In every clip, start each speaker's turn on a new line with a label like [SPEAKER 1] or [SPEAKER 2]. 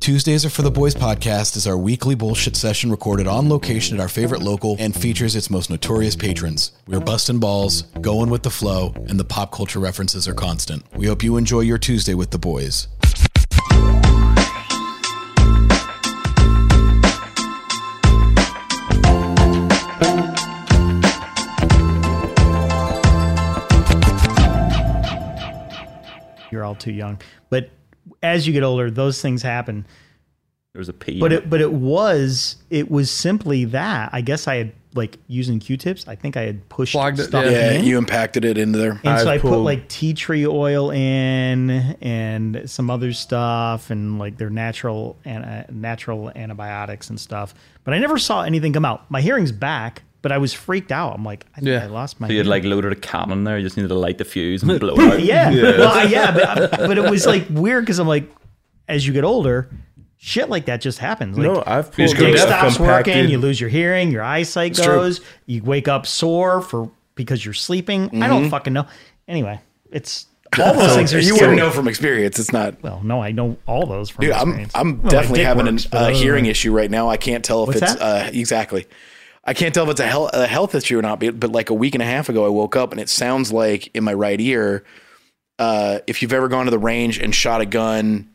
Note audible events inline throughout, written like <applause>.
[SPEAKER 1] Tuesdays are for the Boys podcast is our weekly bullshit session recorded on location at our favorite local and features its most notorious patrons. We're busting balls, going with the flow, and the pop culture references are constant. We hope you enjoy your Tuesday with the Boys.
[SPEAKER 2] you're all too young. But as you get older, those things happen.
[SPEAKER 3] There was a P.
[SPEAKER 2] But
[SPEAKER 3] in
[SPEAKER 2] it but it was it was simply that. I guess I had like using Q-tips. I think I had pushed
[SPEAKER 4] Plugged it,
[SPEAKER 2] stuff
[SPEAKER 4] yeah.
[SPEAKER 2] in.
[SPEAKER 1] you impacted it into there.
[SPEAKER 2] and so
[SPEAKER 4] I've
[SPEAKER 2] I put
[SPEAKER 4] pulled-
[SPEAKER 2] like tea tree oil in and some other stuff and like their natural and natural antibiotics and stuff. But I never saw anything come out. My hearing's back, but I was freaked out. I'm like, I think
[SPEAKER 4] Yeah.
[SPEAKER 2] I lost my.
[SPEAKER 3] So you had
[SPEAKER 2] hearing.
[SPEAKER 3] like loaded a cannon there. You just needed to light the fuse and blow
[SPEAKER 2] <laughs>
[SPEAKER 3] it out.
[SPEAKER 2] Yeah. Well, I- yeah, but, but it was like weird because I'm like, as you get older, shit like that just happens. Like,
[SPEAKER 4] No, I've
[SPEAKER 2] your
[SPEAKER 4] pulled
[SPEAKER 2] dick
[SPEAKER 4] death
[SPEAKER 2] stops working,
[SPEAKER 4] compacted-
[SPEAKER 2] you lose your hearing, your eyesight goes, you wake up sore for because you're sleeping. I don't fucking know. Anyway,
[SPEAKER 1] <laughs>
[SPEAKER 2] it's all those things are
[SPEAKER 1] Mm-hmm. you
[SPEAKER 2] scary.
[SPEAKER 1] wouldn't know from experience. It's not.
[SPEAKER 2] Well, no, I know all those from
[SPEAKER 1] Dude, I'm
[SPEAKER 2] experience.
[SPEAKER 1] I'm
[SPEAKER 2] Well, my
[SPEAKER 1] definitely
[SPEAKER 2] dick
[SPEAKER 1] having a
[SPEAKER 2] works, but
[SPEAKER 1] uh,
[SPEAKER 2] other
[SPEAKER 1] hearing
[SPEAKER 2] than-
[SPEAKER 1] issue right now. I can't tell if
[SPEAKER 2] What's
[SPEAKER 1] it's uh,
[SPEAKER 2] that?
[SPEAKER 1] exactly. I can't tell if it's a health, a health issue or not. But, but like a week and a half ago, I woke up and it sounds like in my right ear. Uh, if you've ever gone to the range and shot a gun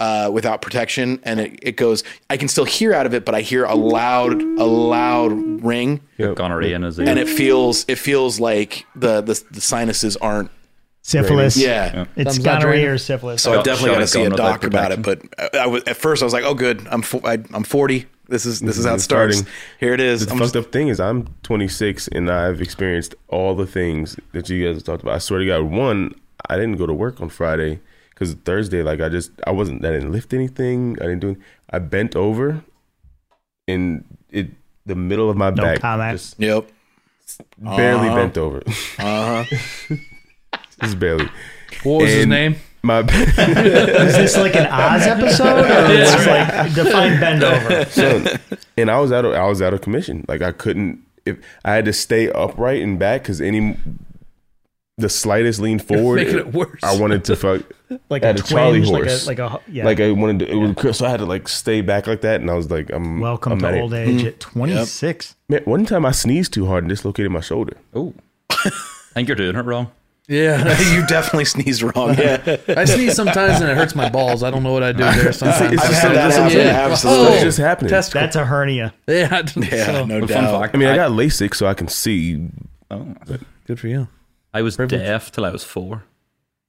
[SPEAKER 1] uh, without protection, and it, it goes, I can still hear out of it, but I hear a loud a loud ring,
[SPEAKER 3] Gonorrhea in his ear.
[SPEAKER 1] and it feels it feels like the the, the sinuses aren't.
[SPEAKER 2] syphilis.
[SPEAKER 1] Yeah.
[SPEAKER 2] It's
[SPEAKER 4] Thumbs up,
[SPEAKER 2] gonorrhea
[SPEAKER 4] Jordan.
[SPEAKER 2] or syphilis.
[SPEAKER 1] So I
[SPEAKER 3] Shot-
[SPEAKER 1] definitely
[SPEAKER 3] shot
[SPEAKER 1] got to
[SPEAKER 3] a
[SPEAKER 1] see a
[SPEAKER 3] gun without
[SPEAKER 1] doc about it. But I, I was, at first, I was like, "Oh, good, I'm fo- I, I'm 40. This is this is how it
[SPEAKER 4] It's
[SPEAKER 1] starts.
[SPEAKER 4] starting.
[SPEAKER 1] Here it is.
[SPEAKER 4] The
[SPEAKER 1] I'm-
[SPEAKER 4] fucked up thing is, I'm 26 and I've experienced all the things that you guys talked about. I swear to God, one, I didn't go to work on Friday because Thursday, like I just, I wasn't, I didn't lift anything. I didn't do. I bent over, and it, the middle of my
[SPEAKER 2] No
[SPEAKER 4] back,
[SPEAKER 2] comment.
[SPEAKER 4] just
[SPEAKER 1] Yep. <laughs>
[SPEAKER 4] barely bent over. Uh huh. <laughs> just barely.
[SPEAKER 5] What was his
[SPEAKER 3] Um,
[SPEAKER 4] And
[SPEAKER 5] name?
[SPEAKER 4] My
[SPEAKER 2] Is this like an
[SPEAKER 1] <laughs>
[SPEAKER 2] Oz episode? Or is this like define bend over?
[SPEAKER 4] son. <laughs> and I was out of I was out of commission. Like I couldn't if I had to stay upright and back because any the slightest lean forward,
[SPEAKER 5] making it worse.
[SPEAKER 4] I wanted to fuck
[SPEAKER 2] <laughs> Like
[SPEAKER 4] I
[SPEAKER 2] a
[SPEAKER 4] had
[SPEAKER 2] twinge, like a like a yeah.
[SPEAKER 4] Like I wanted to, it was so I had to like stay back like that, and I was like, I'm
[SPEAKER 2] Welcome
[SPEAKER 4] I'm outta
[SPEAKER 2] to
[SPEAKER 4] here.
[SPEAKER 2] old
[SPEAKER 1] Mm-hmm.
[SPEAKER 2] age at 26.
[SPEAKER 4] Man, one time I sneezed too hard and dislocated my shoulder.
[SPEAKER 3] oh, <laughs> I think you're doing it wrong.
[SPEAKER 5] Yeah,
[SPEAKER 1] you definitely sneezed wrong. <laughs> Yeah.
[SPEAKER 5] <laughs> I sneeze sometimes and it hurts my balls. I don't know what I do there sometimes.
[SPEAKER 4] It's
[SPEAKER 1] I've <laughs>
[SPEAKER 4] just
[SPEAKER 1] had that
[SPEAKER 4] something-
[SPEAKER 1] happen.
[SPEAKER 4] yeah.
[SPEAKER 1] Absolutely.
[SPEAKER 4] It's just happening.
[SPEAKER 5] Testicle.
[SPEAKER 2] That's a hernia.
[SPEAKER 5] <laughs> <laughs> yeah,
[SPEAKER 1] Yeah,
[SPEAKER 5] so,
[SPEAKER 1] no
[SPEAKER 3] But fun
[SPEAKER 1] doubt.
[SPEAKER 3] fact,
[SPEAKER 4] I mean, I got LASIK so I can see.
[SPEAKER 3] oh,
[SPEAKER 5] good for you.
[SPEAKER 3] I was deaf till I was four.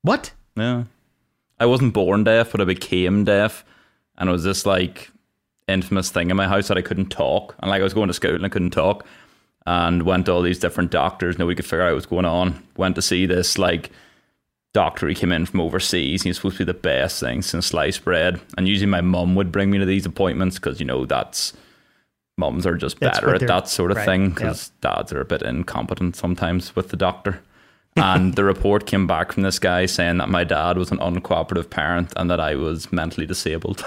[SPEAKER 5] What?
[SPEAKER 3] Yeah. I wasn't born deaf, but I became deaf. And it was this like infamous thing in my house that I couldn't talk. And like I was going to school and I couldn't talk. And went to all these different doctors. Nobody could figure out what was going on. Went to see this like doctor who came in from overseas. He was supposed to be the best thing since sliced bread. And usually my mum would bring me to these appointments because, you know, that's mums are just
[SPEAKER 2] That's
[SPEAKER 3] better
[SPEAKER 2] what
[SPEAKER 3] at
[SPEAKER 2] they're-
[SPEAKER 3] that sort of
[SPEAKER 2] right,
[SPEAKER 3] thing
[SPEAKER 2] yep.
[SPEAKER 3] because dads are a bit incompetent sometimes with the doctor. and the report came back from this guy saying that my dad was an uncooperative parent and that I was mentally
[SPEAKER 2] <laughs>
[SPEAKER 3] disabled.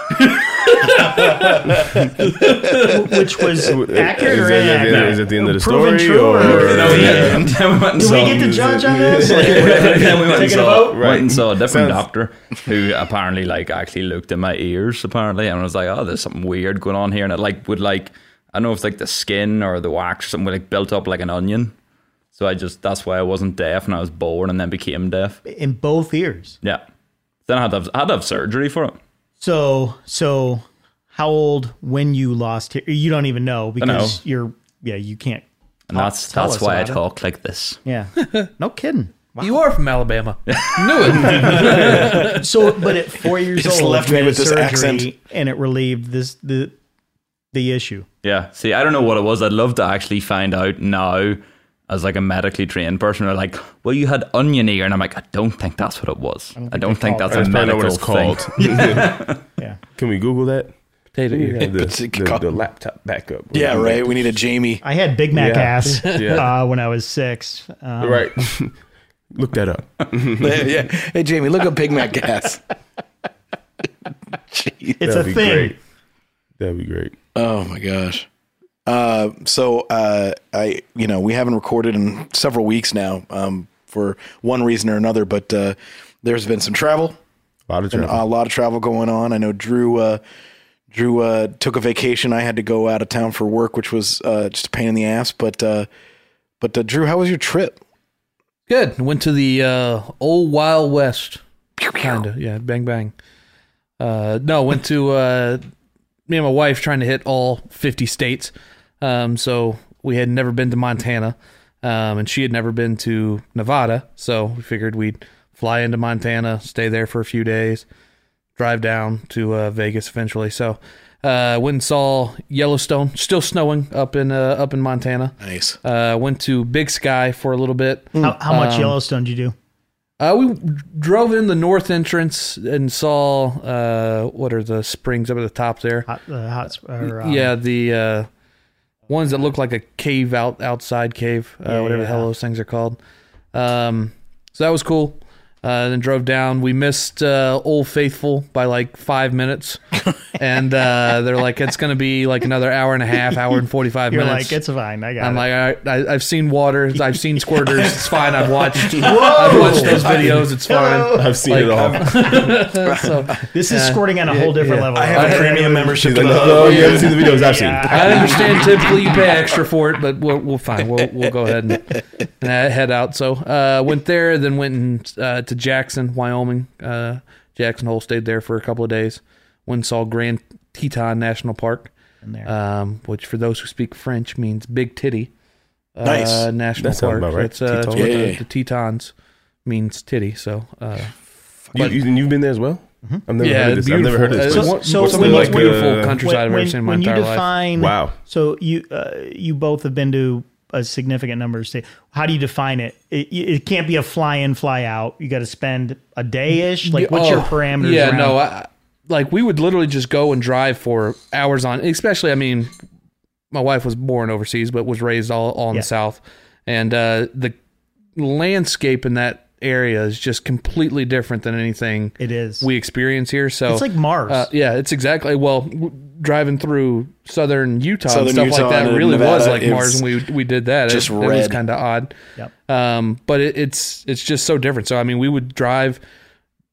[SPEAKER 2] which was accurate
[SPEAKER 4] <laughs> is
[SPEAKER 2] or
[SPEAKER 4] it- is it-
[SPEAKER 2] inaccurate?
[SPEAKER 4] is it the end of the
[SPEAKER 2] Proven
[SPEAKER 4] story,
[SPEAKER 2] true
[SPEAKER 4] or- No,
[SPEAKER 3] <laughs> yeah. And then we went and
[SPEAKER 2] Do we
[SPEAKER 3] saw-
[SPEAKER 2] get to judge on this?
[SPEAKER 3] <laughs> then we went and
[SPEAKER 2] Taking a
[SPEAKER 3] saw,
[SPEAKER 2] vote?
[SPEAKER 3] went and saw a different
[SPEAKER 4] Sounds-
[SPEAKER 3] doctor who apparently like actually looked in my ears apparently and was like, oh, there's something weird going on here, and it like would like I don't know if it's like the skin or the wax or something would, like built up like an onion. So I just that's why I wasn't deaf and I was born and then became deaf.
[SPEAKER 2] in both ears.
[SPEAKER 3] Yeah. Then I had to have, I had to have surgery for it.
[SPEAKER 2] So so how old when you lost here? You don't even know because
[SPEAKER 3] know.
[SPEAKER 2] you're yeah, you can't.
[SPEAKER 3] And
[SPEAKER 2] Oh,
[SPEAKER 3] that's
[SPEAKER 2] tell
[SPEAKER 3] that's
[SPEAKER 2] us
[SPEAKER 3] why I
[SPEAKER 2] about it.
[SPEAKER 3] talk like this.
[SPEAKER 2] Yeah. No kidding.
[SPEAKER 5] You are from <laughs> Alabama. Knew it.
[SPEAKER 2] So but at 4 years
[SPEAKER 1] Just
[SPEAKER 2] old
[SPEAKER 1] left
[SPEAKER 2] you
[SPEAKER 1] me
[SPEAKER 2] had
[SPEAKER 1] with this
[SPEAKER 2] surgery
[SPEAKER 1] accent.
[SPEAKER 2] and it relieved this the the issue.
[SPEAKER 3] Yeah. See, I don't know what it was. I'd love to actually find out now as like a medically trained person. They're like, well, you had onion ear. And I'm like, I don't think that's what it was. I don't think,
[SPEAKER 2] they call it
[SPEAKER 3] that's
[SPEAKER 4] That's
[SPEAKER 3] a
[SPEAKER 4] probably not
[SPEAKER 3] medical
[SPEAKER 4] what it's
[SPEAKER 3] thing.
[SPEAKER 4] called.
[SPEAKER 2] Yeah.
[SPEAKER 4] Can we Google that? <laughs>
[SPEAKER 5] Potato ear.
[SPEAKER 4] Yeah, the,
[SPEAKER 1] It's-
[SPEAKER 4] the- the laptop backup.
[SPEAKER 1] Yeah. Right. We need
[SPEAKER 2] <laughs>
[SPEAKER 1] a Jamie.
[SPEAKER 2] I had Big Mac
[SPEAKER 4] Yeah.
[SPEAKER 2] ass
[SPEAKER 4] Yeah.
[SPEAKER 2] uh, when I was 6. Um,
[SPEAKER 4] Right. <laughs> Look that up.
[SPEAKER 1] yeah. Hey, Jamie, look up Big Mac <laughs> gas. Jeez.
[SPEAKER 2] It's
[SPEAKER 4] That'd
[SPEAKER 2] a
[SPEAKER 4] be
[SPEAKER 2] thing.
[SPEAKER 4] great. That'd be great.
[SPEAKER 1] Oh my gosh. Uh, so uh, I, you know, we haven't recorded in several weeks now um, for one reason or another, but uh, there's been some travel.
[SPEAKER 4] A lot of
[SPEAKER 1] been
[SPEAKER 4] travel.
[SPEAKER 1] a lot of travel going on. I know Drew uh, Drew uh, took a vacation. I had to go out of town for work, which was uh, just a pain in the ass. But uh, but uh, Drew, how was your trip?
[SPEAKER 5] Good. Went to the uh, old Wild West. Kinda. Yeah. Bang bang. Uh, no, went to uh, me and my wife trying to hit all fifty states. Um, so we had never been to Montana, um, and she had never been to Nevada. So we figured we'd fly into Montana, stay there for a few days, drive down to uh, Vegas eventually. So uh, went and saw Yellowstone. Still snowing up in uh, up in Montana.
[SPEAKER 1] Nice.
[SPEAKER 5] Uh, went to Big Sky for a little bit.
[SPEAKER 2] How, how much Yellowstone did you do?
[SPEAKER 5] Uh, we drove in the north entrance and saw uh, what are the springs up at the top there?
[SPEAKER 2] Hot, uh, hot, or, um,
[SPEAKER 5] yeah, the uh, ones that look like a cave out outside cave, uh,
[SPEAKER 2] Yeah,
[SPEAKER 5] whatever the
[SPEAKER 2] yeah.
[SPEAKER 5] hell those things are called. Um, so that was cool. Uh, then drove down. We missed uh, Old Faithful by like
[SPEAKER 2] <laughs>
[SPEAKER 5] five minutes, and uh, they're like, "It's going to be like another hour and a half, hour and forty-five
[SPEAKER 2] You're
[SPEAKER 5] minutes."
[SPEAKER 2] like, it's fine. I got
[SPEAKER 5] I'm
[SPEAKER 2] it.
[SPEAKER 5] like, all right, I, I've seen water, I've seen squirters. It's fine.
[SPEAKER 2] <laughs>
[SPEAKER 5] I've watched, I've watched those videos. It's fine.
[SPEAKER 4] I've seen it
[SPEAKER 5] Like,
[SPEAKER 4] all.
[SPEAKER 2] <laughs>
[SPEAKER 5] So
[SPEAKER 2] this is
[SPEAKER 5] uh,
[SPEAKER 2] squirting on a whole different level.
[SPEAKER 1] I have a premium membership
[SPEAKER 4] She's
[SPEAKER 1] to
[SPEAKER 4] like,
[SPEAKER 1] the
[SPEAKER 4] no,
[SPEAKER 1] hub.
[SPEAKER 5] Oh,
[SPEAKER 4] no, you haven't seen the videos I've seen.
[SPEAKER 5] I understand typically you pay extra for it, but we'll, we'll fine. We'll, we'll go ahead and, and uh, head out. So uh, went there, then went and, uh, to Jackson, Wyoming. Uh, Jackson Hole stayed there for a couple of days. Went and saw Grand Teton National Park,
[SPEAKER 2] in there.
[SPEAKER 5] um, which for those who speak French means big titty. Uh,
[SPEAKER 1] Nice.
[SPEAKER 5] National
[SPEAKER 4] That sounds
[SPEAKER 5] Park.
[SPEAKER 4] about right.
[SPEAKER 5] It's, uh, it's
[SPEAKER 4] Teton.
[SPEAKER 5] where
[SPEAKER 1] Yeah,
[SPEAKER 5] the,
[SPEAKER 1] yeah.
[SPEAKER 5] the Tetons means titty. So uh,
[SPEAKER 4] You, you, and you've been there as well.
[SPEAKER 2] Mm-hmm.
[SPEAKER 4] I've never
[SPEAKER 5] Yeah,
[SPEAKER 4] heard of this. I've never heard of this.
[SPEAKER 5] beautiful.
[SPEAKER 4] place.
[SPEAKER 2] So-
[SPEAKER 4] What's
[SPEAKER 2] so
[SPEAKER 4] the,
[SPEAKER 5] some of the most
[SPEAKER 4] uh,
[SPEAKER 5] beautiful countryside I've ever seen in my
[SPEAKER 2] when
[SPEAKER 5] entire
[SPEAKER 2] you
[SPEAKER 5] life.
[SPEAKER 2] define
[SPEAKER 4] Wow.
[SPEAKER 2] so you uh, you both have been to a significant number of states. How do you define it? It, it can't be a fly in, fly out. You got to spend a day ish. Like, what's your
[SPEAKER 5] Oh,
[SPEAKER 2] parameters?
[SPEAKER 5] Yeah,
[SPEAKER 2] around-
[SPEAKER 5] no, I, like we would literally just go and drive for hours on. Especially, I mean, my wife was born overseas, but was raised all, all in
[SPEAKER 2] Yeah.
[SPEAKER 5] the South, and uh, the landscape in that area is just completely different than anything
[SPEAKER 2] it is.
[SPEAKER 5] we experience here. So
[SPEAKER 2] it's like Mars.
[SPEAKER 5] uh, yeah, it's exactly. Well, w- driving through southern Utah
[SPEAKER 1] Southern
[SPEAKER 5] and stuff
[SPEAKER 1] Utah
[SPEAKER 5] like that
[SPEAKER 1] and
[SPEAKER 5] really was
[SPEAKER 1] Nevada,
[SPEAKER 5] like
[SPEAKER 1] it
[SPEAKER 5] Mars
[SPEAKER 1] was
[SPEAKER 5] when we we did that.
[SPEAKER 1] just
[SPEAKER 5] it, it was
[SPEAKER 1] red.
[SPEAKER 5] kind of odd.
[SPEAKER 2] Yep.
[SPEAKER 5] Um, but it, it's it's just so different. So I mean, we would drive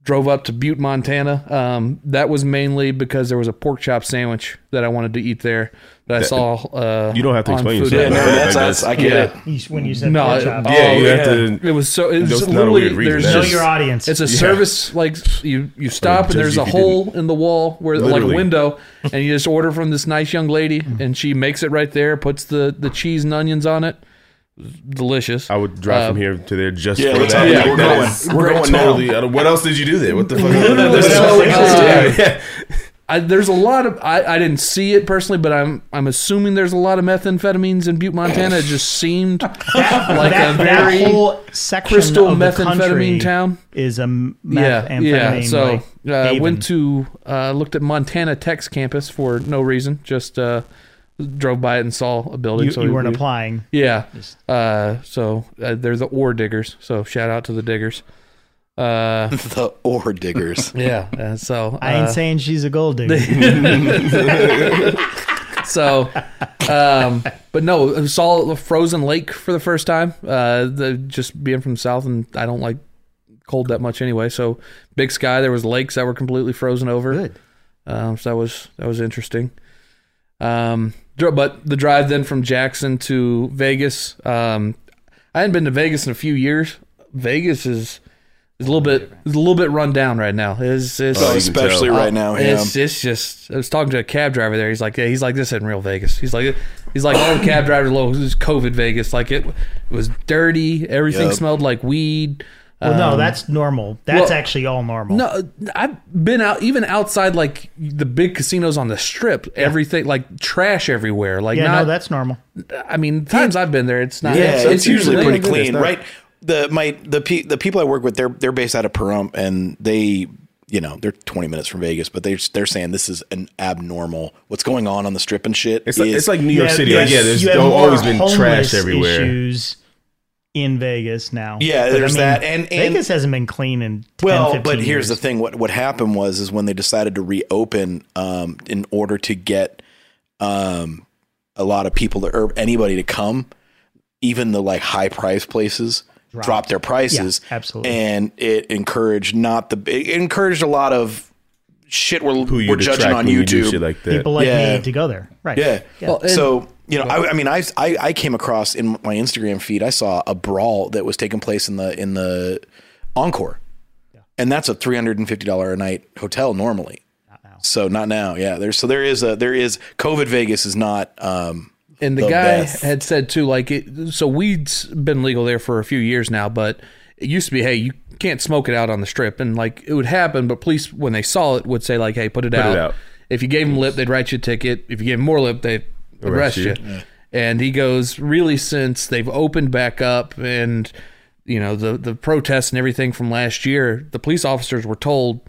[SPEAKER 5] drove up to Butte, Montana. Um, that was mainly because there was a pork chop sandwich that I wanted to eat there that, I saw. Uh,
[SPEAKER 4] You don't have to
[SPEAKER 5] on
[SPEAKER 4] explain
[SPEAKER 5] Food
[SPEAKER 4] yourself.
[SPEAKER 1] Yeah, no,
[SPEAKER 5] Network.
[SPEAKER 1] that's us. I get it.
[SPEAKER 2] You- when you said
[SPEAKER 5] No,
[SPEAKER 2] pork
[SPEAKER 5] it-
[SPEAKER 2] chop.
[SPEAKER 5] oh,
[SPEAKER 4] Yeah, you
[SPEAKER 5] yeah.
[SPEAKER 4] have to.
[SPEAKER 5] It was so. It
[SPEAKER 4] That's not
[SPEAKER 5] was
[SPEAKER 4] a
[SPEAKER 5] literally
[SPEAKER 4] weird reason.
[SPEAKER 5] there's
[SPEAKER 4] That's
[SPEAKER 2] know
[SPEAKER 5] just
[SPEAKER 2] your audience.
[SPEAKER 5] it's a service like you you stop
[SPEAKER 4] just
[SPEAKER 5] and there's
[SPEAKER 4] if
[SPEAKER 5] a
[SPEAKER 4] you
[SPEAKER 5] hole in the wall where like
[SPEAKER 4] Literally.
[SPEAKER 5] a window, and you just order from this nice young lady, and she makes it right there, puts the the cheese and onions on it. Delicious.
[SPEAKER 4] I would drive
[SPEAKER 5] Uh,
[SPEAKER 4] from here to there just
[SPEAKER 1] yeah,
[SPEAKER 4] for
[SPEAKER 1] let's
[SPEAKER 4] that.
[SPEAKER 1] go.
[SPEAKER 4] Like,
[SPEAKER 1] We're
[SPEAKER 4] that
[SPEAKER 1] going.
[SPEAKER 4] is-
[SPEAKER 1] We're going
[SPEAKER 4] totally.
[SPEAKER 1] now.
[SPEAKER 4] I don't- What else did you do there? What the fuck?
[SPEAKER 5] So, uh,
[SPEAKER 4] yeah.
[SPEAKER 5] I, there's a lot of I, I didn't see it personally, but I'm I'm assuming there's a lot of methamphetamines in Butte, Montana. It just
[SPEAKER 2] <laughs>
[SPEAKER 5] seemed like
[SPEAKER 2] that, that
[SPEAKER 5] a very
[SPEAKER 2] whole section
[SPEAKER 5] crystal
[SPEAKER 2] of the
[SPEAKER 5] methamphetamine
[SPEAKER 2] country
[SPEAKER 5] town.
[SPEAKER 2] is a
[SPEAKER 5] yeah,
[SPEAKER 2] methamphetamine.
[SPEAKER 5] yeah. So
[SPEAKER 2] like,
[SPEAKER 5] uh, I
[SPEAKER 2] haven.
[SPEAKER 5] went to uh, looked at Montana Tech's campus for no reason. Just uh, drove by it and saw a building.
[SPEAKER 2] you,
[SPEAKER 5] so
[SPEAKER 2] you weren't
[SPEAKER 5] we-
[SPEAKER 2] applying.
[SPEAKER 5] Yeah. Uh, so uh, they're the ore diggers. So shout out to the diggers.
[SPEAKER 2] <laughs>
[SPEAKER 5] Uh,
[SPEAKER 1] The ore <laughs> diggers.
[SPEAKER 5] yeah. uh, so
[SPEAKER 2] I ain't
[SPEAKER 5] uh,
[SPEAKER 2] saying she's a gold
[SPEAKER 5] <laughs>
[SPEAKER 2] digger.
[SPEAKER 5] um, So, um, but no, I saw the frozen lake for the first time. Uh, the, just being from the south, and I don't like cold that much anyway. So, big sky. There was lakes that were completely frozen over.
[SPEAKER 2] Good.
[SPEAKER 5] Um, so that was that was interesting. Um, dr- but the drive then from Jackson to Vegas. Um, I hadn't been to Vegas in a few years. Vegas is is a little bit is a little bit run down right now. Is is
[SPEAKER 4] Oh, you can
[SPEAKER 1] especially
[SPEAKER 4] tell.
[SPEAKER 1] right now. Yeah.
[SPEAKER 5] it's, it's just I was talking to a cab driver there. He's like, yeah, he's like this in real Vegas. He's like, he's like all the cab drivers low. This is COVID Vegas. Like it, was dirty. Everything
[SPEAKER 1] Yep.
[SPEAKER 5] smelled like weed.
[SPEAKER 2] Well, no,
[SPEAKER 5] Um,
[SPEAKER 2] that's normal. That's
[SPEAKER 5] well,
[SPEAKER 2] actually all normal.
[SPEAKER 5] no. I've been out even outside like the big casinos on the strip. Everything like trash everywhere. Like
[SPEAKER 2] yeah, no,
[SPEAKER 5] not.
[SPEAKER 2] that's normal.
[SPEAKER 5] I mean, times I've been there, it's not.
[SPEAKER 1] Yeah, it's, usually
[SPEAKER 4] usually
[SPEAKER 1] pretty
[SPEAKER 4] like this,
[SPEAKER 1] clean,
[SPEAKER 4] no?
[SPEAKER 1] right? The my the pe- the people I work with, they're they're based out of Pahrump, and they, you know, they're 20 minutes from Vegas, but they're they're saying this is an abnormal. What's going on on the strip and shit?
[SPEAKER 4] It's like,
[SPEAKER 1] is-
[SPEAKER 4] it's like New York
[SPEAKER 2] You have-
[SPEAKER 4] City.
[SPEAKER 2] you
[SPEAKER 4] Like,
[SPEAKER 2] have-
[SPEAKER 4] yeah, there's
[SPEAKER 2] you have more
[SPEAKER 4] always been
[SPEAKER 2] homeless
[SPEAKER 4] trash everywhere.
[SPEAKER 2] Issues in Vegas now.
[SPEAKER 1] Yeah, there's that, and- and-
[SPEAKER 2] Vegas hasn't been clean in 10,
[SPEAKER 1] well,
[SPEAKER 2] 15
[SPEAKER 1] but here's
[SPEAKER 2] years.
[SPEAKER 1] the thing: what what happened was is when they decided to reopen, um, in order to get, um, a lot of people to, or anybody to come, even the like high price places dropped, their prices.
[SPEAKER 2] Yeah, absolutely.
[SPEAKER 1] And it encouraged not the it encouraged a lot of shit we're,
[SPEAKER 4] Who you
[SPEAKER 1] we're judging
[SPEAKER 4] detract
[SPEAKER 1] on
[SPEAKER 4] when you
[SPEAKER 1] YouTube.
[SPEAKER 4] do shit like that.
[SPEAKER 2] People like
[SPEAKER 1] Yeah.
[SPEAKER 2] me to go there, right?
[SPEAKER 1] yeah.
[SPEAKER 5] Well, and-
[SPEAKER 1] so you know, I, I mean, I, I I came across in my Instagram feed, I saw a brawl that was taking place in the in the Encore, and that's a three hundred and fifty dollar a night hotel normally. So not now, yeah. There's so there is a there is COVID Vegas is not um
[SPEAKER 5] And the,
[SPEAKER 1] The
[SPEAKER 5] guy
[SPEAKER 1] best.
[SPEAKER 5] had said too, like, it, so weed's been legal there for a few years now, but it used to be, hey, you can't smoke it out on the strip, and like it would happen, but police when they saw it would say like, hey, put it, out.
[SPEAKER 4] out.
[SPEAKER 5] If you gave him lip, they'd write you a ticket. If you gave him more lip, they would arrest
[SPEAKER 4] Arrest
[SPEAKER 5] you.
[SPEAKER 4] you.
[SPEAKER 5] And he goes, really, since they've opened back up and you know the the protests and everything from last year, the police officers were told.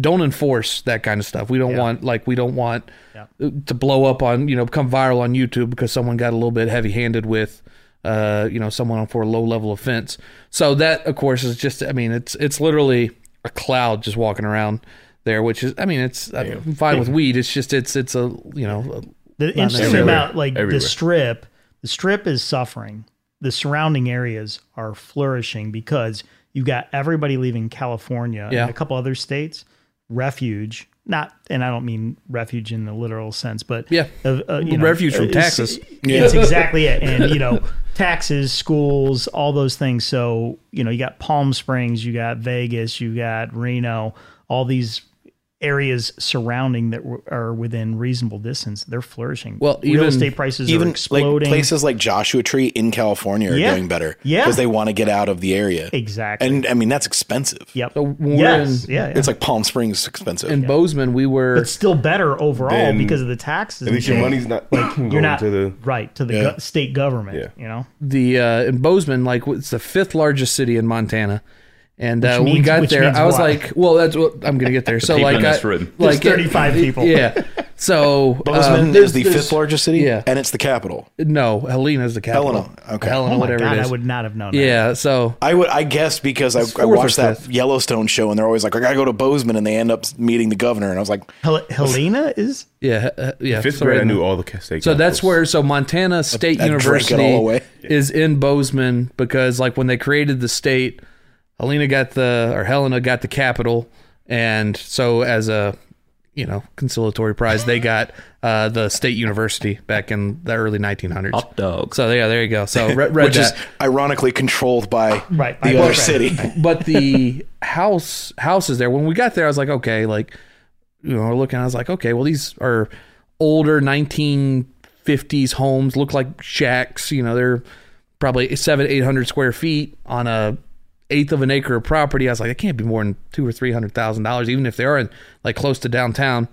[SPEAKER 5] Don't enforce that kind of stuff. We don't want like we don't want to blow up on you know become viral on YouTube because someone got a little bit heavy handed with uh you know someone for a low level offense. So that of course is just I mean it's it's literally a cloud just walking around there, which is I mean it's I'm fine with weed. It's just it's it's a you know
[SPEAKER 2] The interesting thing
[SPEAKER 4] everywhere.
[SPEAKER 2] about like the
[SPEAKER 4] Everywhere.
[SPEAKER 2] strip, the strip is suffering. The surrounding areas are flourishing because you got everybody leaving California
[SPEAKER 5] Yeah.
[SPEAKER 2] and a couple other states. Refuge, not, and I don't mean refuge in the literal sense, but
[SPEAKER 5] Yeah.
[SPEAKER 2] uh, uh, you know,
[SPEAKER 5] Refuge from
[SPEAKER 2] it's-
[SPEAKER 5] taxes.
[SPEAKER 2] It's exactly it, and you
[SPEAKER 5] <laughs>
[SPEAKER 2] know, taxes, schools, all those things. So you know, you got Palm Springs, you got Vegas, you got Reno, all these areas surrounding that w- are within reasonable distance, they're flourishing.
[SPEAKER 5] Well,
[SPEAKER 2] real
[SPEAKER 5] even-
[SPEAKER 2] estate prices are
[SPEAKER 1] even like
[SPEAKER 2] exploding.
[SPEAKER 1] places like Joshua Tree in California are
[SPEAKER 2] Yeah.
[SPEAKER 1] doing better
[SPEAKER 2] Yeah.
[SPEAKER 1] because they want to get out of the area.
[SPEAKER 2] exactly.
[SPEAKER 1] And I mean that's expensive.
[SPEAKER 2] yep.
[SPEAKER 5] when
[SPEAKER 2] yes.
[SPEAKER 5] we're
[SPEAKER 2] yeah. yeah.
[SPEAKER 1] It's like Palm Springs is expensive.
[SPEAKER 5] in Bozeman we were
[SPEAKER 2] but still better overall
[SPEAKER 4] Then-
[SPEAKER 2] because of the taxes.
[SPEAKER 4] At least
[SPEAKER 2] and shit.
[SPEAKER 4] your money's not like going
[SPEAKER 2] You're not
[SPEAKER 4] to the.
[SPEAKER 2] right to the
[SPEAKER 1] Yeah.
[SPEAKER 2] go- state government.
[SPEAKER 4] Yeah.
[SPEAKER 2] You know,
[SPEAKER 5] the uh, in Bozeman, like it's the fifth largest city in Montana. And uh, we
[SPEAKER 2] means-
[SPEAKER 5] got
[SPEAKER 2] which
[SPEAKER 5] there.
[SPEAKER 2] means
[SPEAKER 5] I was
[SPEAKER 2] what?
[SPEAKER 5] like, "Well, that's what I'm gonna get there." so
[SPEAKER 3] people
[SPEAKER 5] like,
[SPEAKER 3] in this
[SPEAKER 5] I,
[SPEAKER 3] room.
[SPEAKER 5] like
[SPEAKER 2] There's 35
[SPEAKER 5] <laughs> it-
[SPEAKER 2] people.
[SPEAKER 5] Yeah.
[SPEAKER 2] <laughs>
[SPEAKER 5] So
[SPEAKER 1] Bozeman
[SPEAKER 5] um,
[SPEAKER 1] is
[SPEAKER 5] there's-
[SPEAKER 1] the
[SPEAKER 5] there's-
[SPEAKER 1] fifth largest city,
[SPEAKER 5] yeah.
[SPEAKER 1] and it's the capital.
[SPEAKER 5] No, Helena's the capital.
[SPEAKER 1] Helena, okay.
[SPEAKER 5] Helena,
[SPEAKER 2] oh my
[SPEAKER 5] whatever
[SPEAKER 2] god,
[SPEAKER 5] it is.
[SPEAKER 2] I would not have known. That.
[SPEAKER 5] yeah. So
[SPEAKER 1] I would, I guess, because I, I
[SPEAKER 5] fourth or
[SPEAKER 1] watched that
[SPEAKER 5] fifth.
[SPEAKER 1] Yellowstone show, and they're always like, "I gotta go to Bozeman," and they end up meeting the governor, and I was like,
[SPEAKER 2] Hel- Helena is
[SPEAKER 5] yeah, uh, yeah.
[SPEAKER 4] Fifth
[SPEAKER 5] so
[SPEAKER 4] grade, I
[SPEAKER 5] right-
[SPEAKER 4] knew all the state.
[SPEAKER 5] So that's where so Montana State
[SPEAKER 1] I drank it all away.
[SPEAKER 5] University <laughs> is in Bozeman because like when they created the state, Helena got the or Helena got the capital, and so as a you know conciliatory prize, they got uh, the state university back in the early 1900s.
[SPEAKER 3] Hot dogs.
[SPEAKER 5] So yeah, there you go. So
[SPEAKER 1] <laughs>
[SPEAKER 5] re- read
[SPEAKER 1] which is
[SPEAKER 5] that.
[SPEAKER 1] ironically controlled by
[SPEAKER 2] Right, by
[SPEAKER 1] the
[SPEAKER 2] Bozeman.
[SPEAKER 1] other city.
[SPEAKER 2] <laughs>
[SPEAKER 5] but the house houses there when we got there i was like okay like you know we're looking i was like okay well these are older 1950s homes look like shacks you know they're probably seven eight hundred square feet on a eighth of an acre of property i was like it can't be more than two or three hundred thousand dollars even if they are in like close to downtown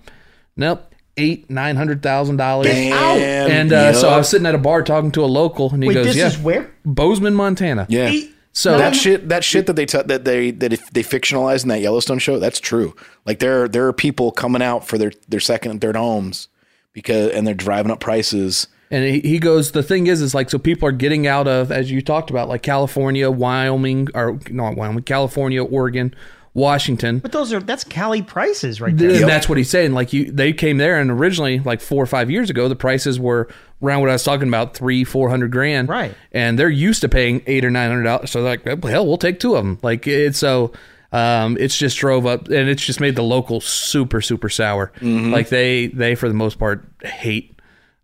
[SPEAKER 5] nope eight nine hundred thousand dollars
[SPEAKER 1] Damn.
[SPEAKER 5] and uh, so i
[SPEAKER 1] Yup.
[SPEAKER 5] was sitting at a bar talking to a local and he
[SPEAKER 2] wait.
[SPEAKER 5] goes
[SPEAKER 2] this
[SPEAKER 5] yeah
[SPEAKER 2] is where
[SPEAKER 5] bozeman montana
[SPEAKER 1] yeah,
[SPEAKER 5] so
[SPEAKER 1] that shit, that shit that they t- that they that if they fictionalized in that Yellowstone show, that's true. Like there, are, there are people coming out for their their second and third homes because, and they're driving up prices.
[SPEAKER 5] And he, he goes, the thing is, is like, so people are getting out of, as you talked about, like California, Wyoming, or not Wyoming, California, Oregon, Washington.
[SPEAKER 2] But those are that's Cali prices right there.
[SPEAKER 5] And that's what he's saying. Like you, they came there, and originally, like four or five years ago, the prices were around what I was talking about, three, four hundred grand,
[SPEAKER 2] Right.
[SPEAKER 5] And they're used to paying eight or nine hundred dollars. So they're like, hell, we'll take two of them. Like it's so, um, it's just drove up, and it's just made the locals super, super sour.
[SPEAKER 2] Mm-hmm.
[SPEAKER 5] Like they, they for the most part hate.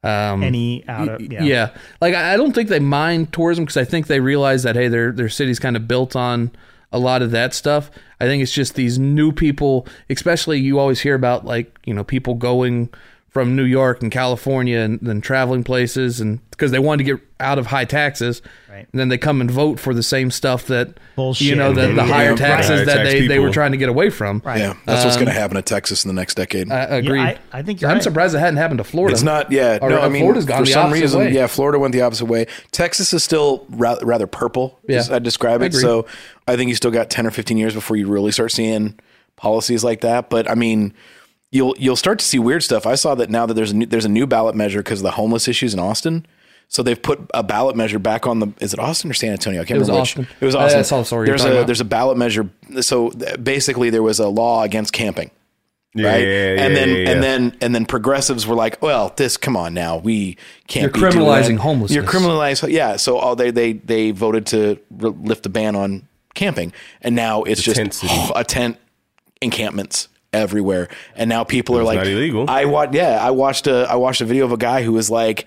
[SPEAKER 5] Um,
[SPEAKER 2] Any out of yeah.
[SPEAKER 5] yeah. Like I I don't think they mind tourism because I think they realize that hey, their their city's kind of built on a lot of that stuff. I think it's just these new people, especially you always hear about like you know people going from New York and California and then traveling places and because they wanted to get out of high taxes.
[SPEAKER 2] Right.
[SPEAKER 5] And then they come and vote for the same stuff that you
[SPEAKER 2] Bullshit.
[SPEAKER 5] know the, the
[SPEAKER 2] Yeah,
[SPEAKER 5] higher
[SPEAKER 4] right.
[SPEAKER 5] taxes
[SPEAKER 4] Higher
[SPEAKER 5] that
[SPEAKER 4] tax
[SPEAKER 5] they, they were
[SPEAKER 4] people.
[SPEAKER 5] trying to get away from.
[SPEAKER 2] Right.
[SPEAKER 1] Yeah, that's
[SPEAKER 5] Um,
[SPEAKER 1] what's going to happen to Texas in the next decade.
[SPEAKER 5] I agree.
[SPEAKER 2] I, I think you're
[SPEAKER 5] I'm
[SPEAKER 2] right.
[SPEAKER 5] surprised it hadn't happened to Florida.
[SPEAKER 1] It's not, yeah.
[SPEAKER 5] Or,
[SPEAKER 1] no,
[SPEAKER 5] uh,
[SPEAKER 1] I mean,
[SPEAKER 5] Florida's gone
[SPEAKER 1] for
[SPEAKER 5] the
[SPEAKER 1] some
[SPEAKER 5] opposite
[SPEAKER 1] reason,
[SPEAKER 5] way.
[SPEAKER 1] yeah, Florida went the opposite way. Texas is still ra- rather purple,
[SPEAKER 5] Yeah.
[SPEAKER 1] as I describe it.
[SPEAKER 5] agree.
[SPEAKER 1] So I think you still got 10 or 15 years before you really start seeing policies like that. But I mean, you'll you'll start to see weird stuff. I saw that now that there's a new, there's a new ballot measure because of the homeless issues in Austin. So they've put a ballot measure back on the is it Austin or San Antonio? I can't
[SPEAKER 5] was
[SPEAKER 1] remember
[SPEAKER 5] Austin.
[SPEAKER 1] which. It was
[SPEAKER 5] Uh,
[SPEAKER 1] Austin.
[SPEAKER 5] that's all- sorry, you're
[SPEAKER 1] there's
[SPEAKER 5] talking
[SPEAKER 1] a
[SPEAKER 5] about.
[SPEAKER 1] there's a ballot measure. So th- basically, there was a law against camping right?
[SPEAKER 4] yeah,
[SPEAKER 1] and
[SPEAKER 4] yeah,
[SPEAKER 1] then
[SPEAKER 4] yeah, yeah.
[SPEAKER 1] and then and then progressives were like, well, this come on now, we can't.
[SPEAKER 5] You're
[SPEAKER 1] be doing
[SPEAKER 5] criminalizing
[SPEAKER 1] that. You're
[SPEAKER 5] homelessness.
[SPEAKER 1] criminalizing, yeah. So all they they they voted to re- lift the ban on camping, and now it's just
[SPEAKER 4] tent city.
[SPEAKER 1] a tent encampments everywhere, and now people are like,
[SPEAKER 4] not illegal.
[SPEAKER 1] I watched, yeah, I watched a I watched a video of a guy who was like.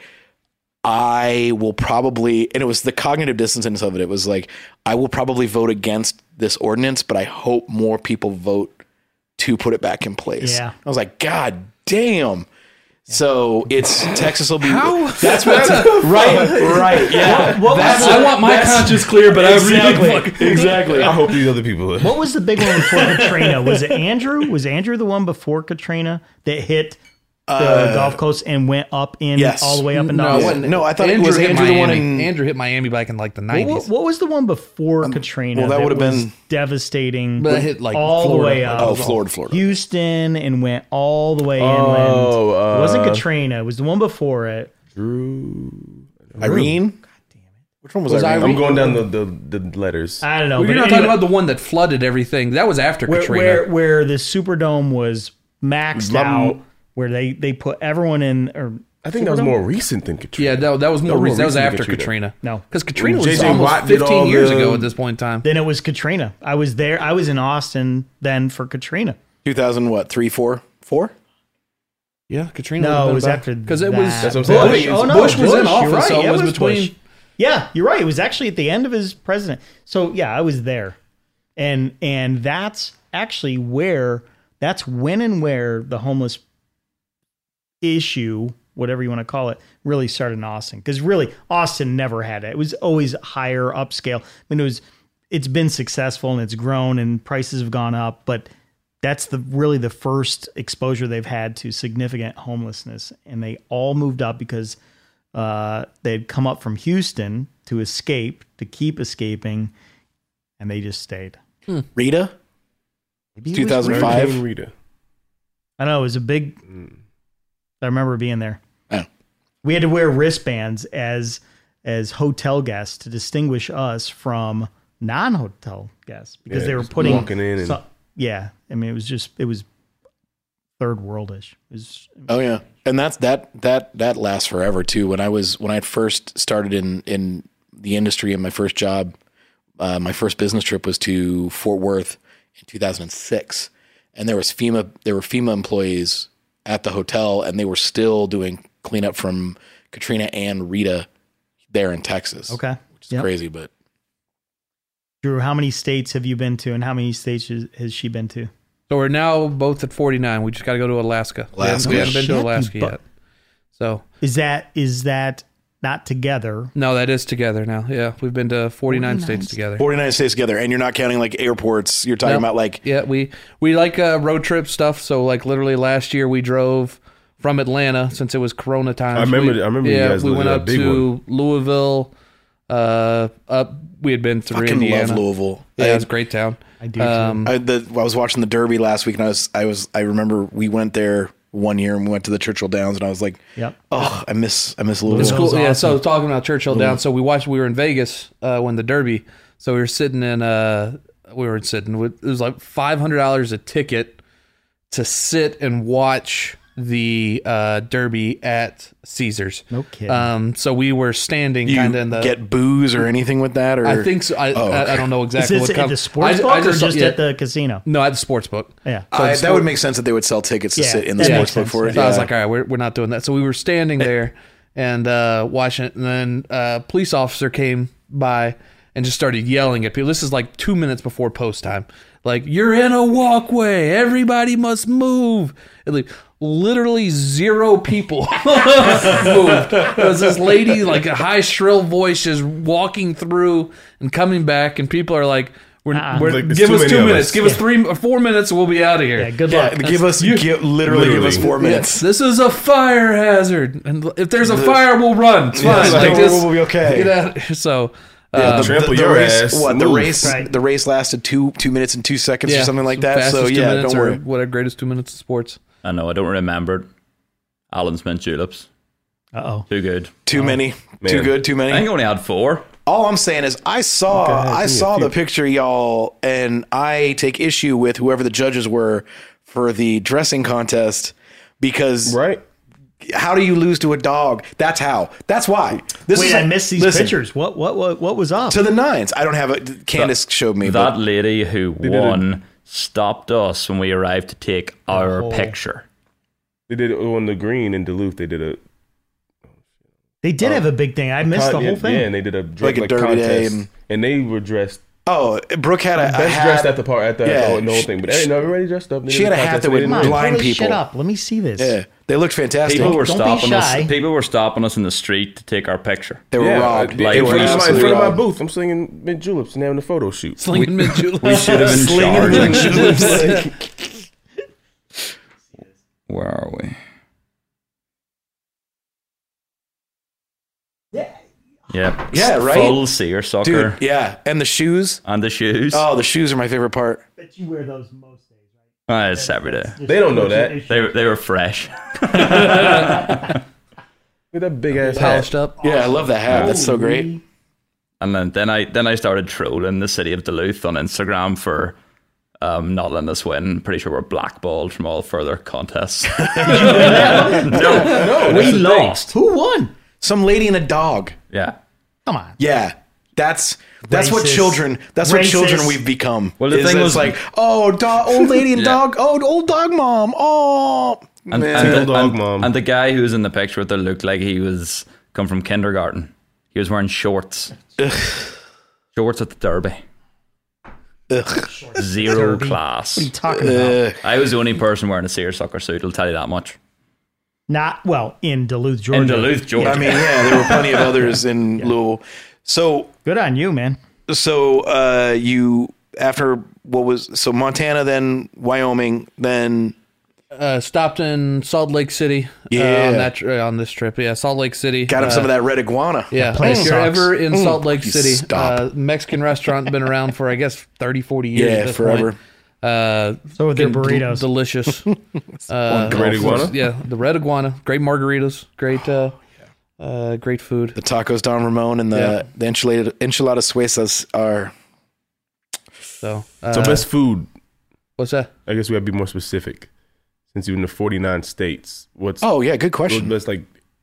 [SPEAKER 1] I will probably, and it was the cognitive dissonance of it. It was like, I will probably vote against this ordinance, but I hope more people vote to put it back in place.
[SPEAKER 2] Yeah.
[SPEAKER 1] I was like, God damn. So it's Texas will be
[SPEAKER 5] That's what.
[SPEAKER 1] right, right, yeah.
[SPEAKER 2] What was,
[SPEAKER 5] Oh, I want my conscience clear, but I really
[SPEAKER 1] exactly, exactly.
[SPEAKER 4] I hope these other people.
[SPEAKER 2] what was the big one before
[SPEAKER 5] <laughs>
[SPEAKER 2] Katrina? Was it Andrew? Was Andrew the one before Katrina that hit the Gulf Coast and went up in
[SPEAKER 1] yes.
[SPEAKER 2] all the way up and
[SPEAKER 5] No,
[SPEAKER 2] down?
[SPEAKER 5] it wasn't.
[SPEAKER 1] No, I thought it was
[SPEAKER 5] hit
[SPEAKER 1] Andrew the one
[SPEAKER 5] Miami.
[SPEAKER 1] in-
[SPEAKER 5] Andrew hit Miami back in like the
[SPEAKER 2] What-
[SPEAKER 5] nineties.
[SPEAKER 2] What, was the one before Katrina?
[SPEAKER 1] well, that would've
[SPEAKER 2] was
[SPEAKER 1] been-
[SPEAKER 2] devastating.
[SPEAKER 5] But it hit, like,
[SPEAKER 2] all the
[SPEAKER 5] Florida.
[SPEAKER 2] way up.
[SPEAKER 1] Oh, Florida, Florida.
[SPEAKER 2] Houston and went all the way
[SPEAKER 4] Oh,
[SPEAKER 2] inland. it wasn't
[SPEAKER 4] uh,
[SPEAKER 2] Katrina. It was the one before it.
[SPEAKER 1] Irene? God damn it. Which one was,
[SPEAKER 5] Was
[SPEAKER 1] Irene?
[SPEAKER 4] I'm going down the the, the letters.
[SPEAKER 2] I don't know.
[SPEAKER 5] Well,
[SPEAKER 2] but
[SPEAKER 5] you're not
[SPEAKER 2] anyway,
[SPEAKER 5] talking about the one that flooded everything. That was after
[SPEAKER 2] where,
[SPEAKER 5] Katrina.
[SPEAKER 2] where where the Superdome was maxed
[SPEAKER 4] Lum-
[SPEAKER 2] out, where they they put everyone in or
[SPEAKER 4] I think that was more recent than Katrina.
[SPEAKER 5] yeah, that, that was more.
[SPEAKER 4] were
[SPEAKER 5] recent. That was
[SPEAKER 4] recent
[SPEAKER 5] after
[SPEAKER 4] Katrina.
[SPEAKER 5] Katrina.
[SPEAKER 2] No.
[SPEAKER 5] because Katrina was
[SPEAKER 4] J.J.
[SPEAKER 5] almost
[SPEAKER 4] Watt did all
[SPEAKER 5] 15 years
[SPEAKER 4] the-
[SPEAKER 5] ago at this point in time.
[SPEAKER 2] then it was Katrina. I was there. I was in Austin then for Katrina.
[SPEAKER 1] 2000, what, three, four, four?
[SPEAKER 5] Yeah, Katrina.
[SPEAKER 2] No, it was after
[SPEAKER 5] because it was.
[SPEAKER 2] that. That's
[SPEAKER 4] what I'm saying.
[SPEAKER 5] Bush,
[SPEAKER 4] Oh,
[SPEAKER 2] no,
[SPEAKER 5] Bush was
[SPEAKER 2] Bush,
[SPEAKER 5] in
[SPEAKER 2] you're
[SPEAKER 5] office,
[SPEAKER 2] right.
[SPEAKER 5] so
[SPEAKER 2] It
[SPEAKER 5] it was
[SPEAKER 2] was
[SPEAKER 5] between.
[SPEAKER 2] Bush. Yeah, you're right. It was actually at the end of his president. So yeah, I was there, and and that's actually where that's when and where the homeless issue, whatever you want to call it, really started in Austin. Because really, Austin never had it. It was always higher upscale. I mean, it was it's been successful and it's grown and prices have gone up, but that's the really the first exposure they've had to significant homelessness, and they all moved up because uh, they'd come up from Houston to escape, to keep escaping, and they just stayed.
[SPEAKER 1] Rita? 2005?
[SPEAKER 4] Hurricane Rita.
[SPEAKER 2] I know it was a big. I remember being there.
[SPEAKER 1] Oh.
[SPEAKER 2] We had to wear wristbands as as hotel guests to distinguish us from non hotel guests because
[SPEAKER 4] Yeah,
[SPEAKER 2] they were
[SPEAKER 4] just
[SPEAKER 2] putting
[SPEAKER 4] walking in and-
[SPEAKER 2] so- yeah, I mean it was just it was third worldish. It was
[SPEAKER 1] Oh yeah, and that's that that that lasts forever too. When I was when I first started in in the industry and my first job, uh, my first business trip was to Fort Worth in 2006, and there was FEMA there were FEMA employees at the hotel, and they were still doing cleanup from Katrina and Rita there in Texas.
[SPEAKER 2] okay.
[SPEAKER 1] it's
[SPEAKER 2] Yep.
[SPEAKER 1] crazy, but
[SPEAKER 2] Drew, how many states have you been to, and how many states has, has she been to?
[SPEAKER 5] So we're now both at 49. We just got to go to Alaska.
[SPEAKER 1] Alaska.
[SPEAKER 5] We haven't, we haven't been
[SPEAKER 2] Shit,
[SPEAKER 5] to Alaska
[SPEAKER 2] you bu-
[SPEAKER 5] yet. So
[SPEAKER 2] Is that is that not together?
[SPEAKER 5] no, that is together now. Yeah, we've been to 49, states together.
[SPEAKER 1] 49 states together, and you're not counting like airports. You're talking
[SPEAKER 5] Yep.
[SPEAKER 1] about like
[SPEAKER 5] Yeah, we we like uh, road trip stuff. So like literally last year we drove from Atlanta since it was Corona time.
[SPEAKER 4] I remember- I remember you
[SPEAKER 5] Yeah,
[SPEAKER 4] guys
[SPEAKER 5] we
[SPEAKER 4] lived
[SPEAKER 5] went
[SPEAKER 4] in a
[SPEAKER 5] up
[SPEAKER 4] big
[SPEAKER 5] to Louisville. Uh, up we had been through
[SPEAKER 1] fucking
[SPEAKER 5] Indiana.
[SPEAKER 1] love Louisville.
[SPEAKER 5] Yeah,
[SPEAKER 1] I-
[SPEAKER 5] it's a great town. I
[SPEAKER 2] do, too.
[SPEAKER 1] I, the, I was watching the Derby last week, and I was, I was, I remember we went there one year, and we went to the Churchill Downs, and I was like,
[SPEAKER 2] Yep.
[SPEAKER 1] oh, I miss, I miss
[SPEAKER 5] It's
[SPEAKER 1] Louisville.
[SPEAKER 5] cool.
[SPEAKER 2] was
[SPEAKER 5] Yeah.
[SPEAKER 2] awesome.
[SPEAKER 5] So talking about Churchill Downs. So we watched. We were in Vegas uh, when the Derby. So we were sitting in. Uh, we were sitting. With, it was like five hundred dollars a ticket to sit and watch the uh, Derby at Caesars.
[SPEAKER 2] No kidding.
[SPEAKER 5] Um. So we were standing
[SPEAKER 1] Do
[SPEAKER 5] kind
[SPEAKER 1] you
[SPEAKER 5] of in the.
[SPEAKER 1] get booze or anything with that, or
[SPEAKER 5] I think so. I, I, I don't know
[SPEAKER 2] Oh, Is
[SPEAKER 5] exactly
[SPEAKER 2] this
[SPEAKER 5] what
[SPEAKER 2] at
[SPEAKER 5] com-
[SPEAKER 2] the sports
[SPEAKER 5] I-
[SPEAKER 2] book
[SPEAKER 5] I
[SPEAKER 2] or just
[SPEAKER 5] yeah.
[SPEAKER 2] at the casino?
[SPEAKER 5] No, at the sports book.
[SPEAKER 2] Yeah.
[SPEAKER 6] Uh,
[SPEAKER 1] I- that
[SPEAKER 5] sport-
[SPEAKER 1] would make sense that they would sell tickets to
[SPEAKER 2] Yeah,
[SPEAKER 1] sit in the
[SPEAKER 2] that
[SPEAKER 1] sports
[SPEAKER 2] makes
[SPEAKER 1] book
[SPEAKER 2] sense,
[SPEAKER 1] for it.
[SPEAKER 5] So I was
[SPEAKER 1] yeah.
[SPEAKER 5] like, all right, we're, we're not doing that. So we were standing there and uh, watching it. And then uh, police officer came by and just started yelling at people. This is like two minutes before post time. Like, you're in a walkway. Everybody must move. And like, literally zero people <laughs> moved. There was this lady, like a high, shrill voice, just walking through and coming back. And people are like, we're, we're,
[SPEAKER 4] Like, there's
[SPEAKER 5] give
[SPEAKER 4] too
[SPEAKER 5] us
[SPEAKER 4] many
[SPEAKER 5] two
[SPEAKER 4] of
[SPEAKER 5] minutes.
[SPEAKER 4] us.
[SPEAKER 5] Give us three or four minutes and we'll be out of here.
[SPEAKER 2] Yeah, good
[SPEAKER 1] yeah,
[SPEAKER 2] luck.
[SPEAKER 1] give us, give, literally, give us
[SPEAKER 4] Literally.
[SPEAKER 1] four minutes.
[SPEAKER 5] This is a fire hazard, and if there's a fire, we'll run. It's fine. Like, just
[SPEAKER 1] we'll be okay.
[SPEAKER 5] Get out. So,
[SPEAKER 1] Yeah,
[SPEAKER 5] uh,
[SPEAKER 4] Trample your
[SPEAKER 1] race,
[SPEAKER 4] ass,
[SPEAKER 1] What Um, the
[SPEAKER 4] move.
[SPEAKER 1] race?
[SPEAKER 2] Right.
[SPEAKER 1] The race lasted two two minutes and two seconds
[SPEAKER 5] yeah,
[SPEAKER 1] or something like that.
[SPEAKER 5] fastest
[SPEAKER 1] So
[SPEAKER 5] two
[SPEAKER 1] yeah,
[SPEAKER 5] minutes
[SPEAKER 1] don't
[SPEAKER 5] or
[SPEAKER 1] worry.
[SPEAKER 5] What our greatest two minutes of sports?
[SPEAKER 3] I know, I don't remember. it. Alan's mint tulips.
[SPEAKER 2] Uh oh.
[SPEAKER 3] Too good.
[SPEAKER 1] Too many, too
[SPEAKER 4] Man.
[SPEAKER 1] good, too many.
[SPEAKER 3] I think I only had four.
[SPEAKER 1] All I'm saying is I saw I saw the picture y'all and I take issue with whoever the judges were for the dressing contest because
[SPEAKER 4] right?
[SPEAKER 1] how do you lose to a dog? That's how. That's why. This
[SPEAKER 2] Wait,
[SPEAKER 1] is
[SPEAKER 2] I missed these
[SPEAKER 1] listen,
[SPEAKER 2] pictures. What what what what was up?
[SPEAKER 1] To the nines. I don't have it. Candace showed me.
[SPEAKER 3] That
[SPEAKER 1] but
[SPEAKER 3] lady who won stopped us when we arrived to take our
[SPEAKER 2] Oh.
[SPEAKER 3] picture.
[SPEAKER 4] They did it on the green in Duluth. They did a
[SPEAKER 2] they did have a big thing. I missed the
[SPEAKER 4] Uh, yeah,
[SPEAKER 2] whole thing.
[SPEAKER 4] Yeah, and they did a dress,
[SPEAKER 1] Like a
[SPEAKER 4] like
[SPEAKER 1] Derby
[SPEAKER 4] contest,
[SPEAKER 1] Day and-
[SPEAKER 4] and they were dressed
[SPEAKER 1] oh, Brooke had a, a
[SPEAKER 4] best dressed
[SPEAKER 1] hat.
[SPEAKER 4] at the part at the,
[SPEAKER 1] Yeah,
[SPEAKER 4] the whole- the whole
[SPEAKER 1] sh-
[SPEAKER 4] thing. But hey, no, everybody dressed up. They
[SPEAKER 1] she
[SPEAKER 4] did
[SPEAKER 1] had a
[SPEAKER 4] contest,
[SPEAKER 1] hat that
[SPEAKER 4] they
[SPEAKER 1] would
[SPEAKER 4] did it.
[SPEAKER 2] Come on,
[SPEAKER 1] blind
[SPEAKER 2] holy shit
[SPEAKER 1] people.
[SPEAKER 2] up. Let me see this.
[SPEAKER 1] Yeah, they looked fantastic.
[SPEAKER 3] People were
[SPEAKER 2] don't be
[SPEAKER 3] stopping
[SPEAKER 2] shy.
[SPEAKER 3] us. People were stopping us in the street to take our picture.
[SPEAKER 1] they were
[SPEAKER 4] Yeah,
[SPEAKER 1] robbed.
[SPEAKER 4] Like,
[SPEAKER 1] they
[SPEAKER 4] in
[SPEAKER 1] were
[SPEAKER 4] front of my, in
[SPEAKER 1] absolutely
[SPEAKER 4] front of my
[SPEAKER 1] robbed.
[SPEAKER 4] booth, I'm singing mint juleps and having a photo shoot.
[SPEAKER 1] <laughs>
[SPEAKER 5] Slinging mid
[SPEAKER 3] We should have been
[SPEAKER 1] Slinging
[SPEAKER 3] charged.
[SPEAKER 1] <laughs> juleps.
[SPEAKER 3] Where are we? Yeah.
[SPEAKER 1] Yeah, right?
[SPEAKER 3] Full seersucker
[SPEAKER 1] Dude, yeah, and the shoes.
[SPEAKER 3] and the shoes.
[SPEAKER 1] Oh, the shoes are my favorite part.
[SPEAKER 2] But you wear those most days, right?
[SPEAKER 3] Ah, it's every day.
[SPEAKER 4] They don't know that.
[SPEAKER 3] They, were- they were fresh.
[SPEAKER 4] Look at that big ass hat.
[SPEAKER 5] <laughs> polished up.
[SPEAKER 1] Yeah, I love that hat. That's so great.
[SPEAKER 3] And then, then I then I started trolling the city of Duluth on Instagram for um, not letting us win. Pretty sure we're blackballed from all further
[SPEAKER 1] <laughs>
[SPEAKER 3] contests. <laughs> no, no, we lost.
[SPEAKER 2] Who won?
[SPEAKER 1] Some lady and a dog.
[SPEAKER 3] Yeah.
[SPEAKER 2] Come on.
[SPEAKER 1] Yeah. That's that's what
[SPEAKER 2] Racist.
[SPEAKER 1] children that's what
[SPEAKER 2] Racist.
[SPEAKER 1] children we've become.
[SPEAKER 3] Well, the
[SPEAKER 1] Is
[SPEAKER 3] thing
[SPEAKER 1] it's
[SPEAKER 3] was-
[SPEAKER 1] like, oh, dog, old lady and
[SPEAKER 3] <laughs> Yeah.
[SPEAKER 1] dog, oh, old dog mom, oh,
[SPEAKER 3] And,
[SPEAKER 1] man.
[SPEAKER 3] and, the,
[SPEAKER 4] Dog
[SPEAKER 3] and-
[SPEAKER 4] mom.
[SPEAKER 3] and the guy who was in the picture with it looked like he was come from kindergarten. He was wearing shorts. Shorts at the Derby.
[SPEAKER 1] Ugh.
[SPEAKER 3] Zero class.
[SPEAKER 2] What are you talking about?
[SPEAKER 3] I was the only person wearing a seersucker suit. I'll tell you that much.
[SPEAKER 2] Not well in Duluth, Georgia.
[SPEAKER 3] In Duluth, Georgia.
[SPEAKER 1] Oh, I mean, yeah, there were plenty of others in Louisville. So
[SPEAKER 2] Good on you, man.
[SPEAKER 1] so uh, you after what was so Montana, then Wyoming, then
[SPEAKER 5] Uh, stopped in Salt Lake City. uh,
[SPEAKER 1] Yeah.
[SPEAKER 5] on that tr- on this trip. Yeah, Salt Lake City.
[SPEAKER 1] got him
[SPEAKER 5] Uh,
[SPEAKER 1] some of that red iguana.
[SPEAKER 5] Yeah,
[SPEAKER 2] place
[SPEAKER 5] if you're
[SPEAKER 2] sucks.
[SPEAKER 5] ever in Salt Lake
[SPEAKER 1] you
[SPEAKER 5] City,
[SPEAKER 1] stop.
[SPEAKER 5] uh, Mexican restaurant been around for I guess 30, 40 years. at
[SPEAKER 1] yeah,
[SPEAKER 5] this
[SPEAKER 1] forever.
[SPEAKER 5] Point. Uh,
[SPEAKER 2] So with their
[SPEAKER 5] fucking del-
[SPEAKER 2] burritos. <laughs>
[SPEAKER 5] delicious. uh,
[SPEAKER 4] Red iguana?
[SPEAKER 5] Yeah, the red iguana. Great margaritas. Great,
[SPEAKER 1] Oh,
[SPEAKER 5] uh, uh, great food.
[SPEAKER 1] The tacos Don Ramon and the
[SPEAKER 5] Yeah.
[SPEAKER 1] the enchiladas enchiladas suizas are
[SPEAKER 5] So, uh,
[SPEAKER 4] So best food.
[SPEAKER 5] what's that?
[SPEAKER 4] I guess we gotta be more specific. Since you're in the 49 states, what's
[SPEAKER 1] oh yeah, good
[SPEAKER 4] what's
[SPEAKER 1] question.
[SPEAKER 4] best like?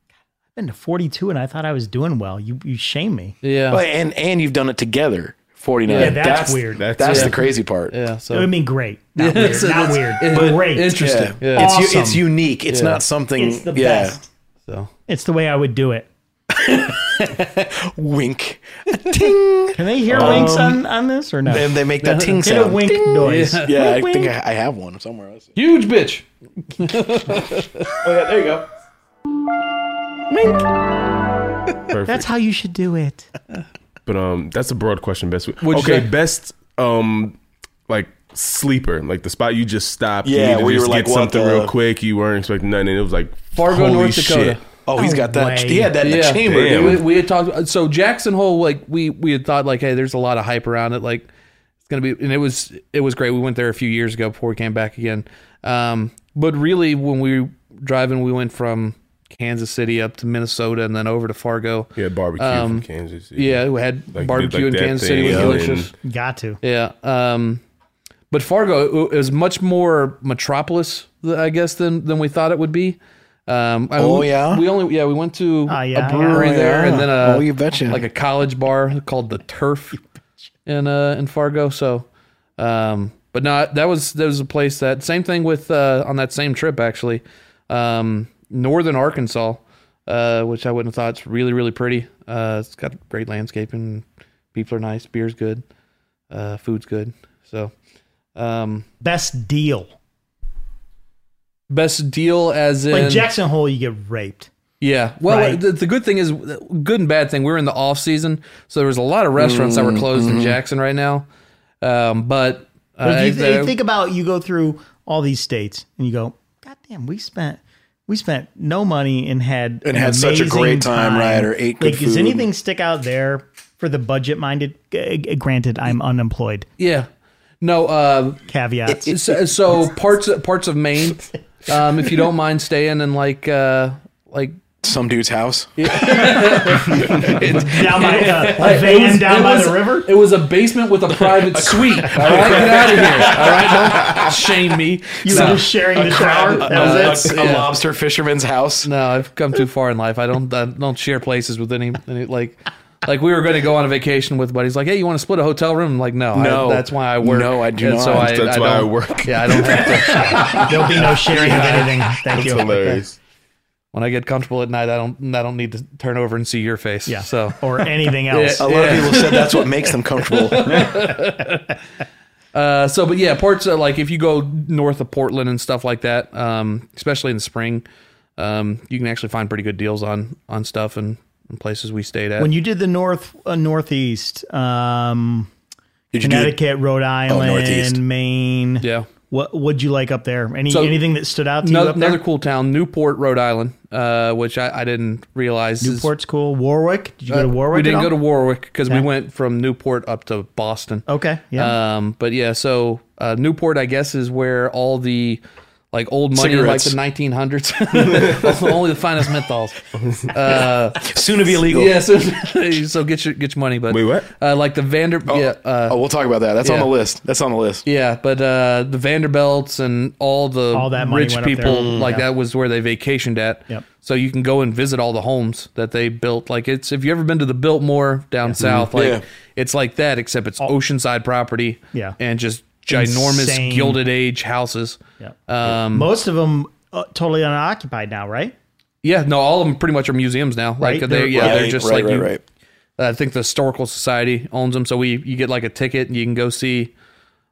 [SPEAKER 2] I've been to 42 and I thought I was doing well. You you shame me.
[SPEAKER 5] Yeah,
[SPEAKER 1] Well, and and you've done it together. Forty nine.
[SPEAKER 2] Yeah, that's, weird.
[SPEAKER 4] That's,
[SPEAKER 1] That's
[SPEAKER 4] yeah.
[SPEAKER 1] the crazy part.
[SPEAKER 5] yeah.
[SPEAKER 2] I
[SPEAKER 5] So
[SPEAKER 2] mean,
[SPEAKER 1] <laughs>
[SPEAKER 2] great. Not weird.
[SPEAKER 5] so
[SPEAKER 2] not
[SPEAKER 5] that's-
[SPEAKER 2] weird.
[SPEAKER 5] it-
[SPEAKER 2] but great.
[SPEAKER 5] Interesting.
[SPEAKER 1] Yeah.
[SPEAKER 5] Yeah.
[SPEAKER 1] It's
[SPEAKER 2] Awesome.
[SPEAKER 1] u- it's unique. It's
[SPEAKER 5] Yeah.
[SPEAKER 1] not something.
[SPEAKER 2] It's the
[SPEAKER 1] yeah.
[SPEAKER 2] best.
[SPEAKER 5] So
[SPEAKER 2] It's the way I would do it.
[SPEAKER 1] Wink. ting.
[SPEAKER 2] Can they hear winks on, on this or no?
[SPEAKER 1] And Um, they make that ting
[SPEAKER 2] Did a
[SPEAKER 1] sound.
[SPEAKER 2] wink
[SPEAKER 1] Ting.
[SPEAKER 2] noise.
[SPEAKER 1] Yeah, I
[SPEAKER 2] Wink,
[SPEAKER 1] think
[SPEAKER 2] wink.
[SPEAKER 1] I, I have one somewhere else.
[SPEAKER 5] huge bitch.
[SPEAKER 1] Oh yeah, there you go.
[SPEAKER 4] perfect.
[SPEAKER 2] That's how you should do it.
[SPEAKER 4] but um, that's a broad question. Best food.
[SPEAKER 5] What'd you
[SPEAKER 4] okay,
[SPEAKER 5] say?
[SPEAKER 4] best um, like sleeper, like the spot you just stopped.
[SPEAKER 1] Yeah,
[SPEAKER 4] you needed to
[SPEAKER 1] where you
[SPEAKER 4] just
[SPEAKER 1] were like,
[SPEAKER 4] get
[SPEAKER 1] what
[SPEAKER 4] something
[SPEAKER 1] the-
[SPEAKER 4] real quick. You weren't expecting nothing, and it was like
[SPEAKER 5] Fargo,
[SPEAKER 4] holy
[SPEAKER 5] North Dakota.
[SPEAKER 4] shit.
[SPEAKER 1] Oh, he's got that.
[SPEAKER 2] way.
[SPEAKER 1] He had that in the
[SPEAKER 5] Yeah.
[SPEAKER 1] chamber.
[SPEAKER 4] Damn.
[SPEAKER 1] dude.
[SPEAKER 5] We, we had talked. So Jackson Hole, like we we had thought, like, hey, there's a lot of hype around it. Like it's gonna be, and it was it was great. We went there a few years ago before we came back again. Um, but really, when we were driving, we went from Kansas City up to Minnesota and then over to Fargo.
[SPEAKER 4] Yeah, barbecue
[SPEAKER 5] Um,
[SPEAKER 4] from Kansas. City.
[SPEAKER 5] Yeah, we had
[SPEAKER 4] Like,
[SPEAKER 5] barbecue
[SPEAKER 4] like
[SPEAKER 5] in
[SPEAKER 4] that
[SPEAKER 5] Kansas City. It was
[SPEAKER 4] thing, yeah.
[SPEAKER 5] delicious.
[SPEAKER 2] Got to.
[SPEAKER 5] Yeah. Um, but Fargo it was much more metropolis, I guess, than than we thought it would be. Um, I
[SPEAKER 1] Oh,
[SPEAKER 5] we-
[SPEAKER 1] yeah?
[SPEAKER 5] We only yeah we went to
[SPEAKER 2] Ah, yeah,
[SPEAKER 5] a brewery
[SPEAKER 1] yeah.
[SPEAKER 5] there and then a
[SPEAKER 1] Oh, you betcha.
[SPEAKER 5] like a college bar called the
[SPEAKER 2] <laughs>
[SPEAKER 5] Turf in uh, in Fargo. So, um, but no, that was that was a place that same thing with uh, on that same trip actually, um, northern Arkansas, uh, which I wouldn't have thought it's really really pretty. Uh, it's got great landscaping, people are nice, beer's good, uh, food's good. So, um,
[SPEAKER 2] Best deal.
[SPEAKER 5] best deal as in
[SPEAKER 2] Like Jackson Hole, you get raped.
[SPEAKER 5] Yeah. Well,
[SPEAKER 2] Right.
[SPEAKER 5] the, the good thing is, good and bad thing. We were in the off season, so there was a lot of restaurants that were closed in Jackson right now. Um, but
[SPEAKER 2] But
[SPEAKER 5] uh,
[SPEAKER 2] if you, th-
[SPEAKER 5] the-
[SPEAKER 2] you think about you go through all these states and you go, God damn, we spent we spent no money and had an
[SPEAKER 1] And had such a
[SPEAKER 2] amazing
[SPEAKER 1] great time, right, or ate good
[SPEAKER 2] like, Does
[SPEAKER 1] food.
[SPEAKER 2] anything stick out there for the budget minded? Granted, I'm unemployed.
[SPEAKER 5] yeah, no. Uh,
[SPEAKER 2] Caveats.
[SPEAKER 5] so,
[SPEAKER 2] <laughs>
[SPEAKER 5] so parts parts of Maine, um, if you don't mind staying in like uh, like
[SPEAKER 1] some dude's house.
[SPEAKER 2] down by uh,
[SPEAKER 5] Hey,
[SPEAKER 2] a van
[SPEAKER 5] was-
[SPEAKER 2] down by
[SPEAKER 5] was-
[SPEAKER 2] the river.
[SPEAKER 5] It was a basement with <laughs> a private suite. All right, get out of here. <laughs> All right, don't shame me.
[SPEAKER 2] You
[SPEAKER 5] no,
[SPEAKER 2] were just sharing the shower. That was it.
[SPEAKER 1] a, a
[SPEAKER 5] yeah.
[SPEAKER 1] lobster fisherman's house.
[SPEAKER 5] no, I've come too far in life. I don't I don't share places with any, any like like we were going to go on a vacation with buddies. Like, hey, you want to split a hotel room? I'm like, no, I-
[SPEAKER 1] No.
[SPEAKER 5] that's why I work.
[SPEAKER 1] No, I do
[SPEAKER 5] And So
[SPEAKER 1] not.
[SPEAKER 5] I,
[SPEAKER 4] That's
[SPEAKER 5] I
[SPEAKER 4] why I
[SPEAKER 5] don't-
[SPEAKER 4] work.
[SPEAKER 5] <laughs> Yeah, I don't have to.
[SPEAKER 2] There'll
[SPEAKER 1] <laughs>
[SPEAKER 2] be no sharing of anything. Thank
[SPEAKER 4] It's
[SPEAKER 2] you.
[SPEAKER 4] hilarious.
[SPEAKER 5] When I get comfortable at night, I don't I don't need to turn over and see your face.
[SPEAKER 2] Yeah.
[SPEAKER 5] So
[SPEAKER 2] Or anything else.
[SPEAKER 1] A
[SPEAKER 5] Yeah.
[SPEAKER 1] lot of people said that's what makes them comfortable.
[SPEAKER 5] Uh, so, but yeah, parts of, like if you go north of Portland and stuff like that, um, especially in the spring, um, you can actually find pretty good deals on on stuff and, and places we stayed at.
[SPEAKER 2] When you did the north uh, northeast, um,
[SPEAKER 1] Did you do it? Oh,
[SPEAKER 2] Connecticut, Rhode
[SPEAKER 1] northeast.
[SPEAKER 2] Island, Maine.
[SPEAKER 5] yeah,
[SPEAKER 2] What would you like up there? Any
[SPEAKER 5] So-
[SPEAKER 2] anything that stood out to
[SPEAKER 5] Ano-
[SPEAKER 2] you up
[SPEAKER 5] another
[SPEAKER 2] there?
[SPEAKER 5] cool town, Newport, Rhode Island, uh, which I, I didn't realize. is-
[SPEAKER 2] Newport's cool. Warwick. Did you go to
[SPEAKER 5] uh,
[SPEAKER 2] Warwick?
[SPEAKER 5] We didn't
[SPEAKER 2] at
[SPEAKER 5] go to
[SPEAKER 2] all?
[SPEAKER 5] Warwick because we
[SPEAKER 2] Yeah. Oh.
[SPEAKER 5] went from Newport up to Boston.
[SPEAKER 2] Okay. Yeah.
[SPEAKER 5] Um, but yeah, so uh, Newport, I guess, is where all the like old money,
[SPEAKER 1] Cigarettes.
[SPEAKER 5] like the
[SPEAKER 1] <laughs>
[SPEAKER 5] 1900s, <laughs> only the finest menthols. Uh,
[SPEAKER 1] Soon to be illegal.
[SPEAKER 5] Yeah, so, <laughs> so get your get your money, but
[SPEAKER 4] Wait, what?
[SPEAKER 5] Uh, like the Vander, yeah, uh,
[SPEAKER 1] oh, we'll talk about that. That's on
[SPEAKER 5] yeah.
[SPEAKER 1] the list. That's on the list.
[SPEAKER 5] yeah, but uh, the Vanderbilts and all the
[SPEAKER 2] All that money
[SPEAKER 5] rich
[SPEAKER 2] went up
[SPEAKER 5] people,
[SPEAKER 2] there. Mm.
[SPEAKER 5] like
[SPEAKER 2] Yeah.
[SPEAKER 5] that was where they vacationed at.
[SPEAKER 2] Yep.
[SPEAKER 5] So you can go and visit all the homes that they built. Like it's if you ever been to the Biltmore down south, like
[SPEAKER 1] Yeah.
[SPEAKER 5] it's like that, except it's oceanside property.
[SPEAKER 2] Yeah.
[SPEAKER 5] and just ginormous
[SPEAKER 2] Insane.
[SPEAKER 5] Gilded Age houses.
[SPEAKER 2] yeah.
[SPEAKER 5] um,
[SPEAKER 2] Most of them uh, totally unoccupied now, right?
[SPEAKER 5] Yeah, no, all of them pretty much are museums now. Like
[SPEAKER 2] Right,
[SPEAKER 5] they,
[SPEAKER 2] they're-
[SPEAKER 5] yeah, they're
[SPEAKER 1] Right,
[SPEAKER 5] just
[SPEAKER 1] right,
[SPEAKER 5] like
[SPEAKER 1] right,
[SPEAKER 5] you-
[SPEAKER 1] right.
[SPEAKER 5] Uh, I think the historical society owns them, so we you get like a ticket and you can go see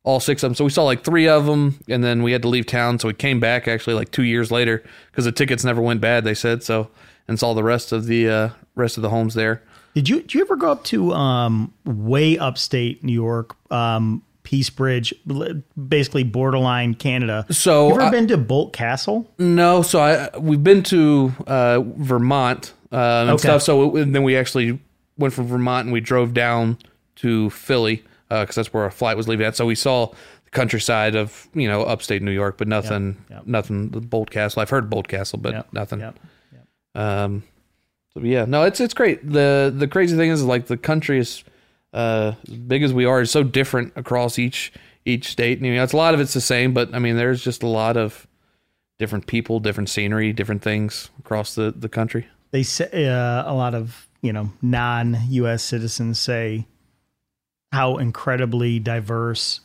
[SPEAKER 5] all six of them. So we saw like three of them, and then we had to leave town, so we came back actually like two years later because the tickets never went bad. They said so, and saw the rest of the uh, rest of the homes there.
[SPEAKER 2] Did you did you ever go up to um, way upstate New York, um, Peace Bridge, l- basically borderline Canada?
[SPEAKER 5] So
[SPEAKER 2] you ever
[SPEAKER 5] I- Mm,
[SPEAKER 2] been to Bolt Castle?
[SPEAKER 5] No, so I we've been to uh, Vermont um, and
[SPEAKER 2] Okay.
[SPEAKER 5] stuff. So and then we actually went from Vermont and we drove down to Philly because that's where our flight was leaving at. So we saw the countryside of you know upstate New York, but nothing,
[SPEAKER 2] yep.
[SPEAKER 5] nothing. The Bolt Castle. I've heard of Bolt Castle, but
[SPEAKER 2] Yep,
[SPEAKER 5] nothing.
[SPEAKER 2] yep.
[SPEAKER 5] Um, so yeah, no, it's it's great. the The crazy thing is, like, the country is uh, as big as we are is so different across each each state. And, you know, it's a lot of it's the same, but I mean, there's just a lot of different people, different scenery, different things across the the country.
[SPEAKER 2] They say uh, a lot of you know non U.S. citizens say how incredibly diverse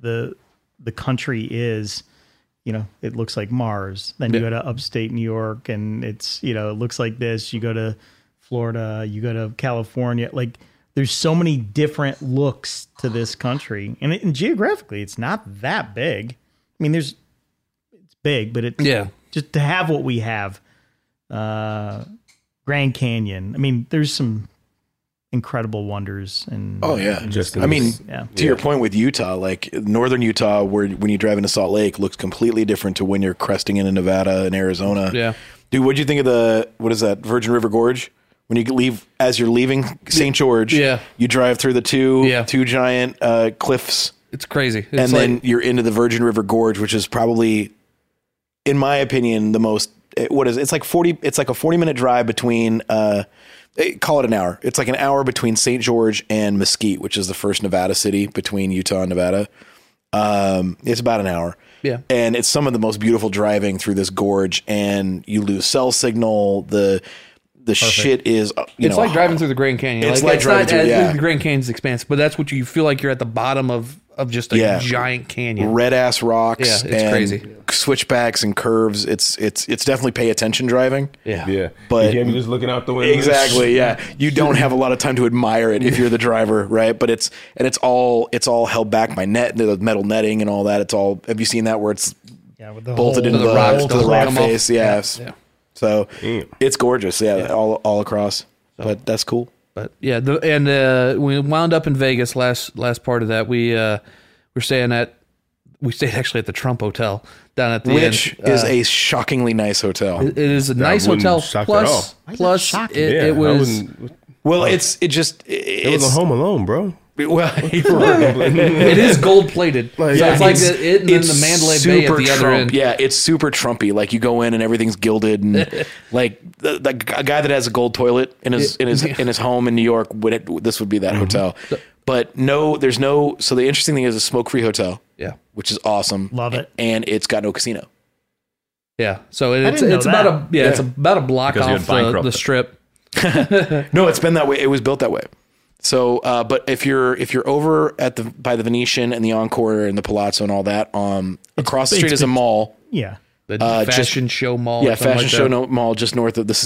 [SPEAKER 2] the the country is. You know, it looks like Mars. Then you go to upstate New York, and it's you know it looks like this. You go to Florida, you go to California. Like there's so many different looks to this country, and, it, and geographically, it's not that big. I mean, there's it's big, but it
[SPEAKER 5] Yeah.
[SPEAKER 2] just to have what we have. Uh, Grand Canyon. I mean, there's some incredible wonders and
[SPEAKER 1] Oh yeah.
[SPEAKER 4] Just
[SPEAKER 1] I mean,
[SPEAKER 2] yeah.
[SPEAKER 1] to your point with Utah, like northern Utah, where when you drive into Salt Lake, looks completely different to when you're cresting into Nevada and Arizona.
[SPEAKER 5] Yeah.
[SPEAKER 1] dude, what'd you think of the what is that Virgin River Gorge? When you leave, as you're leaving St. George,
[SPEAKER 5] Yeah.
[SPEAKER 1] you drive through the two
[SPEAKER 5] Yeah.
[SPEAKER 1] two giant uh, cliffs,
[SPEAKER 5] It's crazy. It's
[SPEAKER 1] and
[SPEAKER 5] like,
[SPEAKER 1] then you're into the Virgin River Gorge, which is probably, in my opinion, the most. eh, What is it? it's like forty? It's like a forty minute drive between. Uh, eh, call it an hour. It's like an hour between St. George and Mesquite, which is the first Nevada city between Utah and Nevada. Um, it's about an hour.
[SPEAKER 5] Yeah.
[SPEAKER 1] And it's some of the most beautiful driving through this gorge, and you lose cell signal. The the shit is uh, you
[SPEAKER 5] it's
[SPEAKER 1] know,
[SPEAKER 5] like driving through the Grand Canyon.
[SPEAKER 1] It's like driving through-
[SPEAKER 5] as-
[SPEAKER 1] yeah.
[SPEAKER 5] The Grand Canyon's expansive, but that's what you feel like you're at the bottom of of just a
[SPEAKER 1] Yeah.
[SPEAKER 5] giant canyon.
[SPEAKER 1] red ass rocks
[SPEAKER 5] Yeah, it's
[SPEAKER 1] and
[SPEAKER 5] crazy.
[SPEAKER 1] switchbacks and curves. It's it's it's definitely pay attention driving.
[SPEAKER 5] Yeah.
[SPEAKER 4] Yeah,
[SPEAKER 1] But-
[SPEAKER 4] you can't be just looking out the window.
[SPEAKER 1] Exactly. Yeah. You don't have a lot of time to admire it if you're the driver, right? But it's and it's all it's all held back by net the metal netting and all that. It's all have you seen that where it's
[SPEAKER 2] yeah, with the
[SPEAKER 1] bolted
[SPEAKER 2] whole-
[SPEAKER 1] into
[SPEAKER 5] the
[SPEAKER 1] the,
[SPEAKER 5] rocks
[SPEAKER 1] to the
[SPEAKER 5] don't
[SPEAKER 1] rock
[SPEAKER 5] come off.
[SPEAKER 1] face? Yes.
[SPEAKER 5] Yeah.
[SPEAKER 1] So
[SPEAKER 4] Damn.
[SPEAKER 1] it's gorgeous. Yeah, all all across. But that's cool.
[SPEAKER 5] But yeah, the, and uh, we wound up in Vegas last last part of that. We uh, were staying at we stayed actually at the Trump Hotel down at the
[SPEAKER 1] Which
[SPEAKER 5] end. Uh,
[SPEAKER 1] is a shockingly nice hotel.
[SPEAKER 5] it is a nice
[SPEAKER 4] wouldn't
[SPEAKER 5] hotel.
[SPEAKER 4] shock at
[SPEAKER 5] Plus,
[SPEAKER 4] all.
[SPEAKER 2] is that
[SPEAKER 5] plus it,
[SPEAKER 2] shocking?
[SPEAKER 5] it
[SPEAKER 4] Yeah, I
[SPEAKER 5] was
[SPEAKER 4] wouldn't-
[SPEAKER 1] Well, it's it just
[SPEAKER 4] It was
[SPEAKER 1] it's
[SPEAKER 4] a Home Alone, bro.
[SPEAKER 1] Well, paper.
[SPEAKER 5] <laughs> it is gold plated. so it's like the, it and then
[SPEAKER 1] it's
[SPEAKER 5] the Mandalay Bay at
[SPEAKER 1] super
[SPEAKER 5] the other
[SPEAKER 1] Trump.
[SPEAKER 5] end.
[SPEAKER 1] Yeah, it's super Trumpy. Like you go in and everything's gilded, and like the, the, g- a guy that has a gold toilet in his in his in his home in New York would it, this would be that hotel. But no, there's no. So the interesting thing is a smoke free hotel,
[SPEAKER 5] Yeah.
[SPEAKER 1] which is awesome.
[SPEAKER 2] Love it.
[SPEAKER 1] And it's got no casino.
[SPEAKER 5] Yeah. So it- it's
[SPEAKER 2] didn't know
[SPEAKER 5] it's about a
[SPEAKER 2] that.
[SPEAKER 5] yeah, it's about a block
[SPEAKER 3] Because you
[SPEAKER 5] off
[SPEAKER 3] went
[SPEAKER 5] the,
[SPEAKER 3] bankrupt.
[SPEAKER 5] the strip.
[SPEAKER 1] No, it's been that way. It was built that way. So, uh, but if you're if you're over at the by the Venetian and the Encore and the Palazzo and all that, um, across the
[SPEAKER 2] it's
[SPEAKER 1] street is a mall.
[SPEAKER 2] Yeah.
[SPEAKER 5] The
[SPEAKER 1] Uh, just-
[SPEAKER 5] fashion show mall. or
[SPEAKER 1] yeah,
[SPEAKER 5] something
[SPEAKER 1] fashion
[SPEAKER 5] like
[SPEAKER 1] show
[SPEAKER 5] that.
[SPEAKER 1] no, mall just north of this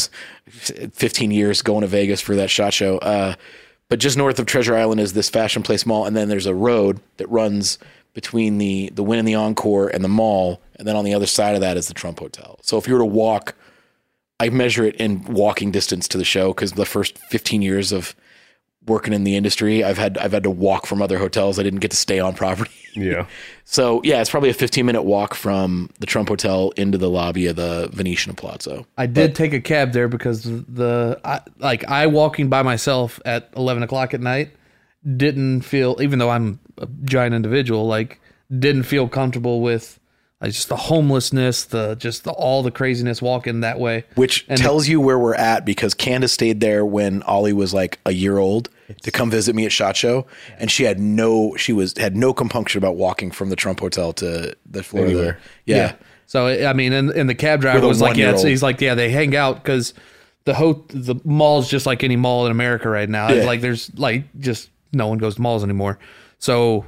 [SPEAKER 1] is 15 years going to Vegas for that shot show. Uh, but just north of Treasure Island is this fashion place mall, and then there's a road that runs between the the Win and the Encore and the mall, and then on the other side of that is the Trump Hotel. So if you were to walk, I measure it in walking distance to the show because the first 15 years of working in the industry, I've had I've had to walk from other hotels. I didn't get to stay on property. <laughs>
[SPEAKER 5] <laughs>
[SPEAKER 4] Yeah.
[SPEAKER 1] So yeah, it's probably a 15 minute walk from the Trump Hotel into the lobby of the Venetian Palazzo.
[SPEAKER 5] I did take a cab there because the I, like I walking by myself at eleven o'clock at night didn't feel even though I'm a giant individual like didn't feel comfortable with like just the homelessness the just the, all the craziness walking that way
[SPEAKER 1] Which tells you where we're at because Candace stayed there when Ollie was like a year old to come visit me at Shot Show, and she had no she was had no compunction about walking from the Trump Hotel to the Florida.
[SPEAKER 4] Anywhere.
[SPEAKER 1] Yeah.
[SPEAKER 5] So I mean, and, and the cab driver
[SPEAKER 1] With a
[SPEAKER 5] was like, "Yeah," it's-
[SPEAKER 1] one-year-old.
[SPEAKER 5] he's like, "Yeah, they hang out because the ho- the mall's just like any mall in America right now. It's
[SPEAKER 1] Yeah.
[SPEAKER 5] Like there's like just no one goes to malls anymore. So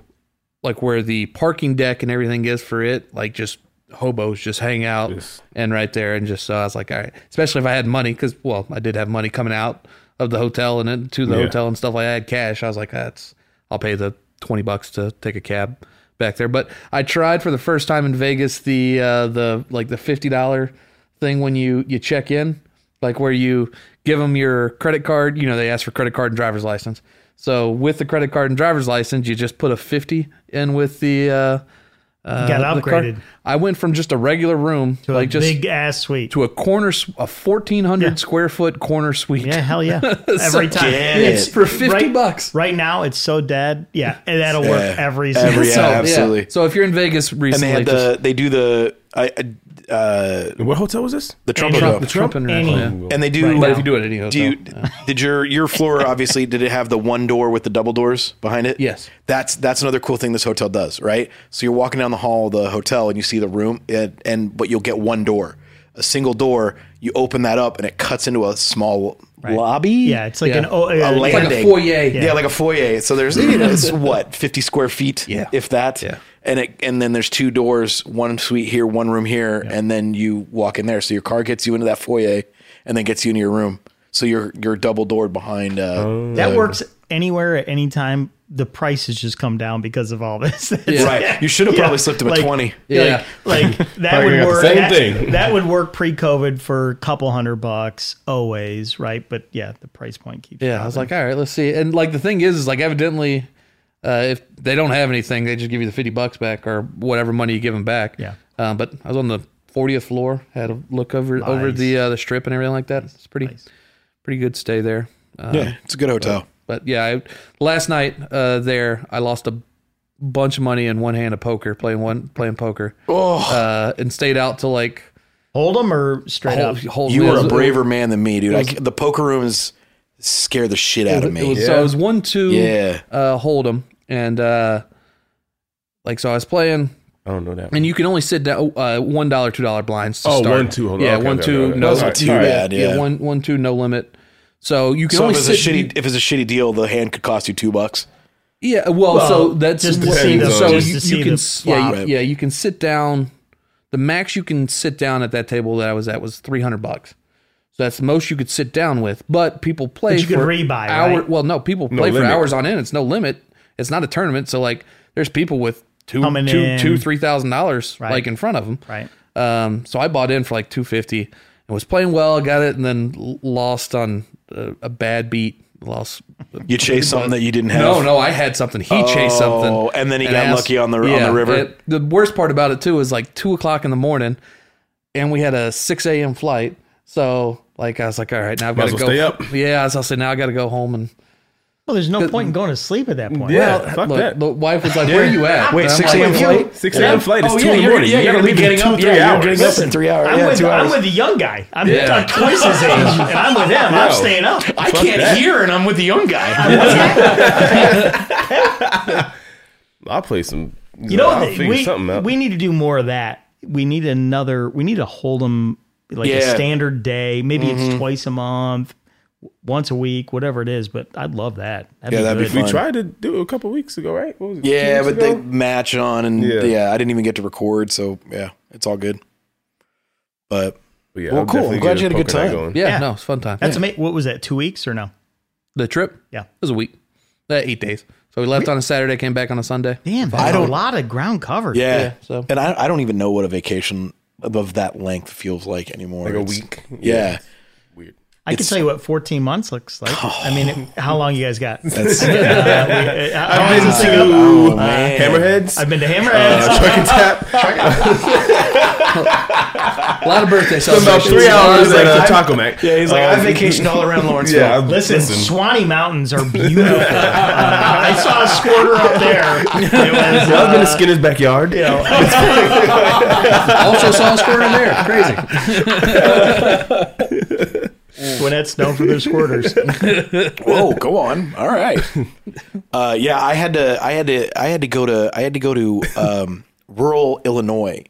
[SPEAKER 5] like where the parking deck and everything is for it, like just hobos just hang out and right there and just so I was like, all right, especially if I had money because well, I did have money coming out of the hotel and then to the
[SPEAKER 4] Yeah.
[SPEAKER 5] hotel and stuff. I had cash. I was like, that's I'll pay the twenty bucks to take a cab back there. But I tried for the first time in Vegas the uh, the like the fifty dollar thing when you you check in, like where you give them your credit card. You know they ask for credit card and driver's license. So with the credit card and driver's license, you just put a fifty in with the. Uh, uh,
[SPEAKER 2] Got
[SPEAKER 5] the card.
[SPEAKER 2] upgraded.
[SPEAKER 5] I went from just a regular room, to like
[SPEAKER 2] a
[SPEAKER 5] just
[SPEAKER 2] big ass suite.
[SPEAKER 5] to a corner, su- a fourteen hundred
[SPEAKER 2] Yeah.
[SPEAKER 5] square foot corner suite.
[SPEAKER 2] Yeah, hell
[SPEAKER 1] <laughs>
[SPEAKER 2] yeah. Every time.
[SPEAKER 1] Get
[SPEAKER 5] It's
[SPEAKER 1] it.
[SPEAKER 5] for fifty
[SPEAKER 2] Right-
[SPEAKER 5] bucks.
[SPEAKER 2] Right now, it's so dead. Yeah, and that'll work
[SPEAKER 1] Yeah.
[SPEAKER 2] every
[SPEAKER 1] Every-
[SPEAKER 2] single
[SPEAKER 1] yeah,
[SPEAKER 5] So,
[SPEAKER 1] absolutely.
[SPEAKER 5] So if you're in Vegas
[SPEAKER 1] And they
[SPEAKER 5] recently,
[SPEAKER 1] had the they do the I, I- uh,
[SPEAKER 4] What hotel was this?
[SPEAKER 1] the Trump
[SPEAKER 2] Any-
[SPEAKER 1] Hotel.
[SPEAKER 5] just, the Trump international.
[SPEAKER 2] Any-
[SPEAKER 5] yeah.
[SPEAKER 1] and they do.
[SPEAKER 2] Right.
[SPEAKER 5] But if you do it at any hotel,
[SPEAKER 1] Do you did your your <laughs> floor obviously did it have the one door with the double doors behind it?
[SPEAKER 5] Yes.
[SPEAKER 1] That's that's another cool thing this hotel does, right? <laughs> So you're walking down the hall of the hotel and you see the room and, and but you'll get one door. A single door, you open that up and it cuts into a small lobby.
[SPEAKER 2] Yeah, it's like
[SPEAKER 5] Yeah.
[SPEAKER 2] an oh, uh,
[SPEAKER 1] a
[SPEAKER 5] like a
[SPEAKER 1] landing.
[SPEAKER 5] foyer.
[SPEAKER 1] Yeah. like a foyer. So there's you know,
[SPEAKER 5] <laughs>
[SPEAKER 1] it's what, fifty square feet,
[SPEAKER 5] Yeah.
[SPEAKER 1] if that.
[SPEAKER 5] Yeah.
[SPEAKER 1] And it and then there's two doors, one suite here, one room here, and then you walk in there. So your car gets you into that foyer and then gets you into your room. So you're you're double doored behind uh
[SPEAKER 5] Oh.
[SPEAKER 2] that works anywhere at any time. The prices just come down because of all this. <laughs>
[SPEAKER 5] Yeah.
[SPEAKER 1] Right. You should have probably
[SPEAKER 2] Yeah.
[SPEAKER 1] slipped him a
[SPEAKER 2] Like-
[SPEAKER 1] twenty.
[SPEAKER 5] Yeah.
[SPEAKER 2] Like, like that
[SPEAKER 4] Probably
[SPEAKER 2] would
[SPEAKER 4] got the
[SPEAKER 2] work.
[SPEAKER 4] same
[SPEAKER 2] that,
[SPEAKER 4] thing.
[SPEAKER 2] that would work pre-COVID for a couple hundred bucks always, right? But yeah, the price point keeps.
[SPEAKER 5] yeah, I was like, all right, let's see. And like the thing is, is like evidently, uh, if they don't have anything, they just give you the fifty bucks back or whatever money you give them back.
[SPEAKER 2] Yeah.
[SPEAKER 5] Um, but I was on the fortieth floor, had a look over over
[SPEAKER 2] Nice.
[SPEAKER 5] the uh, the strip and everything like that. It's pretty pretty good stay there. Uh,
[SPEAKER 1] Yeah, it's a good hotel.
[SPEAKER 5] But yeah, I, last night uh, there, I lost a bunch of money in one hand of poker playing one playing poker.
[SPEAKER 1] Oh,
[SPEAKER 5] Uh, and stayed out till like
[SPEAKER 2] hold them or straight
[SPEAKER 5] whole-
[SPEAKER 2] up.
[SPEAKER 5] whole-
[SPEAKER 1] you
[SPEAKER 5] it
[SPEAKER 1] were
[SPEAKER 5] was-
[SPEAKER 1] a braver man than me, dude. I c the poker rooms scare the shit out of
[SPEAKER 5] It
[SPEAKER 1] me.
[SPEAKER 5] was, So it was one two
[SPEAKER 1] Yeah.
[SPEAKER 5] uh, hold'em and uh, like so I was playing
[SPEAKER 4] I don't know that.
[SPEAKER 5] and you can only sit down uh, one dollar two dollar blinds. To
[SPEAKER 4] Oh,
[SPEAKER 5] start.
[SPEAKER 4] one, two, hold on.
[SPEAKER 5] yeah
[SPEAKER 4] Okay,
[SPEAKER 5] one
[SPEAKER 4] okay,
[SPEAKER 5] two
[SPEAKER 4] okay, okay.
[SPEAKER 5] no
[SPEAKER 4] Those are
[SPEAKER 1] too
[SPEAKER 5] sorry.
[SPEAKER 1] bad, yeah.
[SPEAKER 5] one one two no limit. So you can
[SPEAKER 1] So
[SPEAKER 5] only
[SPEAKER 1] if it's a
[SPEAKER 5] sit
[SPEAKER 1] shitty if it's a shitty deal, the hand could cost you two bucks.
[SPEAKER 5] Yeah, well,
[SPEAKER 2] Well,
[SPEAKER 5] so that's
[SPEAKER 2] just to
[SPEAKER 5] what-
[SPEAKER 4] see the-
[SPEAKER 5] so
[SPEAKER 4] just
[SPEAKER 5] you,
[SPEAKER 2] to
[SPEAKER 5] you
[SPEAKER 2] see
[SPEAKER 5] can
[SPEAKER 2] the
[SPEAKER 5] s- yeah, you-
[SPEAKER 1] flop.
[SPEAKER 5] yeah you can sit down. The max you can sit down at that table that I was at was three hundred bucks. So that's the most you could sit down with. But people play
[SPEAKER 2] you could
[SPEAKER 5] for
[SPEAKER 2] rebuy,
[SPEAKER 5] hour.
[SPEAKER 2] right?
[SPEAKER 5] Well, no, people play for
[SPEAKER 4] limit.
[SPEAKER 5] hours on end. It's no limit. It's not a tournament. So like, there's people with two,
[SPEAKER 2] Coming
[SPEAKER 5] two,
[SPEAKER 2] in.
[SPEAKER 5] two, three thousand dollars
[SPEAKER 2] Right.
[SPEAKER 5] like in front of them.
[SPEAKER 2] Right.
[SPEAKER 5] Um, so I bought in for like 250 and was playing well, got it, and then l- lost on a, a bad beat. Lost.
[SPEAKER 1] You chase something that you didn't have.
[SPEAKER 5] No, no, I had something. He chased something.
[SPEAKER 1] Oh, and then he got lucky on the- on the river?
[SPEAKER 5] and the worst part about it too is like two o'clock in the morning, and we had a six a.m. flight. So like I was like, all right, now I've got
[SPEAKER 4] Might
[SPEAKER 5] to
[SPEAKER 4] as
[SPEAKER 5] go. <laughs>
[SPEAKER 4] well stay up.
[SPEAKER 5] Yeah, as I said, now I got to go home and
[SPEAKER 2] Well, there's no point in going to sleep at that point.
[SPEAKER 4] Yeah, fuck
[SPEAKER 5] Look,
[SPEAKER 4] that.
[SPEAKER 5] The wife was like, "Where are you at?"
[SPEAKER 6] Wait,
[SPEAKER 5] And I'm
[SPEAKER 6] 6 a.m.
[SPEAKER 5] like,
[SPEAKER 6] flight?
[SPEAKER 4] 6 a.m. flight is 2 in the
[SPEAKER 6] you're- Oh,
[SPEAKER 4] morning.
[SPEAKER 6] Yeah,
[SPEAKER 4] you
[SPEAKER 6] you're
[SPEAKER 4] gotta
[SPEAKER 6] gonna be
[SPEAKER 4] leave
[SPEAKER 6] getting
[SPEAKER 4] in two,
[SPEAKER 6] up.
[SPEAKER 4] three
[SPEAKER 6] Yeah, you're
[SPEAKER 4] hours.
[SPEAKER 6] getting up in three hours.
[SPEAKER 2] I'm,
[SPEAKER 6] yeah,
[SPEAKER 2] with,
[SPEAKER 6] two
[SPEAKER 2] I'm
[SPEAKER 6] hours.
[SPEAKER 2] with the young guy. I'm,
[SPEAKER 5] Yeah.
[SPEAKER 2] I'm twice his age, and I'm with him. I'm
[SPEAKER 4] No.
[SPEAKER 2] staying up.
[SPEAKER 6] I can't
[SPEAKER 4] that.
[SPEAKER 6] hear, and I'm with the young guy.
[SPEAKER 4] I'll play some.
[SPEAKER 2] You know,
[SPEAKER 4] I'll
[SPEAKER 2] th-
[SPEAKER 4] figure
[SPEAKER 2] we,
[SPEAKER 4] something out.
[SPEAKER 2] we need to do more of that. We need another. We need to hold them like a
[SPEAKER 6] Yeah.
[SPEAKER 2] standard day. Maybe it's twice a month, w- once a week, whatever it is. But I'd love that. That'd
[SPEAKER 6] Yeah, that'd be
[SPEAKER 2] good.
[SPEAKER 4] we
[SPEAKER 6] fun.
[SPEAKER 4] tried to do it a couple weeks ago, right? What was it, two
[SPEAKER 6] yeah,
[SPEAKER 4] weeks
[SPEAKER 6] but they
[SPEAKER 4] ago?
[SPEAKER 6] match on, and
[SPEAKER 4] Yeah.
[SPEAKER 6] yeah. I didn't even get to record, so yeah, it's all good. But
[SPEAKER 4] But yeah,
[SPEAKER 6] Well,
[SPEAKER 4] I'll
[SPEAKER 6] cool. I'm
[SPEAKER 4] definitely
[SPEAKER 6] glad
[SPEAKER 4] get
[SPEAKER 6] you had a good
[SPEAKER 4] Pocono
[SPEAKER 6] time.
[SPEAKER 4] going.
[SPEAKER 5] Yeah,
[SPEAKER 2] Yeah.
[SPEAKER 5] no, it's a fun time.
[SPEAKER 2] That's
[SPEAKER 5] Yeah.
[SPEAKER 2] ama- What was that? Two weeks or no?
[SPEAKER 5] the trip.
[SPEAKER 2] Yeah.
[SPEAKER 5] it was a week. Uh, eight days. So we left on a Saturday, came back on
[SPEAKER 4] <laughs>
[SPEAKER 5] a Sunday.
[SPEAKER 2] Damn,
[SPEAKER 5] Fun.
[SPEAKER 2] I
[SPEAKER 6] don't-
[SPEAKER 2] a lot of ground covered.
[SPEAKER 6] yeah,
[SPEAKER 5] Yeah, so-
[SPEAKER 6] and I, I don't even know what a vacation of that length feels like anymore.
[SPEAKER 4] Like a
[SPEAKER 6] It's-
[SPEAKER 4] week.
[SPEAKER 6] Yeah,
[SPEAKER 4] Weird.
[SPEAKER 2] I can
[SPEAKER 6] It's-
[SPEAKER 2] tell you what 14 months looks like. I mean, it- how long you guys got? <laughs> Uh,
[SPEAKER 6] that's
[SPEAKER 2] I've
[SPEAKER 4] Been to
[SPEAKER 6] oh, man.
[SPEAKER 4] Hammerheads. <laughs>
[SPEAKER 2] I've been to Hammerheads.
[SPEAKER 4] uh, Truck and Tap.
[SPEAKER 5] A lot of birthday
[SPEAKER 4] Spent about
[SPEAKER 5] celebrations.
[SPEAKER 4] three
[SPEAKER 5] A lot
[SPEAKER 4] hours
[SPEAKER 5] of
[SPEAKER 4] at
[SPEAKER 5] birthday-
[SPEAKER 4] uh, Taco Mac. Yeah,
[SPEAKER 6] He's like, I vacationed all around Lawrenceville.
[SPEAKER 4] <laughs> Yeah, I-
[SPEAKER 2] <laughs> Listen, Swanee Mountains are beautiful. <laughs> Uh, I saw a squirter up there. It was,
[SPEAKER 4] Well, I've been
[SPEAKER 2] uh,
[SPEAKER 4] to Skinner's backyard.
[SPEAKER 2] you know,
[SPEAKER 5] <laughs>
[SPEAKER 4] <laughs>
[SPEAKER 5] also saw a squirter there. Crazy.
[SPEAKER 2] Gwinnett's known for their squirters.
[SPEAKER 6] Whoa, go on. All right. <laughs> Uh, yeah, I had to. I had to. I had to go to. I had to go to um, rural Illinois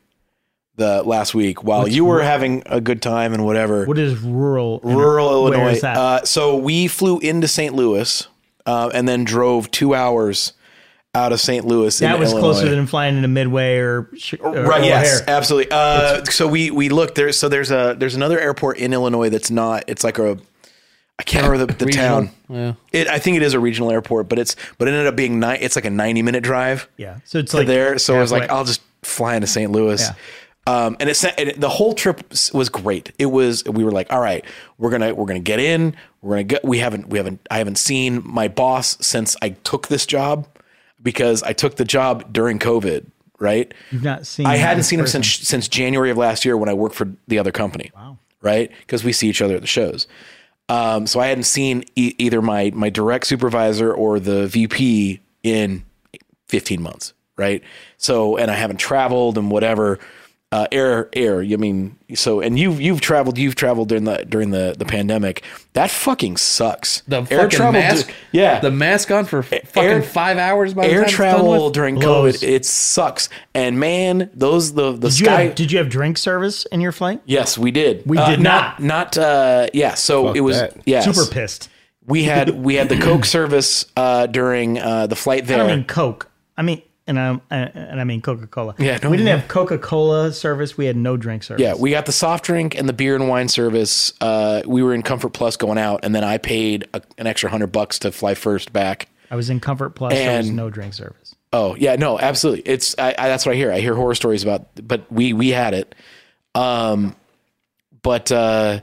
[SPEAKER 6] the last week while you were having a good time and whatever.
[SPEAKER 2] What is rural?
[SPEAKER 6] rural
[SPEAKER 2] Where
[SPEAKER 6] Illinois.
[SPEAKER 2] is that?
[SPEAKER 6] Uh, so we flew into St. Louis uh, and then drove two hours out of St. Louis.
[SPEAKER 2] that
[SPEAKER 6] into
[SPEAKER 2] was
[SPEAKER 6] Illinois.
[SPEAKER 2] closer than flying into Midway or, Chi- or
[SPEAKER 6] Right. Yes.
[SPEAKER 2] O'Hare.
[SPEAKER 6] Absolutely. Uh, so we we looked there. So there's a there's another airport in Illinois that's not. It's like a. I can't remember the, the
[SPEAKER 5] Regional.
[SPEAKER 6] town.
[SPEAKER 5] Yeah.
[SPEAKER 6] It, I think it is a regional airport, but it's but it ended up being nine. It's like a ninety minute drive
[SPEAKER 2] Yeah. So it's
[SPEAKER 6] to
[SPEAKER 2] like
[SPEAKER 6] there. So I was like,
[SPEAKER 2] halfway.
[SPEAKER 6] I'll just fly into St. Louis.
[SPEAKER 2] Yeah.
[SPEAKER 6] Um, and it, sa- and it the whole trip s- was great. It was we were like, all right, we're gonna we're gonna get in. We're gonna get. We haven't we haven't I haven't seen my boss since I took this job because I took the job during COVID. Right.
[SPEAKER 2] You've not seen.
[SPEAKER 6] I hadn't
[SPEAKER 2] this
[SPEAKER 6] seen him
[SPEAKER 2] person.
[SPEAKER 6] since since January of last year when I worked for the other company. Wow. Right? Because we see each other at the shows. Um, so I hadn't seen e- either my my direct supervisor or the VP in 15 months. Right? So and I haven't traveled and whatever. Uh, air, air. You mean so? And you've you've traveled. You've traveled during the during the the pandemic. That fucking sucks.
[SPEAKER 5] The fucking mask.
[SPEAKER 6] yeah.
[SPEAKER 5] The mask on for f- fucking
[SPEAKER 6] Air-
[SPEAKER 5] five hours by the
[SPEAKER 6] air
[SPEAKER 5] time it's done
[SPEAKER 6] travel
[SPEAKER 5] with.
[SPEAKER 6] during
[SPEAKER 2] Blows.
[SPEAKER 6] COVID. It sucks. And man, those the the
[SPEAKER 2] Did you,
[SPEAKER 6] sky.
[SPEAKER 2] have, did you have drink service in your flight?
[SPEAKER 6] Yes, we did. We
[SPEAKER 2] did
[SPEAKER 6] not. Not. uh, yeah. So
[SPEAKER 4] Fuck
[SPEAKER 6] it was.
[SPEAKER 4] that.
[SPEAKER 6] Yes.
[SPEAKER 2] Super pissed.
[SPEAKER 6] We had we had the
[SPEAKER 4] <laughs>
[SPEAKER 6] Coke service uh, during uh, the flight
[SPEAKER 2] I
[SPEAKER 6] there.
[SPEAKER 2] don't mean Coke. I mean, and I and I mean Coca Cola.
[SPEAKER 6] Yeah, no,
[SPEAKER 2] we didn't
[SPEAKER 6] no.
[SPEAKER 2] have Coca Cola service. We had no drink service.
[SPEAKER 6] yeah, we got the soft drink and the beer and wine service. Uh, we were in Comfort Plus going out, and then I paid a, an extra hundred bucks to fly first back.
[SPEAKER 2] I was in Comfort Plus. there was
[SPEAKER 6] And-
[SPEAKER 2] no drink service.
[SPEAKER 6] Oh yeah, no, absolutely. It's I, I that's what I hear. I hear horror stories about, but we we had it. Um, but uh,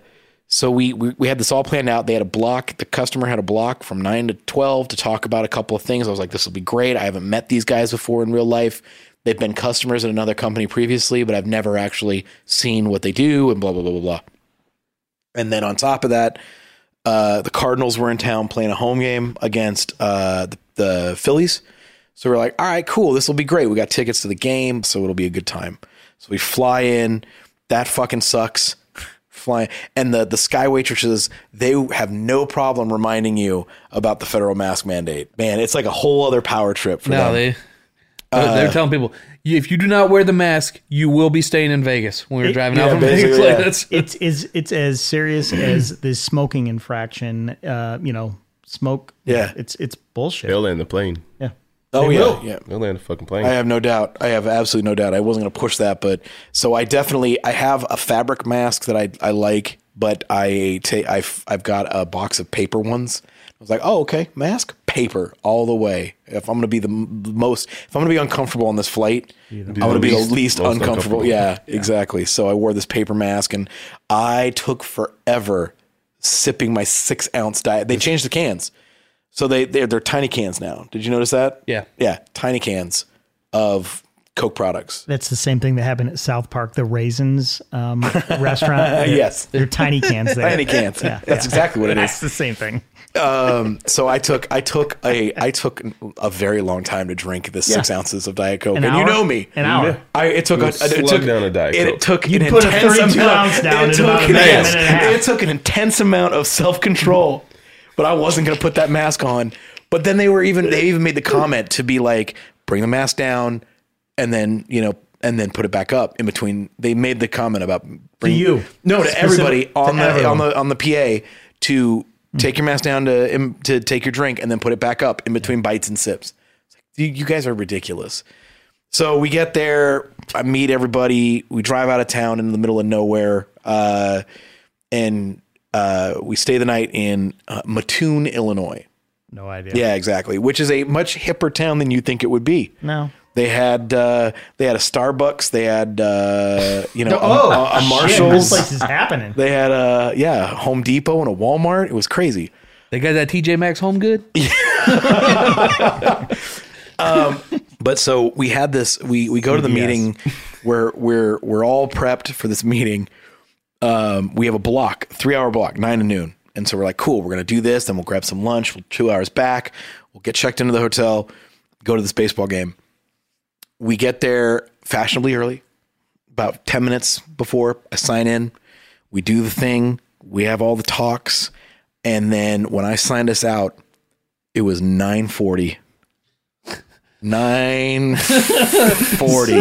[SPEAKER 6] so we, we we had this all planned out. They had a block. The customer had a block from nine to twelve to talk about a couple of things. I was like, this will be great. I haven't met these guys before in real life. They've been customers at another company previously, but I've never actually seen what they do and blah blah blah blah blah. And then on top of that, uh, the Cardinals were in town playing a home game against uh, the, the Phillies. So we're like, all right, cool. This will be great. We got tickets to the game, so it'll be a good time. So we fly in. That fucking sucks. Flying and the the sky waitresses, they have no problem reminding you about the federal mask mandate. Man, it's like a whole other power trip for
[SPEAKER 5] No,
[SPEAKER 6] them.
[SPEAKER 5] they. they're- they're telling people "You- if you do not wear the mask, you will be staying in Vegas when we we're driving out from Vegas.
[SPEAKER 6] basically, yeah.
[SPEAKER 5] Like, that's-
[SPEAKER 2] It's is it's as serious as the smoking infraction. Uh, you know, smoke.
[SPEAKER 6] Yeah.
[SPEAKER 2] it's it's bullshit.
[SPEAKER 4] They'll land the plane.
[SPEAKER 2] Yeah,
[SPEAKER 6] oh yeah,
[SPEAKER 2] will.
[SPEAKER 6] yeah.
[SPEAKER 4] They'll land the fucking plane.
[SPEAKER 6] I have no doubt. I have absolutely no doubt. I wasn't going to push that, but so I definitely I have a fabric mask that I I like, but I take I've I've got a box of paper ones. I was like, oh okay, mask paper all the way. If I'm going to be the m- most, if I'm going to be uncomfortable on this flight, I'm
[SPEAKER 4] the
[SPEAKER 6] going to be the
[SPEAKER 4] least-
[SPEAKER 6] least
[SPEAKER 4] most
[SPEAKER 6] uncomfortable.
[SPEAKER 4] uncomfortable.
[SPEAKER 6] Yeah, exactly. So I wore this paper mask, and I took forever sipping my six ounce diet. They changed the cans. So they they're, they're tiny cans now. Did you notice that?
[SPEAKER 5] Yeah.
[SPEAKER 6] yeah, tiny cans of
[SPEAKER 1] Coke products.
[SPEAKER 2] That's the same thing that happened at South Park, the raisins
[SPEAKER 1] <laughs>
[SPEAKER 2] um, restaurant.
[SPEAKER 1] Yes.
[SPEAKER 2] they're tiny cans. There.
[SPEAKER 1] Tiny cans.
[SPEAKER 2] Yeah,
[SPEAKER 1] That's
[SPEAKER 2] yeah.
[SPEAKER 1] exactly what it
[SPEAKER 2] <laughs>
[SPEAKER 1] is.
[SPEAKER 2] That's the same thing.
[SPEAKER 1] Um, so I took I took a I took a very long time to drink this six
[SPEAKER 2] Yeah.
[SPEAKER 1] ounces of Diet Coke,
[SPEAKER 2] An
[SPEAKER 1] and
[SPEAKER 2] hour?
[SPEAKER 1] you know me,
[SPEAKER 2] An hour.
[SPEAKER 1] I, it took a,
[SPEAKER 4] slug
[SPEAKER 1] it took
[SPEAKER 4] down a Diet
[SPEAKER 1] it
[SPEAKER 4] Coke.
[SPEAKER 1] took
[SPEAKER 2] You
[SPEAKER 1] an
[SPEAKER 2] put a
[SPEAKER 1] intense
[SPEAKER 2] 32
[SPEAKER 1] amount.
[SPEAKER 2] ounts down
[SPEAKER 1] <laughs> it
[SPEAKER 2] in
[SPEAKER 1] took
[SPEAKER 2] about a
[SPEAKER 1] an-
[SPEAKER 2] minute,
[SPEAKER 1] yes.
[SPEAKER 2] minute and a half.
[SPEAKER 1] It took an intense amount of self control, but I wasn't going to put that mask on. But then they were even they even made the comment to be like, bring the mask down, and then you know. And then put it back up in between. They made the comment about bring,
[SPEAKER 2] you.
[SPEAKER 1] no to everybody on
[SPEAKER 2] to
[SPEAKER 1] the on
[SPEAKER 2] everyone.
[SPEAKER 1] the on the PA to take your mask down to im- to take your drink and then put it back up in between bites and
[SPEAKER 2] <laughs>
[SPEAKER 1] sips. It's like, you, you guys are ridiculous. So we get there, I meet everybody, we drive out of town in the middle of nowhere, uh, and uh, we stay the night in uh, Mattoon, Illinois.
[SPEAKER 2] No idea.
[SPEAKER 1] Yeah, exactly. Which is a much hipper town than you think it would be.
[SPEAKER 2] No.
[SPEAKER 1] They had uh, they had a Starbucks. They had uh, you know
[SPEAKER 5] Oh,
[SPEAKER 1] a, a- a
[SPEAKER 2] Shit, this
[SPEAKER 1] Marshalls.
[SPEAKER 2] place is happening.
[SPEAKER 1] They had a yeah, Home Depot and a Walmart. It was crazy.
[SPEAKER 5] They got that TJ Maxx home good.
[SPEAKER 1] But so we had this. We we go to the meeting where we're we're all prepped for this meeting. Um, we have a block, three hour block, nine to noon, and so we're like, cool. We're gonna do this. Then we'll grab some lunch. We'll two hours back. We'll get checked into the hotel. Go to this baseball game. We get there fashionably early, about ten minutes before I sign in. We do the thing. We have all the talks, and then when I signed us out, it was nine forty. Nine forty.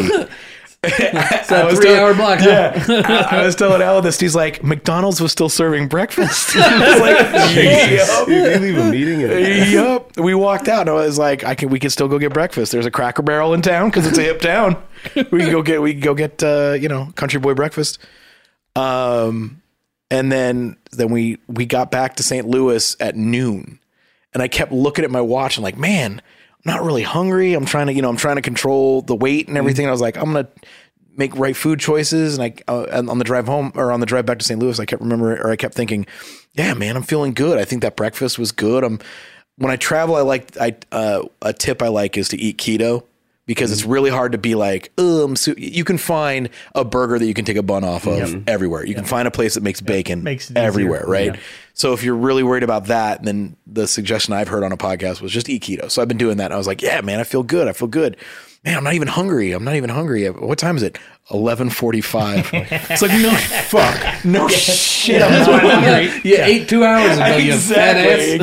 [SPEAKER 5] It's that three hour block. huh?
[SPEAKER 1] <laughs>
[SPEAKER 5] <laughs>
[SPEAKER 1] I, I was telling Al this. He's like, McDonald's was still serving breakfast. I was like,
[SPEAKER 4] You can leave a meeting
[SPEAKER 6] <laughs>
[SPEAKER 4] and
[SPEAKER 1] yup, yup. We walked out. And I was like, I can. We can still go get breakfast. There's a Cracker Barrel in town because it's a hip town. We can go get. We can go get. Uh, you know, Country Boy breakfast. Um, and then then we we got back to St. Louis at noon, and I kept looking at my watch and like, man, I'm not really hungry. I'm trying to you know I'm trying to control the weight
[SPEAKER 2] Mm-hmm.
[SPEAKER 1] and everything. I was like, I'm gonna make right food choices, and I uh, and on the drive home or on the drive back to St. Louis, I kept remembering or I kept thinking, yeah, man, I'm feeling good. I think that breakfast was good. I'm when I travel, I like I uh, a tip I like is to eat keto. Because it's
[SPEAKER 2] Mm-hmm.
[SPEAKER 1] really hard to be like, oh, I'm su-. you can find a burger that you can take a bun off of everywhere. You can find a place that makes bacon
[SPEAKER 2] Makes it
[SPEAKER 1] everywhere,
[SPEAKER 2] easier.
[SPEAKER 1] right?
[SPEAKER 2] Yeah. <laughs>
[SPEAKER 1] So if you're really worried about that, then the suggestion I've heard on a podcast was just eat keto. So I've been doing that. And I was like, yeah, man, I feel good. I feel good. Man, I'm not even hungry. I'm not even hungry. What time is it? <laughs> 11:45. it's like no fuck, no shit. I'm not hungry.
[SPEAKER 5] You ate two hours ago. You
[SPEAKER 1] Exactly.
[SPEAKER 5] fat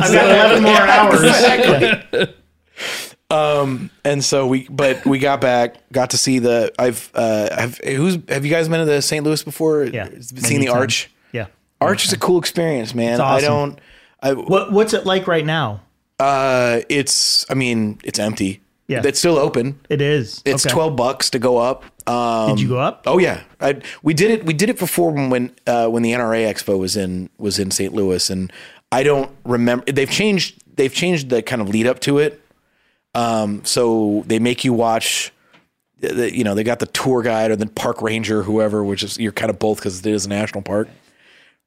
[SPEAKER 2] I've got 11
[SPEAKER 5] ass.
[SPEAKER 1] <laughs>
[SPEAKER 5] <laughs>
[SPEAKER 2] more hours.
[SPEAKER 1] And so we, but we got back, got to see the. I've, uh, have who's have you guys been to the St. Louis before?
[SPEAKER 2] Yeah.
[SPEAKER 1] seen
[SPEAKER 2] Many
[SPEAKER 1] the
[SPEAKER 2] times.
[SPEAKER 1] Arch.
[SPEAKER 2] Yeah.
[SPEAKER 1] Arch is a cool experience, man.
[SPEAKER 2] awesome.
[SPEAKER 1] I don't. I,
[SPEAKER 2] What, what's it like right now?
[SPEAKER 1] Uh, it's. I mean, it's empty.
[SPEAKER 2] Yeah.
[SPEAKER 1] it's still open.
[SPEAKER 2] It is.
[SPEAKER 1] It's
[SPEAKER 2] Okay.
[SPEAKER 1] twelve bucks to go up. Um,
[SPEAKER 2] Did you go up?
[SPEAKER 1] Oh yeah, I, we did it. We did it before when when, uh, when the NRA Expo was in was in St. Louis, and I don't remember. They've changed. They've changed the kind of lead up to it. Um, so they make you watch. the- You know, they got the tour guide or the park ranger, whoever, which is you're kind of both because it is a national park,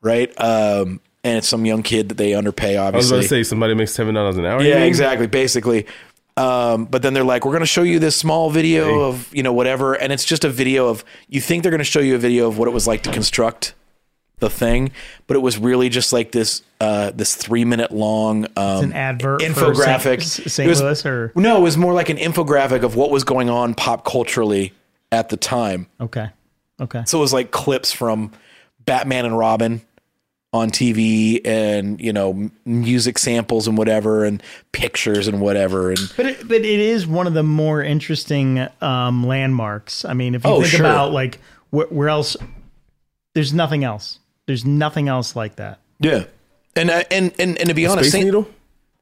[SPEAKER 1] right? Um, and it's some young kid that they underpay.
[SPEAKER 4] I was
[SPEAKER 1] Obviously,
[SPEAKER 4] about to say somebody makes seven dollars an hour.
[SPEAKER 1] yeah,
[SPEAKER 4] You mean?
[SPEAKER 1] exactly. Basically. Um, but then they're like, we're going to show you this small video of, you know, whatever. And it's just a video of, you think they're going to show you a video of what it was like to construct the thing, but it was really just like this, uh, this three minute long, um,
[SPEAKER 2] An advert. for
[SPEAKER 1] infographic.
[SPEAKER 2] St.
[SPEAKER 1] It
[SPEAKER 2] St.
[SPEAKER 1] was-
[SPEAKER 2] Louis or
[SPEAKER 1] no, it was more like an infographic of what was going on pop culturally at the time.
[SPEAKER 2] okay, okay.
[SPEAKER 1] So it was like clips from Batman and Robin on TV and, you know, m- music samples and whatever and pictures and whatever. And
[SPEAKER 2] But it, but it is one of the more interesting um, landmarks. I mean, if you
[SPEAKER 1] Oh,
[SPEAKER 2] think
[SPEAKER 1] sure.
[SPEAKER 2] about like where, where else, there's nothing else. There's nothing else like that.
[SPEAKER 1] Yeah, and I- and and and to be honest,
[SPEAKER 4] Space
[SPEAKER 1] Saint-
[SPEAKER 4] Needle.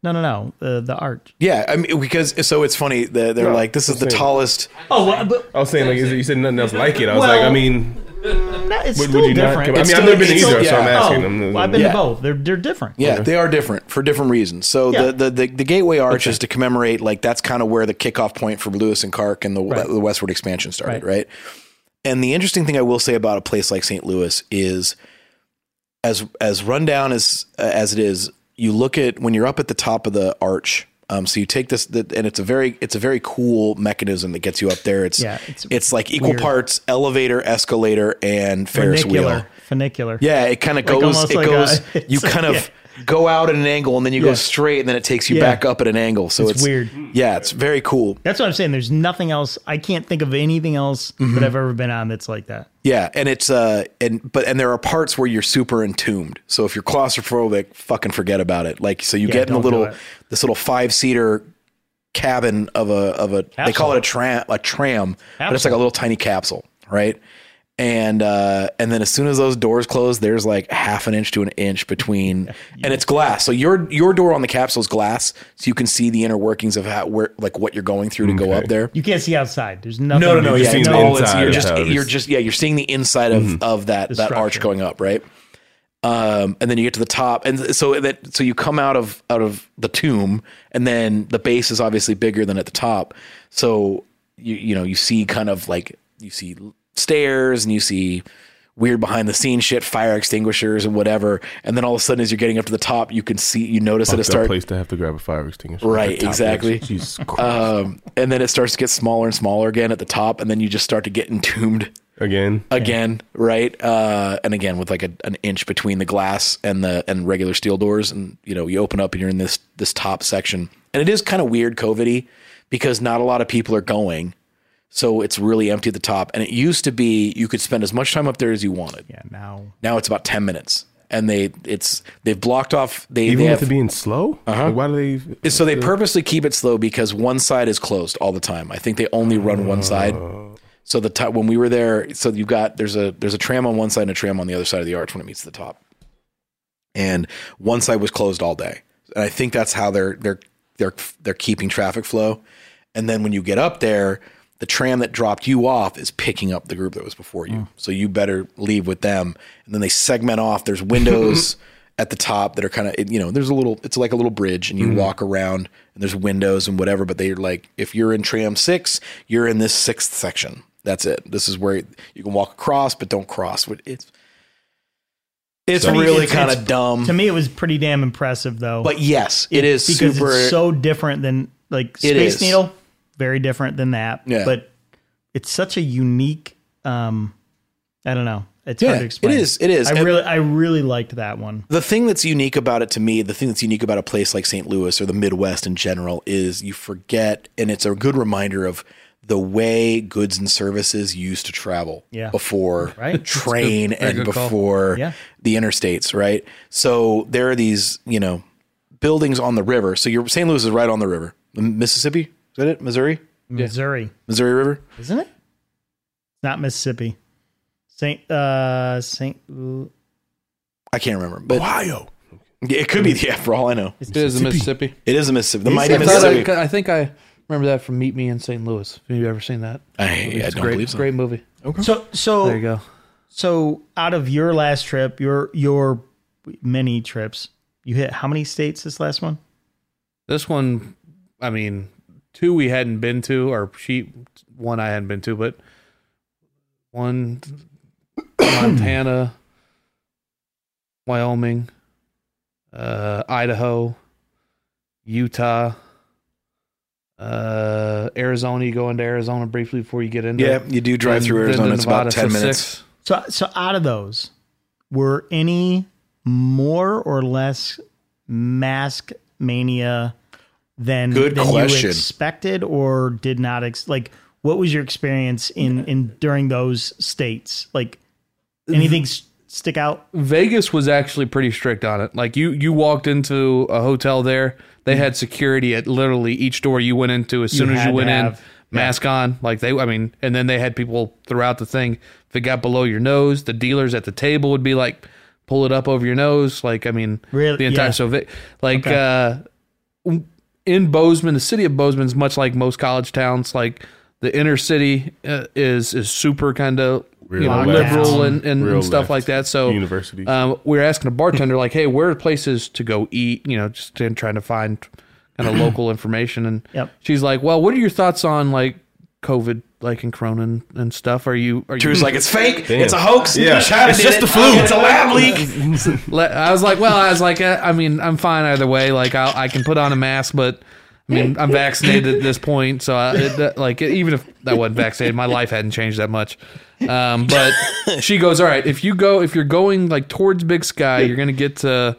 [SPEAKER 2] No, no, no. The the arch.
[SPEAKER 1] yeah, I mean because so it's funny that they're
[SPEAKER 4] Yeah,
[SPEAKER 1] like this is the
[SPEAKER 4] Saint-
[SPEAKER 1] tallest.
[SPEAKER 2] Oh, well, but
[SPEAKER 4] I was saying like is it- you said nothing else like it. I was
[SPEAKER 2] Well,
[SPEAKER 4] like, I mean,
[SPEAKER 2] no, it's
[SPEAKER 4] would,
[SPEAKER 2] still
[SPEAKER 4] would you not?
[SPEAKER 2] different.
[SPEAKER 4] Come, I mean,
[SPEAKER 2] It's
[SPEAKER 4] I've
[SPEAKER 2] still-
[SPEAKER 4] never been to
[SPEAKER 2] it's
[SPEAKER 4] either,
[SPEAKER 2] still-
[SPEAKER 4] so I'm
[SPEAKER 1] yeah.
[SPEAKER 4] asking. Mm,
[SPEAKER 2] Oh,
[SPEAKER 4] I'm-
[SPEAKER 2] well, I've been
[SPEAKER 1] Yeah.
[SPEAKER 2] to both. They're they're different.
[SPEAKER 1] Yeah, they are different for different reasons. So
[SPEAKER 2] Yeah.
[SPEAKER 1] the, the the the Gateway Arch is to commemorate like that's kind of where the kickoff point for Lewis and Clark and the the westward expansion started, right? And the interesting thing I will say about a place like St. Louis is as as rundown as as it is, you look at when you're up at the top of the arch Um, so you take this, th- and it's a very it's a very cool mechanism that gets you up there. It's
[SPEAKER 2] Yeah,
[SPEAKER 1] it's,
[SPEAKER 2] it's
[SPEAKER 1] like equal
[SPEAKER 2] weird.
[SPEAKER 1] parts elevator, escalator, and Ferris wheel.
[SPEAKER 2] funicular, funicular.
[SPEAKER 1] Yeah, it kind of goes.
[SPEAKER 2] almost
[SPEAKER 1] It
[SPEAKER 2] like
[SPEAKER 1] goes.
[SPEAKER 2] <laughs> a- it's
[SPEAKER 1] you
[SPEAKER 2] like-
[SPEAKER 1] kind of go out at an angle, and then you go
[SPEAKER 2] Yeah.
[SPEAKER 1] straight, and then it takes you
[SPEAKER 2] Yeah.
[SPEAKER 1] back up at an angle. So
[SPEAKER 2] It's
[SPEAKER 1] it's,
[SPEAKER 2] weird.
[SPEAKER 1] Yeah, it's very cool.
[SPEAKER 2] That's what I'm saying. There's nothing else. I can't think of anything else
[SPEAKER 4] Mm-hmm.
[SPEAKER 2] that I've ever been on that's like that.
[SPEAKER 1] Yeah, and it's uh, and but and there are parts where you're super entombed. So if you're claustrophobic, fucking forget about it. Like so, you get in
[SPEAKER 2] don't
[SPEAKER 1] the
[SPEAKER 2] do
[SPEAKER 1] little
[SPEAKER 2] it.
[SPEAKER 1] this little five seater cabin of a of a they call it a tram a tram, but it's like a little tiny capsule, right? And uh, and then as soon as those doors close, there's like half an inch to an inch
[SPEAKER 2] <laughs>
[SPEAKER 1] between, and it's glass. So your your door on the capsule is glass, so you can see the inner workings of how where like what you're going through to go up there.
[SPEAKER 2] You can't see outside. There's nothing.
[SPEAKER 1] No, no, no.
[SPEAKER 4] You're
[SPEAKER 1] Yeah,
[SPEAKER 4] seeing
[SPEAKER 1] it's
[SPEAKER 4] the
[SPEAKER 1] all it's,
[SPEAKER 4] inside
[SPEAKER 1] you're
[SPEAKER 4] of
[SPEAKER 1] just
[SPEAKER 4] how Mm-hmm. it
[SPEAKER 1] you're
[SPEAKER 4] is.
[SPEAKER 1] just yeah you're seeing the inside of of that that arch
[SPEAKER 2] structure.
[SPEAKER 1] going up, right? Um, and then you get to the top, and so that so you come out of out of the tomb, and then the base is obviously bigger than at the top. So you you know you see kind of like you see stairs, and you see weird behind the scenes shit, fire extinguishers and whatever. And then all of a sudden, as you're getting up to the top, you can see you notice that it
[SPEAKER 4] Fucked up
[SPEAKER 1] starts
[SPEAKER 4] place to have to grab a fire extinguisher.
[SPEAKER 1] Right,
[SPEAKER 4] Top
[SPEAKER 1] exactly.
[SPEAKER 4] edge.
[SPEAKER 6] Uh,
[SPEAKER 4] Jesus Christ.
[SPEAKER 1] um, and then it starts to get smaller and smaller again at the top, and then you just start to get entombed
[SPEAKER 4] Again,
[SPEAKER 1] again, right? Uh, and again with like a, an inch between the glass and the and regular steel doors, and you know you open up and you're in this this top section, and it is kind of weird, COVIDy, because not a lot of people are going, so it's really empty at the top. And it used to be you could spend as much time up there as you wanted.
[SPEAKER 2] Yeah, now
[SPEAKER 1] Now it's about ten minutes, and they it's they've blocked off they
[SPEAKER 4] even
[SPEAKER 1] they
[SPEAKER 4] with
[SPEAKER 1] have,
[SPEAKER 4] it being slow, uh-huh. why do they?
[SPEAKER 1] so they purposely keep it slow because one side is closed all the time. I think they only run one side. So the top when we were there, so you've got there's a there's a tram on one side and a tram on the other side of the arch when it meets the top. And one side was closed all day. And I think that's how they're they're they're they're keeping traffic flow. And then when you get up there, the tram that dropped you off is picking up the group that was before
[SPEAKER 2] Hmm.
[SPEAKER 1] you. So you better leave with them. And then they segment off.
[SPEAKER 2] <laughs>
[SPEAKER 1] There's windows at the top that are kind of you know there's a little it's like a little bridge and you
[SPEAKER 2] Hmm.
[SPEAKER 1] walk around and there's windows and whatever but they're like if you're in tram 6 you're in this sixth section that's it this is where you can walk across but don't cross What- it's it's
[SPEAKER 2] I mean,
[SPEAKER 1] really
[SPEAKER 2] it's-
[SPEAKER 1] kind
[SPEAKER 2] it's-
[SPEAKER 1] of dumb
[SPEAKER 2] To me, it was pretty damn impressive though.
[SPEAKER 1] but yes it is
[SPEAKER 2] because
[SPEAKER 1] super
[SPEAKER 2] it's so different than like
[SPEAKER 1] It
[SPEAKER 2] Space
[SPEAKER 1] is.
[SPEAKER 2] Needle, very different than that.
[SPEAKER 1] Yeah.
[SPEAKER 2] But it's such a unique. um I don't know. It's
[SPEAKER 1] Yeah,
[SPEAKER 2] hard to
[SPEAKER 1] it
[SPEAKER 2] explain.
[SPEAKER 1] is, it is.
[SPEAKER 2] I
[SPEAKER 1] And-
[SPEAKER 2] really, I really liked that one.
[SPEAKER 1] the thing that's unique about it to me, the thing that's unique about a place like St. Louis or the Midwest in general is you forget, and it's a good reminder of the way goods and services used to travel
[SPEAKER 2] Yeah.
[SPEAKER 1] before
[SPEAKER 2] Right.
[SPEAKER 1] train
[SPEAKER 5] Very
[SPEAKER 1] and
[SPEAKER 5] good call.
[SPEAKER 1] before
[SPEAKER 2] Yeah.
[SPEAKER 1] the interstates, right? So there are these, you know, buildings on the river. So your St. Louis is right on the river. The Mississippi? Is that it? Missouri?
[SPEAKER 2] Missouri,
[SPEAKER 1] Missouri River?
[SPEAKER 2] isn't it? Not Mississippi. Saint uh Saint Lu-
[SPEAKER 1] I can't remember. But
[SPEAKER 4] Ohio.
[SPEAKER 1] Yeah, it could be yeah, <laughs> for all I know.
[SPEAKER 5] It is the Mississippi.
[SPEAKER 1] It is a Mississippi. The
[SPEAKER 2] Is
[SPEAKER 1] mighty
[SPEAKER 2] it?
[SPEAKER 5] I, thought
[SPEAKER 1] Mississippi.
[SPEAKER 5] I, I think I remember that from Meet Me in St. Louis. Have you ever seen that?
[SPEAKER 1] I, I don't
[SPEAKER 5] great,
[SPEAKER 1] believe so.
[SPEAKER 5] Great movie.
[SPEAKER 2] So so
[SPEAKER 5] There you go.
[SPEAKER 2] so out of your last trip, your your many trips, you hit how many states this last one?
[SPEAKER 5] This one, I mean, two we hadn't been to, or she, one I hadn't been to, but one Montana, Wyoming, uh, Idaho, Utah, uh, Arizona. You go into Arizona briefly before you get into
[SPEAKER 1] Yeah, you do drive
[SPEAKER 5] then-
[SPEAKER 1] through
[SPEAKER 5] then to
[SPEAKER 1] Arizona. It's about
[SPEAKER 5] Nevada
[SPEAKER 1] ten
[SPEAKER 5] for
[SPEAKER 1] minutes.
[SPEAKER 5] six.
[SPEAKER 2] So, so out of those, were any more or less mask mania than,
[SPEAKER 1] Good
[SPEAKER 2] than
[SPEAKER 1] question.
[SPEAKER 2] you expected or did not ex- like? What was your experience in in during those states? Like anything s- stick out?
[SPEAKER 5] Vegas was actually pretty strict on it. Like you, you walked into a hotel there, they had security at literally each door you went into. As soon as
[SPEAKER 2] had
[SPEAKER 5] you
[SPEAKER 2] to
[SPEAKER 5] went in,
[SPEAKER 2] have-
[SPEAKER 5] mask on. Like they, I mean, and then they had people throughout the thing. If it got below your nose, the dealers at the table would be like, pull it up over your nose. Like I mean,
[SPEAKER 2] Really?
[SPEAKER 5] the entire
[SPEAKER 2] Yeah.
[SPEAKER 5] so Ve- like uh, in Bozeman, the city of Bozeman is much like most college towns. Like the inner city uh, is is super kind of you know,
[SPEAKER 4] left.
[SPEAKER 5] liberal and, and,
[SPEAKER 4] Real
[SPEAKER 5] and stuff
[SPEAKER 4] left.
[SPEAKER 5] like that. So
[SPEAKER 4] University.
[SPEAKER 5] um, we were asking a bartender like, "Hey, where are places to go eat?" You know, just in trying to find
[SPEAKER 4] <clears throat>
[SPEAKER 5] kind of local information. And
[SPEAKER 2] Yep.
[SPEAKER 5] she's like, "Well, what are your thoughts on like COVID, like in Corona and, and stuff? Are you are you?"
[SPEAKER 1] Drew's like, it's fake.
[SPEAKER 4] Damn.
[SPEAKER 1] It's a hoax.
[SPEAKER 4] Yeah.
[SPEAKER 1] China
[SPEAKER 4] It's
[SPEAKER 1] did
[SPEAKER 4] just
[SPEAKER 1] it.
[SPEAKER 4] the flu.
[SPEAKER 1] It's a lab leak.
[SPEAKER 5] Le- I was like, "Well, I was like, eh, I mean, I'm fine either way. Like, I'll, I can put on a mask, but." I mean, I'm vaccinated at this point, so I, it, that- like even if I wasn't vaccinated, my life hadn't changed that much. Um, but she goes, "All right, if you go, if you're going like towards Big Sky, you're gonna get to,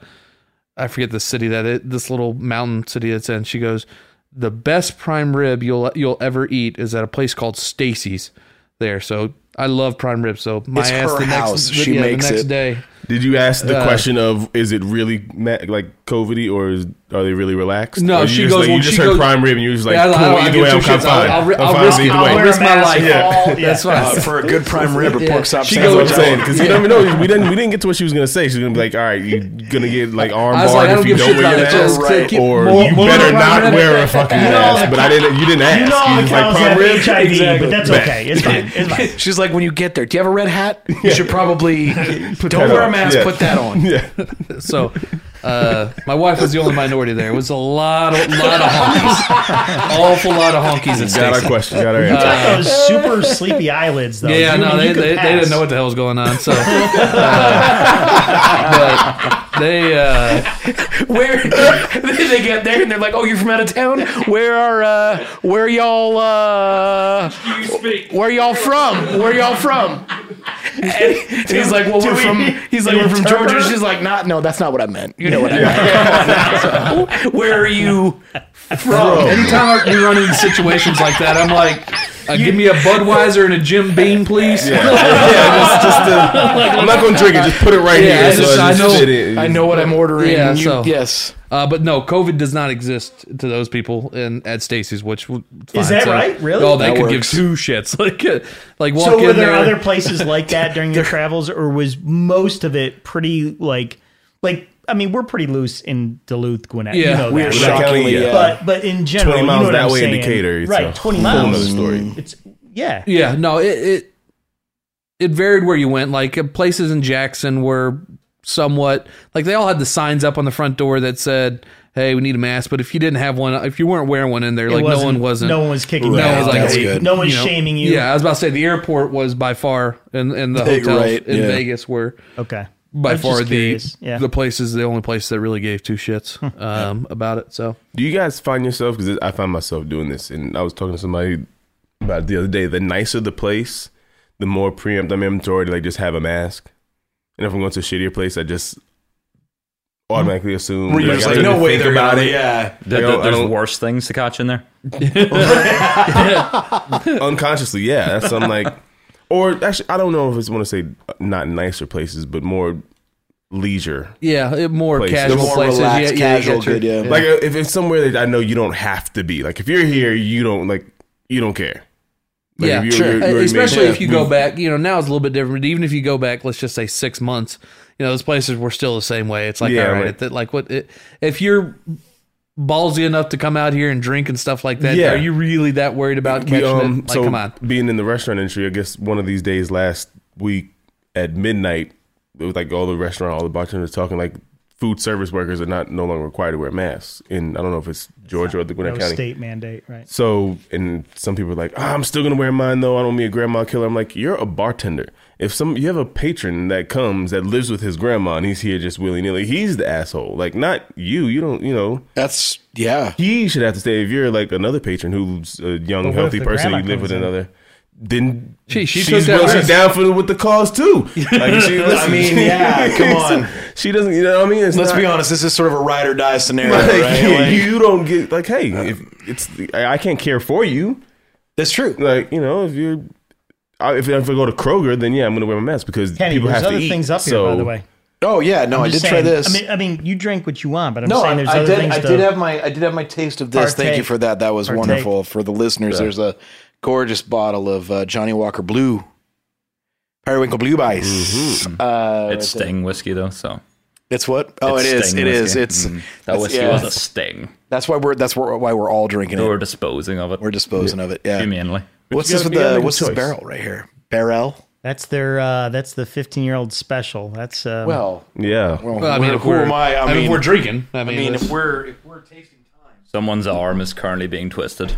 [SPEAKER 5] I forget the city that it, this little mountain city that's in." She goes, "The best prime rib you'll you'll ever eat is at a place called Stacy's there." So I love prime rib. So my
[SPEAKER 1] It's
[SPEAKER 5] ass
[SPEAKER 1] her
[SPEAKER 5] the
[SPEAKER 1] house.
[SPEAKER 5] next
[SPEAKER 1] She
[SPEAKER 5] yeah,
[SPEAKER 1] makes
[SPEAKER 5] the next
[SPEAKER 1] it.
[SPEAKER 5] day.
[SPEAKER 4] Did you ask the
[SPEAKER 5] Uh,
[SPEAKER 4] question of is it really ma- like COVIDy or is, are they really relaxed?
[SPEAKER 5] No,
[SPEAKER 4] Or you
[SPEAKER 5] she
[SPEAKER 4] just
[SPEAKER 5] goes,
[SPEAKER 4] Like,
[SPEAKER 5] well,
[SPEAKER 4] you just
[SPEAKER 5] she
[SPEAKER 4] heard
[SPEAKER 5] goes-
[SPEAKER 4] prime rib, and you was like,
[SPEAKER 5] Yeah, I- I
[SPEAKER 4] cool.
[SPEAKER 5] don't
[SPEAKER 4] Either
[SPEAKER 5] give
[SPEAKER 4] way,
[SPEAKER 5] two
[SPEAKER 4] I'm
[SPEAKER 5] shits. I'll-
[SPEAKER 4] fine.
[SPEAKER 5] I'll ri-
[SPEAKER 4] I'm
[SPEAKER 5] I'll
[SPEAKER 4] fine
[SPEAKER 5] risk-
[SPEAKER 4] either
[SPEAKER 5] I'll
[SPEAKER 4] way.
[SPEAKER 5] risk- my life.
[SPEAKER 2] That's
[SPEAKER 5] That's what I
[SPEAKER 1] Uh, for a good prime rib or
[SPEAKER 5] Yeah.
[SPEAKER 1] pork chop
[SPEAKER 5] She
[SPEAKER 4] That's what
[SPEAKER 1] sandwich.
[SPEAKER 4] I'm
[SPEAKER 5] goes- <laughs>
[SPEAKER 4] saying because you don't even know. We didn't. We didn't get to what she was gonna say. She's gonna be like, "All right, you gonna get like arm
[SPEAKER 5] I was like, I
[SPEAKER 4] barred
[SPEAKER 5] don't
[SPEAKER 4] if you
[SPEAKER 5] give a shit
[SPEAKER 4] don't
[SPEAKER 5] about
[SPEAKER 4] wear your
[SPEAKER 5] it.
[SPEAKER 4] mask,
[SPEAKER 5] Just
[SPEAKER 1] Right.
[SPEAKER 5] right. keep
[SPEAKER 4] or
[SPEAKER 5] more-
[SPEAKER 4] you
[SPEAKER 5] more
[SPEAKER 4] better
[SPEAKER 5] prime
[SPEAKER 4] not
[SPEAKER 5] rib.
[SPEAKER 4] wear a fucking
[SPEAKER 2] You know all
[SPEAKER 4] mask."
[SPEAKER 2] the
[SPEAKER 4] But I didn't. You didn't
[SPEAKER 2] You
[SPEAKER 4] ask.
[SPEAKER 2] know all
[SPEAKER 4] You
[SPEAKER 2] the
[SPEAKER 4] just like
[SPEAKER 2] cows
[SPEAKER 4] prime
[SPEAKER 2] have
[SPEAKER 4] rib.
[SPEAKER 2] HIV, but that's
[SPEAKER 4] Back.
[SPEAKER 2] okay. It's fine. It's fine.
[SPEAKER 1] She's like, when you get there, do you have a red hat? You should probably don't
[SPEAKER 4] that
[SPEAKER 1] wear a
[SPEAKER 4] on.
[SPEAKER 1] mask. <laughs>
[SPEAKER 4] Yeah.
[SPEAKER 1] Put that on. <laughs>
[SPEAKER 4] <laughs> Yeah.
[SPEAKER 5] <laughs> So, uh, my wife was the only minority there. It was a lot, of, lot of <laughs> honkies, awful lot of honkies at
[SPEAKER 4] Got
[SPEAKER 5] <laughs>
[SPEAKER 4] our
[SPEAKER 5] Stacy's.
[SPEAKER 4] question. Got our answer.
[SPEAKER 2] Got those super sleepy eyelids though.
[SPEAKER 5] Yeah,
[SPEAKER 2] You-
[SPEAKER 5] no,
[SPEAKER 2] you
[SPEAKER 5] they,
[SPEAKER 2] could
[SPEAKER 5] they, they didn't
[SPEAKER 2] pass.
[SPEAKER 5] know what the hell was going on. So, <laughs> uh, but they, uh,
[SPEAKER 1] Where then they get there and they're like, "Oh, you're from out of town. Where are uh, where y'all uh, where y'all from? Where y'all from?" And he's like, "Well, we're from." <laughs> He's like, "We're from Georgia." She's like, "Not, no, that's not what I meant. You know what I meant." <laughs> So, where are you from?
[SPEAKER 5] anytime I- we run into situations like that, I'm like, uh, give me a Budweiser and a Jim Beam, please.
[SPEAKER 4] Yeah, yeah just, just the, I'm not gonna drink it. Just put it right here.
[SPEAKER 5] Yeah, I
[SPEAKER 4] so
[SPEAKER 5] just-
[SPEAKER 4] I,
[SPEAKER 5] I
[SPEAKER 4] just
[SPEAKER 5] know-
[SPEAKER 4] did it.
[SPEAKER 1] I know what I'm ordering.
[SPEAKER 5] Yeah,
[SPEAKER 1] you,
[SPEAKER 5] so-
[SPEAKER 1] yes.
[SPEAKER 5] Uh, but no, COVID does not exist to those people in at Stacy's, which w- fine,
[SPEAKER 2] Is that right? Really?
[SPEAKER 5] Oh, they
[SPEAKER 1] That
[SPEAKER 5] could
[SPEAKER 1] works.
[SPEAKER 5] give two shits. <laughs> Like, uh, like walk
[SPEAKER 2] So
[SPEAKER 5] in
[SPEAKER 2] were there
[SPEAKER 5] there-
[SPEAKER 2] other places like that during
[SPEAKER 5] <laughs>
[SPEAKER 2] your travels, or was most of it pretty like like I mean we're pretty loose in Duluth, Gwinnett. you
[SPEAKER 5] Yeah.
[SPEAKER 2] know
[SPEAKER 5] We
[SPEAKER 2] that,
[SPEAKER 4] are
[SPEAKER 2] right?
[SPEAKER 4] shocked.
[SPEAKER 1] shockingly,
[SPEAKER 4] Yeah.
[SPEAKER 1] uh,
[SPEAKER 2] But but in general,
[SPEAKER 4] 20
[SPEAKER 2] you know
[SPEAKER 4] miles
[SPEAKER 2] what
[SPEAKER 4] that
[SPEAKER 2] I'm
[SPEAKER 4] way
[SPEAKER 2] saying.
[SPEAKER 4] indicator. It's a
[SPEAKER 2] right? Twenty
[SPEAKER 4] whole nother
[SPEAKER 2] miles.
[SPEAKER 4] story.
[SPEAKER 2] It's yeah.
[SPEAKER 5] Yeah, no, it, it it varied where you went. Like uh, places in Jackson were somewhat like they all had the signs up on the front door that said, "Hey, we need a mask." But if you didn't have one, uh, if you weren't wearing one in there,
[SPEAKER 2] It
[SPEAKER 5] like no
[SPEAKER 2] wasn't-
[SPEAKER 5] one wasn't.
[SPEAKER 2] No one was kicking.
[SPEAKER 1] Right,
[SPEAKER 2] you out.
[SPEAKER 5] that's
[SPEAKER 2] Like,
[SPEAKER 5] That's
[SPEAKER 1] good.
[SPEAKER 2] No one's
[SPEAKER 5] you know,
[SPEAKER 2] shaming you.
[SPEAKER 5] Yeah, I was about to say the airport was by far, and and the
[SPEAKER 1] Hey,
[SPEAKER 5] hotels
[SPEAKER 1] right,
[SPEAKER 5] in
[SPEAKER 1] yeah.
[SPEAKER 5] Vegas were
[SPEAKER 2] Okay. I
[SPEAKER 5] by
[SPEAKER 2] was
[SPEAKER 5] far
[SPEAKER 2] just
[SPEAKER 5] the
[SPEAKER 2] curious. yeah. Hmm.
[SPEAKER 5] the places the only place that really gave two shits um, about it. So
[SPEAKER 4] Do you guys find yourself? Because I find myself doing this, and I was talking to somebody about it the other day. The nicer the place, the more preempt I'm emptory to like just have a mask. And if I'm going to a shittier place, I just automatically assume.
[SPEAKER 1] Where you're
[SPEAKER 4] like,
[SPEAKER 1] just
[SPEAKER 4] I
[SPEAKER 1] like,
[SPEAKER 4] don't
[SPEAKER 1] no
[SPEAKER 4] even
[SPEAKER 1] way
[SPEAKER 4] think
[SPEAKER 1] they're
[SPEAKER 4] about
[SPEAKER 1] about it.
[SPEAKER 4] it.
[SPEAKER 1] Yeah.
[SPEAKER 3] Th-
[SPEAKER 4] I
[SPEAKER 3] th-
[SPEAKER 4] don't- I
[SPEAKER 3] there's
[SPEAKER 4] don't-
[SPEAKER 3] worse things to catch in there.
[SPEAKER 4] unconsciously
[SPEAKER 1] <laughs>
[SPEAKER 4] yeah that's i'm like or actually i don't know if it's want to say uh, not nicer places but more leisure
[SPEAKER 5] yeah, it, more
[SPEAKER 4] Places.
[SPEAKER 5] casual
[SPEAKER 4] The more
[SPEAKER 5] places.
[SPEAKER 1] relaxed,
[SPEAKER 5] yeah, yeah, you
[SPEAKER 1] casual,
[SPEAKER 5] got your-
[SPEAKER 1] good, yeah.
[SPEAKER 4] like if it's somewhere that i know you don't have to be like if you're here you don't like you don't care Like,
[SPEAKER 5] yeah,
[SPEAKER 4] if you're-
[SPEAKER 5] sure.
[SPEAKER 4] you're- you're-
[SPEAKER 5] Especially
[SPEAKER 4] yeah, Hmm.
[SPEAKER 5] if you go
[SPEAKER 4] we've-
[SPEAKER 5] back, you know, now it's a little bit different. Even if you go back, let's just say six months, you know, those places were still the same way. It's like,
[SPEAKER 4] Yeah,
[SPEAKER 5] all right,
[SPEAKER 4] right.
[SPEAKER 5] it- that- like what it, if you're ballsy enough to come out here and drink and stuff like that?
[SPEAKER 4] Yeah.
[SPEAKER 5] Are you really that worried about
[SPEAKER 4] We,
[SPEAKER 5] catching
[SPEAKER 4] um,
[SPEAKER 5] it? Like,
[SPEAKER 4] so
[SPEAKER 5] come on.
[SPEAKER 4] being in the restaurant industry i guess one of these days last week at midnight it was like all the restaurant all the bartenders talking like food service workers are not no longer required to wear masks in i don't know if it's georgia or the
[SPEAKER 2] No
[SPEAKER 4] gwinnett county
[SPEAKER 2] state mandate, right?
[SPEAKER 4] So, and some people are like, "Ah, I'm still gonna wear mine though. I don't want to be a grandma killer. I'm like, you're a bartender. If some you have a patron that comes that lives with his grandma and he's here just willy nilly, he's the asshole. Like, not you. You don't. You know,
[SPEAKER 1] That's yeah.
[SPEAKER 4] he should have to stay. If you're like another patron who's a young,
[SPEAKER 2] But what
[SPEAKER 4] healthy
[SPEAKER 2] if the
[SPEAKER 4] person, you
[SPEAKER 2] grandma
[SPEAKER 4] live
[SPEAKER 2] comes
[SPEAKER 4] with
[SPEAKER 2] in?
[SPEAKER 4] another. Then
[SPEAKER 5] She- she took
[SPEAKER 4] she's
[SPEAKER 5] that
[SPEAKER 4] well, she's
[SPEAKER 5] risk.
[SPEAKER 4] down for with the cause too. Like, she,
[SPEAKER 1] I mean, yeah,
[SPEAKER 4] <laughs>
[SPEAKER 1] come on.
[SPEAKER 4] she doesn't. You know what I mean? It's
[SPEAKER 1] Let's
[SPEAKER 4] <laughs> not-
[SPEAKER 1] be honest. This is sort of a ride or die scenario,
[SPEAKER 4] Like,
[SPEAKER 1] right? Like,
[SPEAKER 4] you don't get like, hey, if it's I I can't care for you.
[SPEAKER 1] that's true.
[SPEAKER 4] like you know if you're I- if, if I go to Kroger, then yeah, I'm gonna wear my mask because
[SPEAKER 2] Kenny,
[SPEAKER 4] people
[SPEAKER 2] there's
[SPEAKER 4] have
[SPEAKER 2] other
[SPEAKER 4] to eat.
[SPEAKER 2] things up here,
[SPEAKER 4] so
[SPEAKER 2] by the way.
[SPEAKER 1] Oh yeah, no, I did
[SPEAKER 2] Just
[SPEAKER 1] try
[SPEAKER 2] saying.
[SPEAKER 1] this.
[SPEAKER 2] I mean, I mean, you drink what you want, but I'm
[SPEAKER 1] no,
[SPEAKER 2] saying
[SPEAKER 1] I,
[SPEAKER 2] there's
[SPEAKER 1] I
[SPEAKER 2] other
[SPEAKER 1] did.
[SPEAKER 2] things.
[SPEAKER 1] I
[SPEAKER 2] to,
[SPEAKER 1] did have my. I did have my taste of this. Thank you
[SPEAKER 2] Partake.
[SPEAKER 1] for that. That was
[SPEAKER 2] Partake.
[SPEAKER 1] wonderful for the listeners. There's a gorgeous bottle of uh, Johnny Walker Blue, Periwinkle Blue Bice. Uh,
[SPEAKER 3] It's Sting whiskey though, so
[SPEAKER 1] it's what? Oh,
[SPEAKER 3] it's
[SPEAKER 1] it is.
[SPEAKER 3] Sting
[SPEAKER 1] It is.
[SPEAKER 3] whiskey.
[SPEAKER 1] It's
[SPEAKER 3] Mm. that
[SPEAKER 1] that's-
[SPEAKER 3] whiskey
[SPEAKER 1] yeah.
[SPEAKER 3] was a Sting.
[SPEAKER 1] That's why we're. That's where- why we're all drinking
[SPEAKER 3] They were
[SPEAKER 1] it.
[SPEAKER 3] disposing of it
[SPEAKER 1] We're disposing of it. Yeah.
[SPEAKER 3] humanely.
[SPEAKER 1] What's
[SPEAKER 4] you
[SPEAKER 1] this
[SPEAKER 4] gotta
[SPEAKER 1] with
[SPEAKER 4] be- gotta
[SPEAKER 1] the?
[SPEAKER 4] make a
[SPEAKER 1] What's this
[SPEAKER 4] choice.
[SPEAKER 1] barrel right here? Barrel.
[SPEAKER 2] That's their. Uh, that's the 15 year old special. That's uh,
[SPEAKER 1] Well,
[SPEAKER 4] Yeah,
[SPEAKER 5] Well, I mean, if
[SPEAKER 1] who
[SPEAKER 5] we're,
[SPEAKER 1] am I? I
[SPEAKER 5] mean,
[SPEAKER 1] mean-
[SPEAKER 5] if we're drinking. I mean,
[SPEAKER 1] I mean, if
[SPEAKER 5] that's-
[SPEAKER 1] we're
[SPEAKER 3] Someone's arm is currently being twisted.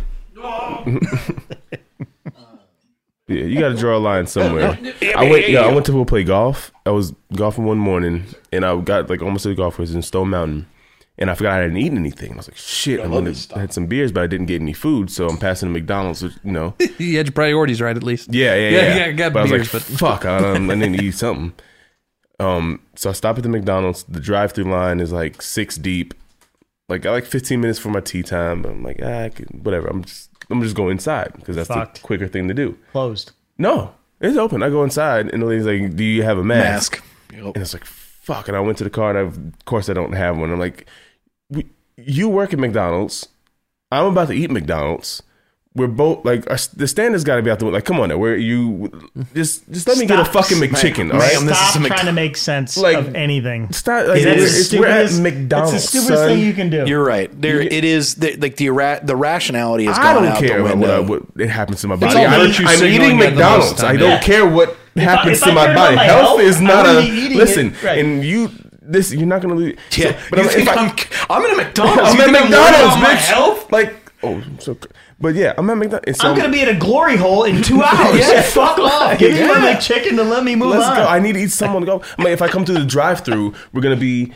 [SPEAKER 4] yeah, you got to draw a line somewhere. I went. Yeah, I went to go play golf. I was golfing one morning, and I got like almost to the golf course in Stone Mountain, and I forgot I hadn't eaten anything. I was like, shit, I'm gonna, I had some beers, but I didn't get any food, so I'm passing to McDonald's, which, you know.
[SPEAKER 5] <laughs> you had your priorities right at least.
[SPEAKER 4] Yeah, yeah,
[SPEAKER 5] Yeah,
[SPEAKER 4] yeah.
[SPEAKER 5] yeah, I got
[SPEAKER 4] but I
[SPEAKER 5] beers,
[SPEAKER 4] was
[SPEAKER 5] but-
[SPEAKER 4] like, fuck, I, don't- I need to eat something. Um, so I stop at the McDonald's. The drive-through line is like six deep. Like I like 15 minutes for my tea time, but I'm like, ah, I could, whatever. I'm just I'm just going inside because that's
[SPEAKER 2] Fucked.
[SPEAKER 4] the quicker thing to do.
[SPEAKER 2] Closed.
[SPEAKER 4] No, it's open. I go inside, and the lady's like, "Do you have a mask?"
[SPEAKER 1] Mask.
[SPEAKER 2] Oh.
[SPEAKER 1] Yep.
[SPEAKER 4] And it's like, "Fuck!" And I went to the car, and I, of course I don't have one. I'm like, we, "You work at McDonald's. I'm about to eat McDonald's. We're both like, our, the standard's got to be out the window. Like, come on, now, where you just just let me get a
[SPEAKER 2] Stop.
[SPEAKER 4] fucking McChicken, all right?
[SPEAKER 1] Ma'am, this
[SPEAKER 2] Stop
[SPEAKER 1] is a Mc-
[SPEAKER 2] trying to make sense
[SPEAKER 4] Like-
[SPEAKER 2] of anything.
[SPEAKER 4] Stop. Like,
[SPEAKER 1] It
[SPEAKER 4] we're,
[SPEAKER 1] is
[SPEAKER 4] it's- we're at
[SPEAKER 2] stupidest-
[SPEAKER 4] McDonald's.
[SPEAKER 2] It's the stupidest
[SPEAKER 4] son.
[SPEAKER 2] thing you can do.
[SPEAKER 1] You're right. There, it is the, like the ira- the rationality has
[SPEAKER 4] I
[SPEAKER 1] gone
[SPEAKER 4] don't
[SPEAKER 1] out
[SPEAKER 4] care
[SPEAKER 1] the
[SPEAKER 4] about what,
[SPEAKER 1] window.
[SPEAKER 4] I, what it happens to my body.
[SPEAKER 5] all
[SPEAKER 4] I don't,
[SPEAKER 5] virtue
[SPEAKER 4] I'm
[SPEAKER 5] signaling
[SPEAKER 4] eating
[SPEAKER 5] at the most
[SPEAKER 4] McDonald's. I
[SPEAKER 5] time,
[SPEAKER 4] don't
[SPEAKER 5] yeah.
[SPEAKER 4] care what happens
[SPEAKER 2] if I
[SPEAKER 4] to my
[SPEAKER 2] cared
[SPEAKER 4] body.
[SPEAKER 2] about my
[SPEAKER 4] Health
[SPEAKER 2] health,
[SPEAKER 4] is
[SPEAKER 2] I
[SPEAKER 4] not
[SPEAKER 2] wouldn't
[SPEAKER 4] a
[SPEAKER 2] be eating it.
[SPEAKER 4] listen.
[SPEAKER 2] Right.
[SPEAKER 4] And you this you're not gonna lose.
[SPEAKER 1] yeah,
[SPEAKER 4] so- but I'm, if I,
[SPEAKER 1] I'm in a McDonald's.
[SPEAKER 4] I'm at McDonald's, bitch.
[SPEAKER 2] health?
[SPEAKER 4] Like oh, I'm so. cr- But yeah, I'm at McDonald's. and so
[SPEAKER 2] I'm gonna be in a glory hole in
[SPEAKER 4] <laughs>
[SPEAKER 2] two hours.
[SPEAKER 1] Yeah.
[SPEAKER 2] Fuck off. Give me
[SPEAKER 1] Yeah.
[SPEAKER 2] my chicken to let me move
[SPEAKER 4] Let's
[SPEAKER 2] on.
[SPEAKER 4] go. I need to eat someone to go. I mean, if I come through the drive-through, we're gonna be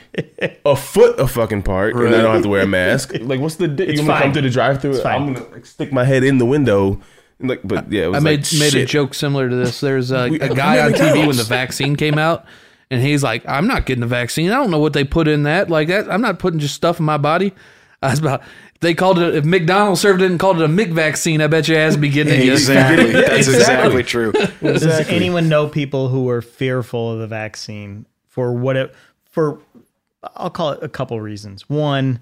[SPEAKER 4] a foot a fucking part, and I don't have to wear a mask. Like, what's the di-
[SPEAKER 2] It's
[SPEAKER 4] you gonna
[SPEAKER 2] fine.
[SPEAKER 4] come through the drive-through?
[SPEAKER 2] fine.
[SPEAKER 4] I'm gonna like, stick my head in the window. and, Like, but yeah, it was
[SPEAKER 5] I made
[SPEAKER 4] like,
[SPEAKER 5] made a
[SPEAKER 4] shit.
[SPEAKER 5] joke similar to this. There's a,
[SPEAKER 4] <laughs> We-
[SPEAKER 5] a guy
[SPEAKER 4] we're
[SPEAKER 5] on TV when
[SPEAKER 4] McDonald's.
[SPEAKER 5] the vaccine came out, and he's like, "I'm not getting the vaccine. I don't know what they put in that. Like that, I'm not putting just stuff in my body." I was about. They called it if McDonald's served it and called it a Mick vaccine. I bet your ass would be getting it.
[SPEAKER 1] Exactly.
[SPEAKER 4] <laughs> Yeah,
[SPEAKER 1] That's
[SPEAKER 4] exactly.
[SPEAKER 1] exactly true.
[SPEAKER 2] Does anyone know people who are fearful of the vaccine for what it for? I'll call it a couple reasons. One,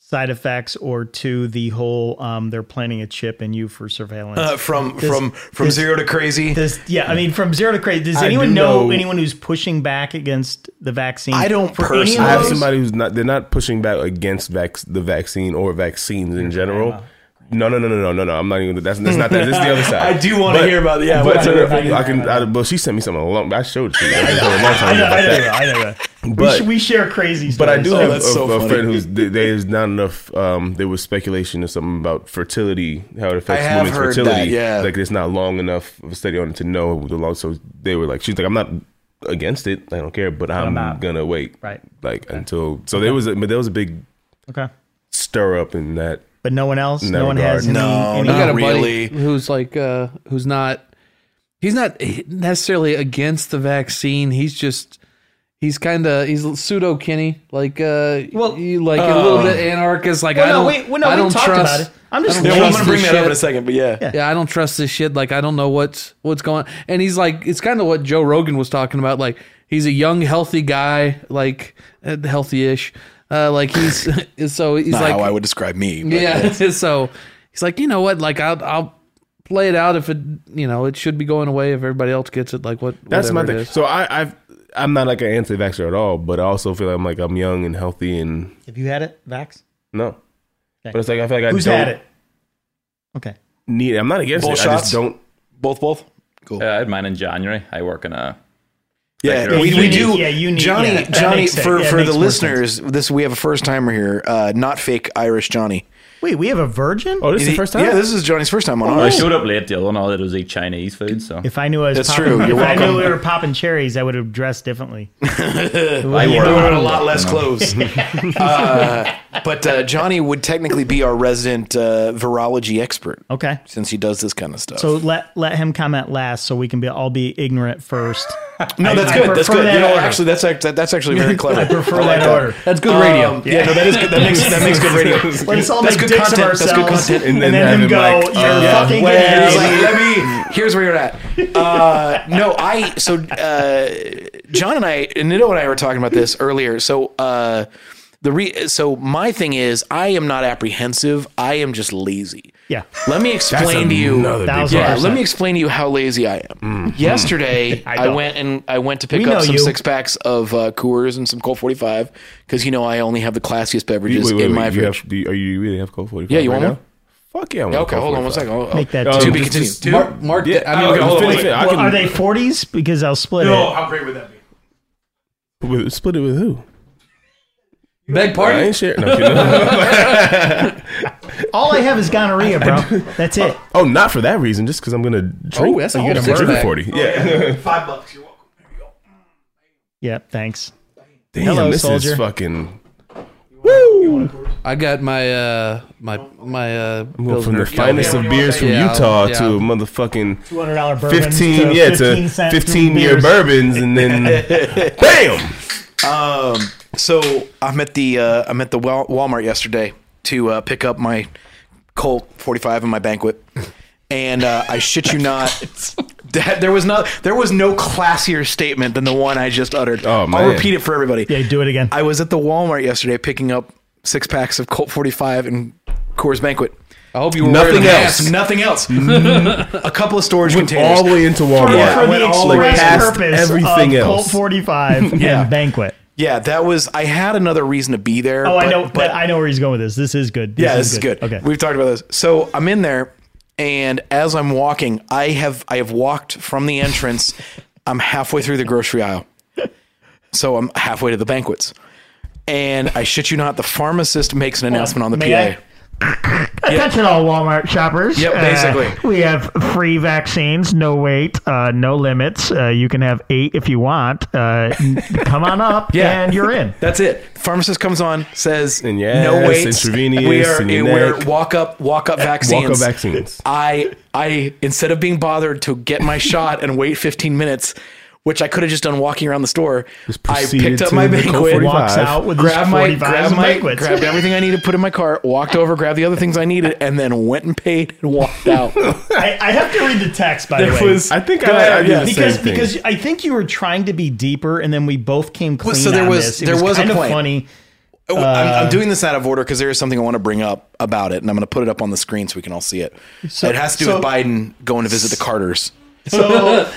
[SPEAKER 2] side effects, or two, the whole um, they're planting a chip in you for surveillance.
[SPEAKER 1] Uh, from from from
[SPEAKER 2] this-
[SPEAKER 1] zero to crazy.
[SPEAKER 2] does, yeah, I mean, from zero to crazy. Does
[SPEAKER 4] I
[SPEAKER 2] anyone
[SPEAKER 4] do
[SPEAKER 2] know,
[SPEAKER 4] know-
[SPEAKER 2] anyone who's pushing back against the vaccine?
[SPEAKER 1] I don't
[SPEAKER 2] for any of
[SPEAKER 1] personally.
[SPEAKER 4] I have
[SPEAKER 2] those?
[SPEAKER 4] somebody who's not. They're not pushing back against vac- the vaccine or vaccines in general. No, no, no, no, no, no, no. I'm not even. That's that's not that. That's the other side.
[SPEAKER 1] I do wanna
[SPEAKER 4] But-
[SPEAKER 1] hear about the- yeah,
[SPEAKER 4] But
[SPEAKER 1] I wanna hear about
[SPEAKER 4] I can. I, well, she sent me something. A long, I showed you. I told her a long time ago about that.
[SPEAKER 2] I know that. we,
[SPEAKER 4] But
[SPEAKER 2] sh- we share crazy
[SPEAKER 4] But
[SPEAKER 2] stories. Oh,
[SPEAKER 4] I do have a,
[SPEAKER 1] Oh, that's so
[SPEAKER 4] a
[SPEAKER 1] funny.
[SPEAKER 4] friend who's th- there's not enough. Um, there was speculation or something about fertility, how it affects
[SPEAKER 1] I have
[SPEAKER 4] women's
[SPEAKER 1] heard
[SPEAKER 4] fertility.
[SPEAKER 1] that, yeah.
[SPEAKER 4] like it's not long enough of a study on it to know the long. So they were like, she's like, I'm not against it. I don't care, but I'm,
[SPEAKER 2] not.
[SPEAKER 4] gonna wait,
[SPEAKER 2] Right.
[SPEAKER 4] Like until so there was, a, but there was a big
[SPEAKER 2] Okay.
[SPEAKER 4] stir up in that.
[SPEAKER 2] But no one else?
[SPEAKER 4] In
[SPEAKER 2] No
[SPEAKER 4] that
[SPEAKER 2] one
[SPEAKER 4] regard.
[SPEAKER 2] has any.
[SPEAKER 1] No,
[SPEAKER 2] any
[SPEAKER 1] no.
[SPEAKER 5] I got a
[SPEAKER 1] really.
[SPEAKER 5] buddy who's like uh who's not he's not necessarily against the vaccine. He's just he's kind of he's pseudo Kenny like uh
[SPEAKER 2] Well-
[SPEAKER 5] you like a
[SPEAKER 1] uh,
[SPEAKER 5] little bit anarchist like I
[SPEAKER 2] Well,
[SPEAKER 5] don't
[SPEAKER 2] no, we- well, no,
[SPEAKER 5] I
[SPEAKER 2] we
[SPEAKER 5] don't
[SPEAKER 2] talked about
[SPEAKER 5] trust
[SPEAKER 2] it. I'm just
[SPEAKER 5] I
[SPEAKER 1] Yeah,
[SPEAKER 5] don't
[SPEAKER 1] well, I'm
[SPEAKER 5] trust
[SPEAKER 1] gonna bring
[SPEAKER 5] this
[SPEAKER 1] that up in a
[SPEAKER 5] shit.
[SPEAKER 1] second, but yeah.
[SPEAKER 5] Yeah, I don't trust this shit. Like, I don't know what's what's going. on. And he's like, it's kind of what Joe Rogan was talking about. Like, he's a young, healthy guy, like uh, healthy-ish. Uh, like he's <laughs> so he's
[SPEAKER 1] Not
[SPEAKER 5] like
[SPEAKER 1] how I would describe me. but-
[SPEAKER 5] yeah.
[SPEAKER 4] <laughs>
[SPEAKER 5] so he's like, you know what? Like, I'll, I'll play it out if it, you know, it should be going away if everybody else gets it. Like, what?
[SPEAKER 4] That's my
[SPEAKER 5] whatever it
[SPEAKER 4] thing.
[SPEAKER 5] is.
[SPEAKER 4] So I, I've I'm not like an anti-vaxxer at all, but I also feel like I'm like I'm young and healthy and
[SPEAKER 2] Have you had it, Vax?
[SPEAKER 4] no. But it's like I feel like I
[SPEAKER 2] Who's
[SPEAKER 4] don't
[SPEAKER 2] had it? Okay.
[SPEAKER 4] need. it. I'm not against
[SPEAKER 1] Both
[SPEAKER 4] it. I just
[SPEAKER 1] shots?
[SPEAKER 4] don't.
[SPEAKER 1] Both, both. Cool.
[SPEAKER 3] Uh, I had mine in January. I work in a
[SPEAKER 1] Yeah,
[SPEAKER 3] Yeah,
[SPEAKER 1] we,
[SPEAKER 2] you
[SPEAKER 1] we
[SPEAKER 2] need-
[SPEAKER 1] do.
[SPEAKER 2] yeah, you need-
[SPEAKER 1] Johnny,
[SPEAKER 2] yeah, that
[SPEAKER 1] Johnny,
[SPEAKER 2] makes sense.
[SPEAKER 1] for,
[SPEAKER 2] Yeah, it
[SPEAKER 1] for
[SPEAKER 2] makes
[SPEAKER 1] the
[SPEAKER 2] more
[SPEAKER 1] listeners, this we have a first timer here, uh, not fake Irish Johnny.
[SPEAKER 2] Wait, we have a virgin?
[SPEAKER 4] Oh, this is the first time.
[SPEAKER 1] Yeah, this is Johnny's first time on
[SPEAKER 3] I
[SPEAKER 1] ours.
[SPEAKER 3] showed up late. The other one all I did was eat Chinese food, so
[SPEAKER 2] If I knew I was
[SPEAKER 1] That's
[SPEAKER 2] popping,
[SPEAKER 1] true.
[SPEAKER 2] if
[SPEAKER 1] You're
[SPEAKER 2] I knew
[SPEAKER 1] welcome.
[SPEAKER 2] we were popping cherries, I would have dressed differently.
[SPEAKER 3] I
[SPEAKER 1] You
[SPEAKER 3] work.
[SPEAKER 1] were wearing a lot less clothes. Uh, but uh, Johnny would technically be our resident uh, virology expert
[SPEAKER 2] Okay.
[SPEAKER 1] since he does this kind of stuff.
[SPEAKER 2] So let let him comment last, so we can be all be ignorant first.
[SPEAKER 1] no, that's
[SPEAKER 2] I- I
[SPEAKER 1] good. that's
[SPEAKER 2] prefer
[SPEAKER 1] good.
[SPEAKER 2] that
[SPEAKER 1] You know,
[SPEAKER 2] order.
[SPEAKER 1] actually, that's act- that, that's actually
[SPEAKER 2] <laughs>
[SPEAKER 1] very clever.
[SPEAKER 2] I prefer
[SPEAKER 1] like
[SPEAKER 2] that order.
[SPEAKER 5] that's good radio.
[SPEAKER 1] Um, yeah. no, that is good. That makes that <laughs> makes good radio.
[SPEAKER 2] Let's all
[SPEAKER 1] That's
[SPEAKER 2] make
[SPEAKER 1] good
[SPEAKER 2] dicks of
[SPEAKER 1] content. That's
[SPEAKER 2] ourselves,
[SPEAKER 1] good content.
[SPEAKER 2] and
[SPEAKER 4] And
[SPEAKER 2] then,
[SPEAKER 4] then have
[SPEAKER 2] him
[SPEAKER 4] him
[SPEAKER 2] go,
[SPEAKER 4] like,
[SPEAKER 2] "You're
[SPEAKER 4] uh,
[SPEAKER 2] fucking
[SPEAKER 1] Well,
[SPEAKER 2] idiots."
[SPEAKER 1] like, let me. Here's where you're at. Uh, no, I. So uh, John and I, and Nito and I were talking about this earlier. So uh, the re, so my thing is, I am not apprehensive. I am just lazy.
[SPEAKER 2] Yeah,
[SPEAKER 1] Let me explain to you.
[SPEAKER 4] another big
[SPEAKER 2] Thousand percent.
[SPEAKER 4] problem.
[SPEAKER 2] Mm-hmm.
[SPEAKER 1] Yeah, let me explain to you how lazy I am. Yesterday,
[SPEAKER 2] <laughs> I
[SPEAKER 1] I,
[SPEAKER 2] don't.
[SPEAKER 1] went and I went to pick
[SPEAKER 2] We know
[SPEAKER 1] up some
[SPEAKER 2] you.
[SPEAKER 1] six packs of uh, Coors and some Colt 45 because you know I only have the classiest beverages in my
[SPEAKER 4] you
[SPEAKER 1] fridge.
[SPEAKER 4] have, do you, are you really have Colt 45?
[SPEAKER 1] Yeah, you
[SPEAKER 4] right
[SPEAKER 1] want
[SPEAKER 4] now?
[SPEAKER 1] one?
[SPEAKER 4] Fuck yeah. I want
[SPEAKER 1] okay,
[SPEAKER 4] Colt
[SPEAKER 1] hold on one
[SPEAKER 4] 45.
[SPEAKER 1] second. I'll- I'll-
[SPEAKER 2] make that.
[SPEAKER 4] Um,
[SPEAKER 2] two.
[SPEAKER 1] to be continued.
[SPEAKER 5] Mark, Mark
[SPEAKER 4] Yeah,
[SPEAKER 5] I mean,
[SPEAKER 4] okay, hold on.
[SPEAKER 5] finish
[SPEAKER 4] Wait,
[SPEAKER 5] it.
[SPEAKER 4] I
[SPEAKER 2] Well,
[SPEAKER 4] can
[SPEAKER 2] are they forties? Because I'll split it.
[SPEAKER 7] how great would that be?
[SPEAKER 4] with- split it with who?
[SPEAKER 5] Beg
[SPEAKER 4] I
[SPEAKER 5] pardon.
[SPEAKER 4] ain't sharing. No, I'm kidding.
[SPEAKER 2] All I have is gonorrhea, bro. That's it.
[SPEAKER 4] oh, not for that reason. Just because I'm gonna drink.
[SPEAKER 5] that's a
[SPEAKER 4] I'm
[SPEAKER 5] whole
[SPEAKER 4] gonna
[SPEAKER 5] six
[SPEAKER 4] drink
[SPEAKER 5] pack.
[SPEAKER 4] 40. Yeah.
[SPEAKER 7] Five bucks. You're welcome.
[SPEAKER 2] Yeah, thanks.
[SPEAKER 4] Damn,
[SPEAKER 2] Hello,
[SPEAKER 4] this
[SPEAKER 2] soldier.
[SPEAKER 4] is fucking.
[SPEAKER 5] I got my uh my my uh
[SPEAKER 4] Well,
[SPEAKER 5] Bill's
[SPEAKER 4] from the
[SPEAKER 5] Nerf
[SPEAKER 4] finest
[SPEAKER 5] Cowboy.
[SPEAKER 4] of beers from
[SPEAKER 5] Yeah,
[SPEAKER 4] Utah
[SPEAKER 5] yeah.
[SPEAKER 4] to a motherfucking
[SPEAKER 2] Two hundred dollar bourbon.
[SPEAKER 4] fifteen, yeah, to fifteen year bourbons, and then bam.
[SPEAKER 1] So I'm at the uh, I'm at the Wal- Walmart yesterday to uh, pick up my Colt 45 and my banquet, and uh, I shit you <laughs> not, that, there was not there was no classier statement than the one I just uttered.
[SPEAKER 4] Oh,
[SPEAKER 1] I'll
[SPEAKER 4] man.
[SPEAKER 1] repeat it for everybody.
[SPEAKER 2] Yeah, do it again.
[SPEAKER 1] I was at the Walmart yesterday picking up six packs of Colt 45 and Coors Banquet.
[SPEAKER 5] I hope you were
[SPEAKER 4] Nothing
[SPEAKER 5] wearing a
[SPEAKER 4] else.
[SPEAKER 5] mask.
[SPEAKER 1] Nothing <laughs> else. a couple of storage containers.
[SPEAKER 4] All the way into
[SPEAKER 2] For,
[SPEAKER 4] Walmart.
[SPEAKER 2] for
[SPEAKER 1] I went
[SPEAKER 2] the
[SPEAKER 1] all the way
[SPEAKER 2] express
[SPEAKER 4] past
[SPEAKER 2] purpose
[SPEAKER 4] everything
[SPEAKER 2] of Colt
[SPEAKER 4] else.
[SPEAKER 2] 45
[SPEAKER 1] <laughs> Yeah.
[SPEAKER 2] and Banquet.
[SPEAKER 1] yeah, that was. I had another reason to be there.
[SPEAKER 2] Oh, I
[SPEAKER 1] but-
[SPEAKER 2] know, but I know where he's going with this. This is good.
[SPEAKER 1] yeah, this is good.
[SPEAKER 2] Okay.
[SPEAKER 1] we've talked about this. So I'm in there, and as I'm walking, I have I have walked from the entrance. <laughs> I'm halfway through the grocery aisle, so I'm halfway to the banquets, and I shit you not, the pharmacist makes an announcement on the
[SPEAKER 2] May I?
[SPEAKER 1] PA.
[SPEAKER 2] <laughs>
[SPEAKER 7] Attention all Walmart shoppers.
[SPEAKER 1] Yep,
[SPEAKER 7] Uh,
[SPEAKER 1] basically.
[SPEAKER 7] we have free vaccines, no wait, uh, no limits. Uh, you can have eight if you want. Uh, n- come on up
[SPEAKER 1] <laughs> Yeah.
[SPEAKER 7] and you're in.
[SPEAKER 1] That's it. Pharmacist comes on, says,
[SPEAKER 4] And yes,
[SPEAKER 1] "No wait,
[SPEAKER 4] intravenous,
[SPEAKER 1] we are
[SPEAKER 4] and your
[SPEAKER 1] we're
[SPEAKER 4] neck.
[SPEAKER 1] walk up, walk up vaccines.
[SPEAKER 4] Walk up vaccines.
[SPEAKER 1] I I instead of being bothered to get my shot and wait 15 minutes, which I could have just done walking around the store, I
[SPEAKER 4] proceeded
[SPEAKER 1] picked up
[SPEAKER 4] to
[SPEAKER 1] my
[SPEAKER 4] the Colt
[SPEAKER 1] banquet,
[SPEAKER 4] 45.
[SPEAKER 2] Walks out with his
[SPEAKER 1] grabbed my
[SPEAKER 2] 45s
[SPEAKER 1] grabbed
[SPEAKER 2] and
[SPEAKER 1] my
[SPEAKER 2] banquets. <laughs>
[SPEAKER 1] grabbed everything I needed, put in my cart, walked over, grabbed the other things I needed, and then went and paid and walked
[SPEAKER 4] <laughs>
[SPEAKER 1] out.
[SPEAKER 2] I, I have to read the text, by the
[SPEAKER 1] It
[SPEAKER 2] way.
[SPEAKER 1] was
[SPEAKER 4] I think I,
[SPEAKER 1] God,
[SPEAKER 4] I did
[SPEAKER 1] yeah.
[SPEAKER 4] the
[SPEAKER 2] because
[SPEAKER 4] same thing.
[SPEAKER 2] because I think you were trying to be deeper, and then we both came clean.
[SPEAKER 1] so there
[SPEAKER 2] on
[SPEAKER 1] was-
[SPEAKER 2] this. It
[SPEAKER 1] there was a
[SPEAKER 2] kind of
[SPEAKER 1] plan.
[SPEAKER 2] funny.
[SPEAKER 1] <laughs> Oh, I'm,
[SPEAKER 4] Uh,
[SPEAKER 1] I'm doing this out of order because there is something I want to bring up about it, and I'm going to put it up on the screen so we can all see it. it has to do with
[SPEAKER 2] so-
[SPEAKER 1] Biden going to visit the Carters.
[SPEAKER 2] So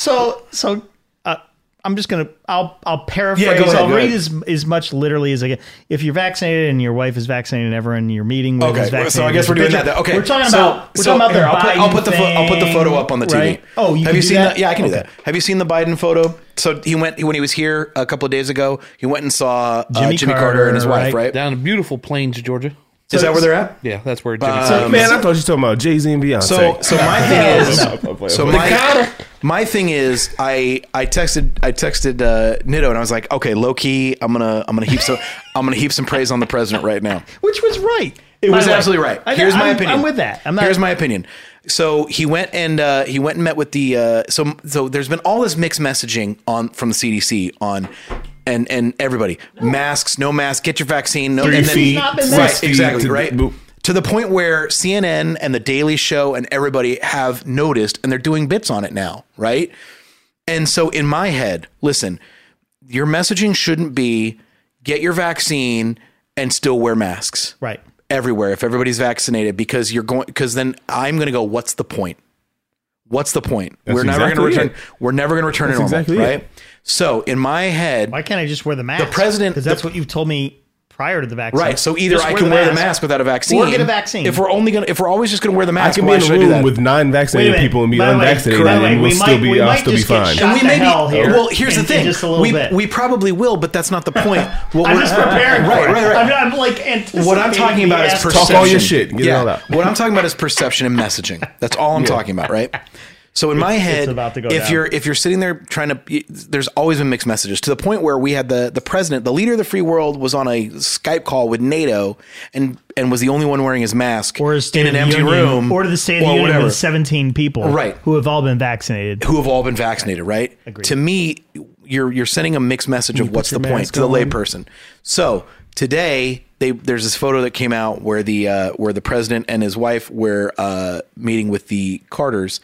[SPEAKER 2] so so. Uh, I'm just gonna. I'll I'll paraphrase.
[SPEAKER 1] Yeah, go ahead,
[SPEAKER 2] I'll
[SPEAKER 1] go
[SPEAKER 2] read
[SPEAKER 1] ahead.
[SPEAKER 2] as as much literally as I can. If you're vaccinated and your wife is vaccinated, and everyone you're meeting with
[SPEAKER 1] Okay,
[SPEAKER 2] is vaccinated.
[SPEAKER 1] so I guess we're doing that. Okay,
[SPEAKER 2] we're talking
[SPEAKER 1] so-
[SPEAKER 2] about we're
[SPEAKER 1] so
[SPEAKER 2] talking about
[SPEAKER 1] here,
[SPEAKER 2] the
[SPEAKER 1] I'll put,
[SPEAKER 2] Biden
[SPEAKER 1] I'll put the pho- I'll put the
[SPEAKER 2] thing,
[SPEAKER 1] photo up on the TV.
[SPEAKER 2] right? Oh, you
[SPEAKER 1] have
[SPEAKER 2] can
[SPEAKER 1] you
[SPEAKER 2] do
[SPEAKER 1] seen
[SPEAKER 2] that?
[SPEAKER 1] Yeah, I can do
[SPEAKER 2] Okay.
[SPEAKER 1] that. Have you seen the Biden photo? So he went when he was here a couple of days ago. He went and saw uh, Jimmy,
[SPEAKER 2] Jimmy
[SPEAKER 1] Carter, and his
[SPEAKER 2] Carter,
[SPEAKER 1] wife. Right?
[SPEAKER 2] right?
[SPEAKER 5] Down in beautiful plains, Georgia.
[SPEAKER 1] Is that where they're at?
[SPEAKER 5] Yeah, that's where Jimmy.
[SPEAKER 4] Um, man, I thought you were talking about Jay Z and Beyonce.
[SPEAKER 2] <laughs>
[SPEAKER 1] So, so my thing is, so my,
[SPEAKER 5] Carter.
[SPEAKER 1] my thing is, I I texted I texted uh, Nitto and I was like, okay, low key, I'm gonna I'm gonna heap some I'm gonna heap some praise on the president right now.
[SPEAKER 2] Which was right.
[SPEAKER 1] It was
[SPEAKER 2] By the way.
[SPEAKER 1] absolutely right.
[SPEAKER 2] I-
[SPEAKER 1] Here's my
[SPEAKER 2] I'm-
[SPEAKER 1] opinion.
[SPEAKER 2] I'm with that. I'm not.
[SPEAKER 1] Here's my opinion. So he went and uh, he went and met with the uh, so so. There's been all this mixed messaging on from the CDC on. And and everybody masks, no masks, get your vaccine, no
[SPEAKER 4] Three
[SPEAKER 1] and then-
[SPEAKER 4] feet,
[SPEAKER 2] six
[SPEAKER 1] right,
[SPEAKER 4] feet
[SPEAKER 1] exactly,
[SPEAKER 4] to the-
[SPEAKER 1] right.
[SPEAKER 4] boop.
[SPEAKER 1] to the point where CNN and the Daily Show and everybody have noticed, and they're doing bits on it now, right? And so in my head, listen, your messaging shouldn't be get your vaccine and still wear masks
[SPEAKER 2] Right.
[SPEAKER 1] everywhere if everybody's vaccinated because you're going because then I'm going to go what's the point? What's the point? we're never
[SPEAKER 4] exactly
[SPEAKER 1] going to return
[SPEAKER 4] it.
[SPEAKER 1] we're never going to return to
[SPEAKER 4] That's
[SPEAKER 1] normal,
[SPEAKER 4] exactly it.
[SPEAKER 1] right? So in my head,
[SPEAKER 2] Why can't I just wear the mask?
[SPEAKER 1] president-
[SPEAKER 2] because that's
[SPEAKER 1] the-
[SPEAKER 2] what you told me prior to the vaccine.
[SPEAKER 1] right, so either
[SPEAKER 2] Just
[SPEAKER 1] I can wear the mask without a vaccine
[SPEAKER 2] Or get a vaccine.
[SPEAKER 1] If we're only going to if we're always just going to wear the
[SPEAKER 4] I
[SPEAKER 1] mask,
[SPEAKER 4] can be
[SPEAKER 1] why
[SPEAKER 4] in
[SPEAKER 1] should
[SPEAKER 4] a
[SPEAKER 1] I do
[SPEAKER 4] room
[SPEAKER 1] that?
[SPEAKER 4] with
[SPEAKER 2] Wait a
[SPEAKER 4] non-vaccinated
[SPEAKER 2] minute.
[SPEAKER 4] people and be
[SPEAKER 2] By the way,
[SPEAKER 4] unvaccinated,
[SPEAKER 2] correct.
[SPEAKER 4] and
[SPEAKER 2] We
[SPEAKER 4] we'll
[SPEAKER 2] might-
[SPEAKER 4] still
[SPEAKER 2] we
[SPEAKER 4] be, I'll
[SPEAKER 2] might
[SPEAKER 4] still be
[SPEAKER 2] just get
[SPEAKER 4] fine.
[SPEAKER 2] shot.
[SPEAKER 1] And we
[SPEAKER 2] to
[SPEAKER 1] may be
[SPEAKER 2] hell here
[SPEAKER 1] well. Here's
[SPEAKER 2] in-
[SPEAKER 1] the thing:
[SPEAKER 2] in just a little
[SPEAKER 1] we
[SPEAKER 2] bit.
[SPEAKER 1] we probably will, but that's not the point. What
[SPEAKER 2] I'm
[SPEAKER 1] we're-
[SPEAKER 2] just preparing.
[SPEAKER 1] Right,
[SPEAKER 2] for it.
[SPEAKER 1] right, right.
[SPEAKER 2] I'm, I'm like anticipating
[SPEAKER 1] what I'm talking
[SPEAKER 2] the
[SPEAKER 1] about is
[SPEAKER 2] ass-
[SPEAKER 1] perception.
[SPEAKER 4] Talk all your shit. Get it all out.
[SPEAKER 1] What I'm talking about is perception and messaging. That's all I'm talking about, right? So in my head,
[SPEAKER 2] about to go
[SPEAKER 1] if
[SPEAKER 2] down.
[SPEAKER 1] you're if you're sitting there trying to, there's always been mixed messages to the point where we had the the president, the leader of the free world, was on a Skype call with NATO and and was the only one wearing his mask
[SPEAKER 2] or a State of
[SPEAKER 1] in an
[SPEAKER 2] the
[SPEAKER 1] empty
[SPEAKER 2] Union,
[SPEAKER 1] room
[SPEAKER 2] or to the State of
[SPEAKER 1] or
[SPEAKER 2] the Union
[SPEAKER 1] whatever.
[SPEAKER 2] with 17 people,
[SPEAKER 1] Right.
[SPEAKER 2] who have all been vaccinated.
[SPEAKER 1] who have all been vaccinated, right? To me, you're you're sending a mixed message of what's the point to the layperson. So today, they there's this photo that came out where the uh, where the president and his wife were uh, meeting with the Carters,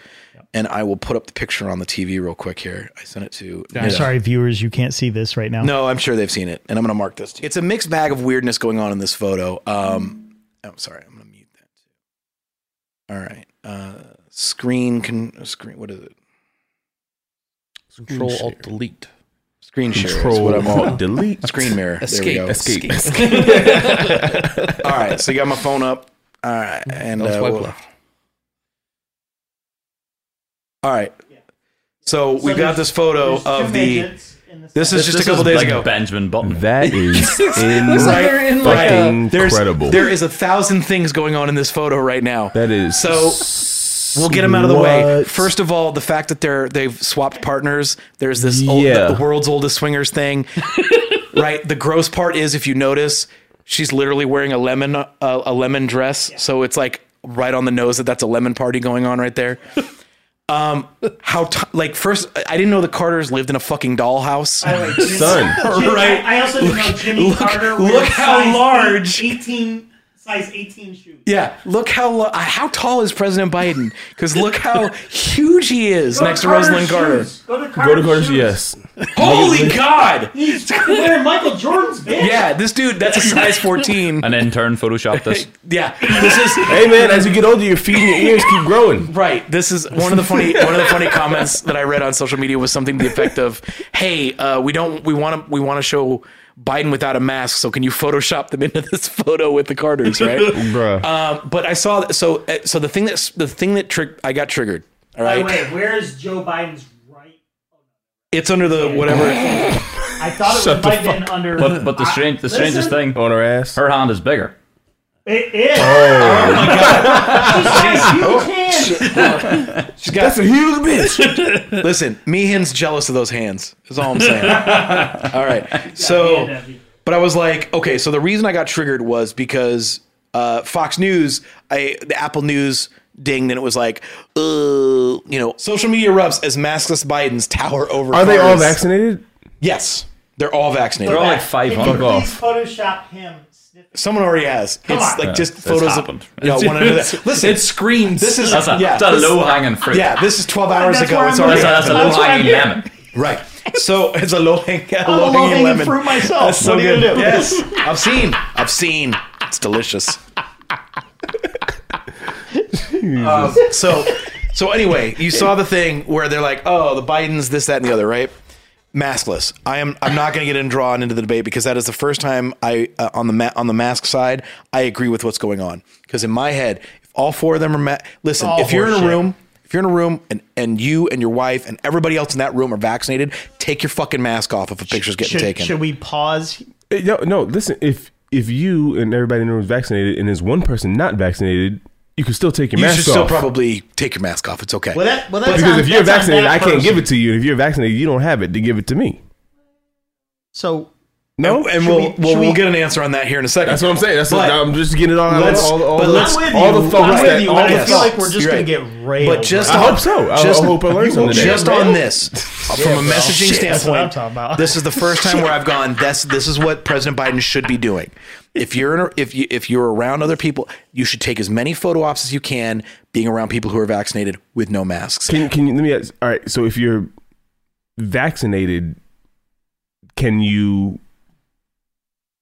[SPEAKER 1] and I will put up the picture on the TV real quick here. I sent it to.
[SPEAKER 2] I'm
[SPEAKER 1] Nita.
[SPEAKER 2] sorry, viewers, you can't see this right now.
[SPEAKER 1] No, I'm sure they've seen it, and I'm going to mark this. Too. It's a mixed bag of weirdness going on in this photo. Um, oh, sorry, I'm going to mute that too. All right, uh, screen can screen. What is it?
[SPEAKER 5] Control Alt Delete.
[SPEAKER 1] Screen share. is what I'm
[SPEAKER 4] Control
[SPEAKER 1] on.
[SPEAKER 4] <laughs> Delete.
[SPEAKER 1] Screen mirror.
[SPEAKER 5] Escape.
[SPEAKER 1] There we go.
[SPEAKER 4] Escape.
[SPEAKER 1] All right. So you got my phone up. All right. And
[SPEAKER 5] Don't
[SPEAKER 1] uh,
[SPEAKER 5] swipe
[SPEAKER 1] we'll-
[SPEAKER 5] left.
[SPEAKER 1] all right. So we've got this photo of the. This is just
[SPEAKER 3] This
[SPEAKER 1] a
[SPEAKER 3] is
[SPEAKER 1] couple days
[SPEAKER 3] like
[SPEAKER 1] ago.
[SPEAKER 3] Benjamin Button.
[SPEAKER 4] That is
[SPEAKER 1] Right?
[SPEAKER 4] in- fucking
[SPEAKER 1] There's,
[SPEAKER 4] incredible.
[SPEAKER 1] There is a thousand things going on in this photo right now.
[SPEAKER 4] That is
[SPEAKER 1] So, We'll get them out of the way.
[SPEAKER 4] what?
[SPEAKER 1] First of all, the fact that they're they've swapped partners. There's this old,
[SPEAKER 4] Yeah.
[SPEAKER 1] the world's oldest swingers thing. right? The gross part is if you notice, she's literally wearing a lemon uh, a lemon dress, so it's like right on the nose that that's a lemon party going on right there. Um, how t- like first I didn't know the Carters lived in a fucking dollhouse.
[SPEAKER 4] Son,
[SPEAKER 1] Right.
[SPEAKER 6] I also didn't know Jimmy
[SPEAKER 1] look-
[SPEAKER 6] Carter.
[SPEAKER 1] look
[SPEAKER 6] wore
[SPEAKER 1] how
[SPEAKER 6] size
[SPEAKER 1] large.
[SPEAKER 6] Eighteen, size eighteen shoes.
[SPEAKER 1] <laughs> Yeah, look how lo- uh, how tall is President Biden? Because look how huge he is
[SPEAKER 6] Go
[SPEAKER 1] next to
[SPEAKER 6] Carter's
[SPEAKER 1] Rosalind Carter.
[SPEAKER 6] shoes. Go to
[SPEAKER 4] go
[SPEAKER 6] Carter's
[SPEAKER 4] to Carter's.
[SPEAKER 6] shoes.
[SPEAKER 4] Yes,
[SPEAKER 1] Holy God!
[SPEAKER 6] He's wearing Michael Jordan's bitch.
[SPEAKER 1] Yeah, this dude, that's a
[SPEAKER 3] <laughs>
[SPEAKER 1] size 14.
[SPEAKER 3] An intern photoshopped this.
[SPEAKER 1] Yeah, this is
[SPEAKER 4] hey man, as you get older, your feet and your ears keep growing.
[SPEAKER 1] right. This is one of the funny one of the funny comments that I read on social media was something to the effect of, "Hey, uh, we don't we want to we want to show Biden without a mask, so can you Photoshop them into this photo with the Carters,
[SPEAKER 4] <laughs>
[SPEAKER 1] right?"
[SPEAKER 4] <laughs> Bruh.
[SPEAKER 1] um, but I saw so uh, so the thing that's the thing that trick I got triggered. All
[SPEAKER 6] By the
[SPEAKER 1] right,
[SPEAKER 6] way, where is Joe Biden's right?
[SPEAKER 1] it's under the
[SPEAKER 4] <laughs>
[SPEAKER 1] whatever.
[SPEAKER 6] I thought it
[SPEAKER 4] Shut
[SPEAKER 6] was
[SPEAKER 4] the
[SPEAKER 6] might have been under.
[SPEAKER 3] But but the strange the strangest
[SPEAKER 6] Listen.
[SPEAKER 3] thing,
[SPEAKER 4] on her ass.
[SPEAKER 3] her hand is bigger.
[SPEAKER 6] It is. Oh, my god. She's got huge hands.
[SPEAKER 1] She's got
[SPEAKER 4] a huge bitch.
[SPEAKER 1] listen. Meehan's jealous of those hands. Is all I'm
[SPEAKER 4] <laughs>
[SPEAKER 1] saying. all right, so.
[SPEAKER 6] Yeah, that'd be-
[SPEAKER 1] But I was like, okay, so the reason I got triggered was because uh, Fox News, I the Apple News dinged and it was like, uh, you know, social media erupts as maskless Biden's tower over.
[SPEAKER 4] Are they all
[SPEAKER 1] cars.
[SPEAKER 4] vaccinated?
[SPEAKER 1] Yes, they're all vaccinated.
[SPEAKER 3] They're all like
[SPEAKER 6] If you
[SPEAKER 3] five
[SPEAKER 6] please
[SPEAKER 3] hundred.
[SPEAKER 6] Photoshop him. sniffing.
[SPEAKER 1] Someone already has. it's
[SPEAKER 6] on.
[SPEAKER 1] like just photos
[SPEAKER 3] happened.
[SPEAKER 1] of you know, one
[SPEAKER 3] <laughs>
[SPEAKER 1] another. Listen,
[SPEAKER 3] it screams.
[SPEAKER 1] this is
[SPEAKER 3] that's a,
[SPEAKER 1] yeah,
[SPEAKER 3] that's a
[SPEAKER 1] this-
[SPEAKER 3] low hanging fruit.
[SPEAKER 1] yeah, this is twelve hours
[SPEAKER 6] That's
[SPEAKER 1] ago.
[SPEAKER 6] where
[SPEAKER 1] It's
[SPEAKER 6] I'm
[SPEAKER 1] already
[SPEAKER 3] that's a, that's
[SPEAKER 7] <laughs>
[SPEAKER 6] That's
[SPEAKER 3] a low
[SPEAKER 1] happened.
[SPEAKER 6] what I'm hearing.
[SPEAKER 3] hanging lemon.
[SPEAKER 1] right. So it's a low hanging
[SPEAKER 7] I'm a
[SPEAKER 1] low hanging
[SPEAKER 7] low-hanging
[SPEAKER 1] lemon.
[SPEAKER 7] fruit myself.
[SPEAKER 1] That's so
[SPEAKER 7] What are you
[SPEAKER 1] good.
[SPEAKER 7] gonna do?
[SPEAKER 1] Yes, I've seen. I've seen. It's delicious. Um, so, so anyway, you saw the thing where they're like, "Oh, the Bidens, this, that, and the other," right? Maskless. I am. I'm not going to get in drawn into the debate because that is the first time I uh, on the ma- on the mask side I agree with what's going on because in my head, if all four of them are ma- listen, if you're in a room. If you're in a room and, and you and your wife and everybody else in that room are vaccinated, take your fucking mask off if a picture's getting
[SPEAKER 2] Should,
[SPEAKER 1] taken.
[SPEAKER 2] should we pause?
[SPEAKER 4] Hey, Eh, Yo, no, listen. If if you and everybody in the room is vaccinated, and there's one person not vaccinated, you can still take your
[SPEAKER 1] you
[SPEAKER 4] mask
[SPEAKER 1] should still
[SPEAKER 4] off.
[SPEAKER 1] probably take your mask off. It's okay.
[SPEAKER 2] Well, that, well, that's
[SPEAKER 4] because
[SPEAKER 2] on-
[SPEAKER 4] if you're
[SPEAKER 2] that's on
[SPEAKER 4] vaccinated,
[SPEAKER 2] that
[SPEAKER 4] I can't
[SPEAKER 2] person.
[SPEAKER 4] give it to you. And if you're vaccinated, you don't have it to give it to me.
[SPEAKER 2] So
[SPEAKER 4] No,
[SPEAKER 2] should
[SPEAKER 1] and we'll,
[SPEAKER 2] we-
[SPEAKER 1] we'll,
[SPEAKER 2] should
[SPEAKER 1] we'll
[SPEAKER 2] we-
[SPEAKER 1] get an answer on that here in a second.
[SPEAKER 4] that's what I'm saying. That's what,
[SPEAKER 1] But
[SPEAKER 4] I'm just getting it all out.
[SPEAKER 1] let's-
[SPEAKER 4] All, all,
[SPEAKER 1] but
[SPEAKER 4] all,
[SPEAKER 1] let's-
[SPEAKER 4] all,
[SPEAKER 2] with
[SPEAKER 4] all
[SPEAKER 2] you.
[SPEAKER 4] the thoughts
[SPEAKER 2] I'm with
[SPEAKER 4] that
[SPEAKER 2] you,
[SPEAKER 4] all
[SPEAKER 2] but
[SPEAKER 4] the
[SPEAKER 2] I feel
[SPEAKER 1] thoughts.
[SPEAKER 2] like we're just
[SPEAKER 1] You're
[SPEAKER 2] gonna
[SPEAKER 1] right.
[SPEAKER 2] get railed.
[SPEAKER 1] But just
[SPEAKER 4] I
[SPEAKER 1] on,
[SPEAKER 4] hope so. I-
[SPEAKER 1] just,
[SPEAKER 4] I hope I learned something today.
[SPEAKER 1] Just on this, from a messaging
[SPEAKER 2] Shit, that's what I'm
[SPEAKER 1] standpoint,
[SPEAKER 2] talking about.
[SPEAKER 1] this is the first time where I've gone. That's this is what President Biden should be doing. If you're in a, if you if you're around other people, you should take as many photo ops as you can, being around people who are vaccinated with no masks.
[SPEAKER 4] Can can you let me ask? All right, so if you're vaccinated, can you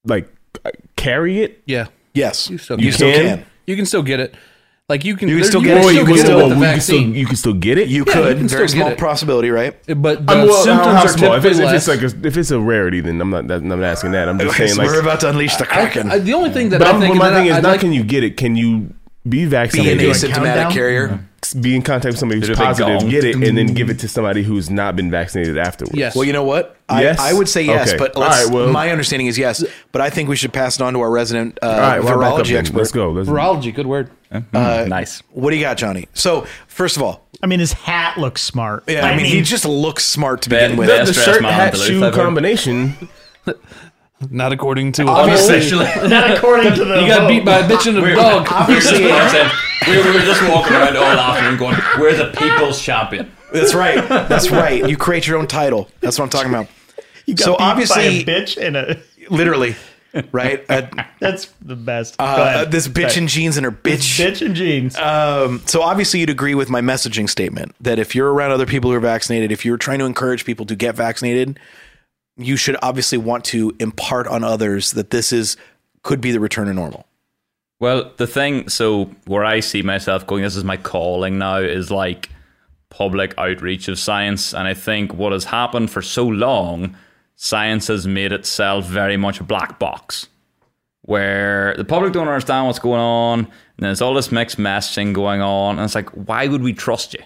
[SPEAKER 4] like uh, carry it?
[SPEAKER 5] Yeah,
[SPEAKER 1] Yes,
[SPEAKER 5] You
[SPEAKER 1] you
[SPEAKER 5] still
[SPEAKER 1] still, can.
[SPEAKER 4] can.
[SPEAKER 5] you can still get it. Like you can,
[SPEAKER 1] You can
[SPEAKER 5] there-
[SPEAKER 1] still get it, you can
[SPEAKER 5] get
[SPEAKER 1] still-
[SPEAKER 5] with the
[SPEAKER 4] you can still,
[SPEAKER 5] vaccine,
[SPEAKER 4] you can still get it.
[SPEAKER 1] You
[SPEAKER 5] Yeah, Um, you
[SPEAKER 1] could
[SPEAKER 5] can still
[SPEAKER 1] very
[SPEAKER 5] get
[SPEAKER 1] small
[SPEAKER 5] it.
[SPEAKER 1] possibility, right?
[SPEAKER 5] but the
[SPEAKER 4] I'm, well,
[SPEAKER 5] symptoms
[SPEAKER 4] how
[SPEAKER 5] are
[SPEAKER 4] small? If
[SPEAKER 5] typically
[SPEAKER 4] it's, if
[SPEAKER 5] less.
[SPEAKER 4] it's like a, if it's a rarity, then I'm not. That, I'm not asking that. I'm just
[SPEAKER 1] Okay,
[SPEAKER 4] saying
[SPEAKER 1] so
[SPEAKER 4] like.
[SPEAKER 1] we're about to unleash the kraken.
[SPEAKER 5] I- the only thing that
[SPEAKER 4] but
[SPEAKER 5] I
[SPEAKER 4] I'm, but
[SPEAKER 5] think
[SPEAKER 4] my thing
[SPEAKER 5] is
[SPEAKER 4] is
[SPEAKER 5] I'd
[SPEAKER 4] not
[SPEAKER 5] like,
[SPEAKER 4] can you get it? Can you be
[SPEAKER 1] be an
[SPEAKER 4] vaccinated? Like,
[SPEAKER 1] asymptomatic carrier.
[SPEAKER 4] be in contact with somebody who's
[SPEAKER 3] Did a big
[SPEAKER 4] positive,
[SPEAKER 3] gong.
[SPEAKER 4] get it, and then give it to somebody who's not been vaccinated afterwards.
[SPEAKER 5] yes.
[SPEAKER 1] Well, you know what? I,
[SPEAKER 4] Yes?
[SPEAKER 1] I would say yes,
[SPEAKER 4] Okay.
[SPEAKER 1] but
[SPEAKER 4] All
[SPEAKER 1] let's,
[SPEAKER 4] right, well-
[SPEAKER 1] my understanding is yes. But I think we should pass it on to our resident uh,
[SPEAKER 4] All right, well, back up
[SPEAKER 1] virology
[SPEAKER 4] then.
[SPEAKER 1] expert.
[SPEAKER 4] Let's go. Let's,
[SPEAKER 5] virology, good word.
[SPEAKER 1] Uh,
[SPEAKER 3] Mm, nice.
[SPEAKER 1] What do you got, Johnny? So, first of all,
[SPEAKER 2] I mean, his hat looks smart.
[SPEAKER 1] yeah, I,
[SPEAKER 6] I
[SPEAKER 1] mean,
[SPEAKER 6] mean-
[SPEAKER 1] he just looks smart to
[SPEAKER 3] That-
[SPEAKER 1] begin with.
[SPEAKER 3] that-
[SPEAKER 4] the,
[SPEAKER 3] Best
[SPEAKER 4] the
[SPEAKER 3] dressed
[SPEAKER 4] shirt,
[SPEAKER 3] man
[SPEAKER 4] hat,
[SPEAKER 3] in Duluth,
[SPEAKER 4] shoe
[SPEAKER 3] I've heard.
[SPEAKER 4] combination.
[SPEAKER 5] Not according to
[SPEAKER 3] Obviously,
[SPEAKER 2] <laughs>
[SPEAKER 7] Not according to the
[SPEAKER 5] you got beat by a bitch and a dog.
[SPEAKER 3] obviously, we were we were just walking around all afternoon going, "We're the people's champion."
[SPEAKER 1] That's right. That's right. You create your own title. That's what I'm talking about.
[SPEAKER 2] Got
[SPEAKER 1] so
[SPEAKER 2] beat by
[SPEAKER 1] obviously,
[SPEAKER 2] a bitch and a
[SPEAKER 1] literally, right? Uh,
[SPEAKER 2] that's the best. Go
[SPEAKER 1] uh,
[SPEAKER 2] ahead.
[SPEAKER 1] this bitch
[SPEAKER 2] Sorry.
[SPEAKER 1] in jeans and her bitch
[SPEAKER 2] bitch and jeans.
[SPEAKER 1] Um, so obviously you'd agree with my messaging statement that if you're around other people who are vaccinated, if you're trying to encourage people to get vaccinated, you should obviously want to impart on others that this is could be the return to normal.
[SPEAKER 3] Well, the thing, so where I see myself going, this is my calling now, is like public outreach of science. And I think what has happened for so long, science has made itself very much a black box where the public don't understand what's going on. And there's all this mixed messaging going on. And it's like, why would we trust you?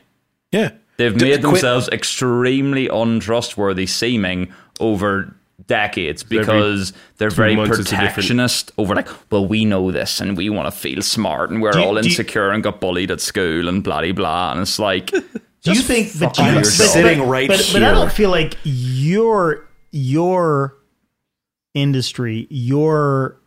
[SPEAKER 1] Yeah.
[SPEAKER 3] They've
[SPEAKER 1] D-
[SPEAKER 3] made
[SPEAKER 1] quit-
[SPEAKER 3] themselves extremely untrustworthy seeming over decades because they're very
[SPEAKER 4] months it's a different-
[SPEAKER 3] protectionist over like, well, we know this and we want to feel smart and we're all
[SPEAKER 2] do you-
[SPEAKER 3] insecure and got bullied at school and blah de blah. And it's like,
[SPEAKER 2] Do you think that
[SPEAKER 1] I'm
[SPEAKER 2] you
[SPEAKER 1] sitting right
[SPEAKER 2] but, but I
[SPEAKER 1] here.
[SPEAKER 2] don't feel like your your industry, your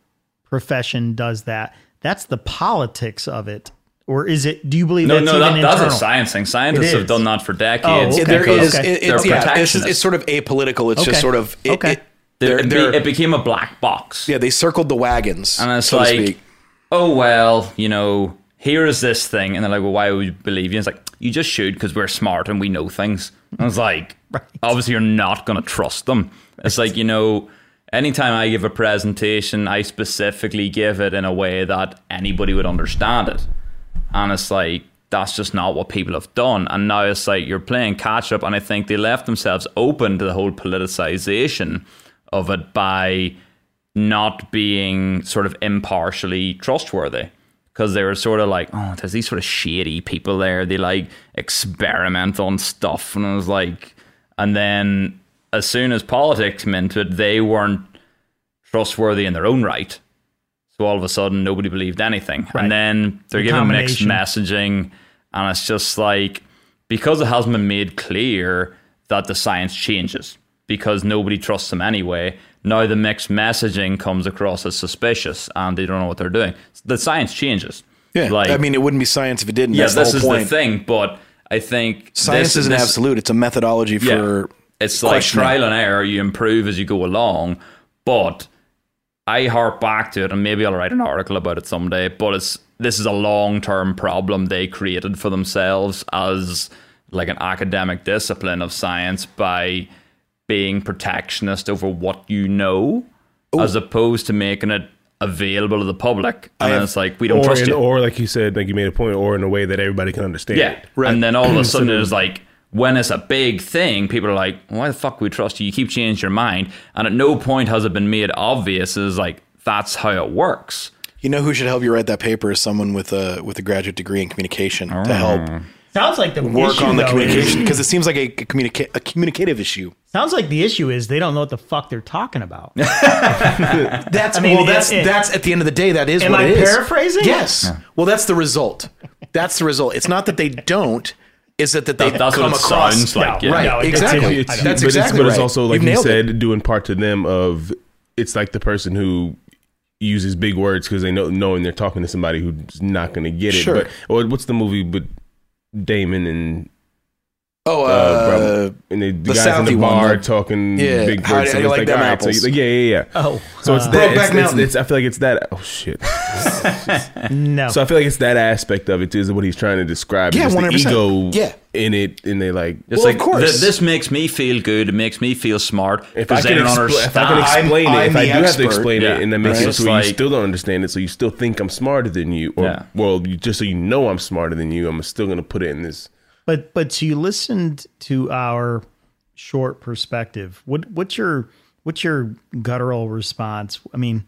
[SPEAKER 2] profession does that. That's the politics of it. Or is it, do you believe
[SPEAKER 3] No,
[SPEAKER 2] that's
[SPEAKER 3] no,
[SPEAKER 2] even
[SPEAKER 3] that, that's a
[SPEAKER 2] internal?
[SPEAKER 3] science thing. Scientists
[SPEAKER 2] is.
[SPEAKER 3] have done that for decades.
[SPEAKER 2] okay.
[SPEAKER 3] because
[SPEAKER 2] There
[SPEAKER 1] There is,
[SPEAKER 2] Okay.
[SPEAKER 1] it- it's,
[SPEAKER 3] they're
[SPEAKER 1] yeah, it's, just,
[SPEAKER 3] protectionists.
[SPEAKER 1] it's sort of apolitical. It's
[SPEAKER 2] Okay.
[SPEAKER 1] just sort of, it,
[SPEAKER 2] Okay.
[SPEAKER 1] it,
[SPEAKER 3] They're-
[SPEAKER 1] they're,
[SPEAKER 3] it, be-
[SPEAKER 1] they're-
[SPEAKER 3] it became a black box.
[SPEAKER 1] yeah, they circled the wagons.
[SPEAKER 3] And it's
[SPEAKER 1] so to
[SPEAKER 3] like,
[SPEAKER 1] speak.
[SPEAKER 3] oh, well, you know, here is this thing. And they're like, well, why would you believe you? And it's like, you just should because we're smart and we know things. And I was
[SPEAKER 1] <laughs>
[SPEAKER 3] like, obviously, you're not going to trust them. It's like, you know, anytime I give a presentation, I specifically give it in a way that anybody would understand it. And it's like, that's just not what people have done. And now it's like you're playing catch up. And I think they left themselves open to the whole politicization of it by not being sort of impartially trustworthy because they were sort of like, oh, there's these sort of shady people there. They like experiment on stuff. And I was like, and then as soon as politics came into it, they weren't trustworthy in their own right. So all of a sudden, nobody believed anything. And then they're giving mixed
[SPEAKER 2] combination.
[SPEAKER 3] messaging. And it's just like, because it hasn't been made clear that the science changes, because nobody trusts them anyway, now the mixed messaging comes across as suspicious and they don't know what they're doing. The science changes.
[SPEAKER 1] yeah. I mean, it wouldn't be science if it didn't.
[SPEAKER 3] yeah,
[SPEAKER 1] That's the
[SPEAKER 3] this
[SPEAKER 1] whole
[SPEAKER 3] is
[SPEAKER 1] point.
[SPEAKER 3] the thing, but I think
[SPEAKER 1] Science
[SPEAKER 3] this,
[SPEAKER 1] isn't
[SPEAKER 3] this-
[SPEAKER 1] absolute. It's a methodology for.
[SPEAKER 3] it's like
[SPEAKER 1] questioning.
[SPEAKER 3] trial and error. You improve as you go along, but I harp back to it, and maybe I'll write an article about it someday. But it's this is a long term problem they created for themselves as like an academic discipline of science by being protectionist over what you know, as opposed to making it available to the public. And then it's like we don't
[SPEAKER 4] Or,
[SPEAKER 3] trust
[SPEAKER 4] in,
[SPEAKER 3] you.
[SPEAKER 4] or like you said, like you made a point, or in a way that everybody can understand.
[SPEAKER 3] Yeah. And then all of a sudden it's like when it's a big thing, people are like, "Why the fuck we trust you? You keep changing your mind." And at no point has it been made obvious as like that's how it works.
[SPEAKER 1] You know who should help you write that paper is someone with a with a graduate degree in communication to
[SPEAKER 3] Oh.
[SPEAKER 1] help
[SPEAKER 2] Sounds like the
[SPEAKER 1] <laughs> work
[SPEAKER 2] issue,
[SPEAKER 1] on the
[SPEAKER 2] though,
[SPEAKER 1] communication <laughs>
[SPEAKER 2] is-
[SPEAKER 1] because it seems like a, communica- a communicative issue.
[SPEAKER 2] sounds like the issue is they don't know what the fuck they're talking about.
[SPEAKER 1] <laughs> That's
[SPEAKER 2] mean,
[SPEAKER 1] well, that's
[SPEAKER 2] it- it-
[SPEAKER 1] that's at the end of the day, that is
[SPEAKER 2] Am
[SPEAKER 1] what
[SPEAKER 2] I
[SPEAKER 1] it is.
[SPEAKER 2] paraphrasing?
[SPEAKER 1] Yes. Well, that's the result. That's the result. It's not that they don't. It's that that they
[SPEAKER 3] That- that's
[SPEAKER 1] come
[SPEAKER 3] what it
[SPEAKER 1] across.
[SPEAKER 3] sounds like. yeah.
[SPEAKER 1] Right.
[SPEAKER 2] No, it-
[SPEAKER 1] exactly.
[SPEAKER 2] it's-
[SPEAKER 4] It's-
[SPEAKER 1] that's
[SPEAKER 4] but
[SPEAKER 1] exactly.
[SPEAKER 4] It's, but it's
[SPEAKER 1] right.
[SPEAKER 4] also like
[SPEAKER 1] You've
[SPEAKER 4] you
[SPEAKER 1] nailed it.
[SPEAKER 4] said, doing part to them of it's like the person who uses big words because they know knowing they're talking to somebody who's not going to get it.
[SPEAKER 1] Sure.
[SPEAKER 4] But or what's the movie with Damon and
[SPEAKER 1] Oh, uh,
[SPEAKER 4] uh, and the,
[SPEAKER 1] the
[SPEAKER 4] guys in
[SPEAKER 1] Southie
[SPEAKER 4] the
[SPEAKER 1] one,
[SPEAKER 4] bar
[SPEAKER 1] though.
[SPEAKER 4] talking
[SPEAKER 1] Yeah.
[SPEAKER 4] big
[SPEAKER 1] How do- how
[SPEAKER 4] words.
[SPEAKER 1] do
[SPEAKER 4] So
[SPEAKER 1] you
[SPEAKER 4] it's
[SPEAKER 1] like them
[SPEAKER 4] all right, so
[SPEAKER 1] apples?
[SPEAKER 4] you- yeah, yeah, yeah.
[SPEAKER 2] Oh,
[SPEAKER 4] So it's
[SPEAKER 2] uh,
[SPEAKER 1] Brokeback
[SPEAKER 4] that. It's, it's,
[SPEAKER 1] Mountain.
[SPEAKER 4] it's, I feel like it's that. Oh shit.
[SPEAKER 2] no.
[SPEAKER 4] So I feel like it's that aspect of it is what he's trying to describe.
[SPEAKER 1] Yeah,
[SPEAKER 4] just the
[SPEAKER 1] 100%.
[SPEAKER 4] ego
[SPEAKER 1] Yeah.
[SPEAKER 4] in it, and they like.
[SPEAKER 3] It's
[SPEAKER 1] Well,
[SPEAKER 3] like
[SPEAKER 1] of course.
[SPEAKER 3] th- this makes me feel good. It makes me feel smart
[SPEAKER 4] if I,
[SPEAKER 3] because they
[SPEAKER 4] can
[SPEAKER 3] don't
[SPEAKER 4] expl- if I
[SPEAKER 3] understand.
[SPEAKER 4] can explain
[SPEAKER 1] I'm-
[SPEAKER 4] it, if
[SPEAKER 1] I'm
[SPEAKER 4] I
[SPEAKER 1] the
[SPEAKER 4] do have to
[SPEAKER 1] expert.
[SPEAKER 4] explain
[SPEAKER 3] Yeah.
[SPEAKER 4] it, and that makes
[SPEAKER 3] Right.
[SPEAKER 4] it
[SPEAKER 3] It's
[SPEAKER 4] so
[SPEAKER 3] like-
[SPEAKER 4] you still don't understand it, so you still think I'm smarter than you, or
[SPEAKER 3] Yeah.
[SPEAKER 4] well, you, just so you know I'm smarter than you, I'm still gonna put it in this.
[SPEAKER 2] But but so you listened to our short perspective. What what's your what's your guttural response? I mean,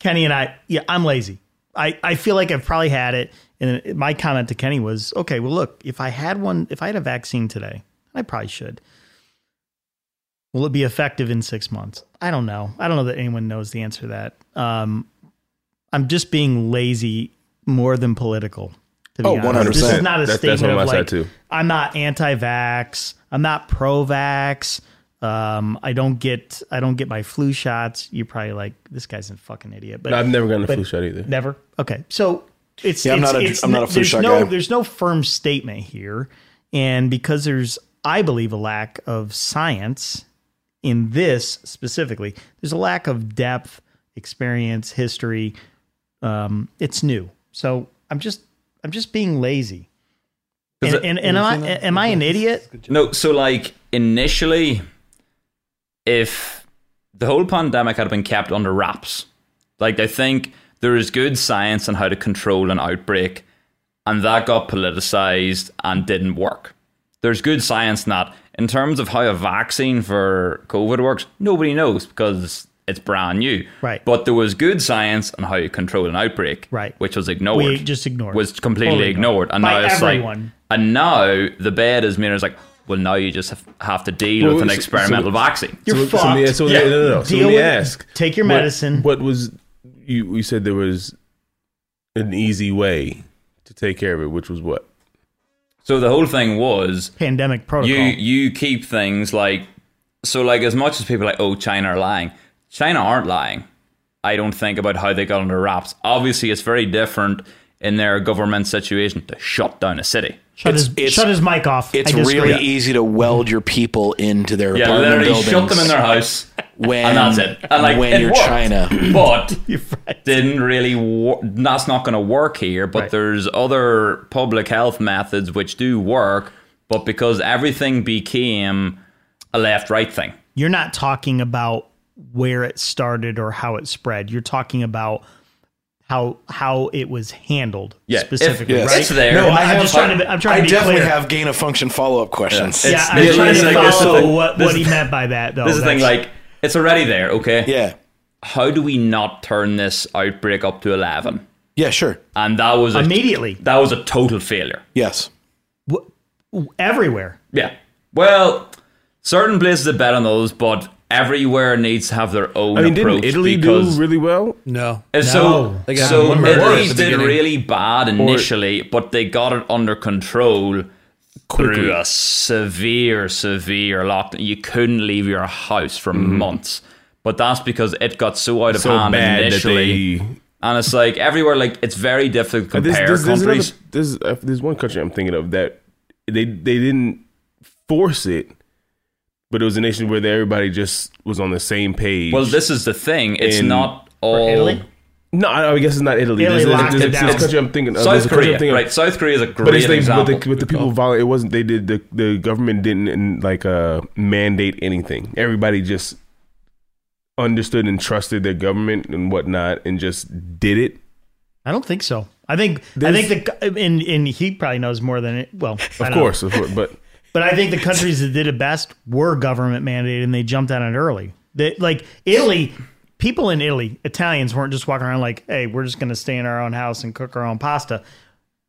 [SPEAKER 2] Kenny and I, yeah, I'm lazy. I, I feel like I've probably had it. And my comment to Kenny was, okay, well, look, if I had one, if I had a vaccine today, I probably should. Will it be effective in six months? I don't know. I don't know that anyone knows the answer to that. Um, I'm just being lazy more than political. To be
[SPEAKER 1] Oh,
[SPEAKER 2] honest. This is
[SPEAKER 1] 100%.
[SPEAKER 2] not a
[SPEAKER 4] That- that's
[SPEAKER 2] statement
[SPEAKER 4] on my
[SPEAKER 2] of
[SPEAKER 4] side
[SPEAKER 2] like,
[SPEAKER 4] too.
[SPEAKER 2] I'm not anti-vax. I'm not pro-vax. Um, I don't get I don't get my flu shots. You're probably like this guy's a fucking idiot. But
[SPEAKER 4] No, I've never gotten a
[SPEAKER 2] but-
[SPEAKER 4] flu shot either.
[SPEAKER 2] Never. Okay, so it's
[SPEAKER 1] Yeah, I'm
[SPEAKER 2] it's-
[SPEAKER 1] not a-
[SPEAKER 2] it's-
[SPEAKER 1] I'm not a flu
[SPEAKER 2] there's
[SPEAKER 1] shot
[SPEAKER 2] no,
[SPEAKER 1] guy.
[SPEAKER 2] There's no firm statement here, and because there's I believe a lack of science in this specifically. There's a lack of depth, experience, history. Um, it's new, so I'm just I'm just being lazy. And,
[SPEAKER 3] it-
[SPEAKER 2] and, and am I am I an idiot?
[SPEAKER 3] No, so like initially, if the whole pandemic had been kept under wraps, like I think there is good science on how to control an outbreak, and that got politicized and didn't work. There's good science in that. In terms of how a vaccine for COVID works, nobody knows because it's brand new.
[SPEAKER 2] Right.
[SPEAKER 3] But there was good science on how you control an outbreak.
[SPEAKER 2] Right.
[SPEAKER 3] Which was ignored.
[SPEAKER 2] We just ignored.
[SPEAKER 3] Was completely
[SPEAKER 2] Totally ignored.
[SPEAKER 3] ignored. And
[SPEAKER 2] By
[SPEAKER 3] now it's
[SPEAKER 2] everyone.
[SPEAKER 3] like and now the bed is mirrors like, well, now you just have, have to deal
[SPEAKER 4] Well,
[SPEAKER 3] with an
[SPEAKER 4] so-
[SPEAKER 3] experimental
[SPEAKER 4] so-
[SPEAKER 3] vaccine.
[SPEAKER 2] You're
[SPEAKER 4] so,
[SPEAKER 2] fucked.
[SPEAKER 4] So, yeah, so
[SPEAKER 3] Yeah.
[SPEAKER 4] no, no, no. So
[SPEAKER 2] Deal
[SPEAKER 4] let me
[SPEAKER 2] with it.
[SPEAKER 4] ask.
[SPEAKER 2] Take your
[SPEAKER 4] what-
[SPEAKER 2] medicine.
[SPEAKER 4] What was you? You said there was an easy way to take care of it, which was what?
[SPEAKER 3] So the whole thing was
[SPEAKER 2] Pandemic protocol.
[SPEAKER 3] you you keep things like so like as much as people are like oh China are lying, China aren't lying. I don't think about how they got under wraps. Obviously, it's very different in their government situation to shut down a city.
[SPEAKER 2] Shut,
[SPEAKER 1] It's-
[SPEAKER 2] his,
[SPEAKER 1] it's-
[SPEAKER 2] shut his mic off.
[SPEAKER 1] It's
[SPEAKER 2] I disagree.
[SPEAKER 1] really easy to weld your people into their
[SPEAKER 3] Yeah,
[SPEAKER 1] apartment
[SPEAKER 3] literally
[SPEAKER 1] buildings
[SPEAKER 3] shut them in their house,
[SPEAKER 1] when,
[SPEAKER 3] and that's it. And like
[SPEAKER 1] when
[SPEAKER 3] it
[SPEAKER 1] you're
[SPEAKER 3] worked.
[SPEAKER 1] China.
[SPEAKER 3] but
[SPEAKER 2] You're <laughs> right.
[SPEAKER 3] didn't really wor- that's not going to work here but
[SPEAKER 2] Right.
[SPEAKER 3] there's other public health methods which do work but because everything became a left right thing
[SPEAKER 2] You're not talking about where it started or how it spread. You're talking about how how it was handled
[SPEAKER 3] yeah
[SPEAKER 2] specifically,
[SPEAKER 3] if,
[SPEAKER 2] right?
[SPEAKER 3] it's there
[SPEAKER 1] No, I
[SPEAKER 2] I'm
[SPEAKER 1] have.
[SPEAKER 2] just trying to be- I'm trying
[SPEAKER 1] I
[SPEAKER 2] to be
[SPEAKER 1] definitely
[SPEAKER 2] clear.
[SPEAKER 1] have gain of function follow up questions.
[SPEAKER 2] yeah,
[SPEAKER 3] It's-
[SPEAKER 2] I'm
[SPEAKER 3] this
[SPEAKER 2] trying
[SPEAKER 3] is
[SPEAKER 2] to
[SPEAKER 3] like- this is
[SPEAKER 2] follow
[SPEAKER 3] the-
[SPEAKER 2] what,
[SPEAKER 3] this
[SPEAKER 2] what
[SPEAKER 3] is
[SPEAKER 2] he
[SPEAKER 3] the-
[SPEAKER 2] meant by that, though.
[SPEAKER 3] this is the thing
[SPEAKER 2] Oh, That's-
[SPEAKER 3] like it's already there okay
[SPEAKER 1] yeah,
[SPEAKER 3] how do we not turn this outbreak up to 11
[SPEAKER 1] yeah, sure,
[SPEAKER 3] and that was a,
[SPEAKER 2] immediately
[SPEAKER 3] that was a total failure
[SPEAKER 1] yes.
[SPEAKER 2] everywhere.
[SPEAKER 3] yeah well certain places are better than others but everywhere needs to have their own
[SPEAKER 4] I mean,
[SPEAKER 3] approach
[SPEAKER 4] didn't Italy do
[SPEAKER 3] because
[SPEAKER 4] really well?
[SPEAKER 5] No.
[SPEAKER 3] And so,
[SPEAKER 5] They got
[SPEAKER 3] so
[SPEAKER 5] one murder at
[SPEAKER 3] Italy
[SPEAKER 5] the
[SPEAKER 3] did
[SPEAKER 5] beginning.
[SPEAKER 3] really bad initially, but they got it under control through a severe, severe lockdown. You couldn't leave your house for months, but that's because it got so out of
[SPEAKER 4] Mm-hmm. So
[SPEAKER 3] hand
[SPEAKER 4] bad that
[SPEAKER 3] initially.
[SPEAKER 4] they.
[SPEAKER 3] and it's like everywhere, like it's very difficult to
[SPEAKER 4] This,
[SPEAKER 3] compare
[SPEAKER 4] this, there's, another,
[SPEAKER 3] countries.
[SPEAKER 4] there's, uh, there's one country I'm thinking of that they they didn't force it, but it was a nation where everybody just was on the same page.
[SPEAKER 3] well, this is the thing; it's
[SPEAKER 4] In-
[SPEAKER 3] not all.
[SPEAKER 2] Italy?
[SPEAKER 4] no, I, I guess it's not Italy.
[SPEAKER 2] Italy
[SPEAKER 4] There's- there's-
[SPEAKER 2] locked it
[SPEAKER 4] there's-
[SPEAKER 2] down.
[SPEAKER 4] there's a country I'm thinking of. Oh, There's
[SPEAKER 3] South
[SPEAKER 4] a country
[SPEAKER 3] Korea,
[SPEAKER 4] I'm thinking of.
[SPEAKER 3] right? South Korea is a great
[SPEAKER 4] But it's they, but
[SPEAKER 3] example. Oh.
[SPEAKER 4] the, but the people violent. It wasn't they did the the government didn't like uh mandate anything. Everybody just understood and trusted their government and whatnot, and just did it.
[SPEAKER 2] I don't think so. I think I
[SPEAKER 4] There's-
[SPEAKER 2] think the and and he probably knows more than it. Well,
[SPEAKER 4] Of course, of course,
[SPEAKER 3] <laughs>
[SPEAKER 4] but
[SPEAKER 2] but I think the countries that did it best were government mandated and they jumped on it early. That like Italy, people in Italy, Italians weren't just walking around like, "Hey, we're just going to stay in our own house and cook our own pasta."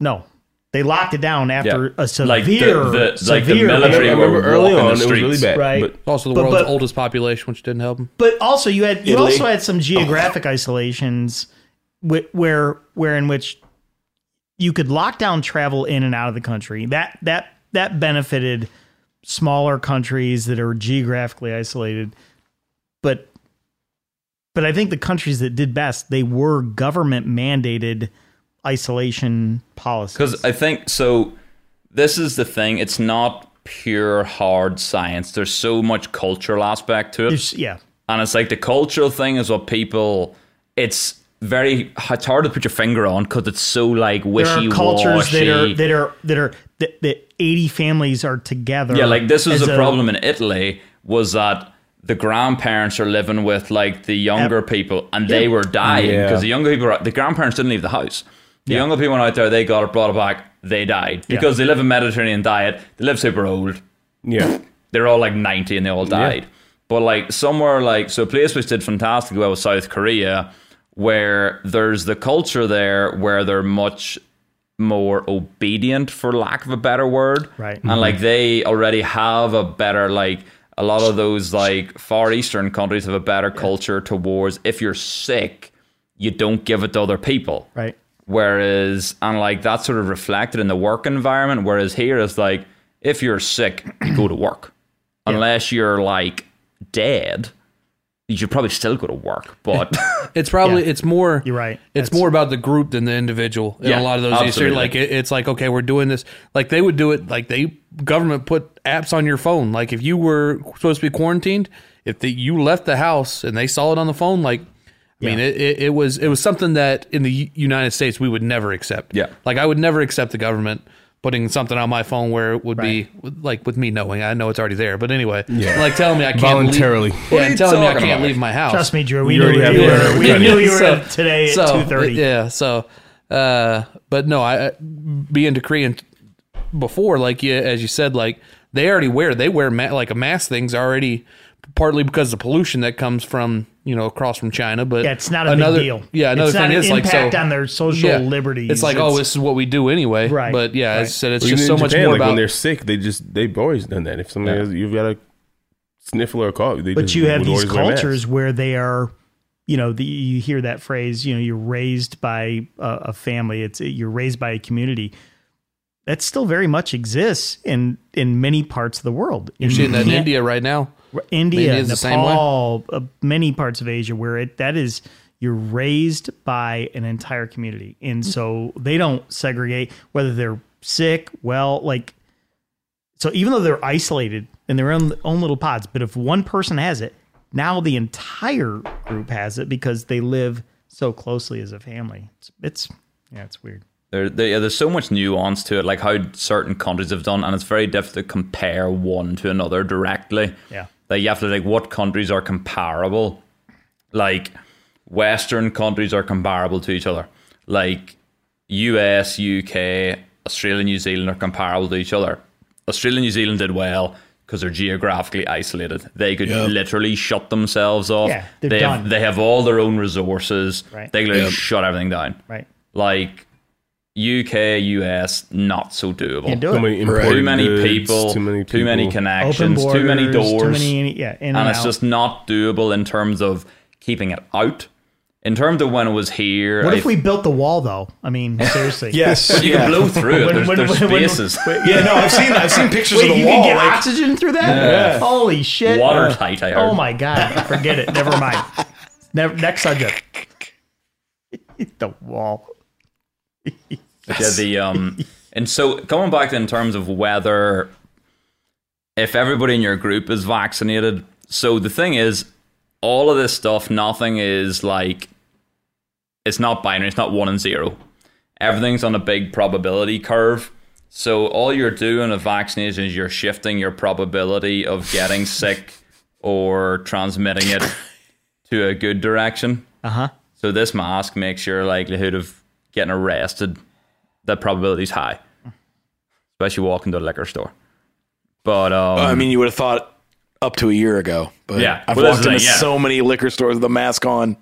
[SPEAKER 2] No, they locked it down after
[SPEAKER 3] Yeah.
[SPEAKER 2] a
[SPEAKER 3] Like the-
[SPEAKER 2] severe,
[SPEAKER 3] the- like the
[SPEAKER 2] severe
[SPEAKER 4] I
[SPEAKER 3] military- Everybody
[SPEAKER 4] remember
[SPEAKER 3] were
[SPEAKER 4] early
[SPEAKER 3] walking
[SPEAKER 4] on
[SPEAKER 3] the
[SPEAKER 4] it was really
[SPEAKER 3] streets.
[SPEAKER 4] bad.
[SPEAKER 2] Right.
[SPEAKER 4] But
[SPEAKER 5] It's also the
[SPEAKER 2] But-
[SPEAKER 5] world's
[SPEAKER 2] but-
[SPEAKER 5] oldest population, which didn't help them.
[SPEAKER 2] But also, you had you
[SPEAKER 1] Italy.
[SPEAKER 2] also had
[SPEAKER 3] Oh.
[SPEAKER 2] some geographic isolations whi- where where in which you could lock down travel in and out of the country. That that that benefited smaller countries that are geographically isolated. But but I think the countries that did best they were government mandated isolation policies.
[SPEAKER 3] Because I think so. This is the thing. It's not pure hard science. There's so much cultural aspect to it,
[SPEAKER 2] There's- yeah,
[SPEAKER 3] and it's like the cultural thing is what people. It's very. It's hard to put your finger on because it's so like
[SPEAKER 2] there
[SPEAKER 3] wishy
[SPEAKER 2] are
[SPEAKER 3] washy.
[SPEAKER 2] cultures that are that are that are that, that eighty families are together.
[SPEAKER 3] Yeah, like this was
[SPEAKER 2] as
[SPEAKER 3] a
[SPEAKER 2] a-
[SPEAKER 3] problem in Italy was that the grandparents are living with like the younger people and they were dying
[SPEAKER 4] Yeah.
[SPEAKER 3] because the younger people, are, the grandparents didn't leave the house. The younger people went out there, they got it, brought it back, they died because they live a Mediterranean diet, they live super old,
[SPEAKER 4] yeah,
[SPEAKER 3] they're all like 90 and they all died. But like somewhere like, so a place which did fantastically well was South Korea, where there's the culture there where they're much more obedient for lack of a better word
[SPEAKER 2] Right.
[SPEAKER 3] and like they already have a better like a lot of those like far eastern countries have a better culture towards if you're sick you don't give it to other people
[SPEAKER 2] right.
[SPEAKER 3] Whereas, and like that's sort of reflected in the work environment. Whereas here is like, if you're sick, you go to work. Unless you're like dead, you should probably still go to work. But
[SPEAKER 5] It's probably
[SPEAKER 2] Yeah.
[SPEAKER 5] it's more
[SPEAKER 2] You're right.
[SPEAKER 5] It's
[SPEAKER 2] That's-
[SPEAKER 5] more about the group than the individual. In
[SPEAKER 3] Yeah,
[SPEAKER 5] a lot of those Eastern,
[SPEAKER 3] absolutely.
[SPEAKER 5] like it, it's like okay, we're doing this. Like they would do it. Like they government put apps on your phone. Like if you were supposed to be quarantined, if the, you left the house and they saw it on the phone, like I mean, it, it, it was it was something that in the U- United States we would never accept.
[SPEAKER 3] Yeah.
[SPEAKER 5] like I would never accept the government putting something on my phone where it would be like with me knowing I know it's already there. But anyway, like telling me I can't leave-
[SPEAKER 4] Voluntarily.
[SPEAKER 5] yeah, and telling me I
[SPEAKER 3] talking
[SPEAKER 5] can't
[SPEAKER 3] about?
[SPEAKER 5] leave my house.
[SPEAKER 2] Trust me, Drew. We
[SPEAKER 4] You
[SPEAKER 2] knew
[SPEAKER 4] already
[SPEAKER 2] you
[SPEAKER 4] have
[SPEAKER 2] were.
[SPEAKER 4] dinner.
[SPEAKER 2] We
[SPEAKER 4] We're
[SPEAKER 2] knew
[SPEAKER 4] done.
[SPEAKER 2] you were
[SPEAKER 5] So-
[SPEAKER 2] up today at
[SPEAKER 5] so,
[SPEAKER 2] two thirty.
[SPEAKER 5] Yeah. So, uh, but no, I I- being to Korean before, like yeah, as you said, like they already wear they wear ma- like a mask thing's already partly because of the pollution that comes from you know across from China, but
[SPEAKER 2] Yeah, it's not a big
[SPEAKER 5] another,
[SPEAKER 2] deal.
[SPEAKER 5] Yeah, another
[SPEAKER 2] It's not
[SPEAKER 5] thing
[SPEAKER 2] an
[SPEAKER 5] is like so
[SPEAKER 2] impact on their social liberties.
[SPEAKER 5] It's like
[SPEAKER 2] It's-
[SPEAKER 5] oh, this is what we do anyway,
[SPEAKER 2] Right,
[SPEAKER 5] But yeah,
[SPEAKER 2] right.
[SPEAKER 5] as I said, it's
[SPEAKER 4] Well,
[SPEAKER 5] just
[SPEAKER 4] even
[SPEAKER 5] so
[SPEAKER 4] in
[SPEAKER 5] much
[SPEAKER 4] Japan,
[SPEAKER 5] more
[SPEAKER 4] like
[SPEAKER 5] about
[SPEAKER 4] when they're sick, they just they've always done that. If somebody has, you've got a sniffle or a cough, they
[SPEAKER 2] But
[SPEAKER 4] just
[SPEAKER 2] you have
[SPEAKER 4] would
[SPEAKER 2] these
[SPEAKER 4] always wear masks.
[SPEAKER 2] cultures where they are, you know, the, you hear that phrase, you know, you're raised by a, a family. It's you're raised by a community. that still very much exists in in many parts of the world.
[SPEAKER 5] You're seeing that in India right now.
[SPEAKER 2] India,
[SPEAKER 5] India's the same way.
[SPEAKER 2] Nepal, uh, many parts of Asia where it that is you're raised by an entire community,
[SPEAKER 3] Mm.
[SPEAKER 2] and so they don't segregate whether they're sick, well, like so. Even though they're isolated in their own own little pods, but if one person has it, now the entire group has it because they live so closely as a family. It's, it's yeah, it's weird.
[SPEAKER 3] There, there, yeah, there's so much nuance to it, like how certain countries have done, and it's very difficult to compare one to another directly.
[SPEAKER 2] Yeah.
[SPEAKER 3] Like you have to like what countries are comparable. Like Western countries are comparable to each other. Like US, UK, Australia, New Zealand are comparable to each other. Australia, New Zealand did well because they're geographically isolated. They could literally shut themselves off.
[SPEAKER 2] Yeah, they're
[SPEAKER 3] they
[SPEAKER 2] done.
[SPEAKER 3] have, they have all their own resources.
[SPEAKER 2] Right.
[SPEAKER 3] They can literally shut everything down.
[SPEAKER 2] Right.
[SPEAKER 3] Like UK, US, not so doable.
[SPEAKER 2] Can't do
[SPEAKER 4] Too
[SPEAKER 2] it.
[SPEAKER 4] many,
[SPEAKER 3] too
[SPEAKER 4] imported
[SPEAKER 3] many
[SPEAKER 4] goods,
[SPEAKER 3] people,
[SPEAKER 4] Too many. People.
[SPEAKER 2] Open
[SPEAKER 3] connections,
[SPEAKER 2] borders,
[SPEAKER 3] too many doors,
[SPEAKER 2] too many, yeah, in and,
[SPEAKER 3] and it's
[SPEAKER 2] out.
[SPEAKER 3] just not doable in terms of keeping it out. In terms of when it was here,
[SPEAKER 2] What
[SPEAKER 3] I-
[SPEAKER 2] if we built the wall though? I mean,
[SPEAKER 3] <laughs>
[SPEAKER 2] seriously.
[SPEAKER 1] Yes.
[SPEAKER 2] <laughs>
[SPEAKER 3] You can blow through
[SPEAKER 2] When-
[SPEAKER 3] it. There's,
[SPEAKER 2] when-
[SPEAKER 3] there's
[SPEAKER 2] when- when-
[SPEAKER 3] spaces. <laughs>
[SPEAKER 1] Yeah, no, I've seen I've seen pictures
[SPEAKER 2] Wait,
[SPEAKER 1] of the
[SPEAKER 2] you
[SPEAKER 1] wall.
[SPEAKER 2] can get
[SPEAKER 1] like,
[SPEAKER 2] oxygen through that? Holy shit!
[SPEAKER 3] Watertight, I heard.
[SPEAKER 2] Oh my god! Forget it. Never mind. Never, next subject.
[SPEAKER 1] <laughs>
[SPEAKER 2] the wall.
[SPEAKER 3] Yeah,
[SPEAKER 2] <laughs>
[SPEAKER 3] the um, and so coming back in terms of whether if everybody in your group is vaccinated. So the thing is, all of this stuff, nothing is like it's not binary. It's not one and zero. Everything's on a big probability curve. So all you're doing with vaccination is you're shifting your probability of getting sick or transmitting it to a good direction.
[SPEAKER 2] Uh huh.
[SPEAKER 3] So this mask makes your likelihood of getting arrested, that probability's high, especially walking to a liquor store. But um,
[SPEAKER 1] I mean, you would have thought up to a year ago, but
[SPEAKER 3] Yeah.
[SPEAKER 1] I've
[SPEAKER 3] Well, that's
[SPEAKER 1] walked
[SPEAKER 3] the
[SPEAKER 1] into
[SPEAKER 3] thing, yeah.
[SPEAKER 1] so many liquor stores with a mask on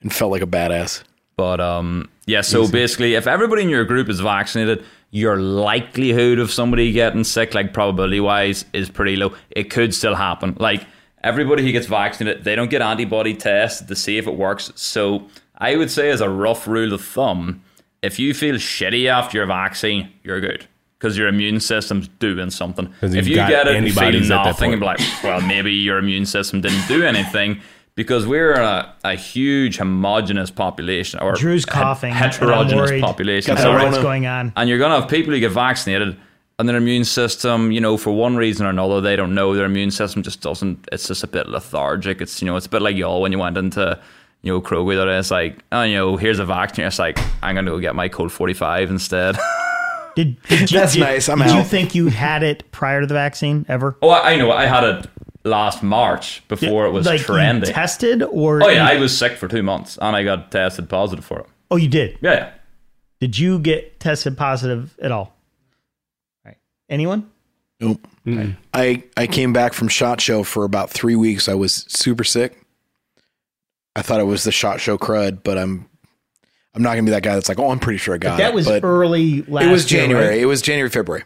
[SPEAKER 1] and felt like a badass.
[SPEAKER 3] but um, yeah. So basically, if everybody in your group is vaccinated, your likelihood of somebody getting sick, like probability wise, is pretty low. It could still happen. Like everybody who gets vaccinated, they don't get antibody tests to see if it works. So I would say, as a rough rule of thumb, if you feel shitty after your vaccine, you're good. Because your immune system's doing something.
[SPEAKER 4] 'Cause
[SPEAKER 3] If
[SPEAKER 4] you've
[SPEAKER 3] you
[SPEAKER 4] got
[SPEAKER 3] get it and feel
[SPEAKER 4] antibodies at that
[SPEAKER 3] nothing,
[SPEAKER 4] point.
[SPEAKER 3] and be like, well, maybe your immune system didn't do anything because we're a, a huge homogenous population or
[SPEAKER 2] Drew's
[SPEAKER 3] he-
[SPEAKER 2] coughing, and I'm
[SPEAKER 3] heterogenous
[SPEAKER 2] worried.
[SPEAKER 3] population.
[SPEAKER 1] Got
[SPEAKER 3] So
[SPEAKER 1] the
[SPEAKER 3] we're-
[SPEAKER 2] What's
[SPEAKER 1] Corona.
[SPEAKER 2] going on?
[SPEAKER 3] and you're gonna have people who get vaccinated and their immune system, you know, for one reason or another, they don't know. Their immune system just doesn't it's just a bit lethargic. It's you know, it's a bit like y'all when you went into you know, Kroger that it's like, oh you know, here's a vaccine. It's like, I'm gonna go get my cold forty five instead. <laughs>
[SPEAKER 2] Did, did you,
[SPEAKER 1] <laughs> That's
[SPEAKER 2] did-
[SPEAKER 1] nice, I'm
[SPEAKER 2] did you
[SPEAKER 1] out.
[SPEAKER 2] think you had it prior to the vaccine ever?
[SPEAKER 3] oh I, I know I had it last March before Oh, it was
[SPEAKER 2] like you
[SPEAKER 3] trendy.
[SPEAKER 2] tested or?
[SPEAKER 3] Oh yeah,
[SPEAKER 2] you-
[SPEAKER 3] I was sick for two months and I got tested positive for it.
[SPEAKER 2] oh, you did.
[SPEAKER 3] Yeah, yeah.
[SPEAKER 2] Did you get tested positive at all? Right. Anyone?
[SPEAKER 1] Nope. I I came back from Shot Show for about three weeks. I was super sick. I thought it was the Shot Show crud, but I'm I'm not gonna be that guy that's like, oh, I'm pretty sure I got
[SPEAKER 2] That
[SPEAKER 1] it.
[SPEAKER 2] was
[SPEAKER 1] but
[SPEAKER 2] early last.
[SPEAKER 1] it was
[SPEAKER 2] year, right?
[SPEAKER 1] January. It was January, February,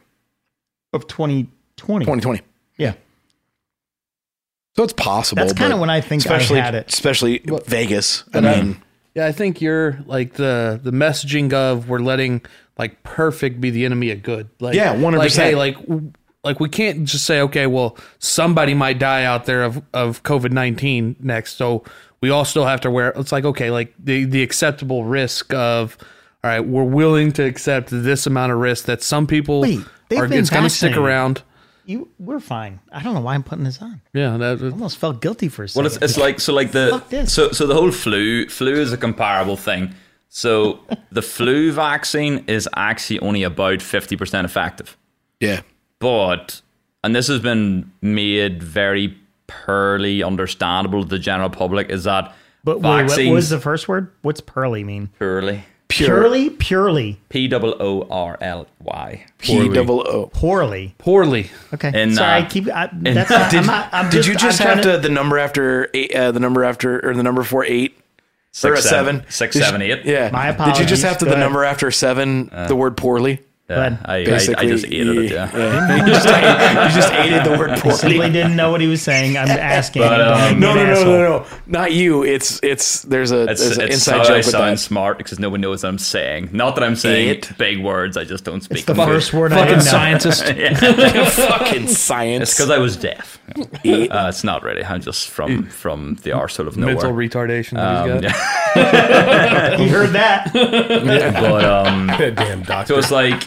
[SPEAKER 2] of 2020.
[SPEAKER 1] 2020.
[SPEAKER 2] Yeah.
[SPEAKER 1] So it's possible.
[SPEAKER 2] That's kind
[SPEAKER 1] but
[SPEAKER 2] of when I think
[SPEAKER 1] especially
[SPEAKER 2] I had it. uh,
[SPEAKER 1] especially Vegas. I
[SPEAKER 5] I-
[SPEAKER 1] mean,
[SPEAKER 5] Yeah, I think you're like the the messaging of we're letting like perfect be the enemy of good. Like
[SPEAKER 1] Yeah, 100%.
[SPEAKER 5] Like hey, like w- like we can't just say okay, well somebody might die out there of of COVID nineteen next, so we all still have to wear. It's like okay, like the the acceptable risk of. All right, we're willing to accept this amount of risk that some people
[SPEAKER 2] Wait, they've
[SPEAKER 5] are.
[SPEAKER 2] been
[SPEAKER 5] It's going to stick
[SPEAKER 2] vaccinated.
[SPEAKER 5] around.
[SPEAKER 2] You, we're fine. I don't know why I'm putting this on.
[SPEAKER 5] Yeah, that, uh,
[SPEAKER 2] Almost felt guilty for a second.
[SPEAKER 3] Well, it's, it's like so like the
[SPEAKER 2] Fuck this.
[SPEAKER 3] so so the whole flu flu is a comparable thing.
[SPEAKER 2] <laughs>
[SPEAKER 3] So the flu vaccine is actually only about fifty percent effective,
[SPEAKER 1] yeah.
[SPEAKER 3] but and this has been made very poorly understandable to the general public is that
[SPEAKER 2] but wait,
[SPEAKER 3] vaccines
[SPEAKER 2] what was the first word? What's pearly mean?
[SPEAKER 3] poorly
[SPEAKER 2] Purely, purely,
[SPEAKER 3] P O O R L Y.
[SPEAKER 1] P double O.
[SPEAKER 2] poorly.
[SPEAKER 5] poorly.
[SPEAKER 2] Okay.
[SPEAKER 3] And,
[SPEAKER 2] Sorry,
[SPEAKER 3] uh,
[SPEAKER 2] I keep. I, that's not, I'm not. I'm
[SPEAKER 1] Did
[SPEAKER 2] just,
[SPEAKER 1] you just
[SPEAKER 2] I'm
[SPEAKER 1] have
[SPEAKER 2] trying
[SPEAKER 1] to, the number after eight, uh, the number after or the number before eight or a
[SPEAKER 3] Six,
[SPEAKER 1] seven
[SPEAKER 3] seven- six,
[SPEAKER 1] Did you-
[SPEAKER 3] seven, eight.
[SPEAKER 1] Yeah.
[SPEAKER 2] My
[SPEAKER 1] Did you
[SPEAKER 2] apologies.
[SPEAKER 1] just have to
[SPEAKER 2] Go
[SPEAKER 1] the
[SPEAKER 2] ahead.
[SPEAKER 1] Uh, number after seven the word poorly?
[SPEAKER 3] Yeah,
[SPEAKER 2] ahead.
[SPEAKER 3] I, I, I
[SPEAKER 1] Basically,
[SPEAKER 3] just hated it.
[SPEAKER 1] yeah.
[SPEAKER 3] Yeah.
[SPEAKER 1] <laughs> you, just, you just hated the
[SPEAKER 2] <laughs>
[SPEAKER 1] word
[SPEAKER 2] Simply
[SPEAKER 3] <laughs>
[SPEAKER 1] poorly.
[SPEAKER 2] didn't know what he was saying. I'm asking.
[SPEAKER 3] But,
[SPEAKER 2] Don't
[SPEAKER 3] um,
[SPEAKER 2] make me
[SPEAKER 1] No,
[SPEAKER 2] an
[SPEAKER 1] no, no, no,
[SPEAKER 2] asshole.
[SPEAKER 1] no, Not you. It's it's there's a
[SPEAKER 3] It's,
[SPEAKER 1] there's an
[SPEAKER 3] it's
[SPEAKER 1] inside
[SPEAKER 3] how I
[SPEAKER 1] joke with
[SPEAKER 3] sound
[SPEAKER 1] that.
[SPEAKER 3] smart because no one knows what I'm saying. Not that I'm saying
[SPEAKER 1] It.
[SPEAKER 3] big words, I just don't speak.
[SPEAKER 2] It's the
[SPEAKER 3] them.
[SPEAKER 2] first word I
[SPEAKER 5] Fucking
[SPEAKER 2] know. <laughs>
[SPEAKER 5] scientist.
[SPEAKER 1] Fucking
[SPEAKER 3] It's
[SPEAKER 1] science.
[SPEAKER 3] because I was deaf.
[SPEAKER 1] It.
[SPEAKER 3] Uh, it's not really. I'm just from from the arsehole of nowhere.
[SPEAKER 5] Mental retardation that he's
[SPEAKER 3] Um,
[SPEAKER 5] got.
[SPEAKER 3] yeah.
[SPEAKER 2] You heard that?
[SPEAKER 3] but um,
[SPEAKER 4] <laughs> That damn doctor.
[SPEAKER 3] so it's like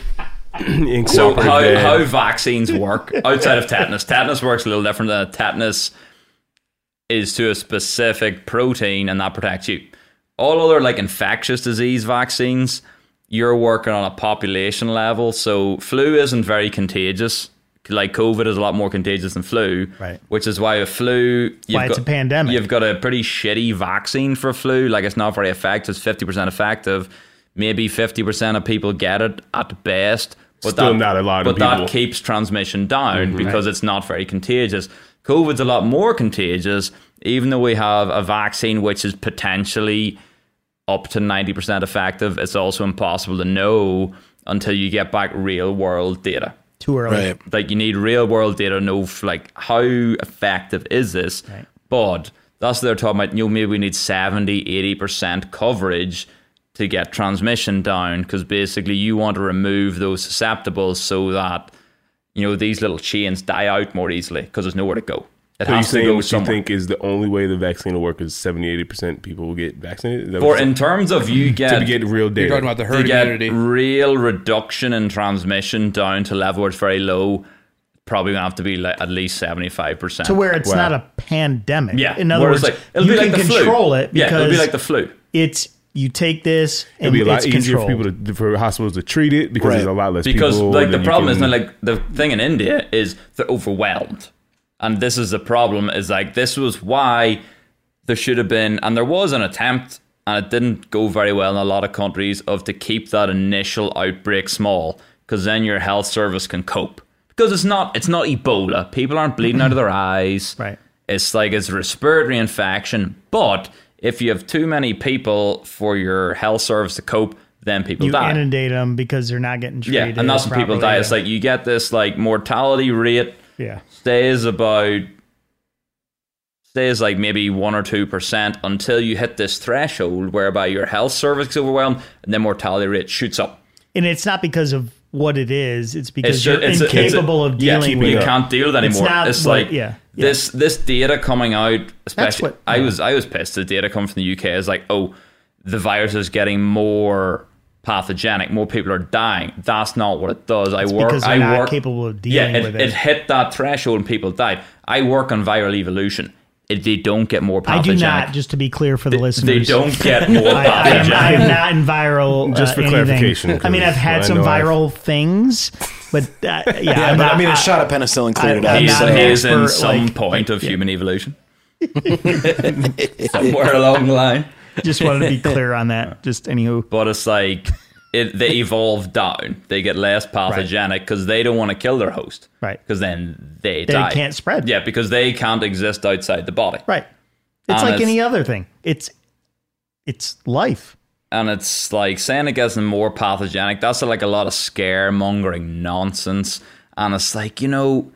[SPEAKER 4] in
[SPEAKER 3] so
[SPEAKER 4] cooperative
[SPEAKER 3] how, how
[SPEAKER 4] band.
[SPEAKER 3] vaccines work outside of tetanus. Tetanus works a little different than a tetanus is to a specific protein and that protects you. All other like infectious disease vaccines, you're working on a population level. So flu isn't very contagious. Like COVID is a lot more contagious than flu,
[SPEAKER 2] Right.
[SPEAKER 3] Which is why a flu, you've
[SPEAKER 2] Why it's a pandemic.
[SPEAKER 3] You've got a pretty shitty vaccine for flu. Like it's not very effective. It's fifty percent effective. Maybe fifty percent of people get it at best. But
[SPEAKER 4] Still not a lot
[SPEAKER 3] But
[SPEAKER 4] of people. Mm-hmm.
[SPEAKER 3] that keeps transmission down because it's not very contagious. COVID's a lot more contagious, even though we have a vaccine which is potentially up to 90% effective. It's also impossible to know until you get back real world data.
[SPEAKER 2] Too early.
[SPEAKER 1] Right.
[SPEAKER 3] Like, you need real world data to know, f- like, how effective is this? But that's what they're talking about. You know, maybe we need 70, 80% coverage to get transmission down because basically you want to remove those susceptibles so that, you know, these little chains die out more easily because there's nowhere to go. It
[SPEAKER 4] So you
[SPEAKER 3] has to
[SPEAKER 4] saying
[SPEAKER 3] go
[SPEAKER 4] what you
[SPEAKER 3] somewhere.
[SPEAKER 4] think is the only way the vaccine will work is 70, 80 percent people will get vaccinated? Is that
[SPEAKER 3] Or
[SPEAKER 4] what you
[SPEAKER 3] in terms of you
[SPEAKER 4] said?
[SPEAKER 3] get
[SPEAKER 4] to get real
[SPEAKER 5] You're
[SPEAKER 4] data.
[SPEAKER 5] talking about the herd
[SPEAKER 3] to get
[SPEAKER 5] immunity.
[SPEAKER 3] real reduction in transmission down to level where it's very low, probably gonna have to be like at least seventy five percent.
[SPEAKER 2] To where it's not a pandemic.
[SPEAKER 3] yeah,
[SPEAKER 2] In other
[SPEAKER 3] where it's
[SPEAKER 2] words, you can
[SPEAKER 3] the flu.
[SPEAKER 2] control it because
[SPEAKER 3] yeah, it'll be like the flu.
[SPEAKER 2] it's you take this and
[SPEAKER 4] It'd be a
[SPEAKER 2] it's
[SPEAKER 4] lot easier
[SPEAKER 2] controlled.
[SPEAKER 4] for people to, for hospitals to treat it because
[SPEAKER 1] Right.
[SPEAKER 4] there's a lot less
[SPEAKER 3] because
[SPEAKER 4] people.
[SPEAKER 3] like
[SPEAKER 4] and
[SPEAKER 3] the
[SPEAKER 4] then you
[SPEAKER 3] problem is
[SPEAKER 4] can-
[SPEAKER 3] not like the thing in India is they're overwhelmed, and this is the problem. Is like this was why there should have been, and there was an attempt, and it didn't go very well in a lot of countries, of to keep that initial outbreak small, because then your health service can cope. Because it's not it's not Ebola. People aren't bleeding out of
[SPEAKER 4] <clears throat>
[SPEAKER 3] their eyes.
[SPEAKER 2] Right.
[SPEAKER 3] It's like it's a respiratory infection, but if you have too many people for your health service to cope, then people
[SPEAKER 2] you
[SPEAKER 3] die.
[SPEAKER 2] inundate them because they're not getting
[SPEAKER 3] Yeah,
[SPEAKER 2] treated.
[SPEAKER 3] and that's when people die.
[SPEAKER 2] properly.
[SPEAKER 3] It's like you get this like mortality rate
[SPEAKER 2] yeah,
[SPEAKER 3] stays about stays like maybe one or two percent until you hit this threshold whereby your health service is overwhelmed and then mortality rate shoots up.
[SPEAKER 2] and it's not because of what it is. It's because
[SPEAKER 3] ju-
[SPEAKER 2] you're
[SPEAKER 3] a- a-
[SPEAKER 2] incapable of
[SPEAKER 3] yeah,
[SPEAKER 2] dealing
[SPEAKER 3] You
[SPEAKER 2] with it.
[SPEAKER 3] can't deal with it anymore. It's,
[SPEAKER 2] not what-
[SPEAKER 3] like
[SPEAKER 2] yeah, yeah.
[SPEAKER 3] this this data coming out, especially
[SPEAKER 2] what-
[SPEAKER 3] I was I was pissed. The data coming from the UK is like, oh, the virus is getting more pathogenic. More people are dying. That's not what it does. I work.
[SPEAKER 2] because they're
[SPEAKER 3] I
[SPEAKER 2] not
[SPEAKER 3] work
[SPEAKER 2] capable of dealing
[SPEAKER 3] yeah, it,
[SPEAKER 2] with
[SPEAKER 3] it hit that threshold and people died. I work on viral evolution. It, they don't get more
[SPEAKER 2] I do
[SPEAKER 3] pathogenic.
[SPEAKER 2] not. Just to be clear for the
[SPEAKER 3] they <laughs>
[SPEAKER 2] listeners,
[SPEAKER 3] don't get
[SPEAKER 2] <laughs>
[SPEAKER 3] more
[SPEAKER 2] I, I, am,
[SPEAKER 3] pathogenic.
[SPEAKER 2] I am not in viral. uh,
[SPEAKER 4] <laughs> Just for
[SPEAKER 2] anything.
[SPEAKER 4] clarification,
[SPEAKER 2] I mean, I've
[SPEAKER 4] 'cause
[SPEAKER 2] had
[SPEAKER 4] I
[SPEAKER 2] some
[SPEAKER 4] know I've-
[SPEAKER 2] viral things, but uh, yeah,
[SPEAKER 1] Yeah,
[SPEAKER 2] I'm
[SPEAKER 1] but
[SPEAKER 2] not-
[SPEAKER 1] I mean, a shot of penicillin cleared it
[SPEAKER 2] I-
[SPEAKER 1] up.
[SPEAKER 2] I'm
[SPEAKER 3] He's,
[SPEAKER 2] not an
[SPEAKER 3] he's in
[SPEAKER 2] expert,
[SPEAKER 3] some
[SPEAKER 2] like-
[SPEAKER 3] point of human evolution. <laughs> Somewhere along the line.
[SPEAKER 2] just wanted to
[SPEAKER 3] <laughs>
[SPEAKER 2] be clear on that. Just anywho,
[SPEAKER 3] But it's like it, they evolve down. They get less pathogenic because they don't want to kill their host.
[SPEAKER 2] Right.
[SPEAKER 3] Because then they,
[SPEAKER 2] They
[SPEAKER 3] die.
[SPEAKER 2] can't spread.
[SPEAKER 3] Yeah, because they can't exist outside the body.
[SPEAKER 2] right? It's like
[SPEAKER 3] Honest.
[SPEAKER 2] any other thing. It's it's life.
[SPEAKER 3] and it's like saying it gets more pathogenic. That's like a lot of scaremongering nonsense. And it's like, you know,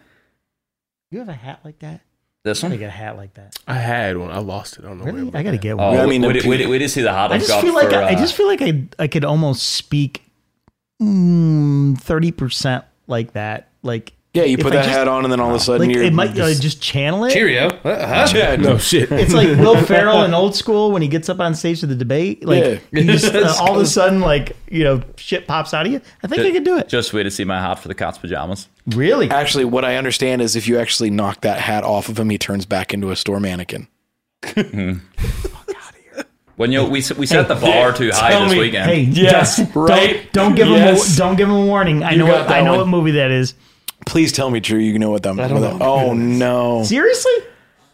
[SPEAKER 2] You have a hat like that?
[SPEAKER 3] this
[SPEAKER 2] I
[SPEAKER 3] one.
[SPEAKER 2] got a hat like that.
[SPEAKER 4] I had one. I lost it. I don't know
[SPEAKER 2] Really?
[SPEAKER 4] where.
[SPEAKER 2] I gotta get one.
[SPEAKER 3] Oh,
[SPEAKER 1] I
[SPEAKER 3] I mean,
[SPEAKER 1] mean, the
[SPEAKER 3] wait,
[SPEAKER 1] pe-
[SPEAKER 3] wait, wait to see the hat
[SPEAKER 2] I
[SPEAKER 3] I've
[SPEAKER 2] just
[SPEAKER 3] got
[SPEAKER 2] feel like
[SPEAKER 3] for,
[SPEAKER 2] I, I
[SPEAKER 3] uh,
[SPEAKER 2] just feel like I I could almost speak mm, thirty percent like that. Like
[SPEAKER 1] Yeah, you
[SPEAKER 2] if
[SPEAKER 1] put
[SPEAKER 2] I
[SPEAKER 1] that
[SPEAKER 2] just-
[SPEAKER 1] hat on, and then all of a sudden
[SPEAKER 2] Like
[SPEAKER 1] you're
[SPEAKER 2] it might
[SPEAKER 1] you're
[SPEAKER 2] uh, just channel it.
[SPEAKER 5] Cheerio. Uh-huh.
[SPEAKER 4] Yeah, no shit.
[SPEAKER 2] It's like
[SPEAKER 1] <laughs>
[SPEAKER 2] Will Ferrell in old school when he gets up on stage to the debate. Like
[SPEAKER 1] Yeah.
[SPEAKER 2] you
[SPEAKER 1] <laughs>
[SPEAKER 2] just, uh, all of a sudden, like you know, shit pops out of you. I think I could do it.
[SPEAKER 3] Just wait to see my hat for the cat's pajamas.
[SPEAKER 2] Really?
[SPEAKER 1] Actually, what I understand is if you actually knock that hat off of him, he turns back into a store mannequin.
[SPEAKER 3] When you we s- we set the bar too high this weekend.
[SPEAKER 2] Hey,
[SPEAKER 1] Yes,
[SPEAKER 2] don't-
[SPEAKER 1] right?
[SPEAKER 2] Don't, don't give
[SPEAKER 1] Yes.
[SPEAKER 2] him. A, don't give him a warning. I know.
[SPEAKER 1] got
[SPEAKER 2] What, I
[SPEAKER 1] that
[SPEAKER 2] know
[SPEAKER 1] one.
[SPEAKER 2] what movie that is.
[SPEAKER 1] Please tell me, Drew, you know what that. what
[SPEAKER 5] don't know.
[SPEAKER 1] that- Oh no,
[SPEAKER 2] Seriously?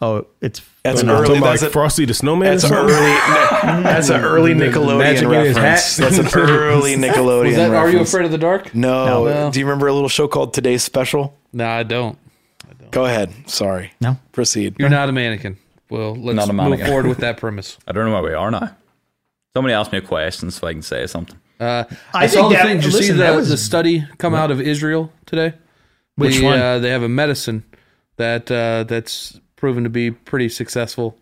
[SPEAKER 2] Oh, it's
[SPEAKER 1] that's an
[SPEAKER 4] I'm talking
[SPEAKER 1] early.
[SPEAKER 4] about like
[SPEAKER 1] That's, a,
[SPEAKER 4] Frosty the Snowman.
[SPEAKER 1] that's
[SPEAKER 4] or
[SPEAKER 1] an
[SPEAKER 4] something?
[SPEAKER 1] early. That's an early Nickelodeon
[SPEAKER 4] magic in his
[SPEAKER 1] reference.
[SPEAKER 4] hat.
[SPEAKER 1] That's an early Nickelodeon.
[SPEAKER 5] Is that Are You
[SPEAKER 1] reference.
[SPEAKER 5] Afraid of the Dark?
[SPEAKER 1] No.
[SPEAKER 5] No.
[SPEAKER 1] Do you remember a little show called Today's Special?
[SPEAKER 5] No, I don't.
[SPEAKER 1] Go ahead. Sorry.
[SPEAKER 2] No.
[SPEAKER 1] Proceed.
[SPEAKER 5] You're not a mannequin. Well, let's
[SPEAKER 3] Not a
[SPEAKER 5] move
[SPEAKER 3] mannequin.
[SPEAKER 5] forward with that premise.
[SPEAKER 3] I don't know where we are now. Somebody asked me a question so I can say something.
[SPEAKER 5] Uh,
[SPEAKER 7] <laughs>
[SPEAKER 5] I,
[SPEAKER 7] I think
[SPEAKER 5] saw the
[SPEAKER 7] that-
[SPEAKER 5] thing. Did you see
[SPEAKER 7] listen,
[SPEAKER 5] the,
[SPEAKER 7] that was-
[SPEAKER 5] the study come out of Israel today?
[SPEAKER 2] Which
[SPEAKER 5] The,
[SPEAKER 2] one?
[SPEAKER 5] Uh, they have a medicine that uh, that's proven to be pretty successful.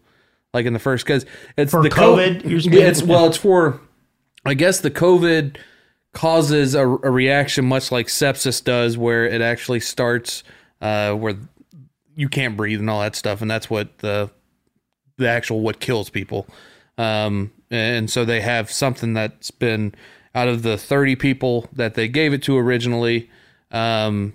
[SPEAKER 5] Like in the first, because it's
[SPEAKER 7] For
[SPEAKER 5] the co-
[SPEAKER 7] COVID, you're
[SPEAKER 5] yeah, it's
[SPEAKER 7] speaking-
[SPEAKER 5] well, it's for. I guess the COVID causes a, a reaction much like sepsis does, where it actually starts uh, where you can't breathe and all that stuff, and that's what the the actual what kills people. Um, and so they have something that's been out of the 30 people that they gave it to originally, um,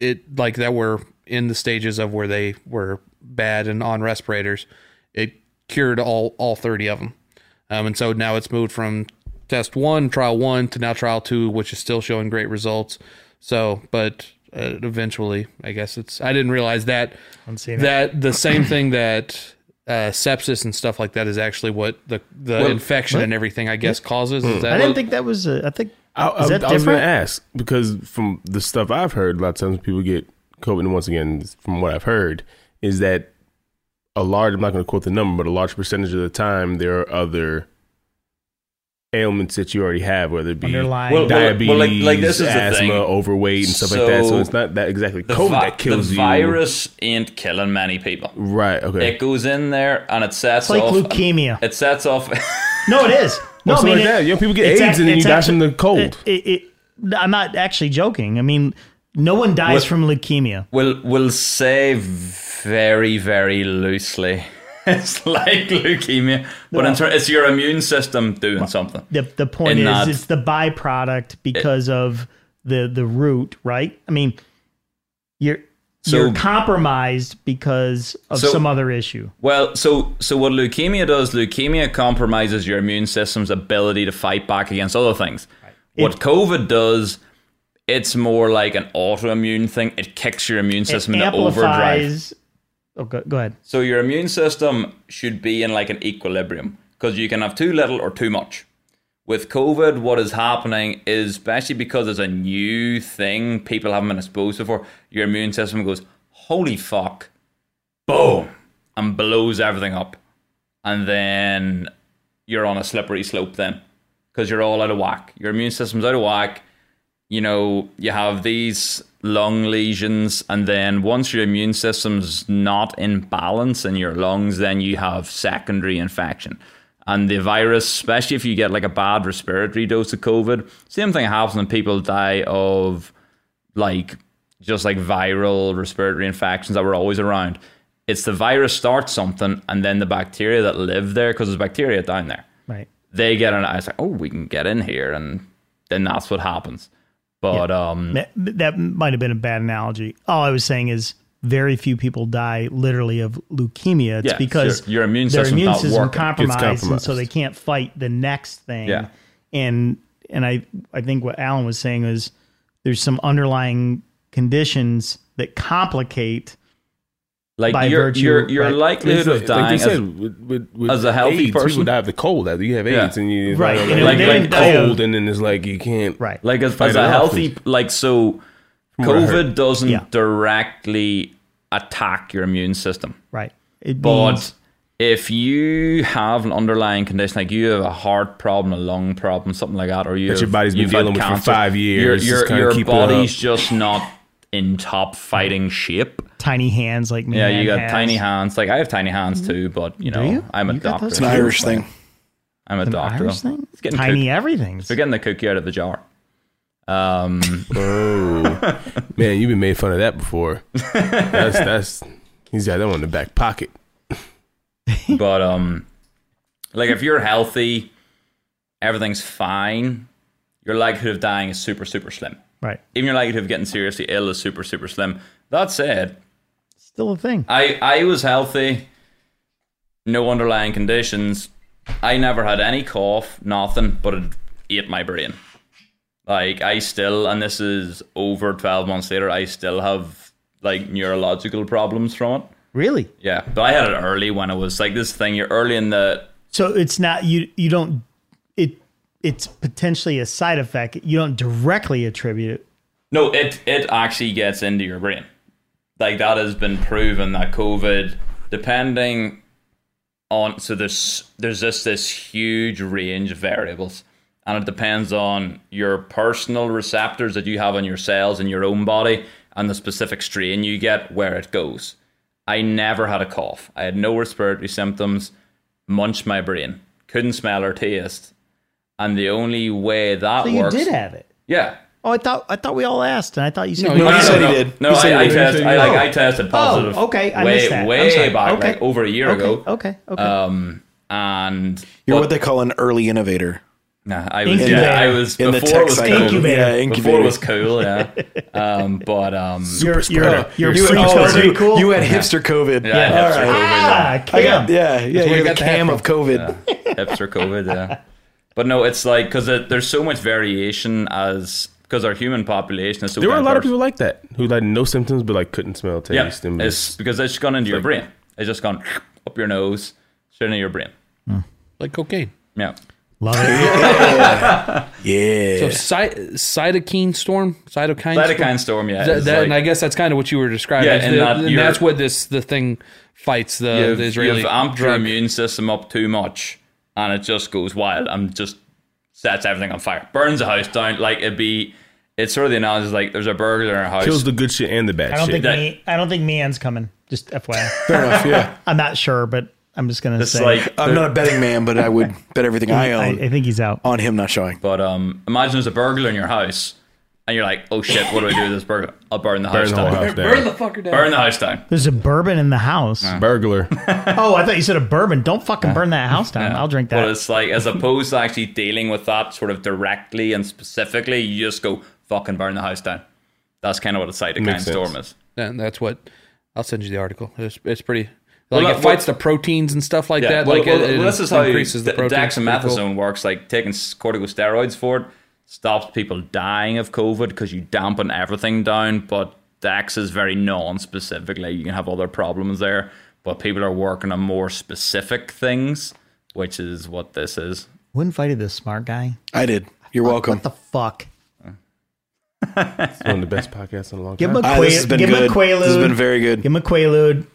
[SPEAKER 5] it like that were in the stages of where they were bad and on respirators. It cured all all 30 of them. Um, and so now it's moved from test one, trial one, to now trial two, which is still showing great results. So, but uh, eventually, I guess it's. I didn't realize that
[SPEAKER 2] seen it.
[SPEAKER 5] that the same thing that uh, sepsis and stuff like that is actually what the the infection and everything I guess causes. Is that
[SPEAKER 2] I didn't
[SPEAKER 5] what-
[SPEAKER 2] think that was. A, I think
[SPEAKER 4] I, I,
[SPEAKER 2] is that
[SPEAKER 4] I was going
[SPEAKER 2] different?
[SPEAKER 4] to ask because from the stuff I've heard, a lot of times people get COVID. And once again, from what I've heard, is that a large, I'm not going to quote the number, but a large percentage of the time, there are other ailments that you already have, whether it be
[SPEAKER 2] Underlying.
[SPEAKER 3] Well, well,
[SPEAKER 4] diabetes,
[SPEAKER 3] well, like- like this is the
[SPEAKER 4] asthma,
[SPEAKER 3] thing.
[SPEAKER 4] overweight, and stuff like that. So
[SPEAKER 3] So
[SPEAKER 4] it's not that, exactly
[SPEAKER 3] The,
[SPEAKER 4] COVID
[SPEAKER 3] vi-
[SPEAKER 4] that kills
[SPEAKER 3] the
[SPEAKER 4] you.
[SPEAKER 3] virus ain't killing many people.
[SPEAKER 4] Right. Okay.
[SPEAKER 3] It goes in there and it sets
[SPEAKER 2] it's like
[SPEAKER 3] off.
[SPEAKER 2] leukemia.
[SPEAKER 3] It sets off. <laughs>
[SPEAKER 2] No, it is. No,
[SPEAKER 4] Well, something like
[SPEAKER 2] it-
[SPEAKER 4] that. You know, people get
[SPEAKER 2] it's
[SPEAKER 4] AIDS
[SPEAKER 2] ac-
[SPEAKER 4] and then
[SPEAKER 2] it's
[SPEAKER 4] you die
[SPEAKER 2] actu-
[SPEAKER 4] from the cold.
[SPEAKER 2] It, it, it- I'm not actually joking. I mean, no one dies
[SPEAKER 3] What-
[SPEAKER 2] from leukemia.
[SPEAKER 3] we'll we'll say very very loosely. <laughs> It's like leukemia, but in ter- it's your immune system doing something.
[SPEAKER 2] The the point
[SPEAKER 3] And
[SPEAKER 2] is,
[SPEAKER 3] not-
[SPEAKER 2] it's the byproduct because of the the root, right? I mean, you're
[SPEAKER 3] So-
[SPEAKER 2] you're compromised because of
[SPEAKER 3] So-
[SPEAKER 2] some other issue.
[SPEAKER 3] Well, so so what leukemia does? Leukemia compromises your immune system's ability to fight back against other things. What COVID does, it's more like an autoimmune thing. It kicks your immune system to overdrive.
[SPEAKER 2] amplifies. Oh, go, go ahead.
[SPEAKER 3] So your immune system should be in like an equilibrium because you can have too little or too much. With COVID, what is happening is, especially because it's a new thing, people haven't been exposed before, your immune system goes, holy fuck, boom, and blows everything up. And then you're on a slippery slope then because you're all out of whack. Your immune system's out of whack. You know, you have these lung lesions, and then once your immune system's not in balance in your lungs, then you have secondary infection. And the virus, especially if you get like a bad respiratory dose of COVID, same thing happens when people die of like just like viral respiratory infections that were always around. It's the virus starts something, and then the bacteria that live there, because there's bacteria down there,
[SPEAKER 2] Right.
[SPEAKER 3] they get an. I was like, oh, we can get in here, and then that's what happens. But um,
[SPEAKER 2] That, that might have been a bad analogy. All I was saying is very few people die literally of leukemia. It's
[SPEAKER 3] Yeah,
[SPEAKER 2] because
[SPEAKER 3] sure. Your immune
[SPEAKER 2] their
[SPEAKER 3] system's
[SPEAKER 2] immune
[SPEAKER 3] not
[SPEAKER 2] system
[SPEAKER 3] working.
[SPEAKER 2] compromised,
[SPEAKER 4] It's
[SPEAKER 2] and
[SPEAKER 4] compromised.
[SPEAKER 2] so they can't fight the next thing.
[SPEAKER 3] Yeah.
[SPEAKER 2] And and I I think what Alan was saying is there's some underlying conditions that complicate
[SPEAKER 3] like
[SPEAKER 2] by
[SPEAKER 3] your
[SPEAKER 2] virtue-
[SPEAKER 3] your your
[SPEAKER 2] right.
[SPEAKER 3] likelihood of dying
[SPEAKER 4] like
[SPEAKER 3] is
[SPEAKER 4] they said, with, with, with
[SPEAKER 3] as a healthy
[SPEAKER 4] AIDS,
[SPEAKER 3] person-
[SPEAKER 4] people die of the cold. That you have
[SPEAKER 3] Yeah.
[SPEAKER 4] AIDS and you it's
[SPEAKER 2] Right,
[SPEAKER 4] Like,
[SPEAKER 2] you
[SPEAKER 3] know,
[SPEAKER 4] like,
[SPEAKER 3] they
[SPEAKER 4] like
[SPEAKER 3] didn't
[SPEAKER 2] die of-
[SPEAKER 4] cold, and then it's like you can't.
[SPEAKER 2] right.
[SPEAKER 3] like as,
[SPEAKER 4] Fight
[SPEAKER 3] as
[SPEAKER 4] it
[SPEAKER 3] a
[SPEAKER 4] off
[SPEAKER 3] healthy like so.
[SPEAKER 4] what I
[SPEAKER 3] COVID doesn't
[SPEAKER 2] Yeah.
[SPEAKER 3] directly attack your immune
[SPEAKER 4] Mm.
[SPEAKER 3] system.
[SPEAKER 2] right. It
[SPEAKER 3] But
[SPEAKER 2] means-
[SPEAKER 3] if you have an underlying condition, like you have a heart problem, a lung problem, something like that, or you
[SPEAKER 4] That
[SPEAKER 3] have,
[SPEAKER 4] your body's been
[SPEAKER 3] you've had
[SPEAKER 4] dealing with for five years, just
[SPEAKER 3] your,
[SPEAKER 4] kinda
[SPEAKER 3] your, your
[SPEAKER 4] keeping it up.
[SPEAKER 3] body's just not in top fighting shape.
[SPEAKER 2] tiny hands like me.
[SPEAKER 3] Yeah, you got tiny hands. Like I have tiny hands too, but you know,
[SPEAKER 2] Mm-hmm. you?
[SPEAKER 3] I'm a
[SPEAKER 2] You got
[SPEAKER 3] doctor.
[SPEAKER 2] those?
[SPEAKER 1] It's an Irish thing.
[SPEAKER 3] I'm a doctor.
[SPEAKER 2] Irish thing?
[SPEAKER 3] It's getting
[SPEAKER 2] Tiny
[SPEAKER 3] cooked.
[SPEAKER 2] everything.
[SPEAKER 3] We're getting the cookie out of the jar. Um,
[SPEAKER 2] <laughs>
[SPEAKER 4] Oh man, you've been made fun of that before. That's that's he's got that one in the back pocket.
[SPEAKER 3] but um, like if you're healthy, everything's fine. Your likelihood of dying is super, super slim.
[SPEAKER 2] Right.
[SPEAKER 3] Even your likelihood of getting seriously ill is super, super slim. That said,
[SPEAKER 2] Still a thing.
[SPEAKER 3] I, I was healthy, no underlying conditions. I never had any cough, nothing, but it ate my brain. Like I still, and this is over twelve months later, I still have like neurological problems from it.
[SPEAKER 2] Really?
[SPEAKER 3] Yeah, but I had it early when it was like this thing. You're early in the
[SPEAKER 2] So it's not you. You don't. It it's potentially a side effect. You don't directly attribute it.
[SPEAKER 3] no, it it actually gets into your brain. Like that has been proven that COVID, depending on so there's there's just this huge range of variables, and it depends on your personal receptors that you have on your cells in your own body and the specific strain you get where it goes. I never had a cough. I had no respiratory symptoms. Munched my brain. Couldn't smell or taste. And the only way that
[SPEAKER 2] So you
[SPEAKER 3] works,
[SPEAKER 2] did have it.
[SPEAKER 3] yeah.
[SPEAKER 2] Oh, I thought I thought we all asked, and I thought you said
[SPEAKER 5] No,
[SPEAKER 2] you Oh,
[SPEAKER 5] you
[SPEAKER 3] No, no,
[SPEAKER 1] he said
[SPEAKER 3] no,
[SPEAKER 1] he
[SPEAKER 3] no.
[SPEAKER 1] did.
[SPEAKER 3] No,
[SPEAKER 1] He said
[SPEAKER 3] I, I,
[SPEAKER 1] he did.
[SPEAKER 3] test, I, like, I tested positive.
[SPEAKER 2] okay, I
[SPEAKER 3] way,
[SPEAKER 2] missed that. I'm sorry.
[SPEAKER 3] Way back,
[SPEAKER 2] Okay.
[SPEAKER 3] like over a year
[SPEAKER 2] okay,
[SPEAKER 3] ago.
[SPEAKER 2] okay, okay.
[SPEAKER 3] Um, and
[SPEAKER 1] You're
[SPEAKER 3] but-
[SPEAKER 1] what they call an early innovator.
[SPEAKER 3] nah, I was,
[SPEAKER 2] In
[SPEAKER 3] yeah,
[SPEAKER 2] the-
[SPEAKER 3] I was
[SPEAKER 1] in the
[SPEAKER 3] before it
[SPEAKER 1] tech
[SPEAKER 3] was
[SPEAKER 1] cycle.
[SPEAKER 3] cool.
[SPEAKER 1] Incubator. Yeah,
[SPEAKER 3] Before
[SPEAKER 1] incubator.
[SPEAKER 3] it was cool, yeah. um, but um,
[SPEAKER 2] you're you're,
[SPEAKER 1] spreader.
[SPEAKER 2] you're,
[SPEAKER 1] You,
[SPEAKER 2] free
[SPEAKER 1] oh,
[SPEAKER 2] toad.
[SPEAKER 1] you- you had hipster COVID.
[SPEAKER 3] yeah, hipster
[SPEAKER 1] All right.
[SPEAKER 3] COVID, yeah.
[SPEAKER 2] Ah,
[SPEAKER 1] I
[SPEAKER 2] Cam.
[SPEAKER 1] got, yeah, yeah.
[SPEAKER 5] where
[SPEAKER 1] You're
[SPEAKER 5] you
[SPEAKER 1] the
[SPEAKER 5] got that
[SPEAKER 1] cam of COVID.
[SPEAKER 3] hipster COVID, yeah. But no, it's like because there's so much variation as because our human population is so
[SPEAKER 4] There were a lot of
[SPEAKER 3] diverse.
[SPEAKER 4] people like that who had no symptoms but like couldn't smell, taste, and
[SPEAKER 3] Yeah, it's because it's gone into your brain. It's just gone up your nose, straight into your brain.
[SPEAKER 5] like cocaine.
[SPEAKER 3] Yeah.
[SPEAKER 2] Love it.
[SPEAKER 1] Yeah.
[SPEAKER 5] So cy- cytokine storm, cytokine,
[SPEAKER 3] Cytokine
[SPEAKER 5] storm.
[SPEAKER 3] storm, yeah.
[SPEAKER 5] That,
[SPEAKER 3] is
[SPEAKER 5] that- and I
[SPEAKER 3] like-
[SPEAKER 5] guess that's kind of what you were describing.
[SPEAKER 3] Yeah,
[SPEAKER 5] It's
[SPEAKER 3] and
[SPEAKER 5] the-
[SPEAKER 3] that you're-
[SPEAKER 5] that's what this the thing fights the,
[SPEAKER 3] you've,
[SPEAKER 5] the Israeli
[SPEAKER 3] you've amped your
[SPEAKER 5] drug.
[SPEAKER 3] immune system up too much and it just goes wild and just sets everything on fire burns the house down like it'd be it's sort of the analogy like there's a burglar in our house
[SPEAKER 4] kills the good shit and the bad
[SPEAKER 2] I don't
[SPEAKER 4] shit.
[SPEAKER 2] think
[SPEAKER 3] that-
[SPEAKER 2] me. I don't think Mian's coming. Just FYI,
[SPEAKER 1] Fair enough. Yeah.
[SPEAKER 2] <laughs> I'm not sure, but I'm just gonna
[SPEAKER 3] it's
[SPEAKER 2] say
[SPEAKER 3] like
[SPEAKER 1] I'm not a betting man, but I would bet everything I
[SPEAKER 2] I, <laughs>
[SPEAKER 1] own
[SPEAKER 2] I think he's out.
[SPEAKER 1] on him not showing.
[SPEAKER 3] but um imagine there's a burglar in your house and you're like oh shit what do i do with this burglar i'll burn the
[SPEAKER 4] Burn
[SPEAKER 3] house
[SPEAKER 4] the whole
[SPEAKER 3] down
[SPEAKER 4] house down.
[SPEAKER 5] Burn the fucker down.
[SPEAKER 3] burn the house down
[SPEAKER 2] There's a bourbon in the house.
[SPEAKER 4] Burglar.
[SPEAKER 2] Oh, I thought you said a bourbon. Don't fucking burn that house down. I'll drink
[SPEAKER 3] but
[SPEAKER 2] that.
[SPEAKER 3] it's like as opposed to actually dealing with that sort of directly and specifically you just go fucking burn the house down that's kind of what a cytokine
[SPEAKER 4] Makes sense.
[SPEAKER 3] storm is
[SPEAKER 5] And that's what I'll send you the article. It's, it's pretty.
[SPEAKER 3] Well,
[SPEAKER 5] Like
[SPEAKER 3] that-
[SPEAKER 5] it fights the proteins and stuff like that.
[SPEAKER 3] well,
[SPEAKER 5] like
[SPEAKER 3] well,
[SPEAKER 5] it, it
[SPEAKER 3] well, this is how
[SPEAKER 5] increases the
[SPEAKER 3] d-
[SPEAKER 5] protein.
[SPEAKER 3] dexamethasone works. Like taking s- corticosteroids for it stops people dying of COVID because you dampen everything down. But Dex is very non-specific. Like you can have other problems there, but people are working on more specific things, which is what this is.
[SPEAKER 2] Who invited this smart guy?
[SPEAKER 1] I did. You're welcome.
[SPEAKER 2] What the fuck?
[SPEAKER 1] <laughs>
[SPEAKER 4] It's one of the best podcasts in a long
[SPEAKER 2] Give him
[SPEAKER 4] time.
[SPEAKER 2] a,
[SPEAKER 1] Ah,
[SPEAKER 2] Quail-
[SPEAKER 1] this has been
[SPEAKER 2] give him a
[SPEAKER 1] good.
[SPEAKER 2] Quaalude.
[SPEAKER 1] This has been very
[SPEAKER 2] give
[SPEAKER 1] good.
[SPEAKER 2] him a Quaalude.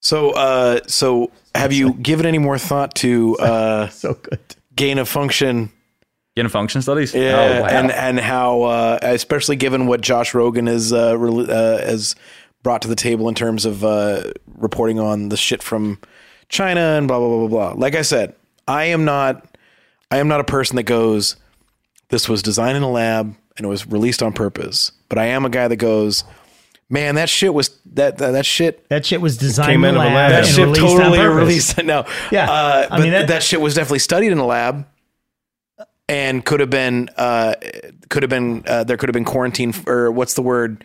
[SPEAKER 1] So, uh, so have you given any more thought to uh,
[SPEAKER 2] So good.
[SPEAKER 1] gain of function?
[SPEAKER 3] Getting function studies.
[SPEAKER 1] Yeah,
[SPEAKER 3] Oh, wow.
[SPEAKER 1] and and how, uh, especially given what Josh Rogan is uh, rel uh, has brought to the table in terms of uh, reporting on the shit from China and blah blah blah blah blah. Like I said, I am not, I am not a person that goes, this was designed in a lab and it was released on purpose. But I am a guy that goes, man, that shit was that that, that shit.
[SPEAKER 2] That shit was designed
[SPEAKER 4] Came
[SPEAKER 2] in
[SPEAKER 4] out
[SPEAKER 2] the
[SPEAKER 4] of a
[SPEAKER 2] lab,
[SPEAKER 4] lab.
[SPEAKER 2] and
[SPEAKER 1] That shit
[SPEAKER 2] released
[SPEAKER 1] totally
[SPEAKER 2] on purpose.
[SPEAKER 1] released. No,
[SPEAKER 2] Yeah,
[SPEAKER 1] uh,
[SPEAKER 2] I
[SPEAKER 1] but
[SPEAKER 2] mean, that-
[SPEAKER 1] that shit was definitely studied in a lab and could have been uh, could have been uh, there could have been quarantine or what's the word?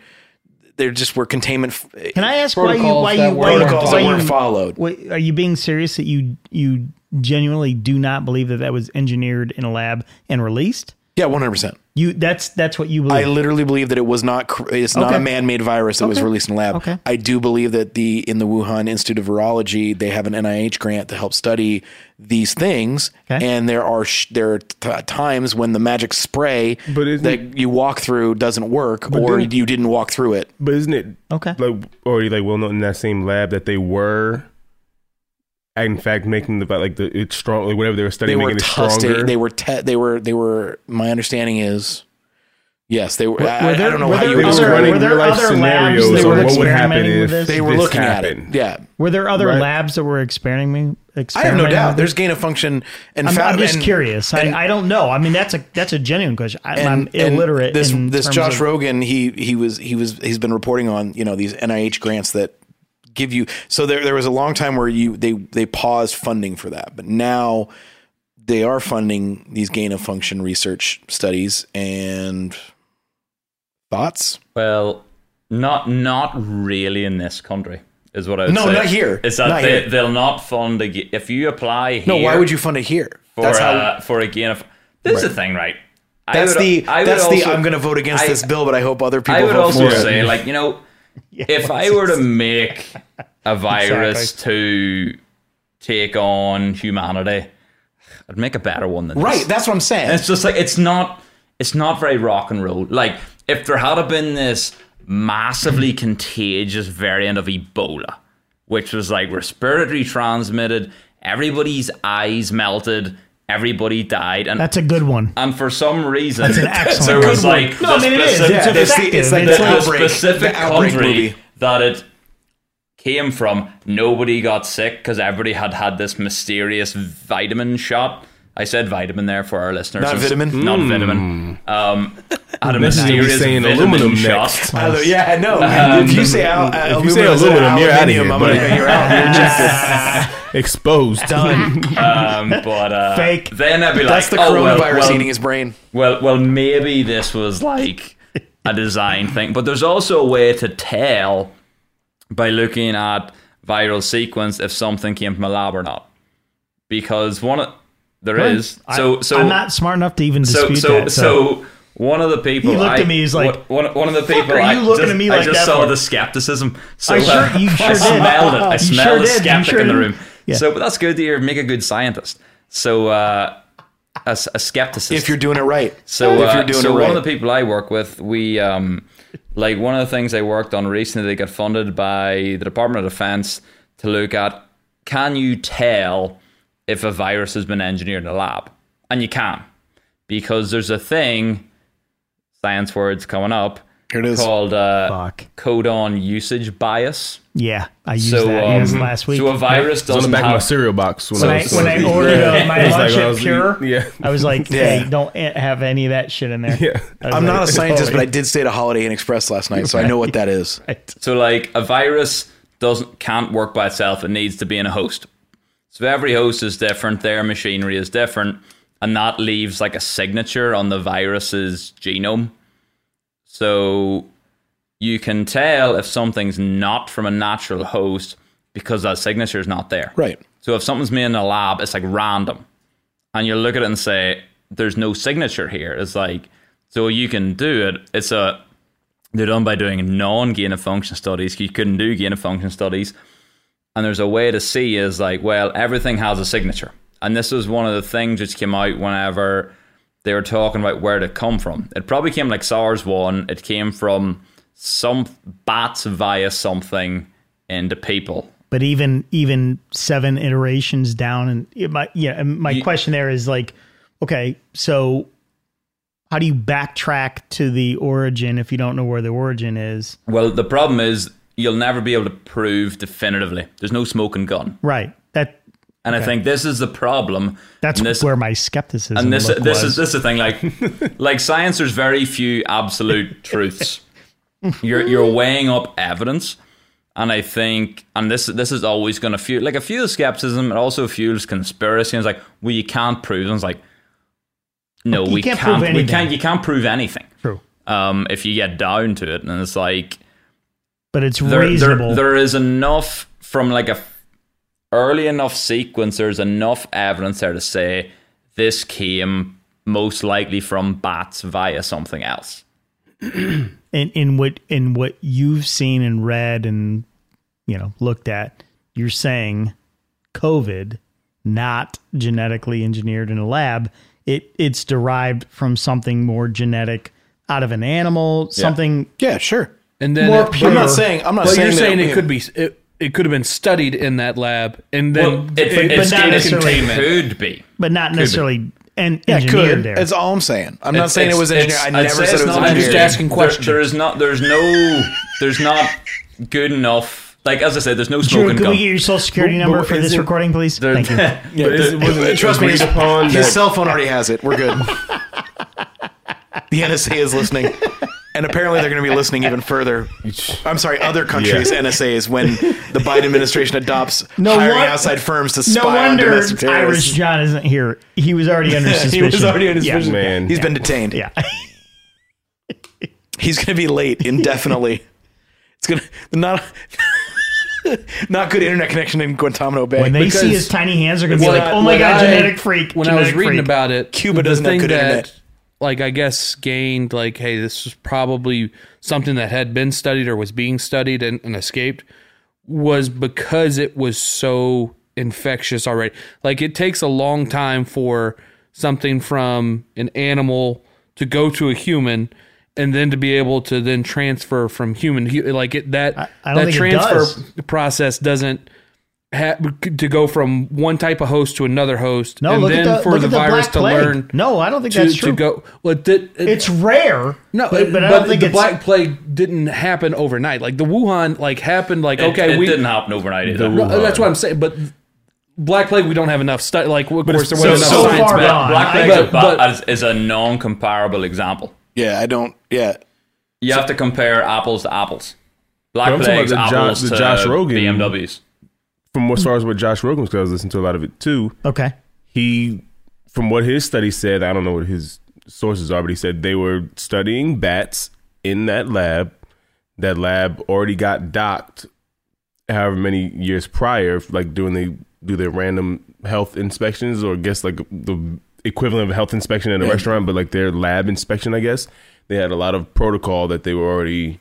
[SPEAKER 1] There just were containment f-
[SPEAKER 2] Can I ask
[SPEAKER 5] Protocols
[SPEAKER 2] why you why
[SPEAKER 5] that
[SPEAKER 2] you why you,
[SPEAKER 5] weren't
[SPEAKER 1] protocols
[SPEAKER 2] why
[SPEAKER 1] that
[SPEAKER 2] you,
[SPEAKER 1] weren't followed.
[SPEAKER 2] wait, are you being serious that you you genuinely do not believe that that was engineered in a lab and released?
[SPEAKER 1] Yeah, one hundred percent.
[SPEAKER 2] You that's that's what you
[SPEAKER 1] I
[SPEAKER 2] believe.
[SPEAKER 1] literally believe that it was not. cr- It's not
[SPEAKER 2] Okay.
[SPEAKER 1] a man-made virus that was
[SPEAKER 2] Okay.
[SPEAKER 1] released in a lab.
[SPEAKER 2] Okay.
[SPEAKER 1] I do believe that the in the Wuhan Institute of Virology, they have an NIH grant to help study these things,
[SPEAKER 2] Okay.
[SPEAKER 1] and there are sh- there are t- uh, times when the magic spray
[SPEAKER 4] But isn't
[SPEAKER 1] that you walk through doesn't work, or
[SPEAKER 4] then-
[SPEAKER 1] you didn't walk through it.
[SPEAKER 4] But isn't it
[SPEAKER 2] okay.
[SPEAKER 4] like already like well known in that same lab that they were in fact making the like the it's strong like, whatever they were
[SPEAKER 1] They
[SPEAKER 4] studying
[SPEAKER 1] were
[SPEAKER 4] making it
[SPEAKER 1] testing.
[SPEAKER 4] stronger.
[SPEAKER 1] They were te- They were. They were. My understanding is, yes, they were. I, I
[SPEAKER 2] there-
[SPEAKER 1] don't know
[SPEAKER 2] were
[SPEAKER 1] how
[SPEAKER 2] there
[SPEAKER 1] you
[SPEAKER 4] they
[SPEAKER 1] would
[SPEAKER 4] were
[SPEAKER 2] other-
[SPEAKER 1] describe it.
[SPEAKER 4] running
[SPEAKER 2] were there
[SPEAKER 4] real life
[SPEAKER 2] other labs
[SPEAKER 4] scenarios
[SPEAKER 2] that
[SPEAKER 4] on
[SPEAKER 2] were
[SPEAKER 4] what would happen
[SPEAKER 2] experimenting with
[SPEAKER 4] if
[SPEAKER 2] this?
[SPEAKER 1] They were
[SPEAKER 4] this
[SPEAKER 1] looking
[SPEAKER 4] happened.
[SPEAKER 1] at it. Yeah.
[SPEAKER 2] Were there other
[SPEAKER 4] Right.
[SPEAKER 2] labs that were experimenting?
[SPEAKER 1] I have
[SPEAKER 2] experimenting
[SPEAKER 1] no
[SPEAKER 2] with
[SPEAKER 1] doubt.
[SPEAKER 2] it?
[SPEAKER 1] There's gain of function and
[SPEAKER 2] I'm,
[SPEAKER 1] fa-
[SPEAKER 2] I'm just
[SPEAKER 1] and-
[SPEAKER 2] curious.
[SPEAKER 1] and-
[SPEAKER 2] I, I don't know. I mean, that's a that's a genuine question. I, I'm
[SPEAKER 1] and
[SPEAKER 2] illiterate.
[SPEAKER 1] This
[SPEAKER 2] in
[SPEAKER 1] this
[SPEAKER 2] terms
[SPEAKER 1] Josh
[SPEAKER 2] of-
[SPEAKER 1] Rogan, he he was he was he's been reporting on you know these NIH grants that give you. So there there was a long time where you they they paused funding for that, but now they are funding these gain of function research studies and thoughts.
[SPEAKER 3] Well, not not really in this country is what I would
[SPEAKER 1] No,
[SPEAKER 3] say.
[SPEAKER 1] not here.
[SPEAKER 3] Is that
[SPEAKER 1] Not
[SPEAKER 3] they,
[SPEAKER 1] here.
[SPEAKER 3] they'll not fund a, g- if you apply here.
[SPEAKER 1] No, why would you fund it here?
[SPEAKER 3] for
[SPEAKER 1] that's how.
[SPEAKER 3] uh, for a gain of this is the thing, right? I
[SPEAKER 1] that's
[SPEAKER 3] would-
[SPEAKER 1] the
[SPEAKER 3] I would
[SPEAKER 1] that's the
[SPEAKER 3] also-
[SPEAKER 1] I'm going to vote against
[SPEAKER 3] I-
[SPEAKER 1] this bill, but I hope other people
[SPEAKER 3] I would
[SPEAKER 1] vote
[SPEAKER 3] also
[SPEAKER 1] for it.
[SPEAKER 3] say, like, you
[SPEAKER 1] <laughs>
[SPEAKER 3] know, if I were to make a virus to take on humanity, I'd make a better one than
[SPEAKER 1] Right,
[SPEAKER 3] this.
[SPEAKER 1] that's what I'm saying.
[SPEAKER 3] And it's just like it's not it's not very rock and roll. Like if there had have been this massively contagious variant of Ebola, which was like respiratory transmitted, everybody's eyes melted, everybody died, and
[SPEAKER 2] That's a good one.
[SPEAKER 3] and for some reason
[SPEAKER 2] an
[SPEAKER 3] <laughs>
[SPEAKER 2] excellent
[SPEAKER 3] there was
[SPEAKER 2] one.
[SPEAKER 3] like
[SPEAKER 2] No, I
[SPEAKER 3] the
[SPEAKER 2] mean, it is.
[SPEAKER 3] specific-
[SPEAKER 2] It's
[SPEAKER 3] the-
[SPEAKER 2] effective.
[SPEAKER 1] it's like
[SPEAKER 2] It's
[SPEAKER 1] the
[SPEAKER 3] the,
[SPEAKER 2] like-
[SPEAKER 1] outbreak,
[SPEAKER 3] specific
[SPEAKER 1] the outbreak
[SPEAKER 3] country
[SPEAKER 1] movie.
[SPEAKER 3] that it came from, nobody got sick because everybody had had this mysterious vitamin shot. I said vitamin there for our listeners.
[SPEAKER 1] Not vitamin?
[SPEAKER 3] Not vitamin. Um, had a
[SPEAKER 4] Next thing you're
[SPEAKER 3] mysterious
[SPEAKER 4] saying
[SPEAKER 3] vitamin
[SPEAKER 4] aluminum
[SPEAKER 3] shot.
[SPEAKER 4] next.
[SPEAKER 1] Alu- yeah, I know.
[SPEAKER 3] Um,
[SPEAKER 1] if you say al- uh,
[SPEAKER 4] if you say
[SPEAKER 1] aluminum, instead of
[SPEAKER 4] aluminum, you're outta here,
[SPEAKER 1] aluminium, I'm
[SPEAKER 4] buddy.
[SPEAKER 1] gonna- you're out. You're just
[SPEAKER 4] <laughs> Exposed.
[SPEAKER 1] done.
[SPEAKER 3] Um, but uh,
[SPEAKER 2] Fake.
[SPEAKER 3] Then I'd be like,
[SPEAKER 1] That's the
[SPEAKER 3] oh, <laughs> well,
[SPEAKER 1] coronavirus
[SPEAKER 3] well,
[SPEAKER 1] eating his brain.
[SPEAKER 3] Well, well, maybe this was like a design thing, but there's also a way to tell by looking at viral sequence if something came from a lab or not, because one of, there is
[SPEAKER 2] I-
[SPEAKER 3] so so
[SPEAKER 2] I'm not smart enough to even
[SPEAKER 3] so
[SPEAKER 2] dispute
[SPEAKER 3] so
[SPEAKER 2] that.
[SPEAKER 3] so. One of the people
[SPEAKER 2] He looked
[SPEAKER 3] I-
[SPEAKER 2] at me, he's like,
[SPEAKER 3] one, one of the people
[SPEAKER 2] are you
[SPEAKER 3] I
[SPEAKER 2] looking
[SPEAKER 3] just,
[SPEAKER 2] at me
[SPEAKER 3] I
[SPEAKER 2] like
[SPEAKER 3] just
[SPEAKER 2] that
[SPEAKER 3] saw
[SPEAKER 2] for?"
[SPEAKER 3] the skepticism. So
[SPEAKER 2] I
[SPEAKER 3] <laughs>
[SPEAKER 2] sure- you
[SPEAKER 3] I,
[SPEAKER 2] sure did.
[SPEAKER 3] smelled it. I
[SPEAKER 2] You
[SPEAKER 3] smelled
[SPEAKER 2] sure
[SPEAKER 3] the
[SPEAKER 2] did. You
[SPEAKER 3] skeptic
[SPEAKER 2] sure
[SPEAKER 3] in the
[SPEAKER 2] did.
[SPEAKER 3] room.
[SPEAKER 2] Yeah.
[SPEAKER 3] So but that's good to hear. Make a good scientist. So uh, a, s- a skepticist.
[SPEAKER 1] If you're doing it right.
[SPEAKER 3] So,
[SPEAKER 1] if
[SPEAKER 3] uh,
[SPEAKER 1] you're doing
[SPEAKER 3] so
[SPEAKER 1] it right.
[SPEAKER 3] one of the people I work with, we um, like one of the things I worked on recently. They got funded by the Department of Defense to look at can you tell if a virus has been engineered in a lab, and you can because there's a thing, science words coming up
[SPEAKER 1] Here it is.
[SPEAKER 3] called uh,
[SPEAKER 2] Fuck.
[SPEAKER 3] codon usage bias.
[SPEAKER 2] yeah, I used
[SPEAKER 3] So,
[SPEAKER 2] that
[SPEAKER 3] um,
[SPEAKER 2] yes, last week.
[SPEAKER 3] So a virus
[SPEAKER 4] It's on the
[SPEAKER 3] doesn't
[SPEAKER 4] back of my
[SPEAKER 3] have
[SPEAKER 4] cereal box when,
[SPEAKER 2] when
[SPEAKER 4] I,
[SPEAKER 2] I,
[SPEAKER 4] was-
[SPEAKER 2] when
[SPEAKER 4] <laughs>
[SPEAKER 2] I ordered uh, my
[SPEAKER 3] <laughs>
[SPEAKER 4] It was like
[SPEAKER 2] lunch
[SPEAKER 4] when I
[SPEAKER 2] at
[SPEAKER 4] was
[SPEAKER 2] Pure,
[SPEAKER 4] eating- yeah.
[SPEAKER 2] I was like,
[SPEAKER 1] Yeah.
[SPEAKER 2] hey, don't have any of that shit in there.
[SPEAKER 4] Yeah.
[SPEAKER 2] I was like,
[SPEAKER 1] I'm not a scientist, but I
[SPEAKER 2] sorry.
[SPEAKER 1] did stay at a Holiday Inn Express last night, so I know what that is.
[SPEAKER 3] So like a virus doesn't can't work by itself. It needs to be in a host. So every host is different. Their machinery is different, and that leaves like a signature on the virus's genome. So you can tell if something's not from a natural host because that signature is not there.
[SPEAKER 1] Right.
[SPEAKER 3] So if something's made in a lab, it's like random. And you look at it and say, there's no signature here. It's like, so you can do it. It's a, they're done by doing non gain of function studies. You couldn't do gain of function studies. And there's a way to see is like, well, everything has a signature. And this was one of the things which came out whenever they were talking about where to come from. It probably came like SARS 1, it came from some bats via something into people.
[SPEAKER 2] But even even seven iterations down, and it, my yeah, and my
[SPEAKER 3] You-
[SPEAKER 2] question there is like, okay, so how do you backtrack to the origin if you don't know where the origin is?
[SPEAKER 3] Well, the problem is you'll never be able to prove definitively. There's no smoke and gun,
[SPEAKER 2] Right. That
[SPEAKER 3] and I think this is the problem.
[SPEAKER 2] that's
[SPEAKER 3] and this,
[SPEAKER 2] where my skepticism.
[SPEAKER 3] and this
[SPEAKER 2] look
[SPEAKER 3] this
[SPEAKER 2] was.
[SPEAKER 3] is this is the thing.
[SPEAKER 2] <laughs>
[SPEAKER 3] Like like science, there's very few absolute truths. You're you're weighing up evidence, and I think and this this is always going to fuel like it fuels skepticism. It also fuels conspiracy. And it's like well, you can't prove. And it's like no,
[SPEAKER 2] You
[SPEAKER 3] we
[SPEAKER 2] can't
[SPEAKER 3] can't.
[SPEAKER 2] prove
[SPEAKER 3] we
[SPEAKER 2] anything.
[SPEAKER 3] can't. You can't prove anything.
[SPEAKER 2] True.
[SPEAKER 3] Um, if you get down to it, and it's like
[SPEAKER 2] but it's
[SPEAKER 3] there, there-
[SPEAKER 2] reasonable.
[SPEAKER 3] there is enough from like a f- early enough sequence. There's enough evidence there to say this came most likely from bats via something else.
[SPEAKER 2] in, in what in what you've seen and read and you know looked at, you're saying COVID, not genetically engineered in a lab. It it's derived from something more genetic out of an animal, something
[SPEAKER 1] Yeah, sure.
[SPEAKER 5] and then
[SPEAKER 2] More
[SPEAKER 5] it-
[SPEAKER 2] pure.
[SPEAKER 1] I'm not saying. I'm not
[SPEAKER 5] But
[SPEAKER 1] saying.
[SPEAKER 5] you're saying
[SPEAKER 1] that,
[SPEAKER 5] it could be it, it could have been studied in that lab, and then
[SPEAKER 3] Well, it, it,
[SPEAKER 2] but not
[SPEAKER 3] it
[SPEAKER 2] necessarily.
[SPEAKER 3] could be.
[SPEAKER 2] but not necessarily and
[SPEAKER 1] Yeah, it
[SPEAKER 2] engineered
[SPEAKER 1] could.
[SPEAKER 2] there.
[SPEAKER 1] That's all I'm saying. I'm not
[SPEAKER 3] It's-
[SPEAKER 1] saying it
[SPEAKER 3] it's-
[SPEAKER 1] was engineered. I
[SPEAKER 3] it's- I'd
[SPEAKER 1] never
[SPEAKER 3] say
[SPEAKER 1] said
[SPEAKER 3] it's
[SPEAKER 1] it
[SPEAKER 3] not
[SPEAKER 1] was
[SPEAKER 5] I'm just
[SPEAKER 1] engineered.
[SPEAKER 5] asking
[SPEAKER 3] There-
[SPEAKER 5] questions.
[SPEAKER 3] there is not. There's no. There's not good enough. Like as I said, there's no
[SPEAKER 2] Drew,
[SPEAKER 3] smoke
[SPEAKER 2] can
[SPEAKER 3] and gun.
[SPEAKER 2] we get your social security
[SPEAKER 4] But-
[SPEAKER 2] number
[SPEAKER 4] but
[SPEAKER 2] for
[SPEAKER 4] is
[SPEAKER 2] this
[SPEAKER 4] it-
[SPEAKER 2] recording, please?
[SPEAKER 3] There-
[SPEAKER 2] Thank you.
[SPEAKER 3] <laughs>
[SPEAKER 4] But is- wasn't it
[SPEAKER 1] Trust me,
[SPEAKER 4] agreed upon
[SPEAKER 1] his
[SPEAKER 4] that-
[SPEAKER 1] cell phone already has it.
[SPEAKER 2] <laughs>
[SPEAKER 1] We're good. the NSA is listening, and apparently they're going to be listening even further. I'm sorry, other countries'
[SPEAKER 4] Yeah.
[SPEAKER 1] NSAs when the
[SPEAKER 2] <laughs>
[SPEAKER 1] Biden administration adopts
[SPEAKER 2] No
[SPEAKER 1] hiring
[SPEAKER 2] won-
[SPEAKER 1] outside firms to
[SPEAKER 2] No
[SPEAKER 1] spy on
[SPEAKER 2] wonder
[SPEAKER 1] domestic
[SPEAKER 2] Irish
[SPEAKER 1] terrorists.
[SPEAKER 2] John isn't here. He was already under suspicion.
[SPEAKER 1] already under
[SPEAKER 2] Yeah.
[SPEAKER 1] suspicion.
[SPEAKER 4] man.
[SPEAKER 1] He's been detained.
[SPEAKER 2] Yeah.
[SPEAKER 1] He's going to be late indefinitely.
[SPEAKER 2] <laughs>
[SPEAKER 1] it's going to not not good internet connection in Guantanamo Bay.
[SPEAKER 2] When they see
[SPEAKER 5] Because-
[SPEAKER 2] his tiny hands, they're gonna be
[SPEAKER 5] Well,
[SPEAKER 2] like, "Oh my
[SPEAKER 5] when
[SPEAKER 2] god,
[SPEAKER 5] I-
[SPEAKER 2] genetic freak!"
[SPEAKER 5] When I
[SPEAKER 2] genetic
[SPEAKER 5] was reading
[SPEAKER 2] freak.
[SPEAKER 5] about it,
[SPEAKER 1] Cuba
[SPEAKER 5] the
[SPEAKER 1] doesn't have
[SPEAKER 5] thing
[SPEAKER 1] good
[SPEAKER 5] that,
[SPEAKER 1] internet.
[SPEAKER 5] Like I guess gained like, hey, this is probably something that had been studied or was being studied and, and escaped was because it was so infectious already. Like it takes a long time for something from an animal to go to a human and then to be able to then transfer from human to hu- like it that
[SPEAKER 2] I don't
[SPEAKER 5] that
[SPEAKER 2] think it
[SPEAKER 5] transfer
[SPEAKER 2] does.
[SPEAKER 5] process doesn't ha- to go from one type of host to another host,
[SPEAKER 2] No,
[SPEAKER 5] and
[SPEAKER 2] look
[SPEAKER 5] then
[SPEAKER 2] at the,
[SPEAKER 5] for
[SPEAKER 2] look
[SPEAKER 5] the
[SPEAKER 2] at the
[SPEAKER 5] virus
[SPEAKER 2] Black
[SPEAKER 5] to
[SPEAKER 2] Plague.
[SPEAKER 5] learn
[SPEAKER 2] No, I don't think
[SPEAKER 5] to,
[SPEAKER 2] that's true.
[SPEAKER 5] to go. Well, it, did- it-
[SPEAKER 2] it's rare.
[SPEAKER 5] no,
[SPEAKER 2] but,
[SPEAKER 5] but,
[SPEAKER 2] but I don't think
[SPEAKER 5] the
[SPEAKER 2] it's
[SPEAKER 5] Black Plague didn't happen overnight. Like the Wuhan, like happened. Like
[SPEAKER 3] It,
[SPEAKER 5] okay,
[SPEAKER 3] it
[SPEAKER 5] we
[SPEAKER 3] didn't happen overnight either.
[SPEAKER 5] No, that's what I'm saying. But Black Plague, we don't have enough study. Like of course there
[SPEAKER 4] it's
[SPEAKER 5] wasn't
[SPEAKER 4] so-
[SPEAKER 5] enough
[SPEAKER 7] so
[SPEAKER 5] science.
[SPEAKER 7] far
[SPEAKER 5] back-
[SPEAKER 7] gone.
[SPEAKER 3] Black
[SPEAKER 7] I-
[SPEAKER 3] Plague is a
[SPEAKER 5] but-
[SPEAKER 3] ba-
[SPEAKER 5] but-
[SPEAKER 3] is, is a non-comparable example.
[SPEAKER 1] Yeah, I don't. Yeah,
[SPEAKER 3] You have to compare apples to apples.
[SPEAKER 4] But
[SPEAKER 3] Black
[SPEAKER 4] I'm talking
[SPEAKER 3] Plague's
[SPEAKER 4] about the Jo-
[SPEAKER 3] apples
[SPEAKER 4] the
[SPEAKER 3] to
[SPEAKER 4] Josh Rogan.
[SPEAKER 3] BMWs.
[SPEAKER 4] From as far as what Josh Rogan was, 'cause I was listening to a lot of it too.
[SPEAKER 2] Okay.
[SPEAKER 4] he from what his study said i don't know what his sources are but he said they were studying bats in that lab that lab already got docked however many years prior like doing they do their random health inspections or I guess like the equivalent of a health inspection at a restaurant but like their lab inspection i guess they had a lot of protocol that they were already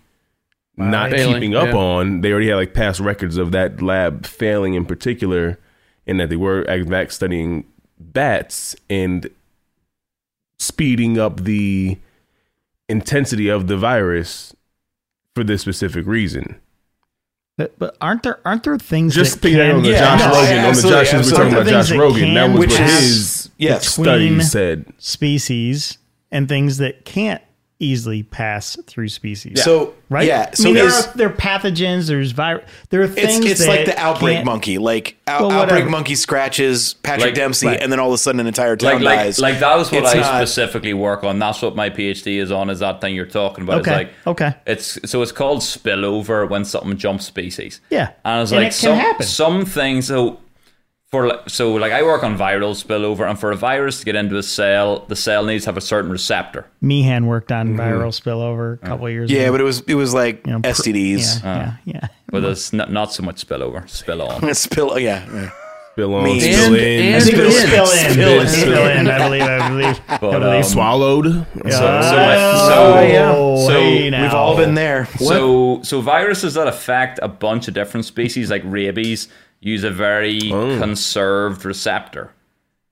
[SPEAKER 4] not
[SPEAKER 5] Failing,
[SPEAKER 4] keeping up
[SPEAKER 5] yeah.
[SPEAKER 4] on they already had like past records of that lab failing in particular and that they were in fact studying bats and speeding up the intensity of the virus for this specific reason.
[SPEAKER 2] But, but aren't there aren't there things
[SPEAKER 4] Just
[SPEAKER 2] that
[SPEAKER 4] picking
[SPEAKER 2] can
[SPEAKER 4] up on the
[SPEAKER 1] Yeah,
[SPEAKER 4] Josh
[SPEAKER 1] no,
[SPEAKER 4] Rogan, on the
[SPEAKER 1] absolutely,
[SPEAKER 4] Josh, we're
[SPEAKER 1] absolutely.
[SPEAKER 4] talking about
[SPEAKER 2] Things
[SPEAKER 4] Josh
[SPEAKER 2] that
[SPEAKER 4] Rogan.
[SPEAKER 2] can-
[SPEAKER 4] That was
[SPEAKER 2] which
[SPEAKER 4] what
[SPEAKER 2] is-
[SPEAKER 4] his
[SPEAKER 1] yes,
[SPEAKER 4] study
[SPEAKER 2] between-
[SPEAKER 4] said.
[SPEAKER 2] species and things that can't easily pass through species?
[SPEAKER 1] So
[SPEAKER 2] right?
[SPEAKER 1] yeah,
[SPEAKER 2] I
[SPEAKER 1] so
[SPEAKER 2] mean, there,
[SPEAKER 1] is-
[SPEAKER 2] are, there are pathogens. There's virus. There are
[SPEAKER 1] it's
[SPEAKER 2] things.
[SPEAKER 1] it's
[SPEAKER 2] that
[SPEAKER 1] like the outbreak
[SPEAKER 2] can't-
[SPEAKER 1] monkey, like out,
[SPEAKER 2] Well,
[SPEAKER 1] outbreak
[SPEAKER 2] whatever.
[SPEAKER 1] monkey scratches Patrick
[SPEAKER 3] Like-
[SPEAKER 1] Dempsey,
[SPEAKER 3] like-
[SPEAKER 1] and then all of a sudden an entire
[SPEAKER 3] Like,
[SPEAKER 1] town
[SPEAKER 3] like,
[SPEAKER 1] dies.
[SPEAKER 3] like that is what
[SPEAKER 1] It's
[SPEAKER 3] I
[SPEAKER 1] not-
[SPEAKER 3] specifically work on. That's what my PhD is on. Is that thing you're talking about?
[SPEAKER 2] Okay.
[SPEAKER 3] It's like
[SPEAKER 2] okay.
[SPEAKER 3] it's so it's called spillover when something jumps species.
[SPEAKER 2] Yeah.
[SPEAKER 3] And it's
[SPEAKER 2] And
[SPEAKER 3] like
[SPEAKER 2] it can
[SPEAKER 3] some
[SPEAKER 2] happen.
[SPEAKER 3] some things so for like- so like I work on viral spillover, and for a virus to get into a cell, the cell needs to have a certain receptor.
[SPEAKER 2] Meehan worked on viral spillover a couple years
[SPEAKER 1] yeah,
[SPEAKER 2] ago.
[SPEAKER 1] but it was it was like
[SPEAKER 2] You know, pr-
[SPEAKER 1] STDs.
[SPEAKER 2] Yeah, yeah, yeah.
[SPEAKER 3] But it's not, not so much spillover, spill on.
[SPEAKER 1] <laughs> Spill, oh, yeah, yeah.
[SPEAKER 4] Spill on,
[SPEAKER 1] Me.
[SPEAKER 4] spill
[SPEAKER 5] And-
[SPEAKER 4] in,
[SPEAKER 5] and-
[SPEAKER 2] Spill,
[SPEAKER 1] Spill in.
[SPEAKER 2] in,
[SPEAKER 1] Spill
[SPEAKER 2] spill
[SPEAKER 1] in.
[SPEAKER 2] in, spill in. I believe, I believe, I
[SPEAKER 3] But,
[SPEAKER 2] believe.
[SPEAKER 3] um,
[SPEAKER 4] swallowed.
[SPEAKER 2] Oh,
[SPEAKER 3] so, so, so-
[SPEAKER 2] yeah.
[SPEAKER 3] so
[SPEAKER 2] Hey,
[SPEAKER 3] we've
[SPEAKER 1] We've
[SPEAKER 2] now.
[SPEAKER 1] all been there.
[SPEAKER 3] So, so viruses that affect a bunch of different species, like rabies, use a very conserved receptor,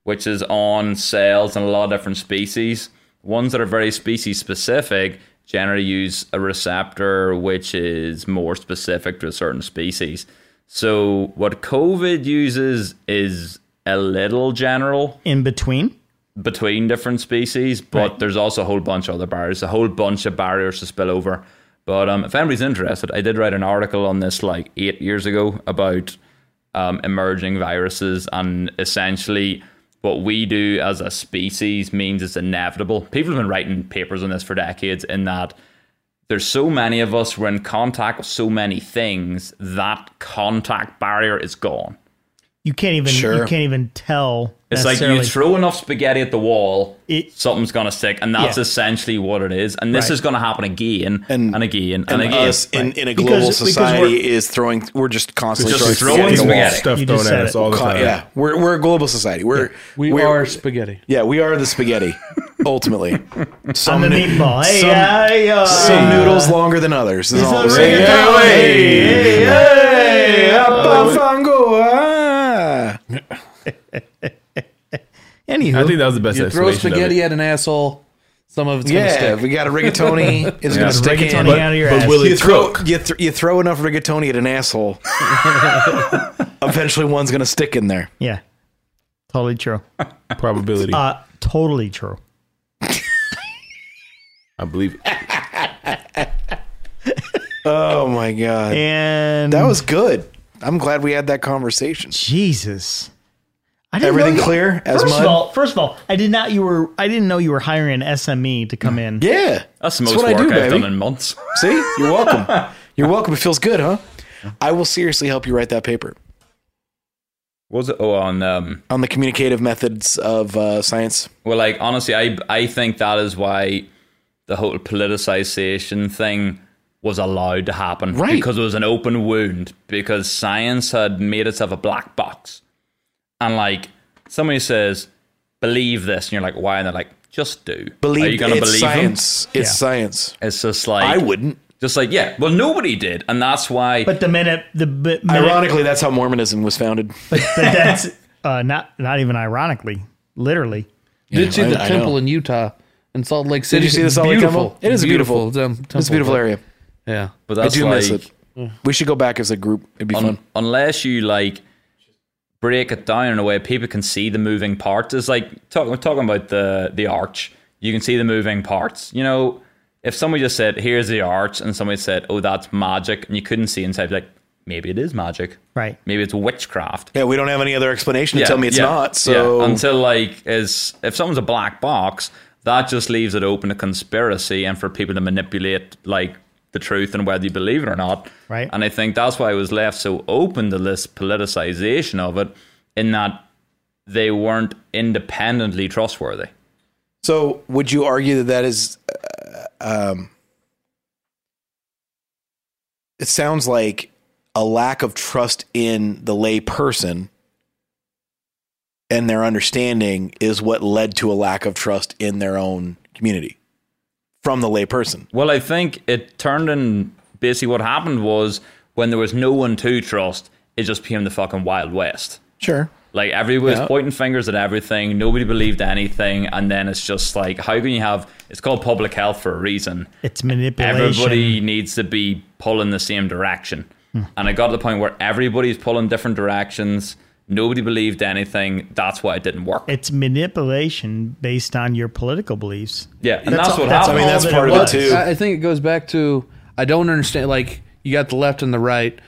[SPEAKER 3] which is on cells in a lot of different species. Ones that are very species specific generally use a receptor which is more specific to a certain species. So, what COVID uses is a little general
[SPEAKER 2] in between.
[SPEAKER 3] between different species, but there's also a whole bunch of other barriers, a whole bunch of barriers to spill over. But um, if anybody's interested, I did write an article on this like eight years ago about um, emerging viruses and essentially what we do as a species means it's inevitable. People have been writing papers on this for decades in that there's so many of us, we're in contact with so many things, that contact barrier is gone.
[SPEAKER 2] You can't even.
[SPEAKER 1] Sure.
[SPEAKER 2] You can't even tell.
[SPEAKER 3] It's like you
[SPEAKER 2] necessarily.
[SPEAKER 3] throw enough spaghetti at the wall,
[SPEAKER 2] It-
[SPEAKER 3] something's gonna stick, and that's
[SPEAKER 2] Yeah.
[SPEAKER 3] essentially what it is. And this
[SPEAKER 2] Right.
[SPEAKER 3] is gonna happen again and, again and,
[SPEAKER 1] and
[SPEAKER 3] again.
[SPEAKER 1] us in, in a
[SPEAKER 2] Because-
[SPEAKER 1] global
[SPEAKER 2] because
[SPEAKER 1] society
[SPEAKER 2] we're-
[SPEAKER 1] is throwing. We're just constantly
[SPEAKER 3] Just
[SPEAKER 1] throwing,
[SPEAKER 3] throwing
[SPEAKER 1] spaghetti.
[SPEAKER 3] spaghetti.
[SPEAKER 4] Stuff
[SPEAKER 2] You
[SPEAKER 4] thrown
[SPEAKER 2] just
[SPEAKER 4] at
[SPEAKER 2] said
[SPEAKER 4] us
[SPEAKER 2] it.
[SPEAKER 4] all the
[SPEAKER 1] Con-
[SPEAKER 4] time.
[SPEAKER 1] yeah, we're we're a global society. We're
[SPEAKER 5] We
[SPEAKER 1] we're-
[SPEAKER 5] are spaghetti.
[SPEAKER 1] Yeah, we are the spaghetti. ultimately, some
[SPEAKER 2] I'm the
[SPEAKER 1] nu-
[SPEAKER 2] meatball. Hey,
[SPEAKER 1] some-
[SPEAKER 2] hey, uh,
[SPEAKER 1] some noodles longer than others. Is all I'm
[SPEAKER 2] Hey,
[SPEAKER 1] saying.
[SPEAKER 2] hey, hey, hey, hey,
[SPEAKER 1] Apa fango, ah.
[SPEAKER 2] Anywho,
[SPEAKER 4] I think that was the best
[SPEAKER 5] You throw
[SPEAKER 4] explanation of
[SPEAKER 5] spaghetti at an asshole, some of it's
[SPEAKER 1] Yeah,
[SPEAKER 5] gonna
[SPEAKER 1] we
[SPEAKER 5] stick.
[SPEAKER 1] got
[SPEAKER 2] <laughs>
[SPEAKER 1] a rigatoni. It's gonna stick in.
[SPEAKER 2] rigatoni
[SPEAKER 1] But
[SPEAKER 2] out of your
[SPEAKER 4] but
[SPEAKER 2] ass.
[SPEAKER 4] will it-
[SPEAKER 1] you throw
[SPEAKER 4] cook.
[SPEAKER 1] you, th- you throw enough rigatoni at an
[SPEAKER 2] <laughs>
[SPEAKER 1] asshole. Eventually, one's gonna stick in there.
[SPEAKER 2] yeah, totally true.
[SPEAKER 4] it. Probability.
[SPEAKER 2] Uh, totally true.
[SPEAKER 4] I believe it.
[SPEAKER 1] Oh my god,
[SPEAKER 2] And
[SPEAKER 1] that was good. I'm glad we had that conversation.
[SPEAKER 2] Jesus. I didn't
[SPEAKER 1] Everything
[SPEAKER 2] know you-
[SPEAKER 1] clear as
[SPEAKER 2] First
[SPEAKER 1] mud.
[SPEAKER 2] of all, first of all, I did not. You were. I didn't know you were hiring an SME to come in.
[SPEAKER 1] yeah,
[SPEAKER 3] that's the most work I've done in months. <laughs>
[SPEAKER 1] See, you're <laughs> welcome. You're welcome. It feels good, huh? I will seriously help you write that paper
[SPEAKER 3] What was it? Oh, on um,
[SPEAKER 1] on the communicative methods of uh, science.
[SPEAKER 3] well, like honestly, I I think that is why the whole politicization thing was allowed to happen,
[SPEAKER 1] Right.
[SPEAKER 3] Because it was an open wound. Because science had made itself a black box, and like somebody says, believe this, and you're like, why? And they're like, just do.
[SPEAKER 1] Believe
[SPEAKER 3] Are you gonna
[SPEAKER 1] it's
[SPEAKER 3] believe them?
[SPEAKER 1] science. It's science.
[SPEAKER 3] It's just like
[SPEAKER 1] I wouldn't.
[SPEAKER 3] Just like yeah, well, nobody did, and that's why.
[SPEAKER 2] But the minute the b- minute,
[SPEAKER 1] Ironically, that's how Mormonism was founded.
[SPEAKER 2] but that's uh, not not even ironically, literally.
[SPEAKER 5] Did you
[SPEAKER 1] I-
[SPEAKER 5] the
[SPEAKER 1] I
[SPEAKER 5] temple
[SPEAKER 1] know.
[SPEAKER 5] in Utah in Salt Lake City?
[SPEAKER 1] you see the Salt Lake
[SPEAKER 5] Beautiful.
[SPEAKER 1] Temple? It is beautiful.
[SPEAKER 5] tem-
[SPEAKER 1] It's a
[SPEAKER 5] temple,
[SPEAKER 1] beautiful
[SPEAKER 5] but-
[SPEAKER 1] area.
[SPEAKER 5] Yeah.
[SPEAKER 3] but
[SPEAKER 1] I
[SPEAKER 3] that's
[SPEAKER 1] do Mm.
[SPEAKER 3] like,
[SPEAKER 1] miss it. We should go back as a group. It'd be
[SPEAKER 3] un-
[SPEAKER 1] fun.
[SPEAKER 3] unless you like break it down in a way people can see the moving parts. It's like talk, we're talking about the the arch. You can see the moving parts. You know, if somebody just said, "Here's the arch," and somebody said, "Oh, that's magic," and you couldn't see inside, like maybe it is magic.
[SPEAKER 2] Right.
[SPEAKER 3] Maybe it's witchcraft.
[SPEAKER 1] Yeah, we don't have any other explanation to tell me it's
[SPEAKER 3] yeah,
[SPEAKER 1] not.
[SPEAKER 3] yeah.
[SPEAKER 1] So
[SPEAKER 3] until like is if someone's a black box, that just leaves it open to conspiracy and for people to manipulate like the truth and whether you believe it or not.
[SPEAKER 2] Right.
[SPEAKER 3] And I think that's why it was left so open to this politicization of it, in that they weren't independently trustworthy.
[SPEAKER 1] So, would you argue that that is? Uh, um, it sounds like a lack of trust in the lay person and their understanding is what led to a lack of trust in their own community from the lay person.
[SPEAKER 3] Well, I think it turned in basically what happened was when there was no one to trust, it just became the fucking Wild West.
[SPEAKER 1] Sure.
[SPEAKER 3] Like everybody's
[SPEAKER 1] Yeah.
[SPEAKER 3] pointing fingers at everything. Nobody believed anything, and then it's just like, how can you have? It's called public health for a reason.
[SPEAKER 2] It's manipulation.
[SPEAKER 3] Everybody needs to be pulling the same direction,
[SPEAKER 1] Hmm.
[SPEAKER 3] and it got to the point where everybody's pulling different directions. Nobody believed anything. That's why it didn't work.
[SPEAKER 2] It's manipulation based on your political beliefs.
[SPEAKER 3] yeah, and that's,
[SPEAKER 2] all-
[SPEAKER 3] what
[SPEAKER 2] that's
[SPEAKER 1] I
[SPEAKER 3] happened.
[SPEAKER 1] mean,
[SPEAKER 2] all
[SPEAKER 1] that's
[SPEAKER 2] that
[SPEAKER 1] part
[SPEAKER 2] it
[SPEAKER 1] of it
[SPEAKER 2] was.
[SPEAKER 1] too.
[SPEAKER 5] I I think it goes back to I don't understand. Like you got the left and the right.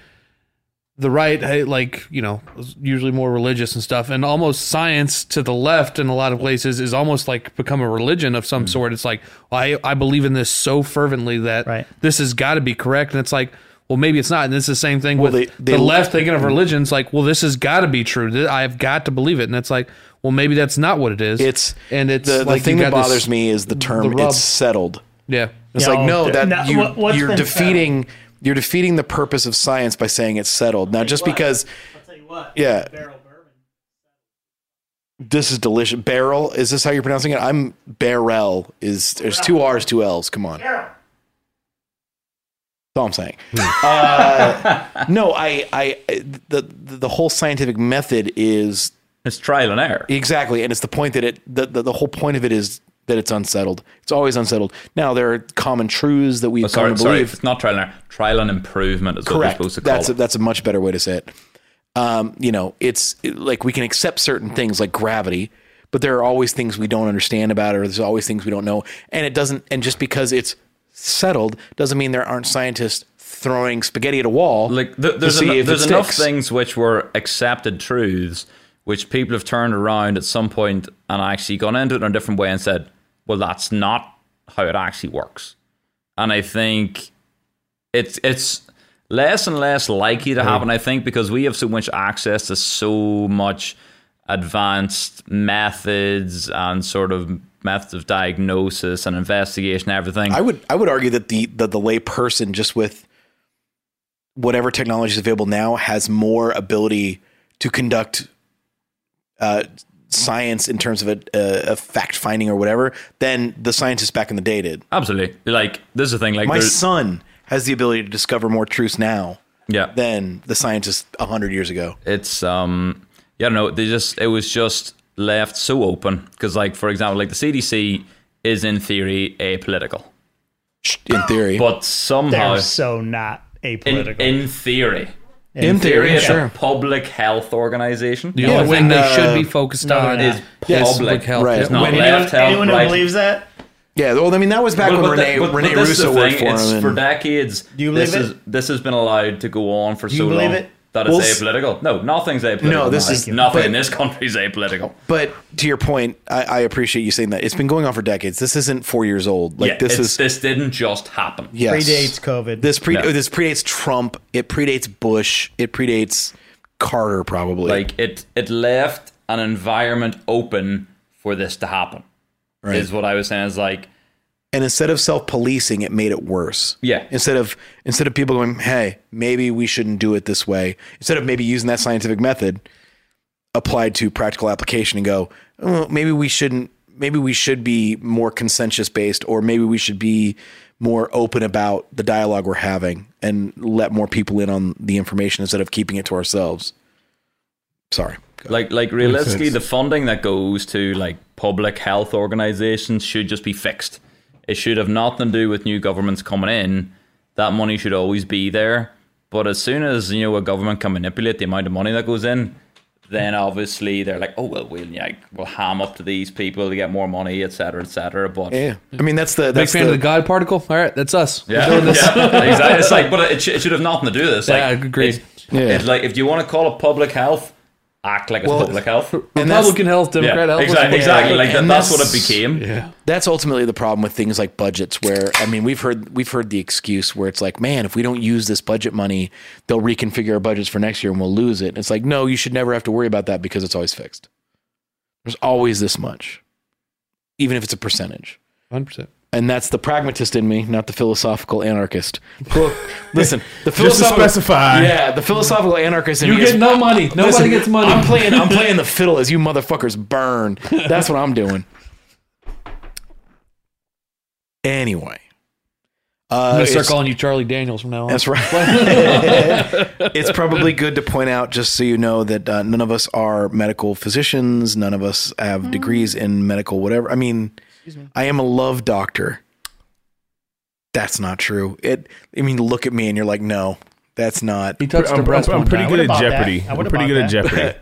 [SPEAKER 5] The right, I- like you know, is usually more religious and stuff, and almost science to the left in a lot of places is almost like become a religion of
[SPEAKER 1] Hmm.
[SPEAKER 5] some sort. It's like I I believe in this so fervently that
[SPEAKER 2] Right.
[SPEAKER 5] this has got to be correct, and it's like. Well, maybe it's not, and it's the same thing with
[SPEAKER 1] they- Hmm. they-
[SPEAKER 5] the left thinking of religions. Like, well, this has got to be true. Th- I've got to believe it, and it's like, well, maybe that's not what it is.
[SPEAKER 1] It's
[SPEAKER 5] and it's
[SPEAKER 1] the, the
[SPEAKER 5] like you
[SPEAKER 1] thing that
[SPEAKER 5] got this-
[SPEAKER 1] bothers me is the
[SPEAKER 5] the
[SPEAKER 1] term
[SPEAKER 5] rub.
[SPEAKER 1] it's settled.
[SPEAKER 5] Yeah,
[SPEAKER 1] It's
[SPEAKER 2] Yeah,
[SPEAKER 1] like no,
[SPEAKER 2] oh,
[SPEAKER 1] that
[SPEAKER 2] no,
[SPEAKER 1] you,
[SPEAKER 2] what- what's
[SPEAKER 1] you're
[SPEAKER 2] been
[SPEAKER 1] defeating you're defeating the purpose of science by saying it's settled. Now, just because
[SPEAKER 6] I'll tell you what.
[SPEAKER 1] Yeah.
[SPEAKER 6] Barrel bourbon.
[SPEAKER 1] This is delicious. Barrel. Is this how you're pronouncing it? I'm barrel. Is there's two R's, two L's. Come on. That's
[SPEAKER 6] Barrel.
[SPEAKER 1] all I'm saying.
[SPEAKER 3] Hmm.
[SPEAKER 1] <laughs> uh, no, I, I, the, the whole scientific method is
[SPEAKER 3] It's trial and error.
[SPEAKER 1] exactly, and it's the point that it, the, the, the whole point of it is that it's unsettled. It's always unsettled. Now there are common truths that we've
[SPEAKER 3] Oh,
[SPEAKER 1] come
[SPEAKER 3] sorry,
[SPEAKER 1] to
[SPEAKER 3] sorry,
[SPEAKER 1] believe.
[SPEAKER 3] it's not trial and error. Trial and improvement is
[SPEAKER 1] Correct.
[SPEAKER 3] what we're supposed to call
[SPEAKER 1] that's
[SPEAKER 3] it.
[SPEAKER 1] a, that's a much better way to say it. Um, you know, it's it- like we can accept certain things like gravity, but there are always things we don't understand about, it, or there's always things we don't know, and it doesn't. And just because it's settled doesn't mean there aren't scientists throwing spaghetti at a wall.
[SPEAKER 3] like th-
[SPEAKER 1] to
[SPEAKER 3] there's,
[SPEAKER 1] see
[SPEAKER 3] eno-
[SPEAKER 1] if it
[SPEAKER 3] there's enough
[SPEAKER 1] sticks.
[SPEAKER 3] things which were accepted truths which people have turned around at some point and actually gone into it in a different way and said well that's not how it actually works and i think it's it's less and less likely to happen i think because we have so much access to so much advanced methods and sort of methods of diagnosis and investigation and everything
[SPEAKER 1] I would I would argue that the that the lay person just with whatever technology is available now has more ability to conduct uh, science in terms of a, a, a fact finding or whatever than the scientists back in the day did.
[SPEAKER 3] absolutely like this is the thing like
[SPEAKER 1] My
[SPEAKER 3] there's-
[SPEAKER 1] son has the ability to discover more truths now
[SPEAKER 3] yeah
[SPEAKER 1] than the scientists hundred years ago.
[SPEAKER 3] it's um yeah no they just it was just left so open because like for example like the cdc is in theory apolitical
[SPEAKER 1] In theory,
[SPEAKER 3] but
[SPEAKER 2] They're
[SPEAKER 3] somehow
[SPEAKER 2] so not
[SPEAKER 3] in,
[SPEAKER 2] apolitical.
[SPEAKER 3] in theory
[SPEAKER 1] in
[SPEAKER 3] theory
[SPEAKER 1] theory,
[SPEAKER 3] it's a public health organization
[SPEAKER 5] The
[SPEAKER 1] Yeah,
[SPEAKER 5] only
[SPEAKER 1] when,
[SPEAKER 5] thing they
[SPEAKER 1] uh,
[SPEAKER 5] should be focused on
[SPEAKER 2] they're
[SPEAKER 5] <laughs> is
[SPEAKER 2] not.
[SPEAKER 5] public,
[SPEAKER 1] Yes,
[SPEAKER 5] health.
[SPEAKER 1] right.
[SPEAKER 5] It's
[SPEAKER 3] not
[SPEAKER 5] not
[SPEAKER 3] Wait,
[SPEAKER 2] anyone
[SPEAKER 3] left, health,
[SPEAKER 2] anyone who
[SPEAKER 3] right.
[SPEAKER 2] believes that?
[SPEAKER 1] yeah. Well, I mean that was back when
[SPEAKER 3] the-
[SPEAKER 1] Rene, Rene
[SPEAKER 3] this is the
[SPEAKER 1] Russo worked
[SPEAKER 3] thing,
[SPEAKER 1] for him.
[SPEAKER 3] it's for
[SPEAKER 1] and-
[SPEAKER 3] decades.
[SPEAKER 2] you
[SPEAKER 3] this
[SPEAKER 2] believe
[SPEAKER 3] is
[SPEAKER 2] it?
[SPEAKER 3] this has been allowed to go on for so
[SPEAKER 2] believe
[SPEAKER 3] long
[SPEAKER 2] it?
[SPEAKER 3] that it's
[SPEAKER 1] Well, s-
[SPEAKER 3] apolitical. No, nothing's apolitical.
[SPEAKER 1] No, this
[SPEAKER 3] man.
[SPEAKER 1] is-
[SPEAKER 3] nothing
[SPEAKER 1] but-
[SPEAKER 3] in this country is apolitical.
[SPEAKER 1] But to your point, I, I appreciate you saying that. It's been going on for decades. This isn't four years old. Like
[SPEAKER 3] yeah,
[SPEAKER 1] this
[SPEAKER 3] it's-
[SPEAKER 1] is
[SPEAKER 3] this didn't just happen.
[SPEAKER 1] yes.
[SPEAKER 2] Predates COVID.
[SPEAKER 1] This pre
[SPEAKER 3] Yeah.
[SPEAKER 1] this predates Trump. It predates Bush. It predates Carter probably.
[SPEAKER 3] like it it left an environment open for this to happen
[SPEAKER 1] Right.
[SPEAKER 3] is what i was saying is like
[SPEAKER 1] and instead of self policing, it made it worse.
[SPEAKER 3] Yeah.
[SPEAKER 1] Instead of instead of people going, hey, maybe we shouldn't do it this way. Instead of maybe using that scientific method applied to practical application and go, oh, maybe we shouldn't. Maybe we should be more consensus based, or maybe we should be more open about the dialogue we're having and let more people in on the information instead of keeping it to ourselves. Sorry.
[SPEAKER 3] like like realistically
[SPEAKER 4] sense.
[SPEAKER 3] the funding that goes to like public health organizations should just be fixed it should have nothing to do with new governments coming in that money should always be there but as soon as you know a government can manipulate the amount of money that goes in then obviously they're like, oh well, we'll like, we'll ham up to these people to get more money, et cetera, et cetera. But
[SPEAKER 1] Yeah. I mean, that's the
[SPEAKER 5] Big
[SPEAKER 1] that's
[SPEAKER 5] fan of the God particle. All right, that's us.
[SPEAKER 3] Yeah, yeah, exactly. It's like, but it, sh- it should have nothing to do with this. Like,
[SPEAKER 5] Yeah, agreed.
[SPEAKER 3] It's,
[SPEAKER 1] Yeah.
[SPEAKER 3] it's like if you want to call it public health, act like it's
[SPEAKER 1] Well,
[SPEAKER 3] public health.
[SPEAKER 1] and that's-
[SPEAKER 5] Republican health,
[SPEAKER 3] Yeah,
[SPEAKER 5] Democrat health.
[SPEAKER 3] exactly, exactly. Like that,
[SPEAKER 1] And
[SPEAKER 3] that's, what it
[SPEAKER 1] that's-
[SPEAKER 3] became.
[SPEAKER 1] that's ultimately the problem with things like budgets where i mean we've heard we've heard the excuse where it's like man if we don't use this budget money they'll reconfigure our budgets for next year and we'll lose it and it's like no you should never have to worry about that because it's always fixed there's always this much even if it's a percentage
[SPEAKER 5] Hundred percent.
[SPEAKER 1] and that's the pragmatist in me, not the philosophical anarchist. Phil- Listen,
[SPEAKER 5] <laughs>
[SPEAKER 1] the
[SPEAKER 4] Just to
[SPEAKER 1] philosophical
[SPEAKER 4] specify.
[SPEAKER 1] yeah, the philosophical anarchist in
[SPEAKER 5] You
[SPEAKER 1] me is
[SPEAKER 5] get no money. Nobody
[SPEAKER 1] Listen,
[SPEAKER 5] gets money.
[SPEAKER 1] I'm playing. I'm playing the fiddle as you motherfuckers burn. That's what I'm doing. Anyway,
[SPEAKER 5] I'm
[SPEAKER 1] uh,
[SPEAKER 5] gonna start
[SPEAKER 1] it's,
[SPEAKER 5] calling you Charlie Daniels from now on.
[SPEAKER 1] that's
[SPEAKER 5] <laughs>
[SPEAKER 1] right. <laughs> it's probably good to point out, just so you know, that uh, none of us are medical physicians. None of us have degrees in medical whatever. I mean, I am a love doctor. That's not true. It. I mean, look at me, and you're like, no, that's not.
[SPEAKER 5] He touched
[SPEAKER 4] I'm,
[SPEAKER 5] her
[SPEAKER 4] I'm-
[SPEAKER 5] breast.
[SPEAKER 4] I'm
[SPEAKER 5] one
[SPEAKER 4] pretty
[SPEAKER 5] time.
[SPEAKER 4] good at
[SPEAKER 7] about that.
[SPEAKER 4] Jeopardy.
[SPEAKER 7] I
[SPEAKER 4] I'm
[SPEAKER 7] would
[SPEAKER 4] pretty good at
[SPEAKER 7] about
[SPEAKER 4] Jeopardy.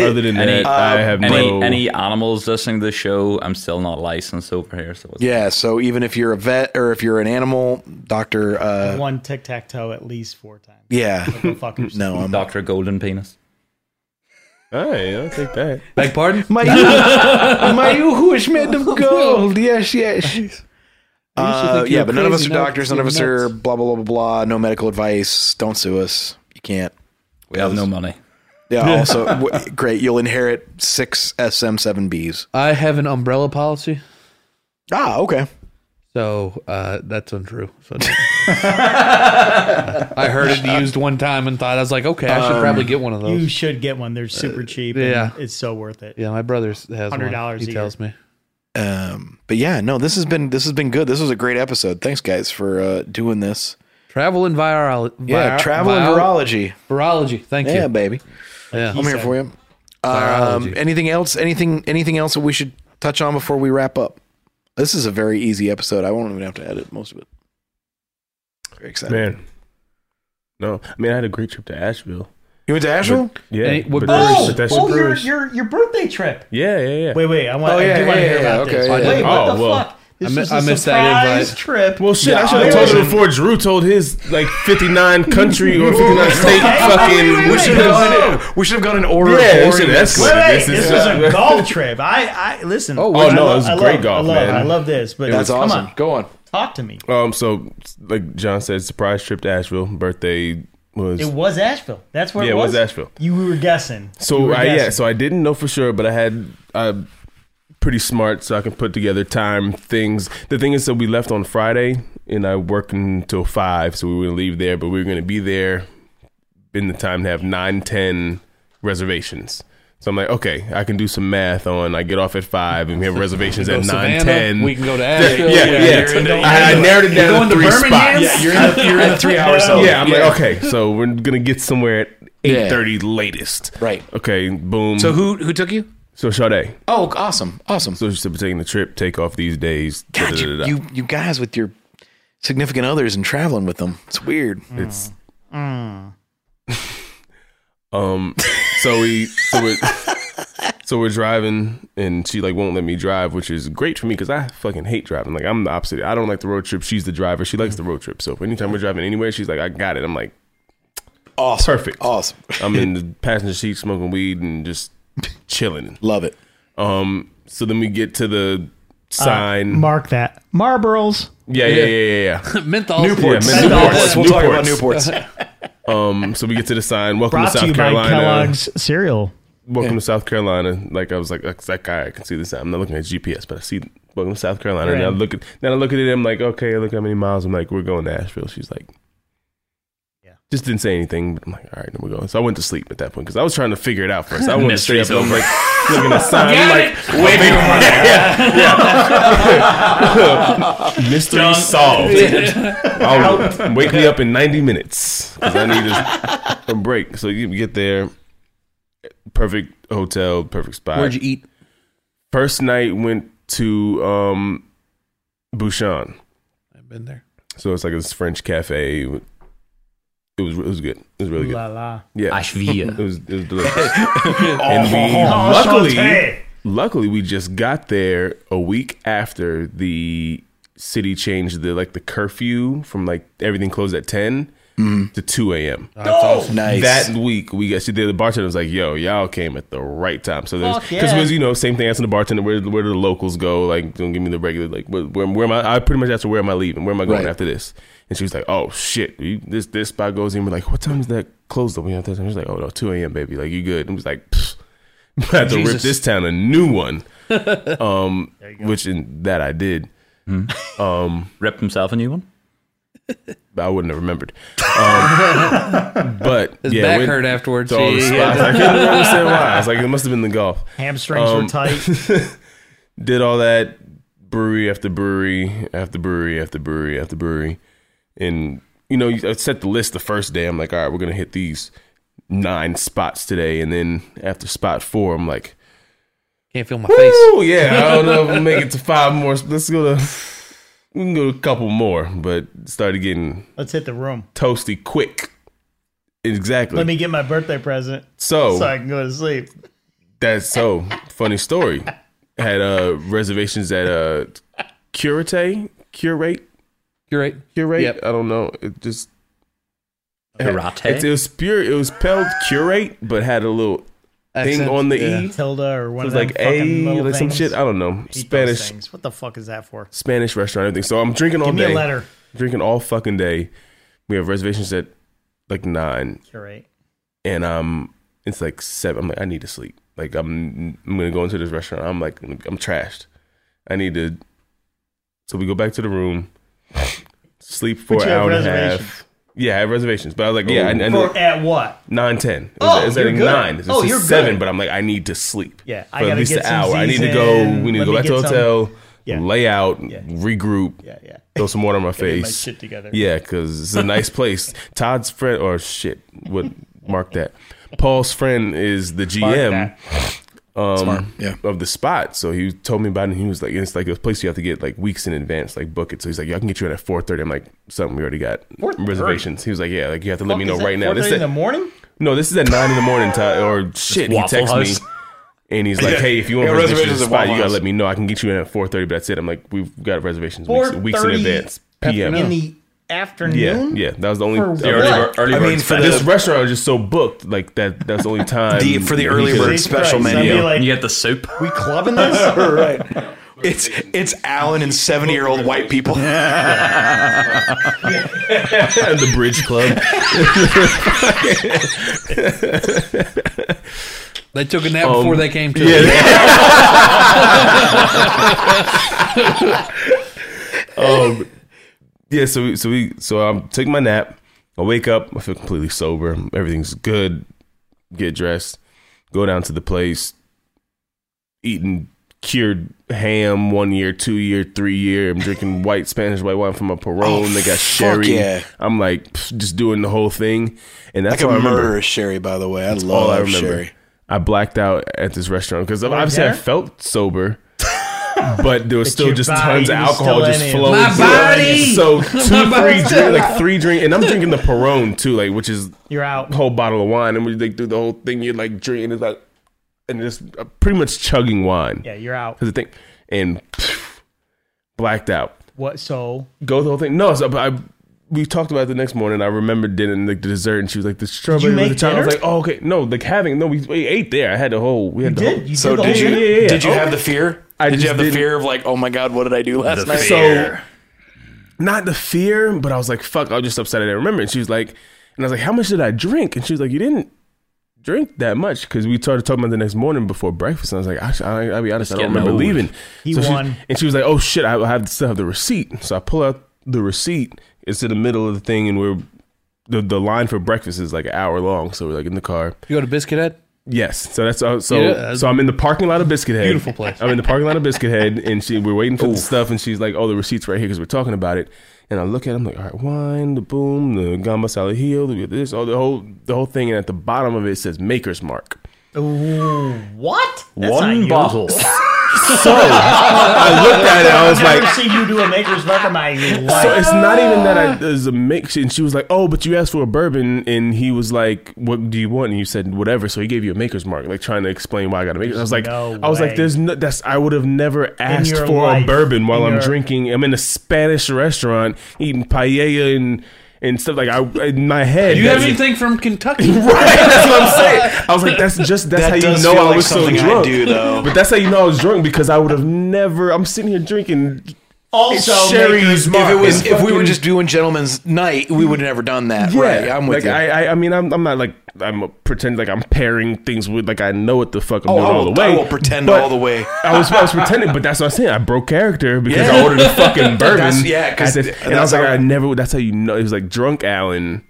[SPEAKER 4] Other than
[SPEAKER 3] Any-
[SPEAKER 4] that, I have
[SPEAKER 3] Any
[SPEAKER 4] no.
[SPEAKER 3] any animals listening to the show, I'm still not licensed over here. So it's-
[SPEAKER 1] Yeah, so even if you're a vet or if you're an animal doctor, uh,
[SPEAKER 2] One tic tac toe at least four times.
[SPEAKER 1] yeah,
[SPEAKER 2] Go fuck yourself.
[SPEAKER 1] no, I'm
[SPEAKER 3] Doctor Golden Penis.
[SPEAKER 4] All right, I'll take that.
[SPEAKER 5] Beg pardon?
[SPEAKER 1] my
[SPEAKER 5] <laughs>
[SPEAKER 1] you- my you who is made of gold. Yes, yes. Uh, yeah, but none of us are doctors. None of us are blah blah blah blah blah. No medical advice. Don't sue us. You can't.
[SPEAKER 3] We have no money.
[SPEAKER 1] Yeah. Also, w- great. You'll inherit six SM7Bs.
[SPEAKER 5] I have an umbrella policy,
[SPEAKER 1] Ah, okay.
[SPEAKER 5] so uh, that's untrue. So I heard it used one time and thought I was like, okay, I should probably get one of
[SPEAKER 2] You
[SPEAKER 5] those.
[SPEAKER 2] should get one. They're super cheap.
[SPEAKER 5] yeah.
[SPEAKER 2] and it's so worth it.
[SPEAKER 5] Yeah, my brother has one.
[SPEAKER 2] $100
[SPEAKER 5] He
[SPEAKER 2] a year.
[SPEAKER 5] tells me.
[SPEAKER 1] Um, but yeah, no, this has been this has been good. This was a great episode. Thanks, guys, for uh, doing this.
[SPEAKER 5] Travel and virology.
[SPEAKER 1] Yeah, travel and virology.
[SPEAKER 5] virology. Thank
[SPEAKER 1] Yeah,
[SPEAKER 5] you.
[SPEAKER 1] baby.
[SPEAKER 5] Yeah.
[SPEAKER 1] I'm here for you. Um,
[SPEAKER 5] Virology.
[SPEAKER 1] anything else? Anything? Anything else that we should touch on before we wrap up? This is a very easy episode. I won't even have to edit most of it. Very excited.
[SPEAKER 4] Man, no, I mean I had a great trip to Asheville.
[SPEAKER 1] You went to Asheville?
[SPEAKER 4] Yeah,
[SPEAKER 5] Any-
[SPEAKER 4] but
[SPEAKER 5] what brewers?
[SPEAKER 4] that's-
[SPEAKER 5] Oh,
[SPEAKER 4] but that's-
[SPEAKER 2] oh, your, your your birthday trip.
[SPEAKER 4] yeah, yeah, yeah.
[SPEAKER 2] Wait, wait. I want.
[SPEAKER 1] Oh,
[SPEAKER 2] I
[SPEAKER 1] yeah,
[SPEAKER 2] do want to
[SPEAKER 1] yeah,
[SPEAKER 2] hear
[SPEAKER 1] yeah,
[SPEAKER 2] about
[SPEAKER 1] okay,
[SPEAKER 2] this.
[SPEAKER 1] yeah.
[SPEAKER 2] Wait,
[SPEAKER 4] Oh,
[SPEAKER 2] what the
[SPEAKER 4] well.
[SPEAKER 2] fuck? This
[SPEAKER 5] I mi-
[SPEAKER 2] was
[SPEAKER 5] I
[SPEAKER 2] a
[SPEAKER 5] missed that
[SPEAKER 2] surprise
[SPEAKER 5] invite.
[SPEAKER 2] trip.
[SPEAKER 4] Well, shit, I
[SPEAKER 1] Yeah,
[SPEAKER 4] should have
[SPEAKER 1] I
[SPEAKER 4] told
[SPEAKER 1] wasn't-
[SPEAKER 4] you before Drew told his like 59 country or 59 state
[SPEAKER 2] Okay.
[SPEAKER 4] fucking.
[SPEAKER 2] Wait, wait,
[SPEAKER 1] We should have gone. In, we should have gone in order.
[SPEAKER 4] Yeah,
[SPEAKER 1] of
[SPEAKER 4] we
[SPEAKER 1] boring.
[SPEAKER 4] should- that's
[SPEAKER 1] Well,
[SPEAKER 4] good.
[SPEAKER 2] Wait, wait,
[SPEAKER 4] This
[SPEAKER 2] this,
[SPEAKER 4] is-
[SPEAKER 2] was
[SPEAKER 4] <laughs>
[SPEAKER 2] a golf trip. I, I listen.
[SPEAKER 5] Oh,
[SPEAKER 2] I
[SPEAKER 5] wow.
[SPEAKER 4] no,
[SPEAKER 2] love-
[SPEAKER 4] it was
[SPEAKER 2] I love-
[SPEAKER 4] great golf,
[SPEAKER 2] I love,
[SPEAKER 4] man.
[SPEAKER 2] I love this, but
[SPEAKER 1] That's
[SPEAKER 2] come
[SPEAKER 1] awesome.
[SPEAKER 2] on,
[SPEAKER 1] Go on.
[SPEAKER 2] talk to me.
[SPEAKER 4] <laughs> Um, so like John said, surprise trip to Asheville. Birthday was.
[SPEAKER 2] It was Asheville. That's where
[SPEAKER 4] yeah,
[SPEAKER 2] it
[SPEAKER 4] it
[SPEAKER 2] was.
[SPEAKER 4] was Asheville.
[SPEAKER 2] You were guessing. You
[SPEAKER 4] So
[SPEAKER 2] were
[SPEAKER 4] I, yeah,
[SPEAKER 2] guessing.
[SPEAKER 4] so I didn't know for sure, but I had uh, pretty smart, so I can put together time things. The thing is, so we left on Friday, and I worked until five, so we were gonna leave there, but we were gonna be there in the time to have nine ten reservations. So I'm like, okay, I can do some math on. I get off at five, and we have reservations
[SPEAKER 5] Go
[SPEAKER 4] at nine
[SPEAKER 5] Savannah.
[SPEAKER 4] ten.
[SPEAKER 5] We can go
[SPEAKER 4] <laughs>
[SPEAKER 5] to
[SPEAKER 4] yeah,
[SPEAKER 5] Asheville.
[SPEAKER 4] yeah.
[SPEAKER 5] you're in the-
[SPEAKER 4] I, I narrowed it
[SPEAKER 5] You're
[SPEAKER 4] down
[SPEAKER 5] going
[SPEAKER 4] to
[SPEAKER 5] to
[SPEAKER 4] three spots.
[SPEAKER 5] Birmingham? Yeah,
[SPEAKER 1] You're
[SPEAKER 4] <laughs>
[SPEAKER 1] in the, you're in the three hours.
[SPEAKER 4] Yeah, I'm like, okay, so we're gonna get somewhere at
[SPEAKER 1] Yeah.
[SPEAKER 4] eight thirty latest.
[SPEAKER 1] Right.
[SPEAKER 4] Okay, boom.
[SPEAKER 1] So who who took you?
[SPEAKER 4] so Sade.
[SPEAKER 1] Oh, awesome, awesome.
[SPEAKER 4] So she's taking the trip, take off these days.
[SPEAKER 1] God, you,
[SPEAKER 4] da-da-da-da.
[SPEAKER 1] you you guys with your significant others and traveling with them. It's weird.
[SPEAKER 4] It's
[SPEAKER 1] Mm.
[SPEAKER 4] <laughs> um. So we so
[SPEAKER 1] <laughs>
[SPEAKER 4] we so we're driving, and she like won't let me drive, which is great for me because I fucking hate driving. Like I'm the opposite. I don't like the road trip. She's the driver. She likes the road trip. So anytime we're driving anywhere, she's like, I got it. I'm like,
[SPEAKER 1] Awesome.
[SPEAKER 4] Perfect.
[SPEAKER 1] Awesome.
[SPEAKER 4] I'm in the passenger seat smoking weed and just chilling.
[SPEAKER 1] Love it.
[SPEAKER 4] Um. So then we get to the
[SPEAKER 2] Uh,
[SPEAKER 4] sign.
[SPEAKER 2] mark that Marlboros.
[SPEAKER 4] yeah, yeah, yeah, yeah, yeah.
[SPEAKER 5] Menthol.
[SPEAKER 4] Newports.
[SPEAKER 5] Yeah,
[SPEAKER 4] Yeah,
[SPEAKER 5] Menthol.
[SPEAKER 4] Newports.
[SPEAKER 1] We'll talk about Newports.
[SPEAKER 4] Um, so we get to the sign. Welcome
[SPEAKER 2] Brought
[SPEAKER 4] to
[SPEAKER 2] to
[SPEAKER 4] South
[SPEAKER 2] you
[SPEAKER 4] Carolina.
[SPEAKER 2] by Kellogg's cereal.
[SPEAKER 4] Welcome to South Carolina. Like I was like, that's that guy. I can see this. I'm not looking at GPS, but I see. Welcome to South Carolina. And I
[SPEAKER 2] Right.
[SPEAKER 4] look at now. I look at it. I'm like, okay. Look how many miles. I'm like, we're going to Asheville. She's like,
[SPEAKER 2] Yeah.
[SPEAKER 4] Just didn't say anything. But I'm like, all right, then we're going. So I went to sleep at that point because I was trying to figure it out first. I went to sleep.
[SPEAKER 3] Mystery's
[SPEAKER 4] I'm
[SPEAKER 3] over.
[SPEAKER 4] like, looking at the
[SPEAKER 3] <laughs>
[SPEAKER 4] sign. I'm like, wait, mystery solved. <laughs> I'll wake me up in 90 minutes because I need a, a break. So you get there, perfect hotel, perfect spot.
[SPEAKER 5] Where'd you eat?
[SPEAKER 4] First night went to um, Bouchon.
[SPEAKER 5] I've been there.
[SPEAKER 4] So it's like this French cafe. It It was it was good. It was really good.
[SPEAKER 2] La la.
[SPEAKER 4] Yeah,
[SPEAKER 3] Ashvia.
[SPEAKER 4] It was it was delicious. and
[SPEAKER 2] Oh,
[SPEAKER 4] we luckily luckily we just got there a week after the city changed the like the curfew from like everything closed at ten to two a.m.
[SPEAKER 1] Nice.
[SPEAKER 4] That week, we got see the bartender was like, "Yo, y'all came at the right time." So there's
[SPEAKER 2] Fuck
[SPEAKER 4] because
[SPEAKER 2] yeah.
[SPEAKER 4] it was you know same thing asking the bartender where where do the locals go? Like, don't give me the regular like where, where, where am I? I pretty much asked her where am I leaving? Where am I going
[SPEAKER 1] Right.
[SPEAKER 4] after this? And she was like, "Oh shit, you, this this spot goes in." We're like, "What time is that closed up?" We have this, and she's like, "Oh no, two a.m. baby, like you good?" And was like, Pfft. <laughs> "I had to rip
[SPEAKER 5] Jesus.
[SPEAKER 4] this town a new
[SPEAKER 2] <laughs>
[SPEAKER 4] one," um, which in that I did.
[SPEAKER 3] Ripped himself a new one.
[SPEAKER 4] but I wouldn't have
[SPEAKER 5] <laughs>
[SPEAKER 4] remembered. Um, but
[SPEAKER 5] His
[SPEAKER 4] yeah,
[SPEAKER 5] back
[SPEAKER 4] when-
[SPEAKER 5] hurt afterwards.
[SPEAKER 4] to all the
[SPEAKER 5] He- he had-
[SPEAKER 4] spots. I couldn't understand why. I was like, it must have been the golf.
[SPEAKER 2] Hamstrings
[SPEAKER 4] Um,
[SPEAKER 2] were
[SPEAKER 4] <laughs>
[SPEAKER 2] tight.
[SPEAKER 4] Did all that brewery after brewery after brewery after brewery after brewery, and you know, you- I set the list the first day. I'm like, all right, we're gonna hit these nine spots today, and then after spot four, I'm like,
[SPEAKER 5] Can't feel my face.
[SPEAKER 4] oh yeah, I don't know if we'll make it to five more. Let's go to. We can go to a couple more, but started getting
[SPEAKER 2] Let's hit the room.
[SPEAKER 4] toasty quick. Exactly.
[SPEAKER 2] Let me get my birthday present
[SPEAKER 4] so
[SPEAKER 2] so I can go to sleep.
[SPEAKER 4] That's so funny story. Had uh reservations at uh Curate, Curate,
[SPEAKER 5] You're right.
[SPEAKER 4] Curate.
[SPEAKER 5] Yep.
[SPEAKER 4] I don't know. It just it's, it
[SPEAKER 3] Karate.
[SPEAKER 4] was pure. It was spelled curate, but had a little thing
[SPEAKER 5] Accent,
[SPEAKER 4] on the
[SPEAKER 5] yeah.
[SPEAKER 4] e. It
[SPEAKER 2] Tilda or one
[SPEAKER 4] was
[SPEAKER 2] of them
[SPEAKER 4] like
[SPEAKER 2] fucking
[SPEAKER 4] a
[SPEAKER 2] little
[SPEAKER 4] like some
[SPEAKER 2] things.
[SPEAKER 4] shit. I don't know
[SPEAKER 2] Eat those
[SPEAKER 4] Spanish
[SPEAKER 2] things. What the fuck is that for?
[SPEAKER 4] Spanish restaurant everything. So I'm drinking all
[SPEAKER 2] Give me
[SPEAKER 4] day,
[SPEAKER 2] a letter.
[SPEAKER 4] drinking all fucking day. We have reservations at like nine.
[SPEAKER 2] Curate.
[SPEAKER 4] and um, it's like seven. I'm like, I need to sleep. Like I'm, I'm gonna go into this restaurant. I'm like, I'm trashed. I need to. So we go back to the room, sleep for
[SPEAKER 2] But
[SPEAKER 4] an
[SPEAKER 2] you have
[SPEAKER 4] hour and a
[SPEAKER 2] reservations.
[SPEAKER 4] half. Yeah, I have reservations, but I was like, yeah, I, I
[SPEAKER 2] Oh. For at what?
[SPEAKER 4] nine ten.
[SPEAKER 2] Oh,
[SPEAKER 4] it's
[SPEAKER 2] you're
[SPEAKER 4] at
[SPEAKER 2] good.
[SPEAKER 4] nine. It's
[SPEAKER 2] Oh,
[SPEAKER 4] just
[SPEAKER 2] you're
[SPEAKER 4] seven,
[SPEAKER 2] good.
[SPEAKER 4] but I'm like, I need to sleep.
[SPEAKER 2] Yeah, I
[SPEAKER 4] for at
[SPEAKER 2] gotta
[SPEAKER 4] least
[SPEAKER 2] get
[SPEAKER 4] an
[SPEAKER 2] some
[SPEAKER 4] hour. I need to
[SPEAKER 2] Z's
[SPEAKER 4] go.
[SPEAKER 2] in.
[SPEAKER 4] We need
[SPEAKER 2] Let
[SPEAKER 4] to go
[SPEAKER 2] me
[SPEAKER 4] back to the
[SPEAKER 2] get some-
[SPEAKER 4] hotel,
[SPEAKER 2] Yeah.
[SPEAKER 4] lay out,
[SPEAKER 2] Yeah.
[SPEAKER 4] regroup,
[SPEAKER 2] Yeah, yeah.
[SPEAKER 4] <laughs> throw some water on my
[SPEAKER 2] Get
[SPEAKER 4] face.
[SPEAKER 2] my shit together.
[SPEAKER 4] Yeah, because it's a
[SPEAKER 2] <laughs>
[SPEAKER 4] nice place. Todd's friend, or shit, would mark that. Paul's friend is the GM um,
[SPEAKER 1] yeah.
[SPEAKER 4] of the spot, so he told me about it. And he was like, "It's like a place you have to get like weeks in advance, like book it." So he's like, "Yeah, I can get you in at 4.30. I'm like, "Something we already got
[SPEAKER 2] 4:30?
[SPEAKER 4] reservations." He was like, "Yeah, like you have to let me
[SPEAKER 2] Fuck,
[SPEAKER 4] know
[SPEAKER 2] is that
[SPEAKER 4] right now."
[SPEAKER 2] 4:30
[SPEAKER 4] This is
[SPEAKER 2] in the
[SPEAKER 4] at,
[SPEAKER 2] morning.
[SPEAKER 4] no, this is at nine in the morning, Todd. Or shit, he
[SPEAKER 3] Waffle
[SPEAKER 4] texts me.
[SPEAKER 3] House.
[SPEAKER 4] And he's like, "Hey, if you want
[SPEAKER 1] Yeah, reservations
[SPEAKER 4] reservations, at the
[SPEAKER 1] at
[SPEAKER 4] spot, you
[SPEAKER 1] Waffle
[SPEAKER 4] gotta
[SPEAKER 1] House.
[SPEAKER 4] let me know. I can get you in at 4.30, But that's it. I'm like, "We've got reservations weeks, weeks in
[SPEAKER 2] 4:30
[SPEAKER 4] advance, p.m.
[SPEAKER 2] in the afternoon.
[SPEAKER 4] Yeah, yeah. That was the only.
[SPEAKER 2] For
[SPEAKER 4] the
[SPEAKER 3] The
[SPEAKER 4] early
[SPEAKER 3] early,
[SPEAKER 4] bird-
[SPEAKER 3] bird, early
[SPEAKER 1] I mean,
[SPEAKER 3] bird
[SPEAKER 1] for
[SPEAKER 3] special.
[SPEAKER 1] the-
[SPEAKER 4] This restaurant was just so booked, like that. That's the only time
[SPEAKER 1] <laughs> The- for the
[SPEAKER 4] he
[SPEAKER 1] early
[SPEAKER 4] could-
[SPEAKER 1] bird
[SPEAKER 2] Jesus
[SPEAKER 1] special
[SPEAKER 2] Christ, I'd be
[SPEAKER 1] menu.
[SPEAKER 2] like,
[SPEAKER 3] you get the soup.
[SPEAKER 2] we clubbing this?
[SPEAKER 1] right. It's it's Alan and seventy year old white people.
[SPEAKER 4] the Bridge
[SPEAKER 1] <laughs>
[SPEAKER 4] Club.
[SPEAKER 5] They took a nap before they came to. it.
[SPEAKER 4] <laughs> um, yeah. So we, so we so I take my nap. I wake up. I feel completely sober. Everything's good. Get dressed. Go down to the place. Eating cured ham one year, two year, three year.
[SPEAKER 1] <laughs>
[SPEAKER 4] I'm drinking white Spanish white wine from a Perone. they got sherry.
[SPEAKER 1] Oh, yeah.
[SPEAKER 4] I'm like pff, just doing the whole thing, and that's
[SPEAKER 1] Like a
[SPEAKER 4] all I remember.
[SPEAKER 1] murderous Sherry, by the way. I love
[SPEAKER 4] all I remember.
[SPEAKER 1] Sherry.
[SPEAKER 4] I blacked out at this restaurant because obviously I
[SPEAKER 2] dinner? <laughs>
[SPEAKER 4] felt sober, but there was still
[SPEAKER 2] your
[SPEAKER 4] just
[SPEAKER 2] body
[SPEAKER 4] tons of
[SPEAKER 2] was
[SPEAKER 4] alcohol
[SPEAKER 2] still
[SPEAKER 4] just
[SPEAKER 2] in it.
[SPEAKER 4] flowing.
[SPEAKER 5] My
[SPEAKER 4] through.
[SPEAKER 5] body!
[SPEAKER 2] <laughs>
[SPEAKER 4] So two, three,
[SPEAKER 5] body's
[SPEAKER 4] drink, like three drink, and I'm drinking the Perone too, like which is
[SPEAKER 2] You're out.
[SPEAKER 4] a whole bottle of wine, and we like do the whole thing. You're like drinking, it's like, and just uh, pretty much chugging wine.
[SPEAKER 2] Yeah, you're out.
[SPEAKER 4] Cause the thing, and blacked out.
[SPEAKER 2] What? So
[SPEAKER 4] Go the whole thing. No, so I. We talked about it the next morning. I remembered dinner and like the dessert, and she was like, "The strawberry with
[SPEAKER 2] make
[SPEAKER 4] the child." I was
[SPEAKER 2] dinner?
[SPEAKER 4] like, "Oh, okay, no, like having no, we, we ate there. I had the whole, we had the whole,
[SPEAKER 2] did you
[SPEAKER 1] So
[SPEAKER 2] did the whole
[SPEAKER 1] did you
[SPEAKER 2] thing?
[SPEAKER 4] Yeah, yeah, yeah.
[SPEAKER 1] did you have
[SPEAKER 4] Oh.
[SPEAKER 1] the fear?
[SPEAKER 4] I
[SPEAKER 1] did
[SPEAKER 4] just
[SPEAKER 1] you have the
[SPEAKER 4] didn't-
[SPEAKER 1] fear of like, oh my god, what did I do last night?
[SPEAKER 4] So, not the fear, but I was like, fuck, I was just upset I didn't remember. And she was like, and I was like, how much did I drink? And she was like, you didn't drink that much because we started talking about the next morning before breakfast. And I was like, I, sh- I, I'll be honest, I
[SPEAKER 3] getting
[SPEAKER 4] don't remember
[SPEAKER 3] old.
[SPEAKER 4] leaving.
[SPEAKER 2] He
[SPEAKER 4] she-
[SPEAKER 2] won.
[SPEAKER 4] and she was like, oh shit, I have still have the receipt. So I pull out the receipt. It's in the middle of the thing, and we're the, the line for breakfast is like an hour long. So we're like in the car.
[SPEAKER 5] You go to Biscuit Head.
[SPEAKER 4] Yes. So that's uh, so
[SPEAKER 5] Yeah.
[SPEAKER 4] so I'm in the parking lot of Biscuit Head.
[SPEAKER 5] Beautiful place.
[SPEAKER 4] I'm in the parking lot of Biscuit Head, and she we're waiting for the stuff, and she's like, "Oh, the receipt's right here because we're talking about it." And I look at, it, I'm like, "All right, wine, the boom, the gamba salad heel, the, this, all the whole the whole thing." And at the bottom of it says Maker's Mark.
[SPEAKER 2] What? That's not
[SPEAKER 3] One
[SPEAKER 2] you. <laughs>
[SPEAKER 3] bottle.
[SPEAKER 4] So <laughs> I looked at it. I was
[SPEAKER 6] I've
[SPEAKER 4] like,
[SPEAKER 6] never seen you do a maker's mark on my life.
[SPEAKER 4] So it's not even that
[SPEAKER 6] Ah.
[SPEAKER 4] I, there's a mix. And she was like, "Oh, but you asked for a bourbon," and he was like, "What do you want?" And you said, "Whatever." So he gave you a maker's mark, like trying to explain why I got a maker's. I was like,
[SPEAKER 6] no
[SPEAKER 4] "I was
[SPEAKER 6] way.
[SPEAKER 4] like, there's no, that's I would have never asked
[SPEAKER 6] your
[SPEAKER 4] for
[SPEAKER 6] life,
[SPEAKER 4] a bourbon while
[SPEAKER 6] in
[SPEAKER 4] I'm
[SPEAKER 6] your-
[SPEAKER 4] drinking. I'm in a Spanish restaurant eating paella and." And stuff like I in my head.
[SPEAKER 5] You have
[SPEAKER 4] that's-
[SPEAKER 5] anything from
[SPEAKER 4] <laughs>
[SPEAKER 5] Kentucky?
[SPEAKER 4] Right, that's what I'm saying. I was like, that's just that's
[SPEAKER 1] That
[SPEAKER 4] how you
[SPEAKER 1] does
[SPEAKER 4] know
[SPEAKER 1] feel
[SPEAKER 4] I
[SPEAKER 1] like
[SPEAKER 4] was so
[SPEAKER 1] something I
[SPEAKER 4] drunk.
[SPEAKER 1] do, though.
[SPEAKER 4] But that's how you know I was drunk because I would have never. I'm sitting here drinking
[SPEAKER 6] Also, Maker's
[SPEAKER 4] Sherry's
[SPEAKER 1] If
[SPEAKER 4] Mark
[SPEAKER 1] it was,
[SPEAKER 4] and
[SPEAKER 1] if we were
[SPEAKER 4] fucking-
[SPEAKER 1] just doing gentlemen's night, we would have never done that. Right? I'm with
[SPEAKER 4] like,
[SPEAKER 1] you.
[SPEAKER 4] I, I, I mean, I'm, I'm not like I'm a pretend like I'm pairing things with like I know what the fuck I'm
[SPEAKER 1] oh,
[SPEAKER 4] doing
[SPEAKER 1] I
[SPEAKER 4] all
[SPEAKER 1] will,
[SPEAKER 4] the way.
[SPEAKER 1] I will pretend
[SPEAKER 4] but
[SPEAKER 1] all the <laughs> way.
[SPEAKER 4] I was, I was pretending, but that's what I'm saying. I broke character because
[SPEAKER 1] Yeah.
[SPEAKER 4] I ordered a fucking
[SPEAKER 1] <laughs>
[SPEAKER 4] bourbon.
[SPEAKER 1] That's- yeah, 'cause
[SPEAKER 4] and,
[SPEAKER 1] th-
[SPEAKER 4] and I was
[SPEAKER 1] that's
[SPEAKER 4] like,
[SPEAKER 1] how-
[SPEAKER 4] I never. That's how you know. It was like drunk Alan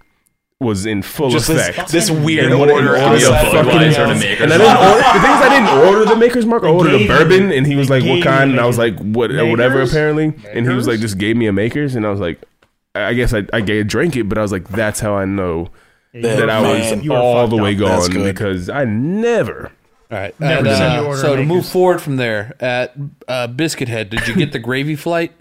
[SPEAKER 4] was in full
[SPEAKER 1] Just
[SPEAKER 4] effect.
[SPEAKER 1] this, this weird
[SPEAKER 4] And what-
[SPEAKER 1] order.
[SPEAKER 4] and
[SPEAKER 1] I
[SPEAKER 4] what
[SPEAKER 1] was
[SPEAKER 4] the
[SPEAKER 1] like,
[SPEAKER 4] fuck
[SPEAKER 1] what
[SPEAKER 4] is
[SPEAKER 1] is
[SPEAKER 4] that?
[SPEAKER 1] this?
[SPEAKER 4] And I didn't order. The thing is, I didn't order the Maker's Mark. I ordered
[SPEAKER 6] gave
[SPEAKER 4] a bourbon,
[SPEAKER 6] you-
[SPEAKER 4] and he was
[SPEAKER 6] they
[SPEAKER 4] like,
[SPEAKER 6] gave
[SPEAKER 4] "What
[SPEAKER 6] you
[SPEAKER 4] kind?" And I
[SPEAKER 6] Maker's-
[SPEAKER 4] was like, "What, uh, whatever."
[SPEAKER 6] Makers?
[SPEAKER 4] Apparently, and he was like,
[SPEAKER 6] Makers?
[SPEAKER 4] "Just gave me a Maker's," and I was like, "I I guess I, I ga- drank it," but I was like, "That's how I know
[SPEAKER 6] Oh,
[SPEAKER 4] that I was
[SPEAKER 2] You were
[SPEAKER 4] all
[SPEAKER 2] fucked
[SPEAKER 4] the way
[SPEAKER 2] up.
[SPEAKER 1] That's
[SPEAKER 4] gone
[SPEAKER 1] good.
[SPEAKER 4] because I never."
[SPEAKER 5] All right.
[SPEAKER 2] Never
[SPEAKER 5] And, uh,
[SPEAKER 2] send you order
[SPEAKER 5] so to
[SPEAKER 2] makers.
[SPEAKER 5] move forward from there at uh, Biscuit Head, did you get the gravy flight?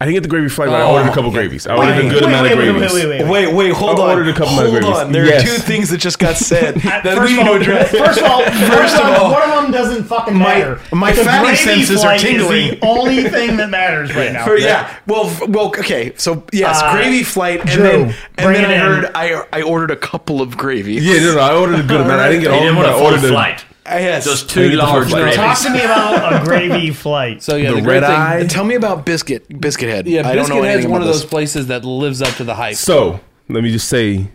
[SPEAKER 4] I didn't get the gravy flight, but I
[SPEAKER 5] Oh,
[SPEAKER 4] ordered a couple gravies. I ordered a good
[SPEAKER 6] wait,
[SPEAKER 4] amount
[SPEAKER 6] wait,
[SPEAKER 4] of
[SPEAKER 6] wait,
[SPEAKER 4] gravies.
[SPEAKER 6] wait, wait, wait,
[SPEAKER 1] Wait, wait, hold
[SPEAKER 4] I
[SPEAKER 1] on.
[SPEAKER 4] ordered a couple of
[SPEAKER 1] hold
[SPEAKER 4] gravies.
[SPEAKER 1] on. There
[SPEAKER 4] Yes.
[SPEAKER 1] are two things that just got
[SPEAKER 2] <laughs>
[SPEAKER 1] said that
[SPEAKER 6] first
[SPEAKER 1] we
[SPEAKER 6] of
[SPEAKER 1] need to
[SPEAKER 6] all-
[SPEAKER 1] address.
[SPEAKER 6] First of all, first
[SPEAKER 1] of
[SPEAKER 6] of
[SPEAKER 1] all,
[SPEAKER 6] all, one of them doesn't fucking matter.
[SPEAKER 1] my
[SPEAKER 6] The
[SPEAKER 1] fatty
[SPEAKER 6] gravy
[SPEAKER 1] senses are
[SPEAKER 6] flight is
[SPEAKER 1] tingling.
[SPEAKER 6] the only thing that matters right now.
[SPEAKER 1] For- yeah. Well, f- well, okay. So yes,
[SPEAKER 6] Uh,
[SPEAKER 1] gravy flight, and
[SPEAKER 6] Drew,
[SPEAKER 1] then and
[SPEAKER 6] bring
[SPEAKER 1] then
[SPEAKER 6] it
[SPEAKER 1] I
[SPEAKER 6] in.
[SPEAKER 1] heard I I ordered a couple of gravies.
[SPEAKER 4] Yeah, no, no, I ordered a good amount. I didn't get all, of them, but I ordered a-
[SPEAKER 1] I yes.
[SPEAKER 3] Just two
[SPEAKER 4] get the
[SPEAKER 3] large
[SPEAKER 4] full flight.
[SPEAKER 6] Talk
[SPEAKER 3] gravies.
[SPEAKER 6] to me about a gravy flight.
[SPEAKER 5] So yeah,
[SPEAKER 4] The
[SPEAKER 5] the, great
[SPEAKER 4] red
[SPEAKER 5] thing-
[SPEAKER 4] eye.
[SPEAKER 1] And Tell me about biscuit biscuit head.
[SPEAKER 5] Yeah,
[SPEAKER 1] I don't know
[SPEAKER 5] Biscuit Head's
[SPEAKER 1] anything
[SPEAKER 5] one of
[SPEAKER 1] about
[SPEAKER 5] those
[SPEAKER 1] this.
[SPEAKER 5] places that lives up to the hype.
[SPEAKER 4] So let me just say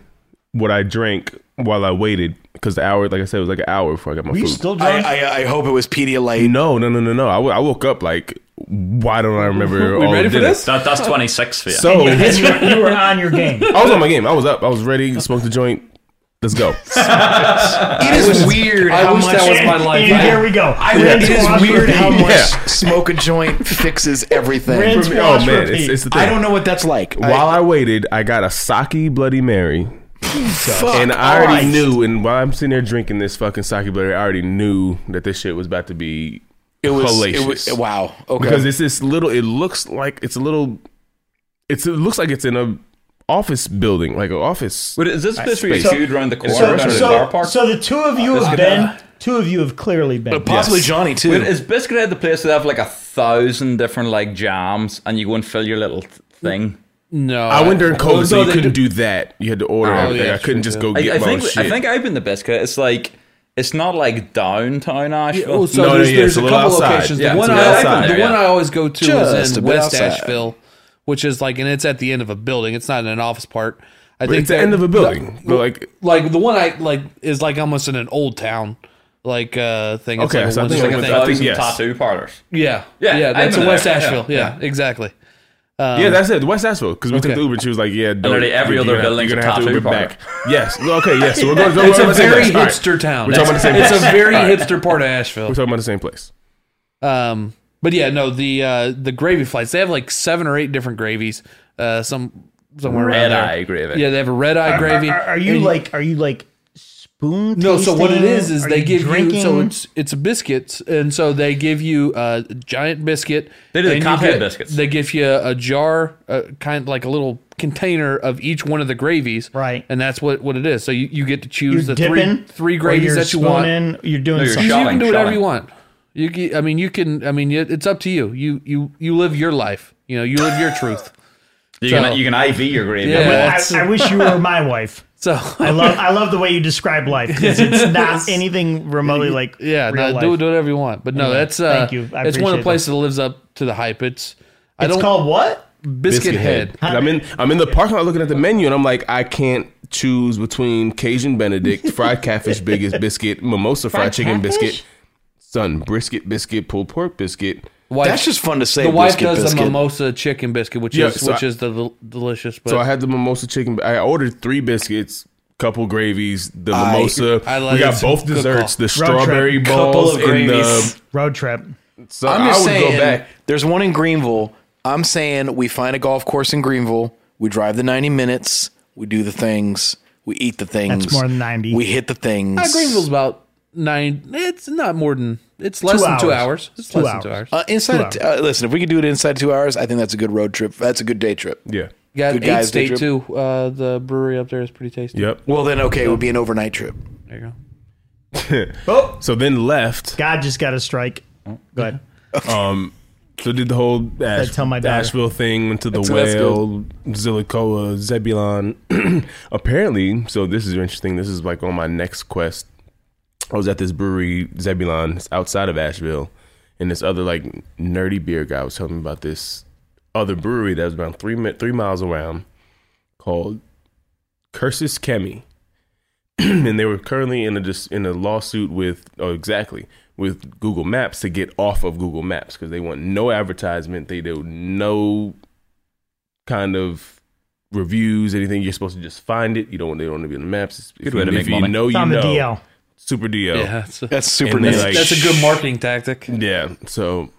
[SPEAKER 4] what I drank while I waited because the hour, like I said, it was like an hour before I got my
[SPEAKER 6] Are you
[SPEAKER 4] food.
[SPEAKER 6] still drunk? <laughs>
[SPEAKER 1] I, I I hope it was Pedialyte.
[SPEAKER 4] no, no, no, no, no. I, w- I woke up like, why don't I
[SPEAKER 1] <laughs>
[SPEAKER 4] remember?
[SPEAKER 5] we
[SPEAKER 4] all
[SPEAKER 5] ready
[SPEAKER 4] of
[SPEAKER 5] for this?
[SPEAKER 3] That, that's 26 for you.
[SPEAKER 4] So I
[SPEAKER 6] you, were, you were on your game.
[SPEAKER 4] was on my game. I was up. I was ready. Smoked the joint. Let's
[SPEAKER 1] <laughs>
[SPEAKER 4] go.
[SPEAKER 1] It is weird
[SPEAKER 5] I
[SPEAKER 1] how
[SPEAKER 5] wish
[SPEAKER 1] much. <laughs>
[SPEAKER 5] that was my
[SPEAKER 6] And-
[SPEAKER 5] life.
[SPEAKER 6] And here we go.
[SPEAKER 1] I read it
[SPEAKER 6] Rinse, wash,
[SPEAKER 1] is weird how
[SPEAKER 6] repeat.
[SPEAKER 1] much
[SPEAKER 4] Yeah.
[SPEAKER 1] smoke a <laughs> joint fixes everything.
[SPEAKER 6] Rinse,
[SPEAKER 4] For me-
[SPEAKER 6] wash,
[SPEAKER 4] oh man,
[SPEAKER 6] repeat.
[SPEAKER 4] it's, it's the thing.
[SPEAKER 1] I don't know what that's like.
[SPEAKER 4] While I waited, I got a sake Bloody Mary.
[SPEAKER 1] Fuck
[SPEAKER 4] and I already
[SPEAKER 1] Christ.
[SPEAKER 4] knew, and while I'm sitting there drinking this fucking sake bloody, I already knew that this shit was about to be
[SPEAKER 1] it was,
[SPEAKER 4] hellacious.
[SPEAKER 1] It was wow. Okay.
[SPEAKER 4] because it's this little. It looks like it's a little. It's it looks like it's in a office building, like an office.
[SPEAKER 3] Wait, is this place where you
[SPEAKER 4] So-
[SPEAKER 3] queued around the corner
[SPEAKER 4] so-
[SPEAKER 3] down at the
[SPEAKER 4] so-
[SPEAKER 3] car park?
[SPEAKER 6] So the two of you have been. Two of you have clearly been.
[SPEAKER 1] possibly Johnny too.
[SPEAKER 3] Wait, is Biscuit Head the place that have like a thousand different like jams and you go and fill your little th- thing?
[SPEAKER 5] No,
[SPEAKER 4] I went during COVID,
[SPEAKER 3] Oh,
[SPEAKER 4] so
[SPEAKER 3] no,
[SPEAKER 4] you
[SPEAKER 3] they
[SPEAKER 4] couldn't
[SPEAKER 3] do-
[SPEAKER 4] do that. You had to order
[SPEAKER 5] yeah,
[SPEAKER 4] everything. I
[SPEAKER 5] that's
[SPEAKER 4] couldn't
[SPEAKER 5] true,
[SPEAKER 4] just
[SPEAKER 5] yeah.
[SPEAKER 4] go
[SPEAKER 3] I,
[SPEAKER 4] get
[SPEAKER 3] I
[SPEAKER 4] my
[SPEAKER 3] think
[SPEAKER 4] own shit.
[SPEAKER 3] I think I've been to Biscuit. It's like it's not like downtown Asheville.
[SPEAKER 5] Oh, so
[SPEAKER 4] No, no,
[SPEAKER 5] there's,
[SPEAKER 4] yeah, it's
[SPEAKER 5] there's a
[SPEAKER 4] a
[SPEAKER 5] couple
[SPEAKER 4] little outside.
[SPEAKER 5] locations.
[SPEAKER 3] Yeah,
[SPEAKER 5] the
[SPEAKER 3] it's
[SPEAKER 5] one,
[SPEAKER 3] a
[SPEAKER 5] I,
[SPEAKER 3] little outside
[SPEAKER 5] the
[SPEAKER 3] there,
[SPEAKER 5] one
[SPEAKER 3] yeah.
[SPEAKER 5] I always go to
[SPEAKER 1] Just
[SPEAKER 5] is
[SPEAKER 1] a
[SPEAKER 5] in
[SPEAKER 1] bit
[SPEAKER 5] West
[SPEAKER 1] outside.
[SPEAKER 5] Asheville, which is like, and it's at the end of a building. It's not in an office part. I think
[SPEAKER 4] it's the
[SPEAKER 5] that-
[SPEAKER 4] end of a building, but like
[SPEAKER 5] Like the one I like is like almost in an old town, like uh thing. It's
[SPEAKER 4] Okay,
[SPEAKER 5] like a
[SPEAKER 4] so I
[SPEAKER 5] one
[SPEAKER 4] think
[SPEAKER 5] story
[SPEAKER 4] I went
[SPEAKER 5] thing.
[SPEAKER 4] to-
[SPEAKER 3] thousand
[SPEAKER 4] yes.
[SPEAKER 3] tattoo parlors.
[SPEAKER 5] yeah,
[SPEAKER 3] Yeah,
[SPEAKER 5] yeah,
[SPEAKER 3] I've
[SPEAKER 5] That's
[SPEAKER 3] been
[SPEAKER 5] in West
[SPEAKER 3] there. Yeah,
[SPEAKER 5] Asheville. Yeah,
[SPEAKER 3] yeah.
[SPEAKER 5] exactly.
[SPEAKER 3] Uh,
[SPEAKER 4] yeah, that's it. West Asheville, because we took
[SPEAKER 5] okay.
[SPEAKER 4] the Uber, and she was like, "Yeah, don't,
[SPEAKER 3] literally every
[SPEAKER 4] you're
[SPEAKER 3] other
[SPEAKER 4] gonna-
[SPEAKER 3] building's
[SPEAKER 4] you're
[SPEAKER 3] a
[SPEAKER 4] gonna have to
[SPEAKER 3] tattoo
[SPEAKER 4] Uber
[SPEAKER 3] parlor.
[SPEAKER 4] back." Yes. Okay.
[SPEAKER 3] <laughs>
[SPEAKER 4] Yes. So we're going.
[SPEAKER 5] It's a
[SPEAKER 4] about the same
[SPEAKER 5] very
[SPEAKER 4] place. All right.
[SPEAKER 5] hipster town.
[SPEAKER 4] We're talking about the same
[SPEAKER 5] It's
[SPEAKER 4] place.
[SPEAKER 5] a very
[SPEAKER 4] All right.
[SPEAKER 5] hipster part of Asheville.
[SPEAKER 4] We're talking about the same place.
[SPEAKER 5] Um, but yeah, no, the uh, the gravy flights. They have like seven or eight different gravies. Uh, some somewhere around
[SPEAKER 3] Red
[SPEAKER 5] there.
[SPEAKER 3] eye gravy.
[SPEAKER 5] Yeah, they have a red eye gravy.
[SPEAKER 6] Are, are you
[SPEAKER 5] And-
[SPEAKER 6] like? Are you like? Spoon.
[SPEAKER 5] no? So what it
[SPEAKER 6] tasting?
[SPEAKER 5] is is
[SPEAKER 6] Are
[SPEAKER 5] they give
[SPEAKER 6] drinking?
[SPEAKER 5] you so it's it's biscuits, and so they give you a giant biscuit.
[SPEAKER 3] They do the
[SPEAKER 5] and you
[SPEAKER 3] cockhead
[SPEAKER 5] get-
[SPEAKER 3] biscuits.
[SPEAKER 5] They give you a jar, a, kind like a little container of each one of the gravies.
[SPEAKER 6] Right.
[SPEAKER 5] and that's what what it is. So you, you get to
[SPEAKER 6] You're
[SPEAKER 5] choose the
[SPEAKER 6] dipping.
[SPEAKER 5] three three
[SPEAKER 6] or
[SPEAKER 5] gravies
[SPEAKER 6] you're
[SPEAKER 5] that you want.
[SPEAKER 6] spooning, You're doing
[SPEAKER 3] No, you're
[SPEAKER 6] something.
[SPEAKER 5] you
[SPEAKER 3] Shopping,
[SPEAKER 5] can do whatever
[SPEAKER 3] shopping.
[SPEAKER 5] you want. You, can, I mean, you can. I mean, it- it's up to you. You, you, you live your life. You know, you live your truth. <laughs>
[SPEAKER 3] You
[SPEAKER 5] So-
[SPEAKER 3] can you can IV your gravy.
[SPEAKER 5] Yeah.
[SPEAKER 6] I,
[SPEAKER 5] That's-
[SPEAKER 6] I wish you were my wife.
[SPEAKER 5] So <laughs>
[SPEAKER 6] I love I love the way you describe life because it's not anything remotely like
[SPEAKER 5] yeah,
[SPEAKER 6] real
[SPEAKER 5] no,
[SPEAKER 6] life.
[SPEAKER 5] do, do whatever you want. But no,
[SPEAKER 6] Anyway,
[SPEAKER 5] that's uh,
[SPEAKER 6] thank you. I
[SPEAKER 5] it's one
[SPEAKER 6] appreciate
[SPEAKER 5] of the places that lives up to the hype. It's I
[SPEAKER 6] it's
[SPEAKER 5] don't
[SPEAKER 6] called what?
[SPEAKER 5] biscuit, head.
[SPEAKER 4] 'Cause I'm in I'm in the parking lot looking at the menu and I'm like, I can't choose between Cajun Benedict,
[SPEAKER 3] <laughs>
[SPEAKER 4] fried catfish biggest biscuit, mimosa fried, chicken biscuit, son, brisket biscuit, pulled pork biscuit.
[SPEAKER 5] Wife,
[SPEAKER 1] That's just fun to say.
[SPEAKER 5] the wife
[SPEAKER 1] biscuit,
[SPEAKER 5] does
[SPEAKER 1] biscuit.
[SPEAKER 5] the mimosa chicken biscuit, which
[SPEAKER 4] Yeah,
[SPEAKER 5] is
[SPEAKER 4] so
[SPEAKER 5] which
[SPEAKER 4] I-
[SPEAKER 5] is the del- delicious. But
[SPEAKER 4] So I had the mimosa chicken I ordered three biscuits. Couple gravies, the
[SPEAKER 1] I-
[SPEAKER 4] mimosa.
[SPEAKER 5] I
[SPEAKER 4] we
[SPEAKER 5] like it.
[SPEAKER 4] got both
[SPEAKER 5] Good
[SPEAKER 4] desserts,
[SPEAKER 5] call.
[SPEAKER 4] the strawberry balls
[SPEAKER 1] of
[SPEAKER 4] and
[SPEAKER 1] gravies.
[SPEAKER 4] the.
[SPEAKER 6] Road trip.
[SPEAKER 4] So
[SPEAKER 1] I'm
[SPEAKER 4] I
[SPEAKER 1] just
[SPEAKER 4] would
[SPEAKER 1] saying,
[SPEAKER 4] go back.
[SPEAKER 1] there's one in Greenville. I'm saying we find a golf course in Greenville. We drive the 90 minutes. We do the things. We eat the things.
[SPEAKER 6] more than 90.
[SPEAKER 1] We hit the things.
[SPEAKER 5] Ah, Greenville's about nine. It's not more than. It's less than two hours. It's less than two hours.
[SPEAKER 1] Uh, inside, uh, listen, if we could do it inside two hours, I think that's a good road trip. That's a good day trip.
[SPEAKER 4] Yeah.
[SPEAKER 5] You got
[SPEAKER 1] good
[SPEAKER 5] eight
[SPEAKER 1] guys,
[SPEAKER 5] state
[SPEAKER 1] did
[SPEAKER 5] too. Uh, the brewery up there is pretty tasty.
[SPEAKER 4] Yep.
[SPEAKER 1] Well, then, okay, it would be an overnight trip.
[SPEAKER 5] There you go.
[SPEAKER 4] So then left.
[SPEAKER 2] God just got a strike. Go ahead.
[SPEAKER 4] Um. So did the whole Ash-
[SPEAKER 2] tell my daughter.
[SPEAKER 4] Asheville thing went to the
[SPEAKER 1] That's- that's
[SPEAKER 4] whale, Zillicoa, Zebulon. <clears throat> Apparently, so this is interesting. This is like on my next quest. I was at this brewery, Zebulon, it's outside of Asheville, and this other like nerdy beer guy was telling me about this other brewery that was around three mi- three miles around called Curses Kemi. <clears throat> and they were currently in a just in a lawsuit with oh exactly with Google Maps to get off of Google Maps because they want no advertisement. They do no kind of reviews, anything. You're supposed to just find it. You don't want they don't want to be on the maps. It's- if
[SPEAKER 3] way
[SPEAKER 4] you-
[SPEAKER 3] to make
[SPEAKER 4] if you
[SPEAKER 3] money.
[SPEAKER 4] know
[SPEAKER 2] It's
[SPEAKER 4] you
[SPEAKER 2] on the
[SPEAKER 4] know.
[SPEAKER 2] DL.
[SPEAKER 4] Super DL.
[SPEAKER 5] Yeah,
[SPEAKER 4] Yeah.
[SPEAKER 5] that's a,
[SPEAKER 1] That's super
[SPEAKER 4] And
[SPEAKER 1] nice.
[SPEAKER 5] that's,
[SPEAKER 4] like,
[SPEAKER 5] that's a good marketing tactic. As
[SPEAKER 4] So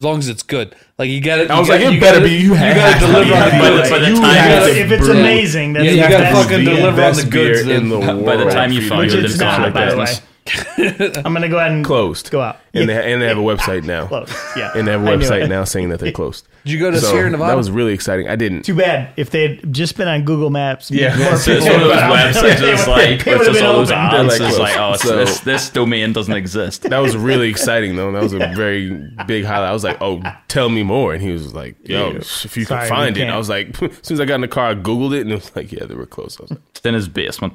[SPEAKER 5] long as it's good, like you got it.
[SPEAKER 4] I was
[SPEAKER 5] you
[SPEAKER 4] like,
[SPEAKER 5] gotta-
[SPEAKER 4] it
[SPEAKER 5] you
[SPEAKER 4] better
[SPEAKER 5] gotta-
[SPEAKER 4] be you have
[SPEAKER 5] gotta
[SPEAKER 4] to <laughs>
[SPEAKER 5] deliver
[SPEAKER 4] be-
[SPEAKER 5] on the
[SPEAKER 4] by the-
[SPEAKER 5] goods.
[SPEAKER 4] by the
[SPEAKER 5] You
[SPEAKER 4] time
[SPEAKER 5] have
[SPEAKER 4] it's
[SPEAKER 5] to-
[SPEAKER 2] If it's
[SPEAKER 4] brew-
[SPEAKER 2] amazing, that's
[SPEAKER 5] Yeah, you
[SPEAKER 2] the
[SPEAKER 5] gotta
[SPEAKER 2] best
[SPEAKER 4] the
[SPEAKER 5] fucking deliver on
[SPEAKER 4] best
[SPEAKER 5] the goods.
[SPEAKER 4] beer in the
[SPEAKER 5] then.
[SPEAKER 3] <laughs>
[SPEAKER 4] world.
[SPEAKER 3] By the time you find
[SPEAKER 4] Which
[SPEAKER 3] it,
[SPEAKER 4] is
[SPEAKER 3] it's
[SPEAKER 4] not,
[SPEAKER 3] gone out of
[SPEAKER 4] by the
[SPEAKER 3] business.
[SPEAKER 2] <laughs> I'm gonna go ahead and
[SPEAKER 4] closed.
[SPEAKER 2] Go out.
[SPEAKER 4] And, they, and they have a website now.
[SPEAKER 2] Close. Yeah.
[SPEAKER 4] And they have a
[SPEAKER 2] I knew
[SPEAKER 4] website
[SPEAKER 2] it.
[SPEAKER 4] now saying that they're closed.
[SPEAKER 5] Did <laughs> you go to Sierra Nevada?
[SPEAKER 4] That was really exciting. I didn't.
[SPEAKER 2] Too bad if they'd just been on Google Maps. Yeah.
[SPEAKER 3] <laughs> So it's one of those websites
[SPEAKER 2] <laughs>
[SPEAKER 3] that's like,
[SPEAKER 2] They
[SPEAKER 3] with
[SPEAKER 2] would've
[SPEAKER 3] just
[SPEAKER 2] been
[SPEAKER 3] all those
[SPEAKER 2] open.
[SPEAKER 3] ads.
[SPEAKER 4] They're like,
[SPEAKER 3] It's like, oh, it's-
[SPEAKER 4] so-
[SPEAKER 3] this, this domain doesn't exist.
[SPEAKER 4] That was
[SPEAKER 5] <laughs>
[SPEAKER 4] really exciting though. That was a very big highlight. I was like, "Oh, tell me more," and he was like, "Yo, if
[SPEAKER 2] Sorry,
[SPEAKER 4] you can
[SPEAKER 2] we
[SPEAKER 4] find it."
[SPEAKER 2] can't.
[SPEAKER 4] I was like, <laughs> as soon as I got in the car, I googled it, and it was like, "Yeah, they were closed."
[SPEAKER 5] <laughs>
[SPEAKER 4] I was like,
[SPEAKER 3] It's in his basement.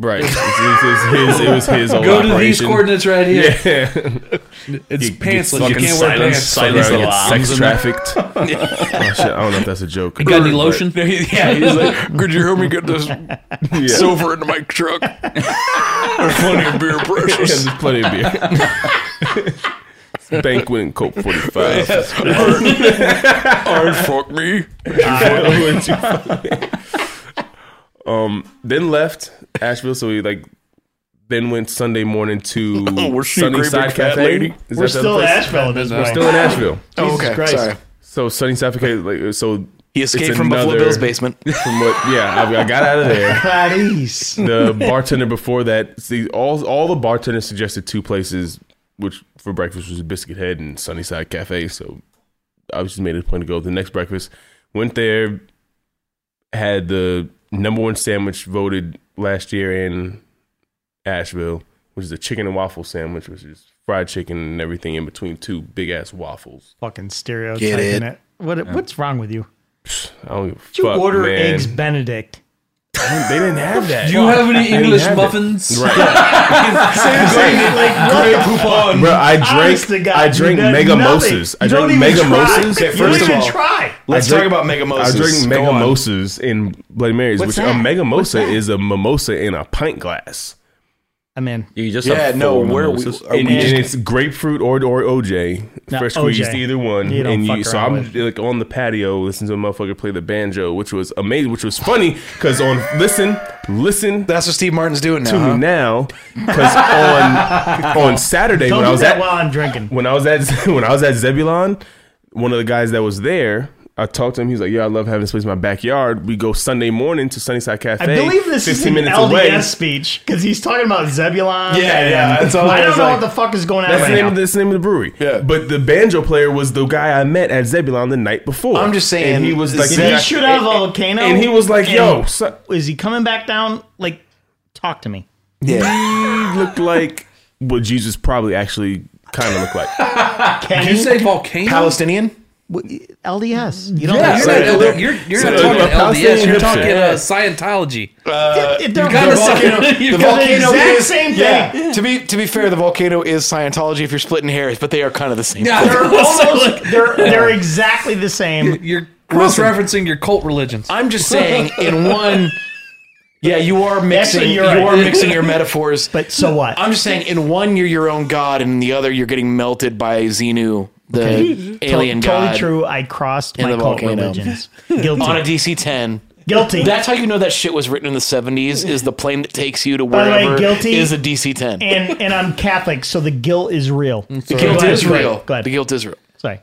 [SPEAKER 4] "Right, it was, it was his, it was his old
[SPEAKER 5] Go to these
[SPEAKER 4] operation.
[SPEAKER 5] coordinates right here.
[SPEAKER 4] <laughs> Yeah.
[SPEAKER 5] It's pantsless. You
[SPEAKER 3] fucking
[SPEAKER 5] can't wear
[SPEAKER 3] silence,
[SPEAKER 5] pants.
[SPEAKER 3] silence.
[SPEAKER 4] Right,
[SPEAKER 3] the
[SPEAKER 4] get
[SPEAKER 3] alarms
[SPEAKER 4] sex
[SPEAKER 3] in there.
[SPEAKER 5] <laughs>
[SPEAKER 4] trafficked. oh, shit, I don't know if that's a joke.
[SPEAKER 5] Got any lotion?
[SPEAKER 8] yeah,
[SPEAKER 5] <laughs>
[SPEAKER 8] he's like, could you help me get this
[SPEAKER 4] Yeah.
[SPEAKER 8] silver into my truck? There's plenty of beer
[SPEAKER 4] Yeah,
[SPEAKER 8] precious.
[SPEAKER 4] there's plenty of
[SPEAKER 8] <laughs>
[SPEAKER 4] beer. Banquet and Coke 45.
[SPEAKER 8] Alright, fuck <laughs> me.
[SPEAKER 4] um, then left Asheville, so we like then went Sunday morning to
[SPEAKER 8] <laughs> Oh, we're she a great
[SPEAKER 4] Sunnyside
[SPEAKER 8] big fat
[SPEAKER 4] Cafe.
[SPEAKER 8] lady?
[SPEAKER 4] Is
[SPEAKER 2] We're
[SPEAKER 4] that the
[SPEAKER 2] still
[SPEAKER 4] place?
[SPEAKER 2] Asheville at this
[SPEAKER 5] We're
[SPEAKER 2] point.
[SPEAKER 4] <laughs> Still in Asheville.
[SPEAKER 1] oh, okay.
[SPEAKER 2] Christ.
[SPEAKER 1] Soride.
[SPEAKER 4] So Sunnyside Cafe, like so
[SPEAKER 1] He escaped
[SPEAKER 4] It's
[SPEAKER 1] from Buffalo
[SPEAKER 4] another-
[SPEAKER 1] Bill's basement.
[SPEAKER 4] from what? Yeah, I, I got out of there.
[SPEAKER 2] Paris.
[SPEAKER 4] <laughs> the bartender before that, see, all all the bartenders suggested two places, which for breakfast was Biscuit Head and Sunnyside Cafe. So I was just made it a point to go. The next breakfast went there, had the number one sandwich voted last year in Asheville, which is a chicken and waffle sandwich, which is fried chicken and everything in between two big ass waffles.
[SPEAKER 2] Fucking stereotyping
[SPEAKER 1] Get it.
[SPEAKER 2] it. What What's wrong with you?
[SPEAKER 4] I don't give a
[SPEAKER 2] Did you
[SPEAKER 4] fuck,
[SPEAKER 2] order
[SPEAKER 4] man.
[SPEAKER 2] eggs Benedict?
[SPEAKER 4] They didn't have that.
[SPEAKER 5] Do you have any English
[SPEAKER 4] have it.
[SPEAKER 5] muffins?
[SPEAKER 4] Bro, I
[SPEAKER 2] Honest
[SPEAKER 4] drank.
[SPEAKER 2] to God,
[SPEAKER 4] I drank
[SPEAKER 2] you got
[SPEAKER 4] mega
[SPEAKER 2] nothing.
[SPEAKER 4] moses. I
[SPEAKER 2] You
[SPEAKER 4] drank
[SPEAKER 2] don't even
[SPEAKER 4] mega
[SPEAKER 2] try.
[SPEAKER 4] moses.
[SPEAKER 1] Okay,
[SPEAKER 2] You don't
[SPEAKER 1] First of
[SPEAKER 2] even
[SPEAKER 1] all-
[SPEAKER 2] try.
[SPEAKER 1] Let's
[SPEAKER 4] drink-
[SPEAKER 1] talk about Mega
[SPEAKER 4] I
[SPEAKER 1] Moses. Go
[SPEAKER 4] drink mega
[SPEAKER 1] on.
[SPEAKER 4] moses in Bloody Marys, which a mmega mosa is a mimosa in a pint glass,
[SPEAKER 2] I'm in.
[SPEAKER 3] You just
[SPEAKER 1] Yeah,
[SPEAKER 3] have
[SPEAKER 1] no,
[SPEAKER 3] four
[SPEAKER 1] where are we?
[SPEAKER 3] mimosas.
[SPEAKER 1] Are we
[SPEAKER 4] and,
[SPEAKER 1] just-
[SPEAKER 4] and it's grapefruit or or OJ,
[SPEAKER 2] No,
[SPEAKER 4] fresh squeezed,
[SPEAKER 2] OJ.
[SPEAKER 4] either one.
[SPEAKER 2] You don't
[SPEAKER 4] and
[SPEAKER 2] fuck
[SPEAKER 4] you, so
[SPEAKER 2] around
[SPEAKER 4] I'm
[SPEAKER 2] with.
[SPEAKER 4] like on the patio listening to a motherfucker play the banjo, which was amazing, which was funny because on listen, listen.
[SPEAKER 1] That's what Steve Martin's doing now.
[SPEAKER 4] to
[SPEAKER 1] huh?
[SPEAKER 4] me now, because on on Saturday
[SPEAKER 2] Don't
[SPEAKER 4] when I
[SPEAKER 2] do
[SPEAKER 4] was
[SPEAKER 2] that
[SPEAKER 4] at
[SPEAKER 2] while I'm drinking.
[SPEAKER 4] when I was at <laughs> when I was at Zebulon, one of the guys that was there, I talked to him. He's like, "Yeah, I love having this place in my backyard." We go Sunday morning to Sunnyside Cafe.
[SPEAKER 2] I believe this is an LDS speech because he's talking about Zebulon.
[SPEAKER 4] Yeah,
[SPEAKER 2] and-
[SPEAKER 4] yeah, that's all I
[SPEAKER 2] I
[SPEAKER 4] was
[SPEAKER 2] don't know
[SPEAKER 4] like-
[SPEAKER 2] what the fuck is going on
[SPEAKER 4] That's the,
[SPEAKER 2] right
[SPEAKER 4] name
[SPEAKER 2] now.
[SPEAKER 4] of, that's the name of the brewery.
[SPEAKER 1] Yeah.
[SPEAKER 4] But the banjo player was the guy I met at Zebulon the night before.
[SPEAKER 1] I'm just saying,
[SPEAKER 4] And he was like,
[SPEAKER 1] Did
[SPEAKER 2] Did
[SPEAKER 4] that-
[SPEAKER 2] he shoot out of a volcano?
[SPEAKER 4] and he was like,
[SPEAKER 2] And
[SPEAKER 4] "Yo, son,
[SPEAKER 2] is he coming back down? Like, talk to me.
[SPEAKER 1] Yeah.
[SPEAKER 4] he looked like what Jesus probably actually kind of looked like."
[SPEAKER 2] Can
[SPEAKER 5] Did you
[SPEAKER 2] he-
[SPEAKER 5] say volcano?
[SPEAKER 1] Palestinian?
[SPEAKER 2] LDS? You don't like,
[SPEAKER 4] Yeah,
[SPEAKER 5] You're not,
[SPEAKER 4] Sorry,
[SPEAKER 5] L-
[SPEAKER 4] they're-
[SPEAKER 5] you're, you're
[SPEAKER 4] so
[SPEAKER 5] not
[SPEAKER 4] they're
[SPEAKER 5] talking
[SPEAKER 4] a
[SPEAKER 5] LDS.
[SPEAKER 4] Palestinian
[SPEAKER 5] You're
[SPEAKER 4] hipster.
[SPEAKER 5] talking
[SPEAKER 4] <laughs>
[SPEAKER 5] uh, Scientology.
[SPEAKER 4] uh,
[SPEAKER 2] it don't
[SPEAKER 5] Kinda
[SPEAKER 2] the volcano. <laughs>
[SPEAKER 5] sound- you
[SPEAKER 1] The
[SPEAKER 5] kinda-
[SPEAKER 1] volcano
[SPEAKER 2] exact
[SPEAKER 1] is
[SPEAKER 2] same thing.
[SPEAKER 1] Yeah. To be to be fair, the volcano is Scientology if you're splitting hairs, but they are kind of the same.
[SPEAKER 5] <laughs> Yeah,
[SPEAKER 1] thing.
[SPEAKER 2] They're almost. They're they're exactly the same.
[SPEAKER 5] You're cross-referencing your cult
[SPEAKER 4] Uh,
[SPEAKER 5] religions.
[SPEAKER 1] I'm just saying, in one, yeah, you are mixing
[SPEAKER 2] Actually,
[SPEAKER 1] you
[SPEAKER 2] you're right.
[SPEAKER 1] are mixing your metaphors.
[SPEAKER 2] <laughs> But so what?
[SPEAKER 1] I'm just saying, in one you're your own god, and in the other you're getting melted by Xenu, the alien
[SPEAKER 2] To-
[SPEAKER 1] god,
[SPEAKER 2] Totally true. I crossed my
[SPEAKER 1] the
[SPEAKER 2] cult
[SPEAKER 1] volcano. <laughs>
[SPEAKER 2] religions. Guilty.
[SPEAKER 1] on a DC-10.
[SPEAKER 2] guilty.
[SPEAKER 1] That's how you know that shit was written in the 70s. Is the plane that takes you
[SPEAKER 2] the
[SPEAKER 1] to
[SPEAKER 2] way,
[SPEAKER 1] wherever
[SPEAKER 2] guilty
[SPEAKER 1] is a DC-10.
[SPEAKER 2] and and I'm Catholic, so the guilt is real. The
[SPEAKER 1] guilt is real.
[SPEAKER 2] Go ahead.
[SPEAKER 1] The guilt is real.
[SPEAKER 2] Sorry.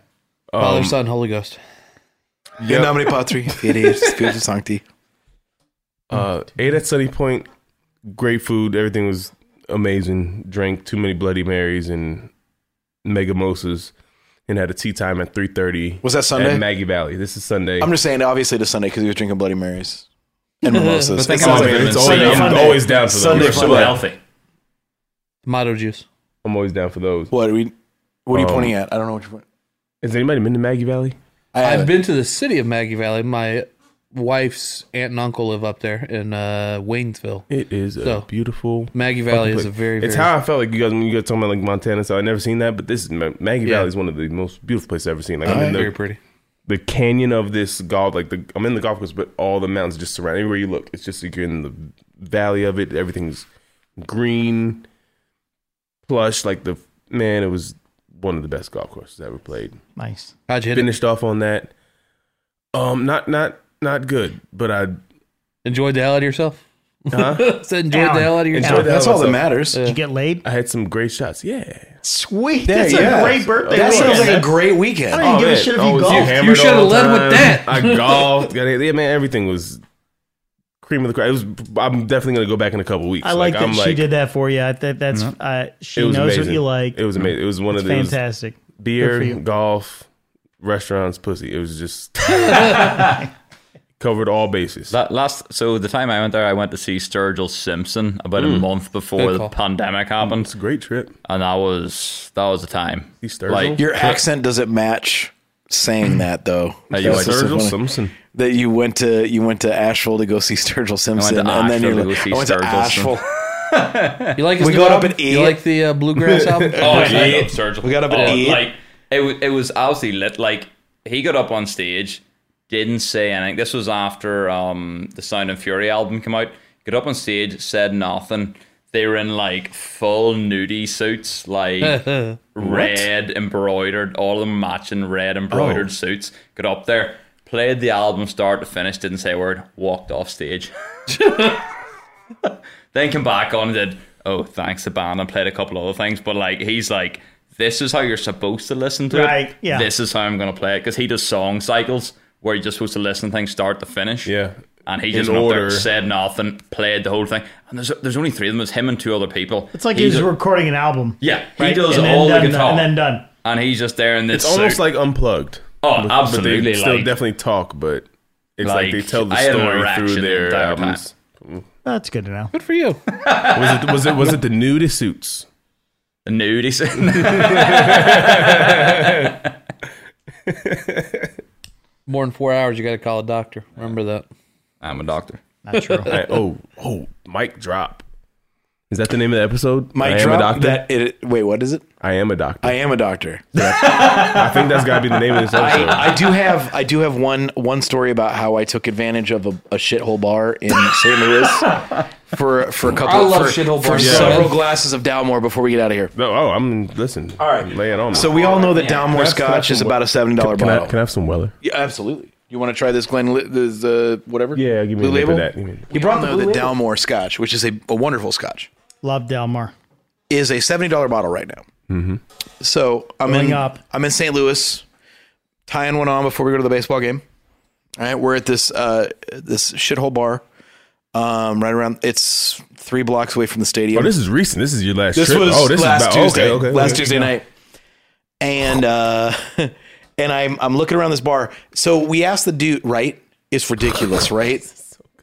[SPEAKER 5] Father,
[SPEAKER 4] um,
[SPEAKER 5] Son, Holy Ghost.
[SPEAKER 1] In nomine Patri, Filii, <laughs> Spiritus Sancti.
[SPEAKER 4] Uh, ate at Sunny Point, great food. Everything was amazing. Drank too many Bloody Marys and mega mimosas, and had a tea time at three thirty.
[SPEAKER 1] Was that Sunday?
[SPEAKER 4] At Maggie Valley. This is Sunday.
[SPEAKER 1] I'm just saying, obviously, to Sunday because he was drinking Bloody Marys and mimosas.
[SPEAKER 3] think
[SPEAKER 1] It's
[SPEAKER 3] I'm
[SPEAKER 1] all
[SPEAKER 4] Oh,
[SPEAKER 3] also
[SPEAKER 1] good.
[SPEAKER 4] man, it's
[SPEAKER 3] Sunday
[SPEAKER 4] always, I'm
[SPEAKER 1] fun.
[SPEAKER 4] always down for
[SPEAKER 1] Sunday
[SPEAKER 4] those.
[SPEAKER 1] fun.
[SPEAKER 3] so healthy.
[SPEAKER 5] Tomato juice.
[SPEAKER 4] I'm always down for those.
[SPEAKER 1] What are we? What are you
[SPEAKER 4] Um,
[SPEAKER 1] pointing at? I don't know what you're pointing.
[SPEAKER 4] Has anybody been to Maggie Valley?
[SPEAKER 1] I
[SPEAKER 5] I've
[SPEAKER 1] haven't.
[SPEAKER 5] been to the city of Maggie Valley. My wife's aunt and uncle live up there in uh, Waynesville.
[SPEAKER 4] It is
[SPEAKER 5] So,
[SPEAKER 4] a beautiful.
[SPEAKER 5] Maggie Valley
[SPEAKER 4] fucking
[SPEAKER 5] is a
[SPEAKER 4] place.
[SPEAKER 5] very, very
[SPEAKER 4] It's how I felt like you guys when you guys talking about like Montana. So I never seen that, but this is Ma- Maggie
[SPEAKER 5] Yeah.
[SPEAKER 4] Valley is one of the most beautiful places I've ever seen. Like I'm in
[SPEAKER 5] very
[SPEAKER 4] the,
[SPEAKER 5] pretty.
[SPEAKER 4] the canyon of this golf. Like the I'm in the golf course, but all the mountains just surround everywhere you look. It's just like you're in the valley of it. Everything's green, plush. Like the man, it was one of the best golf courses I ever played.
[SPEAKER 2] Nice.
[SPEAKER 5] How'd you hit it?
[SPEAKER 4] Finished off on that. Um, not not not good, but I
[SPEAKER 5] Enjoyed the hell out of yourself?
[SPEAKER 4] Huh?
[SPEAKER 5] <laughs> Said enjoyed the
[SPEAKER 2] Alan.
[SPEAKER 5] hell out of yourself.
[SPEAKER 4] Enjoyed the
[SPEAKER 1] That's
[SPEAKER 4] hell
[SPEAKER 1] all that
[SPEAKER 4] myself.
[SPEAKER 1] matters.
[SPEAKER 2] Did you get laid?
[SPEAKER 4] I had some great shots. Yeah.
[SPEAKER 2] Sweet.
[SPEAKER 1] There
[SPEAKER 2] That's
[SPEAKER 1] you
[SPEAKER 2] a
[SPEAKER 1] go.
[SPEAKER 2] great birthday.
[SPEAKER 1] That sounds
[SPEAKER 2] weekend.
[SPEAKER 1] like a great weekend.
[SPEAKER 4] Oh,
[SPEAKER 2] I don't give a shit if you
[SPEAKER 4] was
[SPEAKER 2] golfed. You
[SPEAKER 4] hammered
[SPEAKER 5] shoulda
[SPEAKER 4] all the
[SPEAKER 5] led with
[SPEAKER 4] time.
[SPEAKER 5] that.
[SPEAKER 4] I golfed. Got it. Yeah, man, everything was cream of the crop. It was. I'm definitely gonna go back in a couple weeks.
[SPEAKER 2] I like, that
[SPEAKER 4] I'm
[SPEAKER 2] she did that for you. I think that's uh, she
[SPEAKER 4] It was
[SPEAKER 2] knows
[SPEAKER 4] amazing.
[SPEAKER 2] what you like.
[SPEAKER 4] It was amazing. It was one of the it was
[SPEAKER 2] Fantastic. Good for
[SPEAKER 4] beer,
[SPEAKER 2] you.
[SPEAKER 4] golf, restaurants, pussy. It was
[SPEAKER 2] <laughs>
[SPEAKER 4] just <laughs> covered all bases.
[SPEAKER 3] That last, so the time I went there, I went to see Sturgill Simpson about a month before
[SPEAKER 5] Good
[SPEAKER 3] the
[SPEAKER 5] call.
[SPEAKER 3] pandemic happened,
[SPEAKER 4] it's a great trip.
[SPEAKER 3] and that was that was the time.
[SPEAKER 4] See Sturgill?
[SPEAKER 3] Like
[SPEAKER 1] Your accent doesn't match
[SPEAKER 2] Mm.
[SPEAKER 1] saying that though.
[SPEAKER 3] Hey, you
[SPEAKER 1] That's
[SPEAKER 3] like
[SPEAKER 1] what's so
[SPEAKER 4] Sturgill
[SPEAKER 1] funny.
[SPEAKER 4] Simpson.
[SPEAKER 1] That you went to you went to Asheville to go see <laughs> Sturgill Simpson, and then
[SPEAKER 3] Asheville
[SPEAKER 1] you're
[SPEAKER 3] to
[SPEAKER 1] like,
[SPEAKER 3] go see
[SPEAKER 1] I went to
[SPEAKER 3] Sturgill
[SPEAKER 1] Asheville.
[SPEAKER 4] <laughs>
[SPEAKER 5] You like his
[SPEAKER 1] We
[SPEAKER 5] new
[SPEAKER 1] got up
[SPEAKER 5] album?
[SPEAKER 1] at eight.
[SPEAKER 5] You like the
[SPEAKER 1] <laughs>
[SPEAKER 5] uh, bluegrass album?
[SPEAKER 3] Oh, yeah, I love Sturgill.
[SPEAKER 1] We got up
[SPEAKER 3] oh,
[SPEAKER 1] at eight.
[SPEAKER 3] Like it, wa- it was absolutely lit. Like he got up on stage, didn't say anything. This was after um, the Sound and Fury album came out. Got up on stage, said nothing. They were in like full nudie suits, like red embroidered, all of them matching red
[SPEAKER 4] Oh.
[SPEAKER 3] embroidered suits. Got up there, played the album start to finish, didn't say a word, walked off stage. <laughs> then came back on and did oh thanks to band and played a couple other things but like he's like this is how you're supposed to listen to
[SPEAKER 2] Right,
[SPEAKER 3] it
[SPEAKER 2] yeah.
[SPEAKER 3] this is how i'm going to play it because he does song cycles where you're just supposed to listen to things start to finish
[SPEAKER 4] Yeah.
[SPEAKER 3] and he
[SPEAKER 4] In
[SPEAKER 3] just went up there,
[SPEAKER 4] order.
[SPEAKER 3] said nothing played the whole thing and there's there's only three of them it's him and two other people
[SPEAKER 2] It's like he was
[SPEAKER 3] does-
[SPEAKER 2] recording an album.
[SPEAKER 3] yeah he
[SPEAKER 2] right?
[SPEAKER 3] does
[SPEAKER 2] And then
[SPEAKER 3] all the
[SPEAKER 2] done,
[SPEAKER 3] guitar
[SPEAKER 2] And then done.
[SPEAKER 3] and he's just there in this
[SPEAKER 4] It's almost
[SPEAKER 3] suit.
[SPEAKER 4] like unplugged.
[SPEAKER 3] Oh,
[SPEAKER 4] but, But
[SPEAKER 3] absolutely,
[SPEAKER 4] they still
[SPEAKER 3] like-
[SPEAKER 4] definitely talk, but it's like,
[SPEAKER 3] Like,
[SPEAKER 4] they tell the
[SPEAKER 3] I had an
[SPEAKER 4] story through
[SPEAKER 3] erection the
[SPEAKER 4] their
[SPEAKER 3] entire time.
[SPEAKER 4] albums.
[SPEAKER 2] That's good to know.
[SPEAKER 5] Good for you.
[SPEAKER 4] <laughs> Was it was it was it the nudist suits?
[SPEAKER 3] the nude he's in
[SPEAKER 5] More than four hours, you got to call a doctor. Remember that.
[SPEAKER 3] i'm a doctor
[SPEAKER 2] Not true.
[SPEAKER 4] Right. Oh, oh, mic drop. Is that the name of the episode? I
[SPEAKER 1] Mike
[SPEAKER 4] am a
[SPEAKER 1] drop
[SPEAKER 4] doctor.
[SPEAKER 1] that. It, wait, what is it?
[SPEAKER 4] I am a doctor.
[SPEAKER 1] I
[SPEAKER 4] I,
[SPEAKER 1] am a doctor.
[SPEAKER 4] think that's got to be the name of this episode.
[SPEAKER 1] I, I do have I do have one one story about how I took advantage of a, a shithole bar in St. <laughs> Louis for for a couple
[SPEAKER 5] I love
[SPEAKER 1] for,
[SPEAKER 5] shithole
[SPEAKER 1] for
[SPEAKER 5] bars,
[SPEAKER 4] yeah.
[SPEAKER 1] several glasses of Dalmore before we get out of here.
[SPEAKER 4] no, oh, I'm listen. All right, lay it on. me.
[SPEAKER 1] So we all know that Dalmore
[SPEAKER 4] That's-
[SPEAKER 1] Scotch
[SPEAKER 4] that's
[SPEAKER 1] is
[SPEAKER 4] what-
[SPEAKER 1] about a seven
[SPEAKER 4] can,
[SPEAKER 1] dollar
[SPEAKER 4] can
[SPEAKER 1] bottle.
[SPEAKER 4] I can I have some Weller?
[SPEAKER 1] Yeah, absolutely. You want to try this Glen Li- this, uh, whatever?
[SPEAKER 4] Yeah, give me
[SPEAKER 1] Blue
[SPEAKER 4] a
[SPEAKER 1] label.
[SPEAKER 4] label of that. Give me-
[SPEAKER 1] You brought the, the Dalmore Scotch, which is a, a wonderful Scotch,
[SPEAKER 2] Love Delmar.
[SPEAKER 1] is a seventy dollar bottle right now. Mm-hmm. So I'm in
[SPEAKER 2] up.
[SPEAKER 1] I'm in St. Louis, tying one on before we go to the baseball game. All right, we're at this uh, this shithole bar, um, right around. It's three blocks away from the stadium.
[SPEAKER 4] Oh, this is recent. This is your last.
[SPEAKER 1] This
[SPEAKER 4] trip?
[SPEAKER 1] was
[SPEAKER 4] oh, this
[SPEAKER 1] last
[SPEAKER 4] is about,
[SPEAKER 1] Tuesday.
[SPEAKER 4] Okay, okay,
[SPEAKER 1] last
[SPEAKER 4] okay.
[SPEAKER 1] Tuesday night. And uh <laughs> and I'm I'm looking around this bar. So we asked the dude, right? It's ridiculous, right?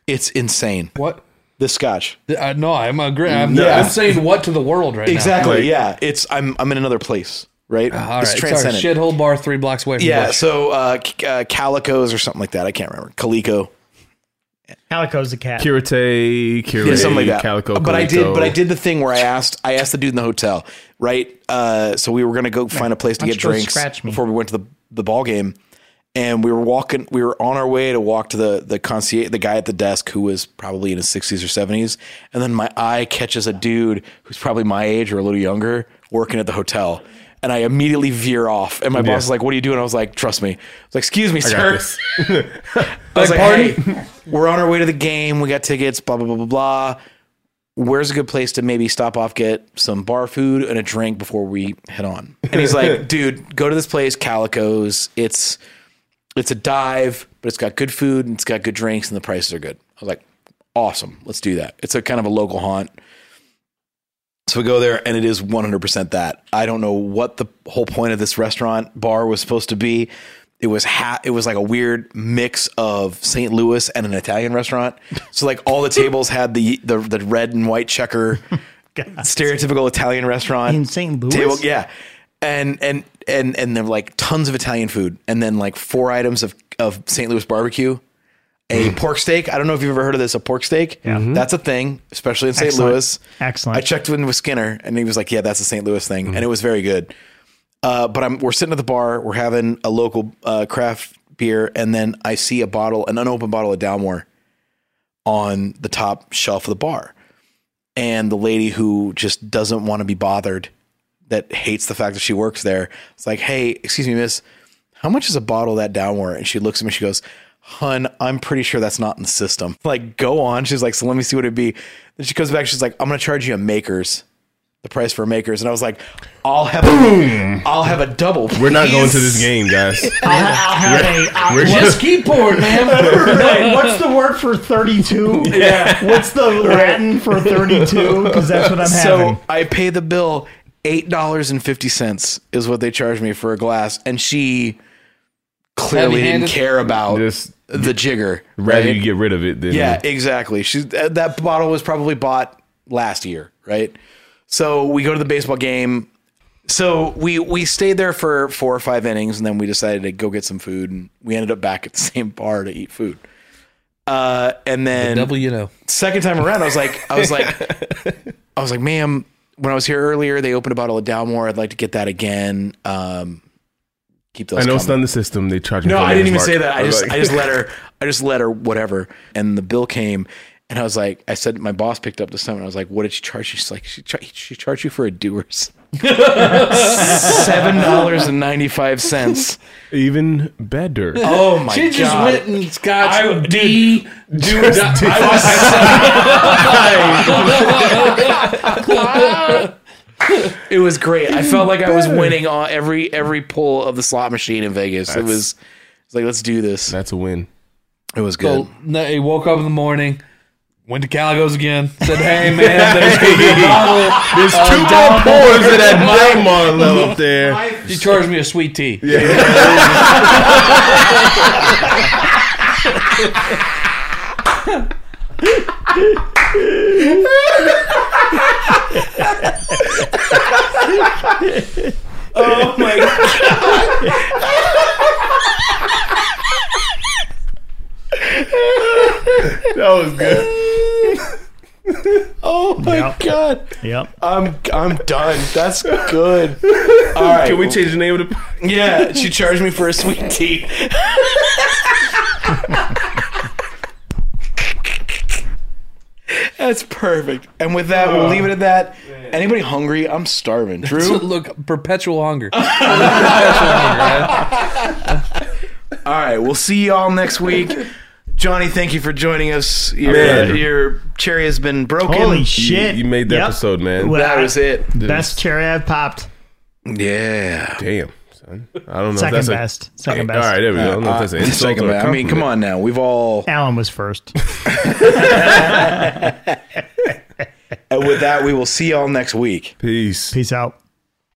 [SPEAKER 1] It's insane.
[SPEAKER 5] What?
[SPEAKER 1] The scotch.
[SPEAKER 5] Th- Uh, no, I'm agreeing. I'm,
[SPEAKER 4] Yeah.
[SPEAKER 5] I'm saying what to the world right
[SPEAKER 1] Exactly.
[SPEAKER 4] Like-
[SPEAKER 1] yeah. It's I'm I'm in another place, right?
[SPEAKER 5] now. All
[SPEAKER 1] it's
[SPEAKER 5] right, sorry. Shithole bar three blocks away from
[SPEAKER 1] yeah,
[SPEAKER 5] Bush.
[SPEAKER 1] so uh, c- uh calicos or something like that. I can't remember. Calico.
[SPEAKER 2] Calico's the
[SPEAKER 6] <laughs>
[SPEAKER 2] cat.
[SPEAKER 4] Curate, Curate,
[SPEAKER 1] yeah, something like that.
[SPEAKER 4] Calico.
[SPEAKER 1] but I did,
[SPEAKER 4] Calico.
[SPEAKER 1] but I did the thing where I asked, I asked the dude in the hotel, right? Uh, so we were gonna go find a place to
[SPEAKER 2] Why
[SPEAKER 1] get
[SPEAKER 2] don't you go
[SPEAKER 1] drinks
[SPEAKER 2] scratch me?
[SPEAKER 1] before we went to the the ball game, and we were walking, we were on our way to walk to the the concierge, the guy at the desk who was probably in his sixties or seventies, and then my eye catches a dude who's probably my age or a little younger working at the hotel. And I immediately veer off, and my boss is like, "What are you doing?" I was like, "Trust me." I was like, "Excuse me, sir."
[SPEAKER 4] this.
[SPEAKER 1] <laughs> I was like,
[SPEAKER 5] party.
[SPEAKER 1] "Hey, we're on our way to the game. We got tickets. Blah blah blah blah blah. Where's a good place to maybe stop off, get some bar food and a drink before we head on?" And he's like, "Dude, go to this place, Calico's. It's it's a dive, but it's got good food and it's got good drinks and the prices are good." I was like, "Awesome, let's do that." It's a kind of a local haunt. So we go there, and it is 100% that. I don't know what the whole point of this restaurant bar was supposed to be. It was ha- it was like a weird mix of St. Louis and an Italian restaurant. So like
[SPEAKER 2] <laughs>
[SPEAKER 1] all the tables had the the, the red and white checker stereotypical Italian restaurant
[SPEAKER 2] In St. Louis?
[SPEAKER 1] Table, yeah, and and and and they're like tons of Italian food, and then like four items of of St. Louis barbecue. A pork steak. I don't know if you've ever heard of this. A pork steak. Yeah. That's a thing, especially in St.
[SPEAKER 2] Excellent.
[SPEAKER 1] Louis.
[SPEAKER 2] Excellent.
[SPEAKER 1] I checked in with Skinner, and he was like, "Yeah, that's a St. Louis thing," and it was very good. Uh, but I'm we're sitting at the bar, we're having a local uh, craft beer, and then I see a bottle, an unopened bottle of Dalmore, on the top shelf of the bar, and the lady who just doesn't want to be bothered, that hates the fact that she works there, it's like, "Hey, excuse me, miss, how much is a bottle of that Dalmore?" And she looks at me, she goes. Hun, I'm pretty sure that's not in the system. <laughs> Like, go on. She's like, so let me see what it'd be. Then she comes back. She's like, I'm gonna charge you a makers the price for makers, and I was like, "I'll have a, I'll have a double."
[SPEAKER 4] We're not going to
[SPEAKER 1] please.
[SPEAKER 4] this game,
[SPEAKER 1] <laughs>
[SPEAKER 4] guys.
[SPEAKER 6] I'll have a. I'll-
[SPEAKER 4] We're
[SPEAKER 5] Just
[SPEAKER 4] just,
[SPEAKER 5] keyboard,
[SPEAKER 2] <laughs>
[SPEAKER 5] man.
[SPEAKER 6] Wait, what's the word for 32? Yeah. What's the Latin for 32? Because that's what I'm having.
[SPEAKER 1] So I pay the bill eight dollars and fifty cents is what they charge me for a glass, and she clearly didn't
[SPEAKER 5] Heavy-handed?
[SPEAKER 1] care about
[SPEAKER 4] just
[SPEAKER 1] the jigger.
[SPEAKER 4] rather
[SPEAKER 1] right?
[SPEAKER 4] you get rid of it than
[SPEAKER 1] Yeah, exactly. She's that that bottle was probably bought last year, right? So we go to the baseball game. So we we stayed there for four or five innings, and then we decided to go get some food, and we ended up back at the <laughs> same bar to eat food. Uh, and then
[SPEAKER 5] Double, you know.
[SPEAKER 1] second time around, I was like, I was like, <laughs> I was like, ma'am, when I was here earlier, they opened a bottle of Dalmore. I'd like to get that again. Um, keep those.
[SPEAKER 4] I know
[SPEAKER 1] coming.
[SPEAKER 4] it's not in the system. They charge. me
[SPEAKER 1] No,
[SPEAKER 4] for
[SPEAKER 1] I didn't even
[SPEAKER 4] Landmark.
[SPEAKER 1] say that. I
[SPEAKER 4] was
[SPEAKER 1] just,
[SPEAKER 4] like-
[SPEAKER 1] I just let her, I just let her whatever. And the bill came, and I was like, I said, my boss picked up the sum, and I was like, what did she charge? She's like, she char- she charged you for a
[SPEAKER 4] <laughs>
[SPEAKER 1] doers, seven dollars and ninety five cents.
[SPEAKER 4] even better.
[SPEAKER 1] Oh my
[SPEAKER 5] She just
[SPEAKER 1] god!
[SPEAKER 5] went and got
[SPEAKER 9] I-
[SPEAKER 5] some
[SPEAKER 9] dude,
[SPEAKER 5] D.
[SPEAKER 9] Dude, I was
[SPEAKER 1] it was great. I felt like I was winning on every every pull of the slot machine in Vegas. it was. It's like let's do this.
[SPEAKER 4] That's a win.
[SPEAKER 1] It was
[SPEAKER 5] So no, he woke up in the morning, went to Caligo's again, said, "Hey man, there's gonna be a bottle."
[SPEAKER 4] There's
[SPEAKER 1] Uh,
[SPEAKER 4] two more pours of that Delmar
[SPEAKER 1] <laughs>
[SPEAKER 4] level up there.
[SPEAKER 5] She charged me a sweet tea.
[SPEAKER 4] <laughs> That was good.
[SPEAKER 1] Oh my god!
[SPEAKER 2] Yep.
[SPEAKER 1] I'm I'm done. That's good. All right.
[SPEAKER 4] Can we change the name of the?
[SPEAKER 1] Yeah, <laughs> she charged me for a sweet tea. That's perfect. And with that, we'll leave it at that. Anybody hungry? I'm starving. <laughs> Drew. All
[SPEAKER 5] <laughs> Look, perpetual hunger. perpetual hunger. Man.
[SPEAKER 1] right, we'll see y'all next week. Johnny, thank you for joining us. Your, uh,
[SPEAKER 4] Man.
[SPEAKER 1] your cherry has been broken.
[SPEAKER 6] Holy <laughs> shit.
[SPEAKER 4] Oh, You made the
[SPEAKER 6] Yep.
[SPEAKER 4] episode, Oh, man.
[SPEAKER 6] Well,
[SPEAKER 1] that was it.
[SPEAKER 6] Best cherry I've popped.
[SPEAKER 1] Yeah.
[SPEAKER 4] Damn, son. I don't know. if
[SPEAKER 6] Second
[SPEAKER 4] that's
[SPEAKER 6] best.
[SPEAKER 4] A, all
[SPEAKER 6] Second best.
[SPEAKER 4] right, there we go. I don't know if that's an insult
[SPEAKER 1] Uh, Second
[SPEAKER 4] or a
[SPEAKER 1] round. I mean, come
[SPEAKER 4] compliment.
[SPEAKER 1] on now. We've all.
[SPEAKER 6] Alan was first.
[SPEAKER 1] And with that, we will see y'all next week.
[SPEAKER 4] Peace.
[SPEAKER 6] Peace out.